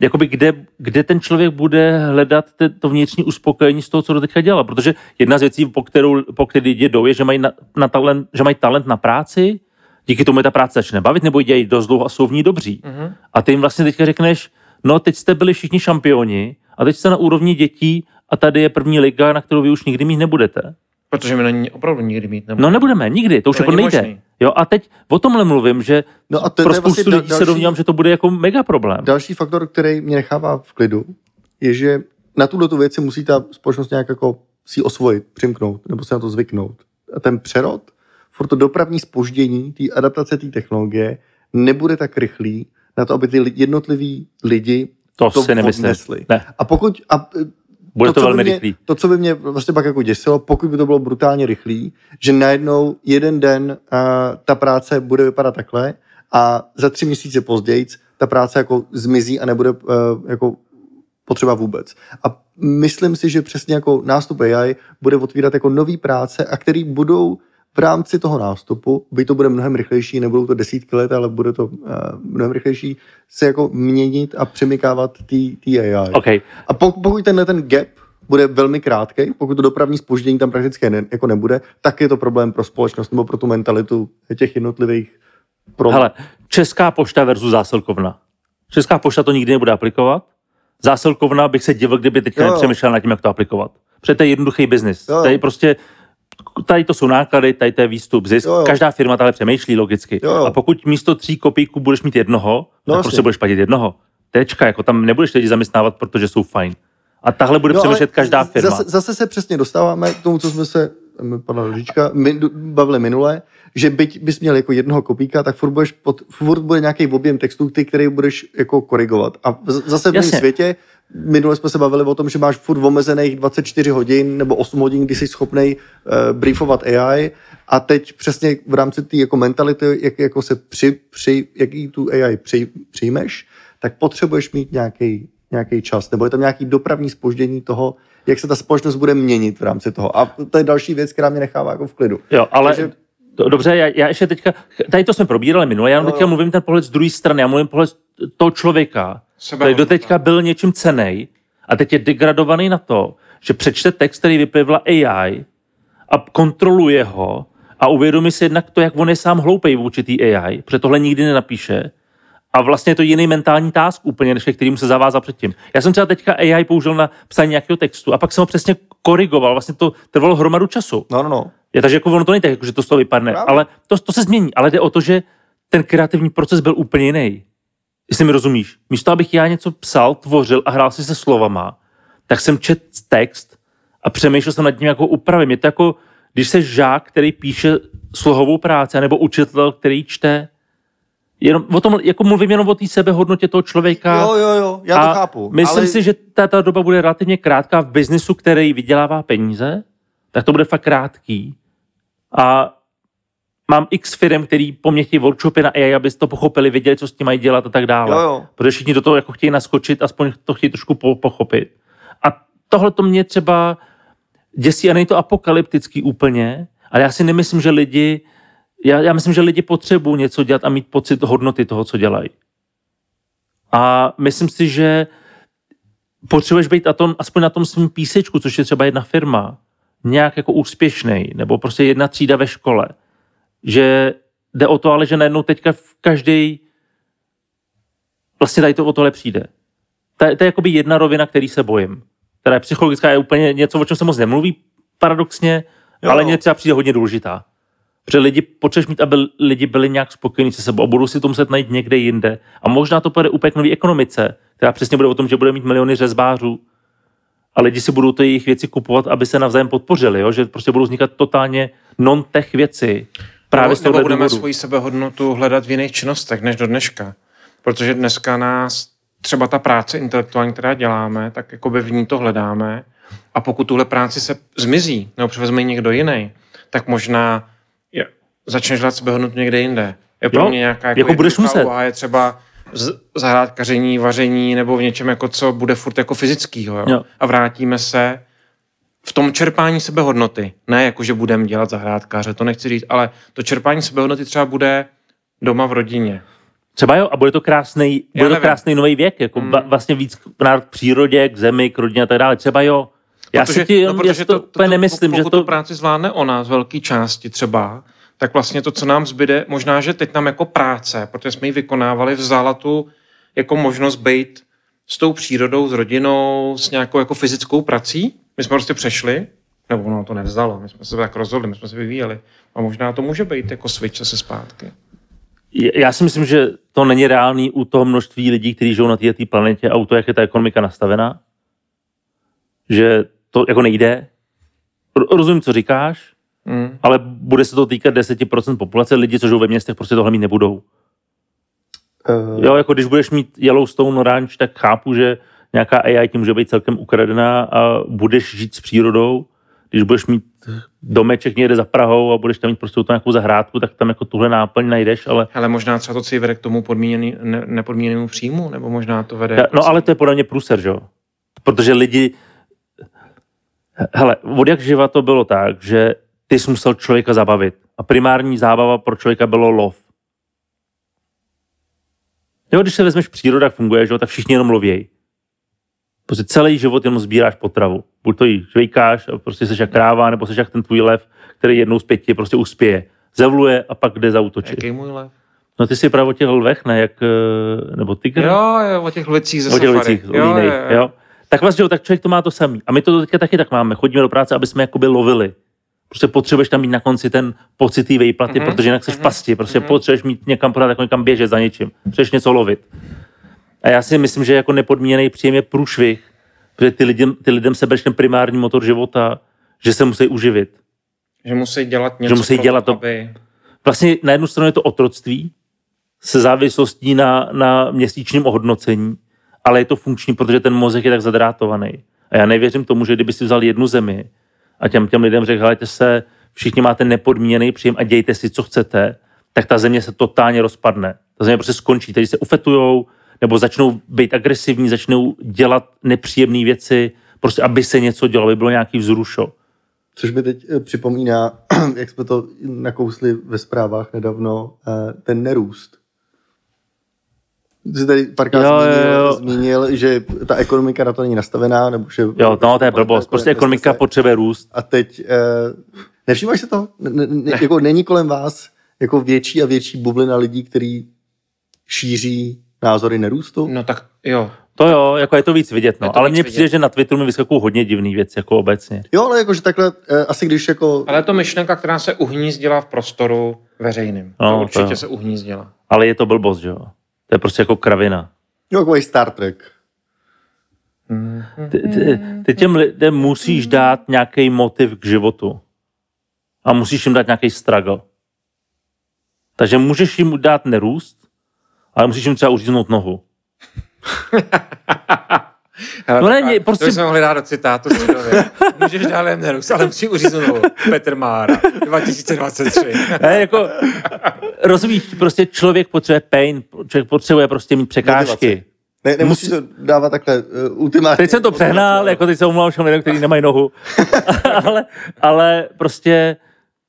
Speaker 2: jakoby kde, kde ten člověk bude hledat te, to vnitřní uspokojení z toho, co do teďka dělal, protože jedna z věcí, po kterou po který lidi jdou, je, že mají, na, na talent, že mají talent na práci, díky tomu je ta práce začne bavit, nebo ji dělají dost dlouho a jsou v ní dobří. Mm-hmm.
Speaker 3: Mhm.
Speaker 2: A ty jim vlastně teďka řekneš, no teď jste byli všichni šampioni a teď jste na úrovni dětí a tady je první liga, na kterou vy už nikdy mít nebudete.
Speaker 3: Protože mi na ní opravdu nikdy mít nebudu.
Speaker 2: No nebudeme, nikdy, to už
Speaker 3: To
Speaker 2: jako
Speaker 3: není
Speaker 2: nejde.
Speaker 3: možný.
Speaker 2: Jo a teď o tomhle mluvím, že
Speaker 4: No a to je-
Speaker 2: pro
Speaker 4: to je vlastně
Speaker 2: spoustu
Speaker 4: da-
Speaker 2: lidí se
Speaker 4: další-
Speaker 2: domnívám, že to bude jako mega problém.
Speaker 4: Další faktor, který mě nechává v klidu, je, že na tuhle tu věc si musí ta společnost nějak jako si osvojit, přimknout, nebo se na to zvyknout. A ten přerod, furt to dopravní spoždění, té adaptace té technologie, nebude tak rychlý na to, aby ty li- jednotliví lidi
Speaker 2: To
Speaker 4: to,
Speaker 2: si nemyslím.
Speaker 4: odnesli.
Speaker 2: Ne.
Speaker 4: A pokud... A, eh,
Speaker 2: Bude to
Speaker 4: co by
Speaker 2: velmi
Speaker 4: mě,
Speaker 2: rychlý.
Speaker 4: To, co by mě vlastně pak jako děsilo, pokud by to bylo brutálně rychlý, že najednou jeden den uh, ta práce bude vypadat takhle a za tři měsíce později ta práce jako zmizí a nebude uh, jako e, potřeba vůbec. A myslím si, že přesně jako nástup AI bude otvírat jako nový práce a který budou v rámci toho nástupu, by to bude mnohem rychlejší, nebudou to desítky let, ale bude to uh, mnohem rychlejší, se jako měnit a přemykávat ty ty AI.
Speaker 2: OK.
Speaker 4: A pok- pokud tenhle ten gap bude velmi krátký, pokud to dopravní spoždění tam prakticky ne, jako nebude, tak je to problém pro společnost nebo pro tu mentalitu těch jednotlivých pro...
Speaker 2: Hele, Česká pošta versus zásilkovna. Česká pošta to nikdy nebude aplikovat. Zásilkovna bych se divil, kdyby teďka
Speaker 4: Jo, jo.
Speaker 2: nepřemýšlel nad tím, jak to aplikovat. Protože to je jednoduchý biznis.
Speaker 4: Jo, jo.
Speaker 2: Tady prostě tady to jsou náklady, tady to je výstup, zisk.
Speaker 4: Jo, jo.
Speaker 2: Každá firma takhle přemýšlí logicky.
Speaker 4: Jo, jo.
Speaker 2: A pokud místo tří kopíků budeš mít jednoho,
Speaker 4: No,
Speaker 2: no, tak
Speaker 4: jasně.
Speaker 2: prostě budeš platit jednoho. Tečka, jako tam nebudeš lidi zaměstnávat, protože jsou fajn. A tahle bude
Speaker 4: No, ale
Speaker 2: přemýšlet každá
Speaker 4: z-
Speaker 2: firma.
Speaker 4: Zase, zase se přesně dostáváme k tomu, co jsme se, mm, pana Rožička, my, bavili minule, že byť bys měl jako jednoho kopíka, tak furt, budeš pod, furt bude nějaký objem textů, ty, který budeš jako korigovat. A z- zase v mém
Speaker 2: Jasně.
Speaker 4: světě, minule jsme se bavili o tom, že máš furt omezených 24 hodin nebo 8 hodin, kdy jsi schopnej uh, briefovat AI a teď přesně v rámci té jako mentality, jak jako se při, při, jaký tu AI při, přijmeš, tak potřebuješ mít nějaký nějaký čas, nebo je tam nějaký dopravní spoždění toho, jak se ta společnost bude měnit v rámci toho. A to je další věc, která mě nechává jako v klidu.
Speaker 2: Jo, ale
Speaker 4: Takže-
Speaker 2: Takže... dobře, já, já ještě teďka, tady to jsme probírali minule, já no. teďka mluvím ten pohled z druhé strany, já mluvím pohled z toho člověka,
Speaker 3: Sebe-
Speaker 2: který doteďka byl něčím cenej a teď je degradovaný na to, že přečte text, který vyplivla AI a kontroluje ho a uvědomí si jednak to, jak on je sám hloupej vůči té AI, protože tohle nikdy nenapíše. A vlastně je to jiný mentální task úplně, než ke kterým se zavázal předtím. Já jsem třeba teďka AI použil na psaní nějakého textu a pak jsem ho přesně korigoval. Vlastně to trvalo hromadu času.
Speaker 4: No, no, no.
Speaker 2: Je, takže jako ono to není tak, jako, že to z toho vypadne,
Speaker 4: Právě.
Speaker 2: Právě. ale to, to se změní. Ale jde o to, že ten kreativní proces byl úplně jiný. Jestli mi rozumíš. Místo, abych já něco psal, tvořil a hrál si se slovama, tak jsem čet text a přemýšlel jsem nad tím, jak ho upravím. Je to jako, když se žák, který píše slohovou práci, nebo učitel, který čte, jenom o tom, jako mluvím jenom o té sebehodnotě toho člověka.
Speaker 4: Jo, jo, jo, já to
Speaker 2: A
Speaker 4: chápu.
Speaker 2: Myslím
Speaker 4: ale...
Speaker 2: si, že ta, ta doba bude relativně krátká v biznisu, který vydělává peníze, tak to bude fakt krátký. A mám x firm, který po mně chtějí workshopy na AI, aby to pochopili, věděli, co s tím mají dělat a tak dále.
Speaker 4: Jo, jo.
Speaker 2: Protože všichni do toho jako chtějí naskočit, aspoň to chtějí trošku po, pochopit. A tohle to mě třeba děsí a není to apokalyptický úplně, ale já si nemyslím, že lidi, já, já myslím, že lidi potřebují něco dělat a mít pocit hodnoty toho, co dělají. A myslím si, že potřebuješ být na tom, aspoň na tom svým písečku, což je třeba jedna firma, nějak jako úspěšný, nebo prostě jedna třída ve škole. Že jde o to, ale že najednou teďka v každý vlastně tady to o tohle přijde. To, to je jakoby jedna rovina, který se bojím. Teda je psychologická je úplně něco, o čem se moc nemluví paradoxně,
Speaker 4: Jo.
Speaker 2: jo. ale mě třeba přijde hodně důležitá. Protože lidi potřebuješ mít, aby lidi byli nějak spokojení se sebou a budou si to muset najít někde jinde. A možná to půjde úplně k nový ekonomice, která přesně bude o tom, že bude mít miliony řezbářů a lidi si budou ty jejich věci kupovat, aby se navzájem podpořili, jo? že prostě budou vznikat totálně non-tech věci. Právě
Speaker 3: nebo,
Speaker 2: z
Speaker 3: nebo
Speaker 2: tohohle
Speaker 3: budeme
Speaker 2: důvodu.
Speaker 3: svoji sebehodnotu hledat v jiných činnostech než do dneška. Protože dneska nás třeba ta práce intelektuální, která děláme, tak jako by v ní to hledáme. A pokud tuhle práci se zmizí nebo převezme ji někdo jiný, tak možná je, začneš hledat sebehodnotu někde jinde. Je pro
Speaker 2: Jo,
Speaker 3: mě nějaká
Speaker 2: jako budeš
Speaker 3: jednoduchá
Speaker 2: muset.
Speaker 3: úvaha je třeba z- zahrádkaření, vaření nebo v něčem, jako co bude furt jako fyzickýho. Jo?
Speaker 2: Jo.
Speaker 3: A vrátíme se v tom čerpání sebehodnoty, ne jako, že budeme dělat zahrádkáře, to nechci říct, ale to čerpání sebehodnoty třeba bude doma v rodině.
Speaker 2: Třeba jo, a bude to krásný,
Speaker 3: Já
Speaker 2: bude to
Speaker 3: nevím.
Speaker 2: krásný nový věk, jako hmm. vlastně víc k nár- k přírodě, k zemi, k rodině a tak dále. Třeba jo. Já si ti
Speaker 3: no,
Speaker 2: jenom, já si to, úplně nemyslím,
Speaker 3: pokud
Speaker 2: že
Speaker 3: tu
Speaker 2: to...
Speaker 3: práci zvládne ona z velké části třeba, tak vlastně to, co nám zbyde, možná, že teď nám jako práce, protože jsme ji vykonávali, vzala tu jako možnost být s tou přírodou, s rodinou, s nějakou jako fyzickou prací. My jsme prostě přešli, nebo ono to nevzalo, my jsme se tak rozhodli, my jsme se vyvíjeli. A možná to může být jako switch zase zpátky.
Speaker 2: Já si myslím, že to není reálný u toho množství lidí, kteří žijou na této planetě a u toho, jak je ta ekonomika nastavená. Že to jako nejde. R- Rozumím, co říkáš,
Speaker 3: Mm.
Speaker 2: ale bude se to týkat 10% populace lidí, co žijou ve městech, prostě tohle mít nebudou.
Speaker 4: Uh,
Speaker 2: Jo, jako když budeš mít Yellowstone Ranch, tak chápu, že nějaká AI tím může být celkem ukradená a budeš žít s přírodou. Když budeš mít domeček někde za Prahou a budeš tam mít prostě tu nějakou zahrádku, tak tam jako tuhle náplň najdeš, ale
Speaker 3: Ale možná třeba to si vede k tomu podmíněný, ne, nepodmíněnému příjmu, nebo možná to vede...
Speaker 2: no ale to je podle mě průser, že jo? Protože lidi Hele, od jak živa to bylo tak, že ty jsi musel člověka zabavit. A primární zábava pro člověka bylo lov. Jo, když se vezmeš příroda, jak funguje, že jo, tak všichni jenom lovějí. Prostě celý život jenom sbíráš potravu. Buď to jí žvejkáš, a prostě seš jak kráva, nebo seš jak ten tvůj lev, který jednou z pěti prostě uspěje. Zavluje a pak jde zautočit.
Speaker 3: Jaký můj lev?
Speaker 2: No ty si právě o těch lvech, ne, jak, eh, nebo tygr?
Speaker 3: Jo, jo, o těch licích ze
Speaker 2: o těch
Speaker 3: safari.
Speaker 2: věcích línej, jo, jo. Tak vlastně, jo, tak člověk to má to samý. A my to teďka taky tak máme. Chodíme do práce, aby jsme jakoby lovili. Prostě potřebuješ tam mít na konci ten pocit té vejplaty, mm-hmm. protože jinak jsi v pasti. Prostě mm-hmm. potřebuješ mít někam pořád jako někam běžet za něčím. Potřebuješ něco lovit. A já si myslím, že jako nepodmíněný příjem je průšvih, protože ty, lidi, ty lidem sebereš ten primární motor života, že se musí uživit.
Speaker 3: Že musí dělat něco,
Speaker 2: musí
Speaker 3: pro
Speaker 2: dělat to-
Speaker 3: aby...
Speaker 2: Vlastně na jednu stranu je to otroctví se závislostí na, na měsíčním ohodnocení, ale je to funkční, protože ten mozek je tak zadrátovaný. A já nevěřím tomu, že kdyby si vzal jednu zemi a těm, těm lidem řekl, helejte se, všichni máte nepodmíněný příjem a dějte si, co chcete, tak ta země se totálně rozpadne. Ta země prostě skončí, tedy se ufetujou, nebo začnou být agresivní, začnou dělat nepříjemné věci, prostě aby se něco dělo, aby bylo nějaký vzrušo.
Speaker 4: Což mi teď eh, připomíná, jak jsme to nakousli ve zprávách nedávno, eh, ten nerůst. Ty Jsi tady párkrát
Speaker 2: Jo,
Speaker 4: zmínil,
Speaker 2: jo, jo.
Speaker 4: zmínil, že ta ekonomika na to není nastavená, nebo že...
Speaker 2: Jo, no, to je blbost. Prostě
Speaker 4: Jako
Speaker 2: ekonomika potřebuje růst.
Speaker 4: A teď, eh, nevšimáš se to? Ne, ne, ne. Jako není kolem vás jako větší a větší bublina lidí, který šíří názory nerůstu?
Speaker 2: Mm.
Speaker 3: No tak jo,
Speaker 2: To jo, jako je to víc vidět,
Speaker 3: Je
Speaker 2: no.
Speaker 3: to
Speaker 2: Ale
Speaker 3: víc
Speaker 2: mně přijde,
Speaker 3: vidět.
Speaker 2: že na Twitteru mi vyskakují hodně divný věci, jako obecně.
Speaker 4: Jo, ale jakože takhle, eh, asi když jako...
Speaker 3: ale je to myšlenka, která se uhnízdila v prostoru veřejným.
Speaker 2: No,
Speaker 3: No,
Speaker 2: to
Speaker 3: to určitě
Speaker 2: jo.
Speaker 3: se uhnízdila.
Speaker 2: Ale je to blbost, že jo. To je prostě jako kravina.
Speaker 4: Jo, jako i Star Trek.
Speaker 3: Hmm.
Speaker 2: Ty, ty, ty těm lidem musíš dát nějaký motiv k životu. A musíš jim dát nějaký struggle. Takže můžeš jim dát nerůst, ale musíš jim třeba uříznout nohu.
Speaker 3: Hele,
Speaker 2: No
Speaker 3: tak
Speaker 2: ne,
Speaker 3: a-
Speaker 2: mě- prostě-
Speaker 3: To bychom mohli dát do citátu z Lidově. Můžeš dál jen nerus, ale musí uříznout Petr Mára, 2023.
Speaker 2: Ne, jako, rozumíš, prostě člověk potřebuje pain, člověk potřebuje prostě mít překážky.
Speaker 4: Motivaci. Ne, nemusíš to dávat takhle uh, ultimátně.
Speaker 2: Teď jsem to přehnal, jako teď se omlouvám všem lidem, kteří nemají nohu. ale, ale prostě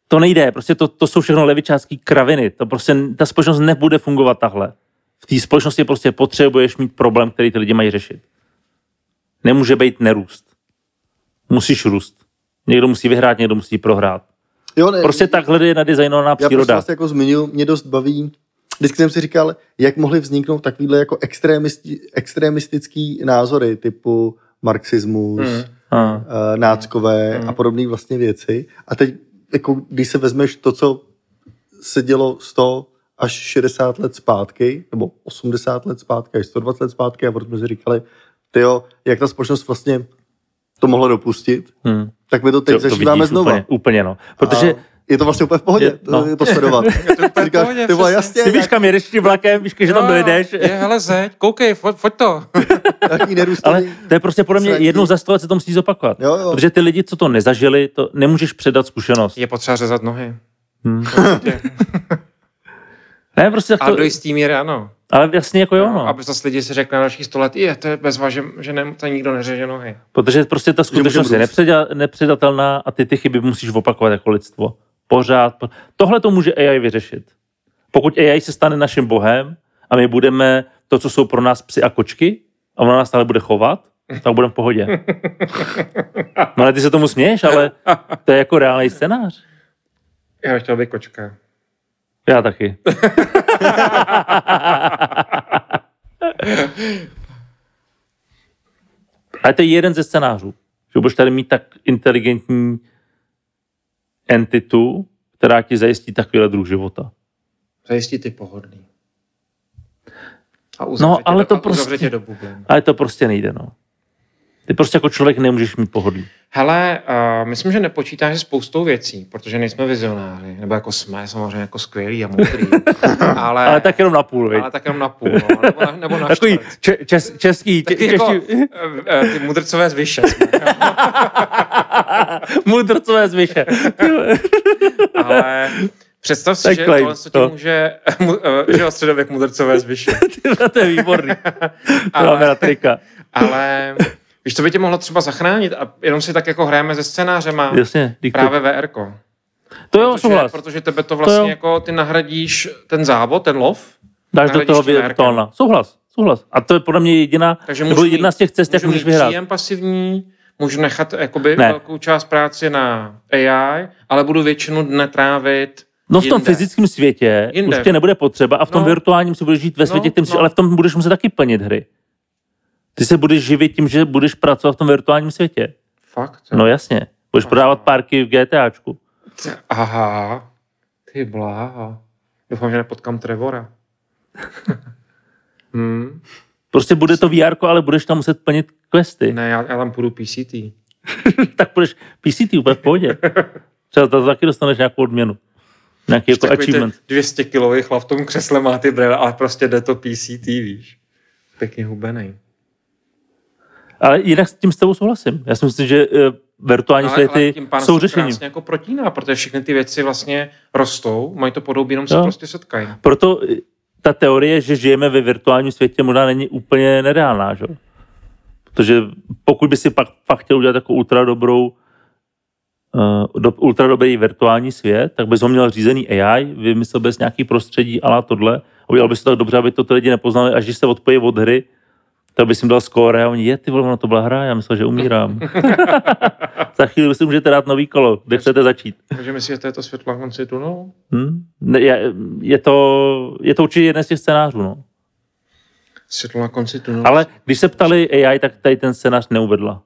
Speaker 2: to nejde. Prostě to, to jsou všechno levičácký kraviny. To prostě, ta společnost nebude fungovat tahle. V té společnosti prostě potřebuješ mít problém, který ty lidi mají řešit. Nemůže být nerůst. Musíš růst. Někdo musí vyhrát, někdo musí prohrát.
Speaker 4: Jo, ne,
Speaker 2: Prostě takhle je nadizajnovaná
Speaker 4: já prostě
Speaker 2: příroda.
Speaker 4: vás jako zmiňuji, mě dost baví. Vždycky jsem si říkal, jak mohly vzniknout takovýhle jako extremisti, extremistický názory typu marxismus,
Speaker 3: Hmm.
Speaker 4: hmm.
Speaker 2: A,
Speaker 4: uh, náckové
Speaker 2: Hmm.
Speaker 4: a podobné vlastně věci. A teď, jako, když se vezmeš to, co se dělo 100 až 60 let zpátky, nebo 80 let zpátky, až 120 let zpátky, a proto jsme si říkali, tyjo, jak ta společnost vlastně to mohla dopustit,
Speaker 2: hm.
Speaker 4: tak my to teď
Speaker 2: To-
Speaker 4: to,
Speaker 2: to
Speaker 4: zažíváme
Speaker 2: vidíš
Speaker 4: znova.
Speaker 2: Úplně, úplně no. Protože
Speaker 4: A je to vlastně úplně v pohodě,
Speaker 2: Je-
Speaker 4: je,
Speaker 2: no.
Speaker 4: no. je to sledovat.
Speaker 3: úplně v
Speaker 4: Říkáš,
Speaker 3: pohodě,
Speaker 4: ty vole,
Speaker 3: přesně.
Speaker 4: jasně,
Speaker 2: ty víš, kam jedeš tím vlakem, víš, že
Speaker 4: No,
Speaker 2: tam dojedeš.
Speaker 3: No, Je, hele, zeď, koukej, fo, foď to.
Speaker 4: jaký nerůstný.
Speaker 2: Ale to je prostě podle mě
Speaker 4: Sranky.
Speaker 2: jednou za sto let se to musí zopakovat.
Speaker 4: Jo, jo.
Speaker 2: Protože ty lidi, co to nezažili, to nemůžeš předat zkušenost.
Speaker 3: Je potřeba řezat nohy.
Speaker 2: Ne, prostě
Speaker 3: A
Speaker 2: tak
Speaker 3: do
Speaker 2: Hmm. to,
Speaker 3: jistý míry ano.
Speaker 2: ale jasně jako jo,
Speaker 3: No.
Speaker 2: no.
Speaker 3: Aby zase lidi si řekli na dalších 100 let, je, to je bezva, že, že ne, to nikdo neřeže nohy.
Speaker 2: Protože prostě ta skutečnost je
Speaker 4: můžeme růst.
Speaker 2: nepředia, nepředatelná a ty ty chyby musíš opakovat jako lidstvo. Pořád. po- Tohle to může AI vyřešit. Pokud AI se stane naším bohem a my budeme to, co jsou pro nás psy a kočky, a ona nás stále bude chovat, tak budeme v pohodě. No ale ty se tomu směješ, ale to je jako reálný scénář.
Speaker 3: Já chtěl bych kočka.
Speaker 2: Já taky. Ale to je jeden ze scénářů. Že budeš tady mít tak inteligentní entitu, která ti zajistí takovýhle druh života.
Speaker 3: Zajistí ty pohodlí. A uzavře
Speaker 2: No,
Speaker 3: tě
Speaker 2: ale
Speaker 3: do,
Speaker 2: to
Speaker 3: a uzavře
Speaker 2: prostě-
Speaker 3: tě do bublin.
Speaker 2: Ale to prostě nejde, no. Ty prostě jako člověk nemůžeš mít pohodlí.
Speaker 3: Hele, uh, myslím, že nepočítáš se spoustou věcí, protože nejsme vizionáři, nebo jako jsme, samozřejmě jako skvělí a moudrý, ale,
Speaker 2: Ale tak jenom na půl, viď?
Speaker 3: ale tak jenom na půl, no, nebo na, nebo na
Speaker 2: Takový
Speaker 3: čtvrt.
Speaker 2: če- čes- český, če-
Speaker 3: Tak ty, jako,
Speaker 2: čeští,
Speaker 3: eh, eh, ty mudrcové z Vyše.
Speaker 2: mudrcové zvyše.
Speaker 3: ale představ si,
Speaker 2: Tak
Speaker 3: že
Speaker 2: claim,
Speaker 3: tohle se ti
Speaker 2: no.
Speaker 3: může, mu- eh, že jo, středověk mudrcové z Vyše.
Speaker 2: to je výborný. To
Speaker 3: Ale-
Speaker 2: máme na trika.
Speaker 3: Ale Víš, co by tě mohlo třeba zachránit? A jenom si tak jako hrajeme se scénářema
Speaker 2: Jasně, díky.
Speaker 3: právě VRko.
Speaker 2: To jo,
Speaker 3: Protože,
Speaker 2: Jako- No, souhlas.
Speaker 3: protože tebe
Speaker 2: To
Speaker 3: to
Speaker 2: jo.
Speaker 3: vlastně jako, ty nahradíš ten závod, ten lov,
Speaker 2: Dáš do toho
Speaker 3: nahradíš tím VRkem.
Speaker 2: virtuálna. Souhlas, souhlas. A to je podle mě jediná,
Speaker 3: Takže
Speaker 2: nebo
Speaker 3: mít-
Speaker 2: jedna z těch cest, jak
Speaker 3: můžu
Speaker 2: můžeš
Speaker 3: mít
Speaker 2: vyhrát.
Speaker 3: příjem pasivní, můžu nechat jakoby
Speaker 2: Ne.
Speaker 3: velkou část práce na AI, ale budu většinu dne trávit
Speaker 2: No v tom
Speaker 3: jinde.
Speaker 2: fyzickém světě
Speaker 3: Jinde.
Speaker 2: už tě nebude potřeba a v tom
Speaker 3: No.
Speaker 2: virtuálním si budeš žít ve světě, kterým jsi,
Speaker 3: no.
Speaker 2: ale v tom budeš muset taky plnit hry. Ty se budeš živit tím, že budeš pracovat v tom virtuálním světě.
Speaker 3: Fakt? jo?
Speaker 2: No jasně. Budeš prodávat párky v GTAčku.
Speaker 3: Aha, ty bláha. Doufám, že nepotkám Trevora. hmm.
Speaker 2: Prostě bude to VR, ale budeš tam muset plnit questy.
Speaker 3: Ne, já, já tam půjdu PCT.
Speaker 2: tak budeš PCT úplně v pohodě. Třeba za to taky dostaneš nějakou odměnu. Nějaký jako
Speaker 3: Takový ten
Speaker 2: achievement.
Speaker 3: 200 kilový chlap v tom křesle má ty brýle, ale prostě jde to PCT, víš. Pěkně hubenej.
Speaker 2: Ale jinak s tím s tebou souhlasím. Já si myslím, že eh, virtuální světy
Speaker 3: pádem
Speaker 2: jsou
Speaker 3: se to
Speaker 2: řešením.
Speaker 3: krásně jako protíná, protože všechny ty věci vlastně rostou, mají to podobí, jenom se
Speaker 2: Jo.
Speaker 3: prostě setkají.
Speaker 2: Proto eh, ta teorie, že žijeme ve virtuálním světě, možná není úplně nereálná, že? jo? Protože pokud by si pak, pak chtěl udělat jako ultra dobrou eh, do, ultra dobrý virtuální svět, tak bys ho měl řízený AI, vymyslel bys nějaký prostředí a tohle, a udělal bys to tak dobře, aby to ty lidi nepoznali, až když se odpojí od hry, tak bys jim dal skóre a oni, je ty vole, ono to byla hra, já myslel, že umírám. Za chvíli si můžete dát nový kolo, kde chcete začít.
Speaker 3: Takže myslím, že to je to světlo na konci tunelu.
Speaker 2: Hm? Ne, Je, je, to, je to určitě jeden z těch scénářů. No.
Speaker 3: Světlo na konci tunelu.
Speaker 2: Ale když se ptali AI, tak tady ten scénář neuvedla.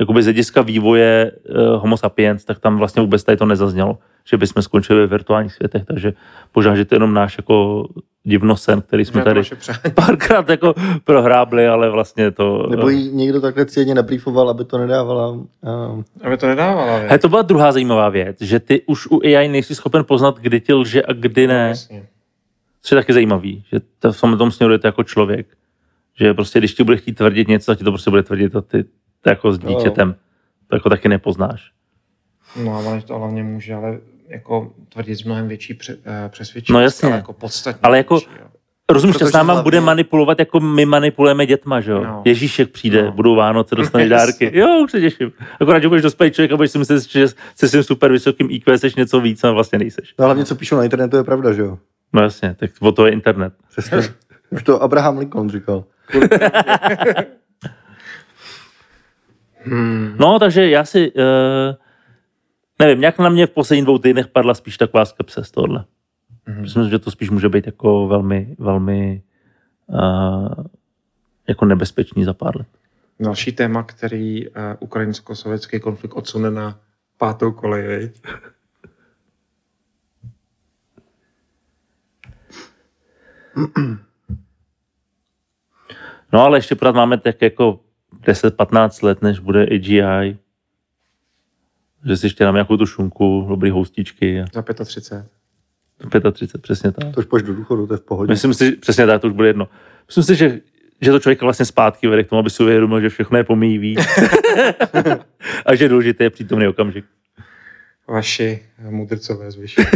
Speaker 2: Jakoby z hlediska vývoje uh, Homo sapiens, tak tam vlastně vůbec tady to nezaznělo, že bychom skončili ve virtuálních světech, takže možná, že to je jenom náš jako divnosen, který
Speaker 3: Možná
Speaker 2: jsme
Speaker 3: je to
Speaker 2: tady
Speaker 3: naše přání.
Speaker 2: párkrát jako prohrábli, ale vlastně to...
Speaker 4: Nebo jí někdo takhle cíleně nabrýfoval, aby to nedávala. Um,
Speaker 3: Aby to nedávala, víš.
Speaker 2: He, to byla druhá zajímavá věc, že ty už u AI nejsi schopen poznat, kdy ti lže a kdy ne.
Speaker 3: Jasně.
Speaker 2: což je taky zajímavý, že to v tom, tom směru je to jako člověk. Že prostě, když ti bude chtít tvrdit něco, tak ti to prostě bude tvrdit a ty to jako s
Speaker 4: jo.
Speaker 2: dítětem. To jako taky nepoznáš.
Speaker 3: No, ale to hlavně může, ale jako tvrdit s mnohem větší pře- eh, přesvědčenost,
Speaker 2: No, jasně.
Speaker 3: ale jako podstatně
Speaker 2: Ale jako-
Speaker 3: větší, jo.
Speaker 2: Rozumíš,
Speaker 4: Protože
Speaker 2: že s náma
Speaker 4: hlavně-
Speaker 2: bude manipulovat, jako my manipulujeme dětma, že jo?
Speaker 3: No.
Speaker 2: No. Ježíšek přijde,
Speaker 3: No.
Speaker 2: no. budou Vánoce, dostaneš
Speaker 3: Jasně.
Speaker 2: dárky. Jo, už se těším. Akorát, že budeš dospělý člověk a budeš si myslet, že se svým super vysokým IQ seš něco víc, a vlastně nejseš.
Speaker 4: no hlavně, co píšou na internetu, je pravda, že jo?
Speaker 2: No jasně, tak o to je internet.
Speaker 4: Přesně. Už to Abraham Lincoln říkal.
Speaker 3: Hmm.
Speaker 2: No, takže já si, uh, nevím, nějak na mě v posledních dvou týdnech padla spíš taková skepse z tohohle. Mm-hmm. Myslím, že to spíš může být jako velmi, velmi uh, jako nebezpečný za pár let.
Speaker 3: Další téma, který uh, ukrajinsko-sovětský konflikt odsune na pátou kolej, viď?
Speaker 2: No, ale ještě pořád máme tak jako 10-15 let, než bude AGI. Že si ještě nám nějakou tu šunku, dobrý houstičky a
Speaker 3: Za 35.
Speaker 2: 35, přesně tak.
Speaker 4: To už pojď do důchodu, to je v pohodě.
Speaker 2: Myslím si, přesně tak, to už bude jedno. Myslím si, že, že to člověka vlastně zpátky vede k tomu, aby si uvědomil, že všechno je pomíjivý a že důležité je přítomný okamžik.
Speaker 3: Vaši eh, mudrcové zvyšení.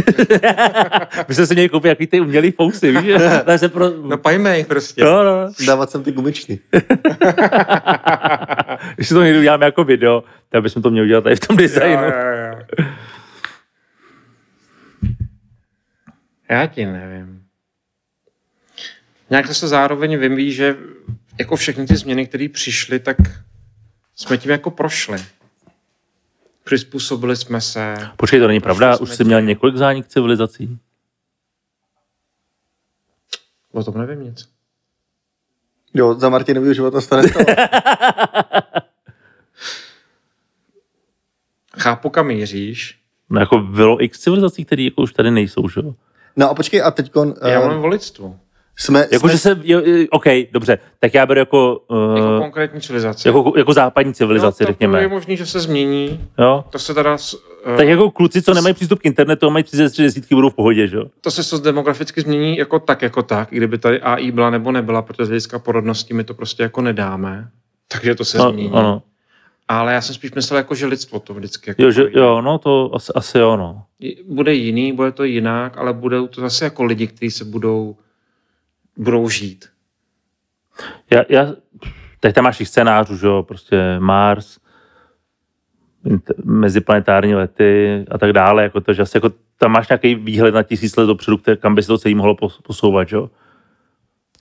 Speaker 2: My jsme si měli koupit jaký ty umělý fousy, víš? Takže se pro...
Speaker 3: No pajme jich prostě.
Speaker 2: No, no.
Speaker 4: Dávat sem ty gumičky.
Speaker 2: Když si to někdy uděláme jako video, tak bychom to měli udělat tady v tom
Speaker 3: jo,
Speaker 2: designu.
Speaker 3: jo, jo. Já ti nevím. Nějak se zároveň vím, ví, že jako všechny ty změny, které přišly, tak jsme tím jako prošli. Přizpůsobili jsme se.
Speaker 2: Počkej, to není pravda,
Speaker 3: Prošli
Speaker 2: už
Speaker 3: jsme
Speaker 2: jsi měl několik zánik civilizací.
Speaker 3: O tom nevím nic.
Speaker 4: Jo, za Martinovýho života se to nestalo.
Speaker 3: Chápu, kam míříš.
Speaker 2: No jako bylo x civilizací, které jako už tady nejsou, že jo?
Speaker 4: No a počkej, a teďkon...
Speaker 3: Já
Speaker 4: eh,
Speaker 3: mluvím o lidstvu.
Speaker 4: jsme,
Speaker 2: Jako,
Speaker 4: jsme,
Speaker 2: že se, jo, jo, OK, dobře, tak já beru jako,
Speaker 3: Jako
Speaker 2: uh,
Speaker 3: konkrétní civilizace.
Speaker 2: jako, jako západní civilizaci,
Speaker 3: no, to je
Speaker 2: řekněme.
Speaker 3: možný, že se změní.
Speaker 2: Jo?
Speaker 3: To se teda s- eh,
Speaker 2: Tak jako kluci, co nemají přístup k internetu a mají přes desítky, budou v pohodě, že jo?
Speaker 3: to se to demograficky změní jako tak, jako tak, i kdyby tady AI byla nebo nebyla, protože z hlediska porodnosti my to prostě jako nedáme. Takže to se
Speaker 2: No,
Speaker 3: změní.
Speaker 2: ano.
Speaker 3: Ale já jsem spíš myslel, jako, že lidstvo to vždycky jako
Speaker 2: Jo, že,
Speaker 3: bude.
Speaker 2: jo, no to asi, asi jo, no.
Speaker 3: bude jiný, bude to jinak, ale budou to zase jako lidi, kteří se budou, budou žít.
Speaker 2: Já, já, Tak tam máš těch scénářů, že jo, prostě Mars, int- meziplanetární lety a tak dále, jako to, že asi jako tam máš nějaký výhled na tisíc let dopředu, které, kam by se to celý mohlo pos- posouvat, že jo?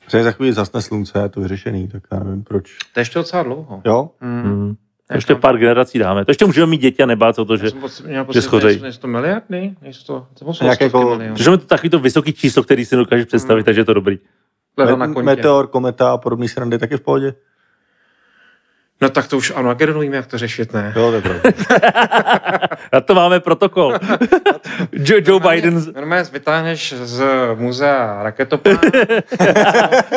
Speaker 4: Třeba za chvíli zasne slunce, je to vyřešený, tak já nevím proč.
Speaker 3: To je ještě docela dlouho.
Speaker 4: Jo?
Speaker 3: Hmm.
Speaker 2: Hmm. To ještě pár generací dáme. To ještě můžeme mít děti a nebát se o to, že...
Speaker 3: Já jsem poc- měl pocit, že
Speaker 2: schořej.
Speaker 3: nejsou- nejsou to miliardy, nejsou to, to jsou
Speaker 4: Nějak
Speaker 3: stovky
Speaker 4: jako-
Speaker 3: milionů.
Speaker 2: Protože je to takový to vysoký číslo, který si dokážeš představit, takže je to dobrý.
Speaker 3: Leva na
Speaker 4: Me-
Speaker 3: kontě.
Speaker 4: meteor, kometa a podobný srandy taky v pohodě?
Speaker 3: No tak to už ano, jak jenom víme, jak to řešit, ne?
Speaker 4: Jo, to je pravda.
Speaker 2: Na to máme protokol. Joe, Joe Biden z-
Speaker 3: Normálně vytáhneš z muzea raketoplánu,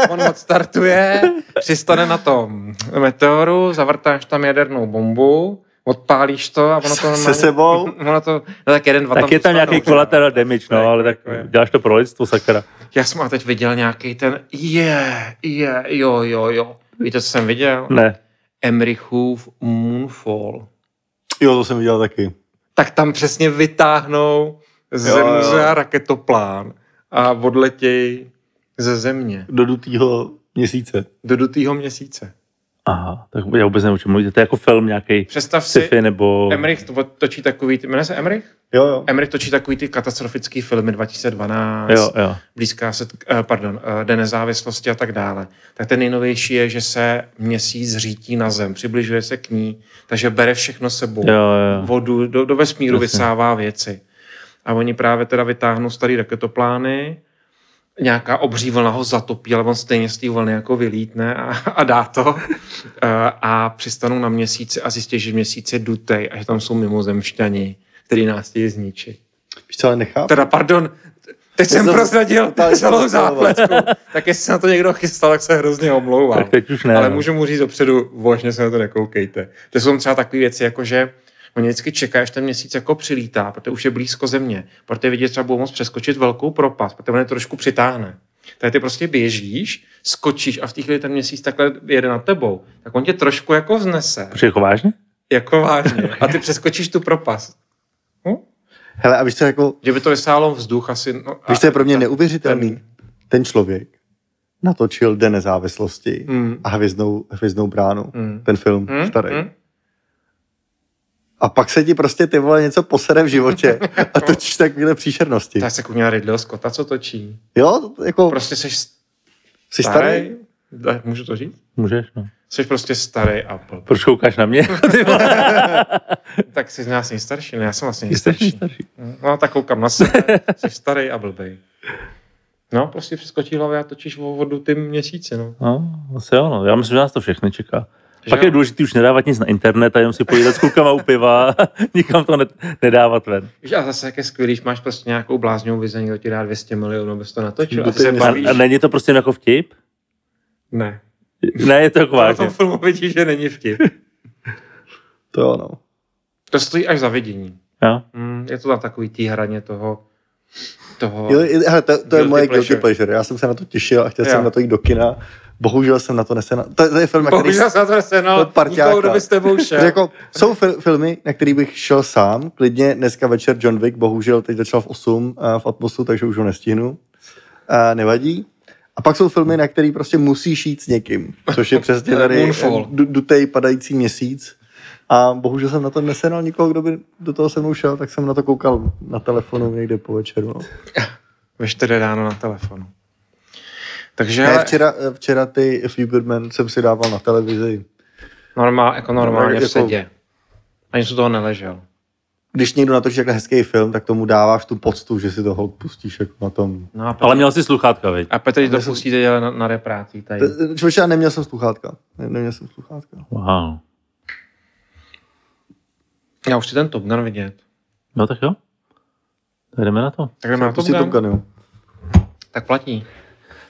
Speaker 3: on odstartuje, přistane na tom meteoru, zavrtáš tam jadernou bombu, odpálíš to a ono to normálně...
Speaker 4: Se sebou?
Speaker 3: Ono to, no tak jeden, dva
Speaker 2: Tak je tam
Speaker 3: zůstanou,
Speaker 2: nějaký
Speaker 3: že jo.
Speaker 2: collateral damage, no,
Speaker 3: Tak,
Speaker 2: ale tak
Speaker 3: jako je. Hm.
Speaker 2: děláš to pro lidstvo, sakra.
Speaker 3: Já jsem a teď viděl nějaký ten, je, je, jo, jo, jo. Víte, co jsem viděl?
Speaker 2: Ne.
Speaker 3: Emrichův Moonfall.
Speaker 4: Jo, to jsem viděl taky.
Speaker 3: tak tam přesně vytáhnou
Speaker 4: Jo,
Speaker 3: ze
Speaker 4: jo.
Speaker 3: muzea raketoplán a odletěj ze země
Speaker 4: Do dutýho měsíce.
Speaker 3: do dutýho měsíce.
Speaker 2: Aha, tak já vůbec nevím, o čem mluvíte. To je jako film nějaký
Speaker 3: Představ si,
Speaker 2: sci-fi nebo...
Speaker 3: Emmerich to- točí takový, ty- jmenuje se Emmerich?
Speaker 4: Jo, jo.
Speaker 3: Emmerich točí takový ty katastrofický filmy 2012,
Speaker 2: Jo, jo.
Speaker 3: blízká se, eh, pardon, eh, den nezávislosti a tak dále. Tak ten nejnovější je, že se měsíc řítí na zem, přibližuje se k ní, takže bere všechno sebou.
Speaker 2: Jo, jo.
Speaker 3: vodu, do, do vesmíru
Speaker 2: Jasně.
Speaker 3: vysává věci. A oni právě teda vytáhnou starý raketoplány, nějaká obří vlna ho zatopí, ale on stejně z té vlny jako vylítne a, a dá to. A, a přistanou na měsíci a zjistí, že měsíc je dutej a že tam jsou mimozemšťani, který nás chtějí zničit.
Speaker 4: Víš co, ale nechápu.
Speaker 3: Teda pardon, teď jsem
Speaker 4: jsem
Speaker 3: prozradil
Speaker 4: totálně
Speaker 3: celou
Speaker 4: zprovokoval.
Speaker 3: zápletku. Tak jestli se na to někdo chystal, tak se hrozně omlouvám.
Speaker 2: Tak teď už ne.
Speaker 3: Ale
Speaker 2: no.
Speaker 3: můžu mu říct dopředu, vážně se na to nekoukejte. To jsou třeba takové věci, jako že oni vždycky čekají, až ten měsíc jako přilítá, protože už je blízko země. Protože vidět třeba budou moct přeskočit velkou propast, protože on je trošku přitáhne. Tak ty prostě běžíš, skočíš a v té chvíli ten měsíc takhle jede nad tebou, tak on tě trošku jako vznese.
Speaker 2: Protože jako vážně?
Speaker 3: Jako vážně. A ty přeskočíš tu propast.
Speaker 4: Hele, a víš co, jako,
Speaker 3: Že by to vysálo vzduch asi. No,
Speaker 4: víš, co je pro mě
Speaker 3: a-
Speaker 4: neuvěřitelný? Ten člověk natočil Den nezávislosti
Speaker 3: Mm.
Speaker 4: a hvězdnou, hvězdnou bránu.
Speaker 3: Mm.
Speaker 4: Ten film
Speaker 3: Hm?
Speaker 4: starý.
Speaker 3: Hm?
Speaker 4: A pak se ti prostě ty vole něco posere v životě a točíš takovýhle příšernosti.
Speaker 3: To je se kuměla Ridley Scotta, co točí.
Speaker 4: Jo, jako
Speaker 3: Prostě jsi starý.
Speaker 4: jsi starý?
Speaker 3: Tak Můžu to říct?
Speaker 2: Můžeš, no.
Speaker 3: Jsi prostě starý a blb.
Speaker 2: Proč koukáš na mě? Ty vole.
Speaker 3: Tak jsi z nás nejstarší, ne? Já jsem vlastně
Speaker 2: Jsi strašně
Speaker 3: nejstarší.
Speaker 2: starší.
Speaker 3: No tak koukám na sebe, jsi starý a blbej. No, prostě přeskočí hlavě a točíš o vodu ty měsíce, no.
Speaker 2: No, asi jo, no. Já myslím, že nás to všechny čeká.
Speaker 3: Že
Speaker 2: Pak
Speaker 3: jo?
Speaker 2: je důležité už nedávat nic na internet a jenom si pojídat s klukama u piva, nikam to ne- nedávat ven.
Speaker 3: Víš, a zase jak je skvělý, když máš prostě nějakou blázňovou vizi, někdo ti dá 200 milionů, abys to natočil. A ty se
Speaker 4: Doteď
Speaker 3: bavíš.
Speaker 2: A, a není No to prostě jen jako vtip?
Speaker 3: Ne.
Speaker 2: Ne, je to jako
Speaker 3: Na
Speaker 2: vážně.
Speaker 3: tom filmu vidíš, že není vtip.
Speaker 4: To jo, no.
Speaker 3: To stojí až za vidění.
Speaker 2: Jo?
Speaker 3: Mm, je to tam takový tý hraně toho, toho...
Speaker 4: Jo, i- hele, to, to je
Speaker 3: Guilty
Speaker 4: moje
Speaker 3: pleasure.
Speaker 4: guilty pleasure. Já jsem se na to těšil a chtěl
Speaker 3: Jo.
Speaker 4: jsem na to jít do kina. Bohužel jsem na to nesena. To, to je film, na který
Speaker 3: Bohužel se na to
Speaker 4: To je
Speaker 3: nesenal,
Speaker 4: parťáka.
Speaker 3: nikoho, kdo by s tebou šel.
Speaker 4: Protože jako, jsou fil- filmy, na který bych šel sám, klidně dneska večer John Wick, bohužel teď začal v 8 a v Atmosu, takže už ho nestihnu. A nevadí. A pak jsou filmy, na který prostě musíš jít s někým, což je přesně tady
Speaker 3: Moonfall.
Speaker 4: du- dutej padající měsíc. A bohužel jsem na to nesenal nikoho, kdo by do toho se mnou šel, tak jsem na to koukal na telefonu někde po večeru. No.
Speaker 3: Ve čtyři ráno na telefonu. Takže
Speaker 4: Ne, včera, eh, včera ty Few Good Men jsem si dával na televizi.
Speaker 3: normál, jako normálně
Speaker 4: Normálně
Speaker 3: v
Speaker 4: jako-
Speaker 3: sedě. Ani jsem toho neležel.
Speaker 4: Když někdo natočí takhle hezký film, tak tomu dáváš tu poctu, že si to hold pustíš jako na tom
Speaker 3: No a Petr,
Speaker 2: Ale měl jsi sluchátka, veď?
Speaker 3: a Petr když dopustí teď ale na, na reprácí tady.
Speaker 4: T- Člověče, já neměl jsem sluchátka. Ne, neměl jsem sluchátka.
Speaker 2: Wow.
Speaker 3: Já už si ten Top Gun vidět.
Speaker 2: No tak jo. Tak jdeme na to.
Speaker 3: Tak jdeme na Top
Speaker 4: Pustit Top
Speaker 3: Gun.
Speaker 4: Gun, jo.
Speaker 3: Tak platí.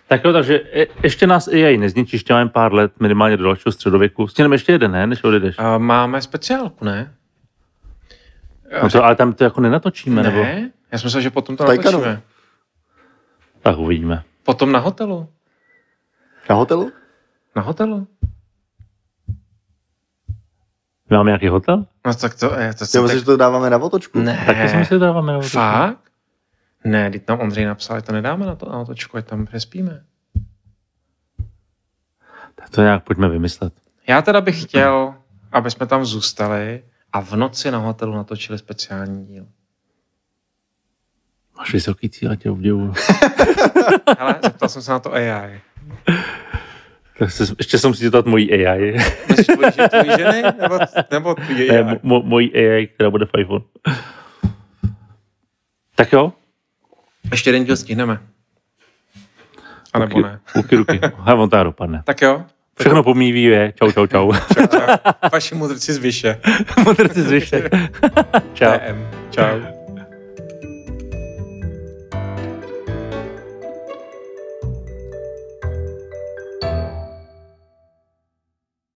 Speaker 2: Tak jo, takže je, ještě nás AI nezničí, ještě máme pár let minimálně do dalšího středověku. Stěneme ještě jeden, ne, než odejdeš.
Speaker 3: A máme speciálku, ne?
Speaker 2: No to, ale tam to jako nenatočíme, ne. nebo?
Speaker 3: Ne? Já jsem myslel, že potom to
Speaker 4: V Taycanu.
Speaker 3: natočíme.
Speaker 2: Tak uvidíme.
Speaker 3: Potom na hotelu.
Speaker 4: Na hotelu?
Speaker 3: Na hotelu.
Speaker 2: My Máme nějaký hotel?
Speaker 3: No tak to je. To,
Speaker 4: Já
Speaker 3: tak...
Speaker 4: myslím, že to dáváme na otočku.
Speaker 3: Ne.
Speaker 2: Taky jsme si dáváme. na hotel.
Speaker 3: Fakt? Ne, teď tam Ondřej napsal, že to nedáme na to na otočku, ať tam přespíme.
Speaker 2: Tak to nějak pojďme vymyslet.
Speaker 3: Já teda bych chtěl, aby jsme tam zůstali a v noci na hotelu natočili speciální díl.
Speaker 2: Máš vysoký cíl, já tě obdivuju.
Speaker 3: Hele, zeptal jsem se na to AI.
Speaker 2: Tak se, ještě jsem si dát mojí AI.
Speaker 3: Myslíš tvojí, že- tvojí ženy? Nebo, nebo tvojí
Speaker 2: Ne,
Speaker 3: AI?
Speaker 2: mo- mo- mojí AI, která bude v iPhone. Tak jo,
Speaker 3: Ještě jeden díl stihneme. A nebo ne.
Speaker 2: Uky, ruky. Hele, on tady dopadne.
Speaker 3: Tak jo.
Speaker 2: Všechno pomíví je. Čau, čau, čau.
Speaker 3: Čau, čau. Vaši mudrci z Vyše.
Speaker 2: Motrci zvyšek. Čau.
Speaker 3: PM. Čau.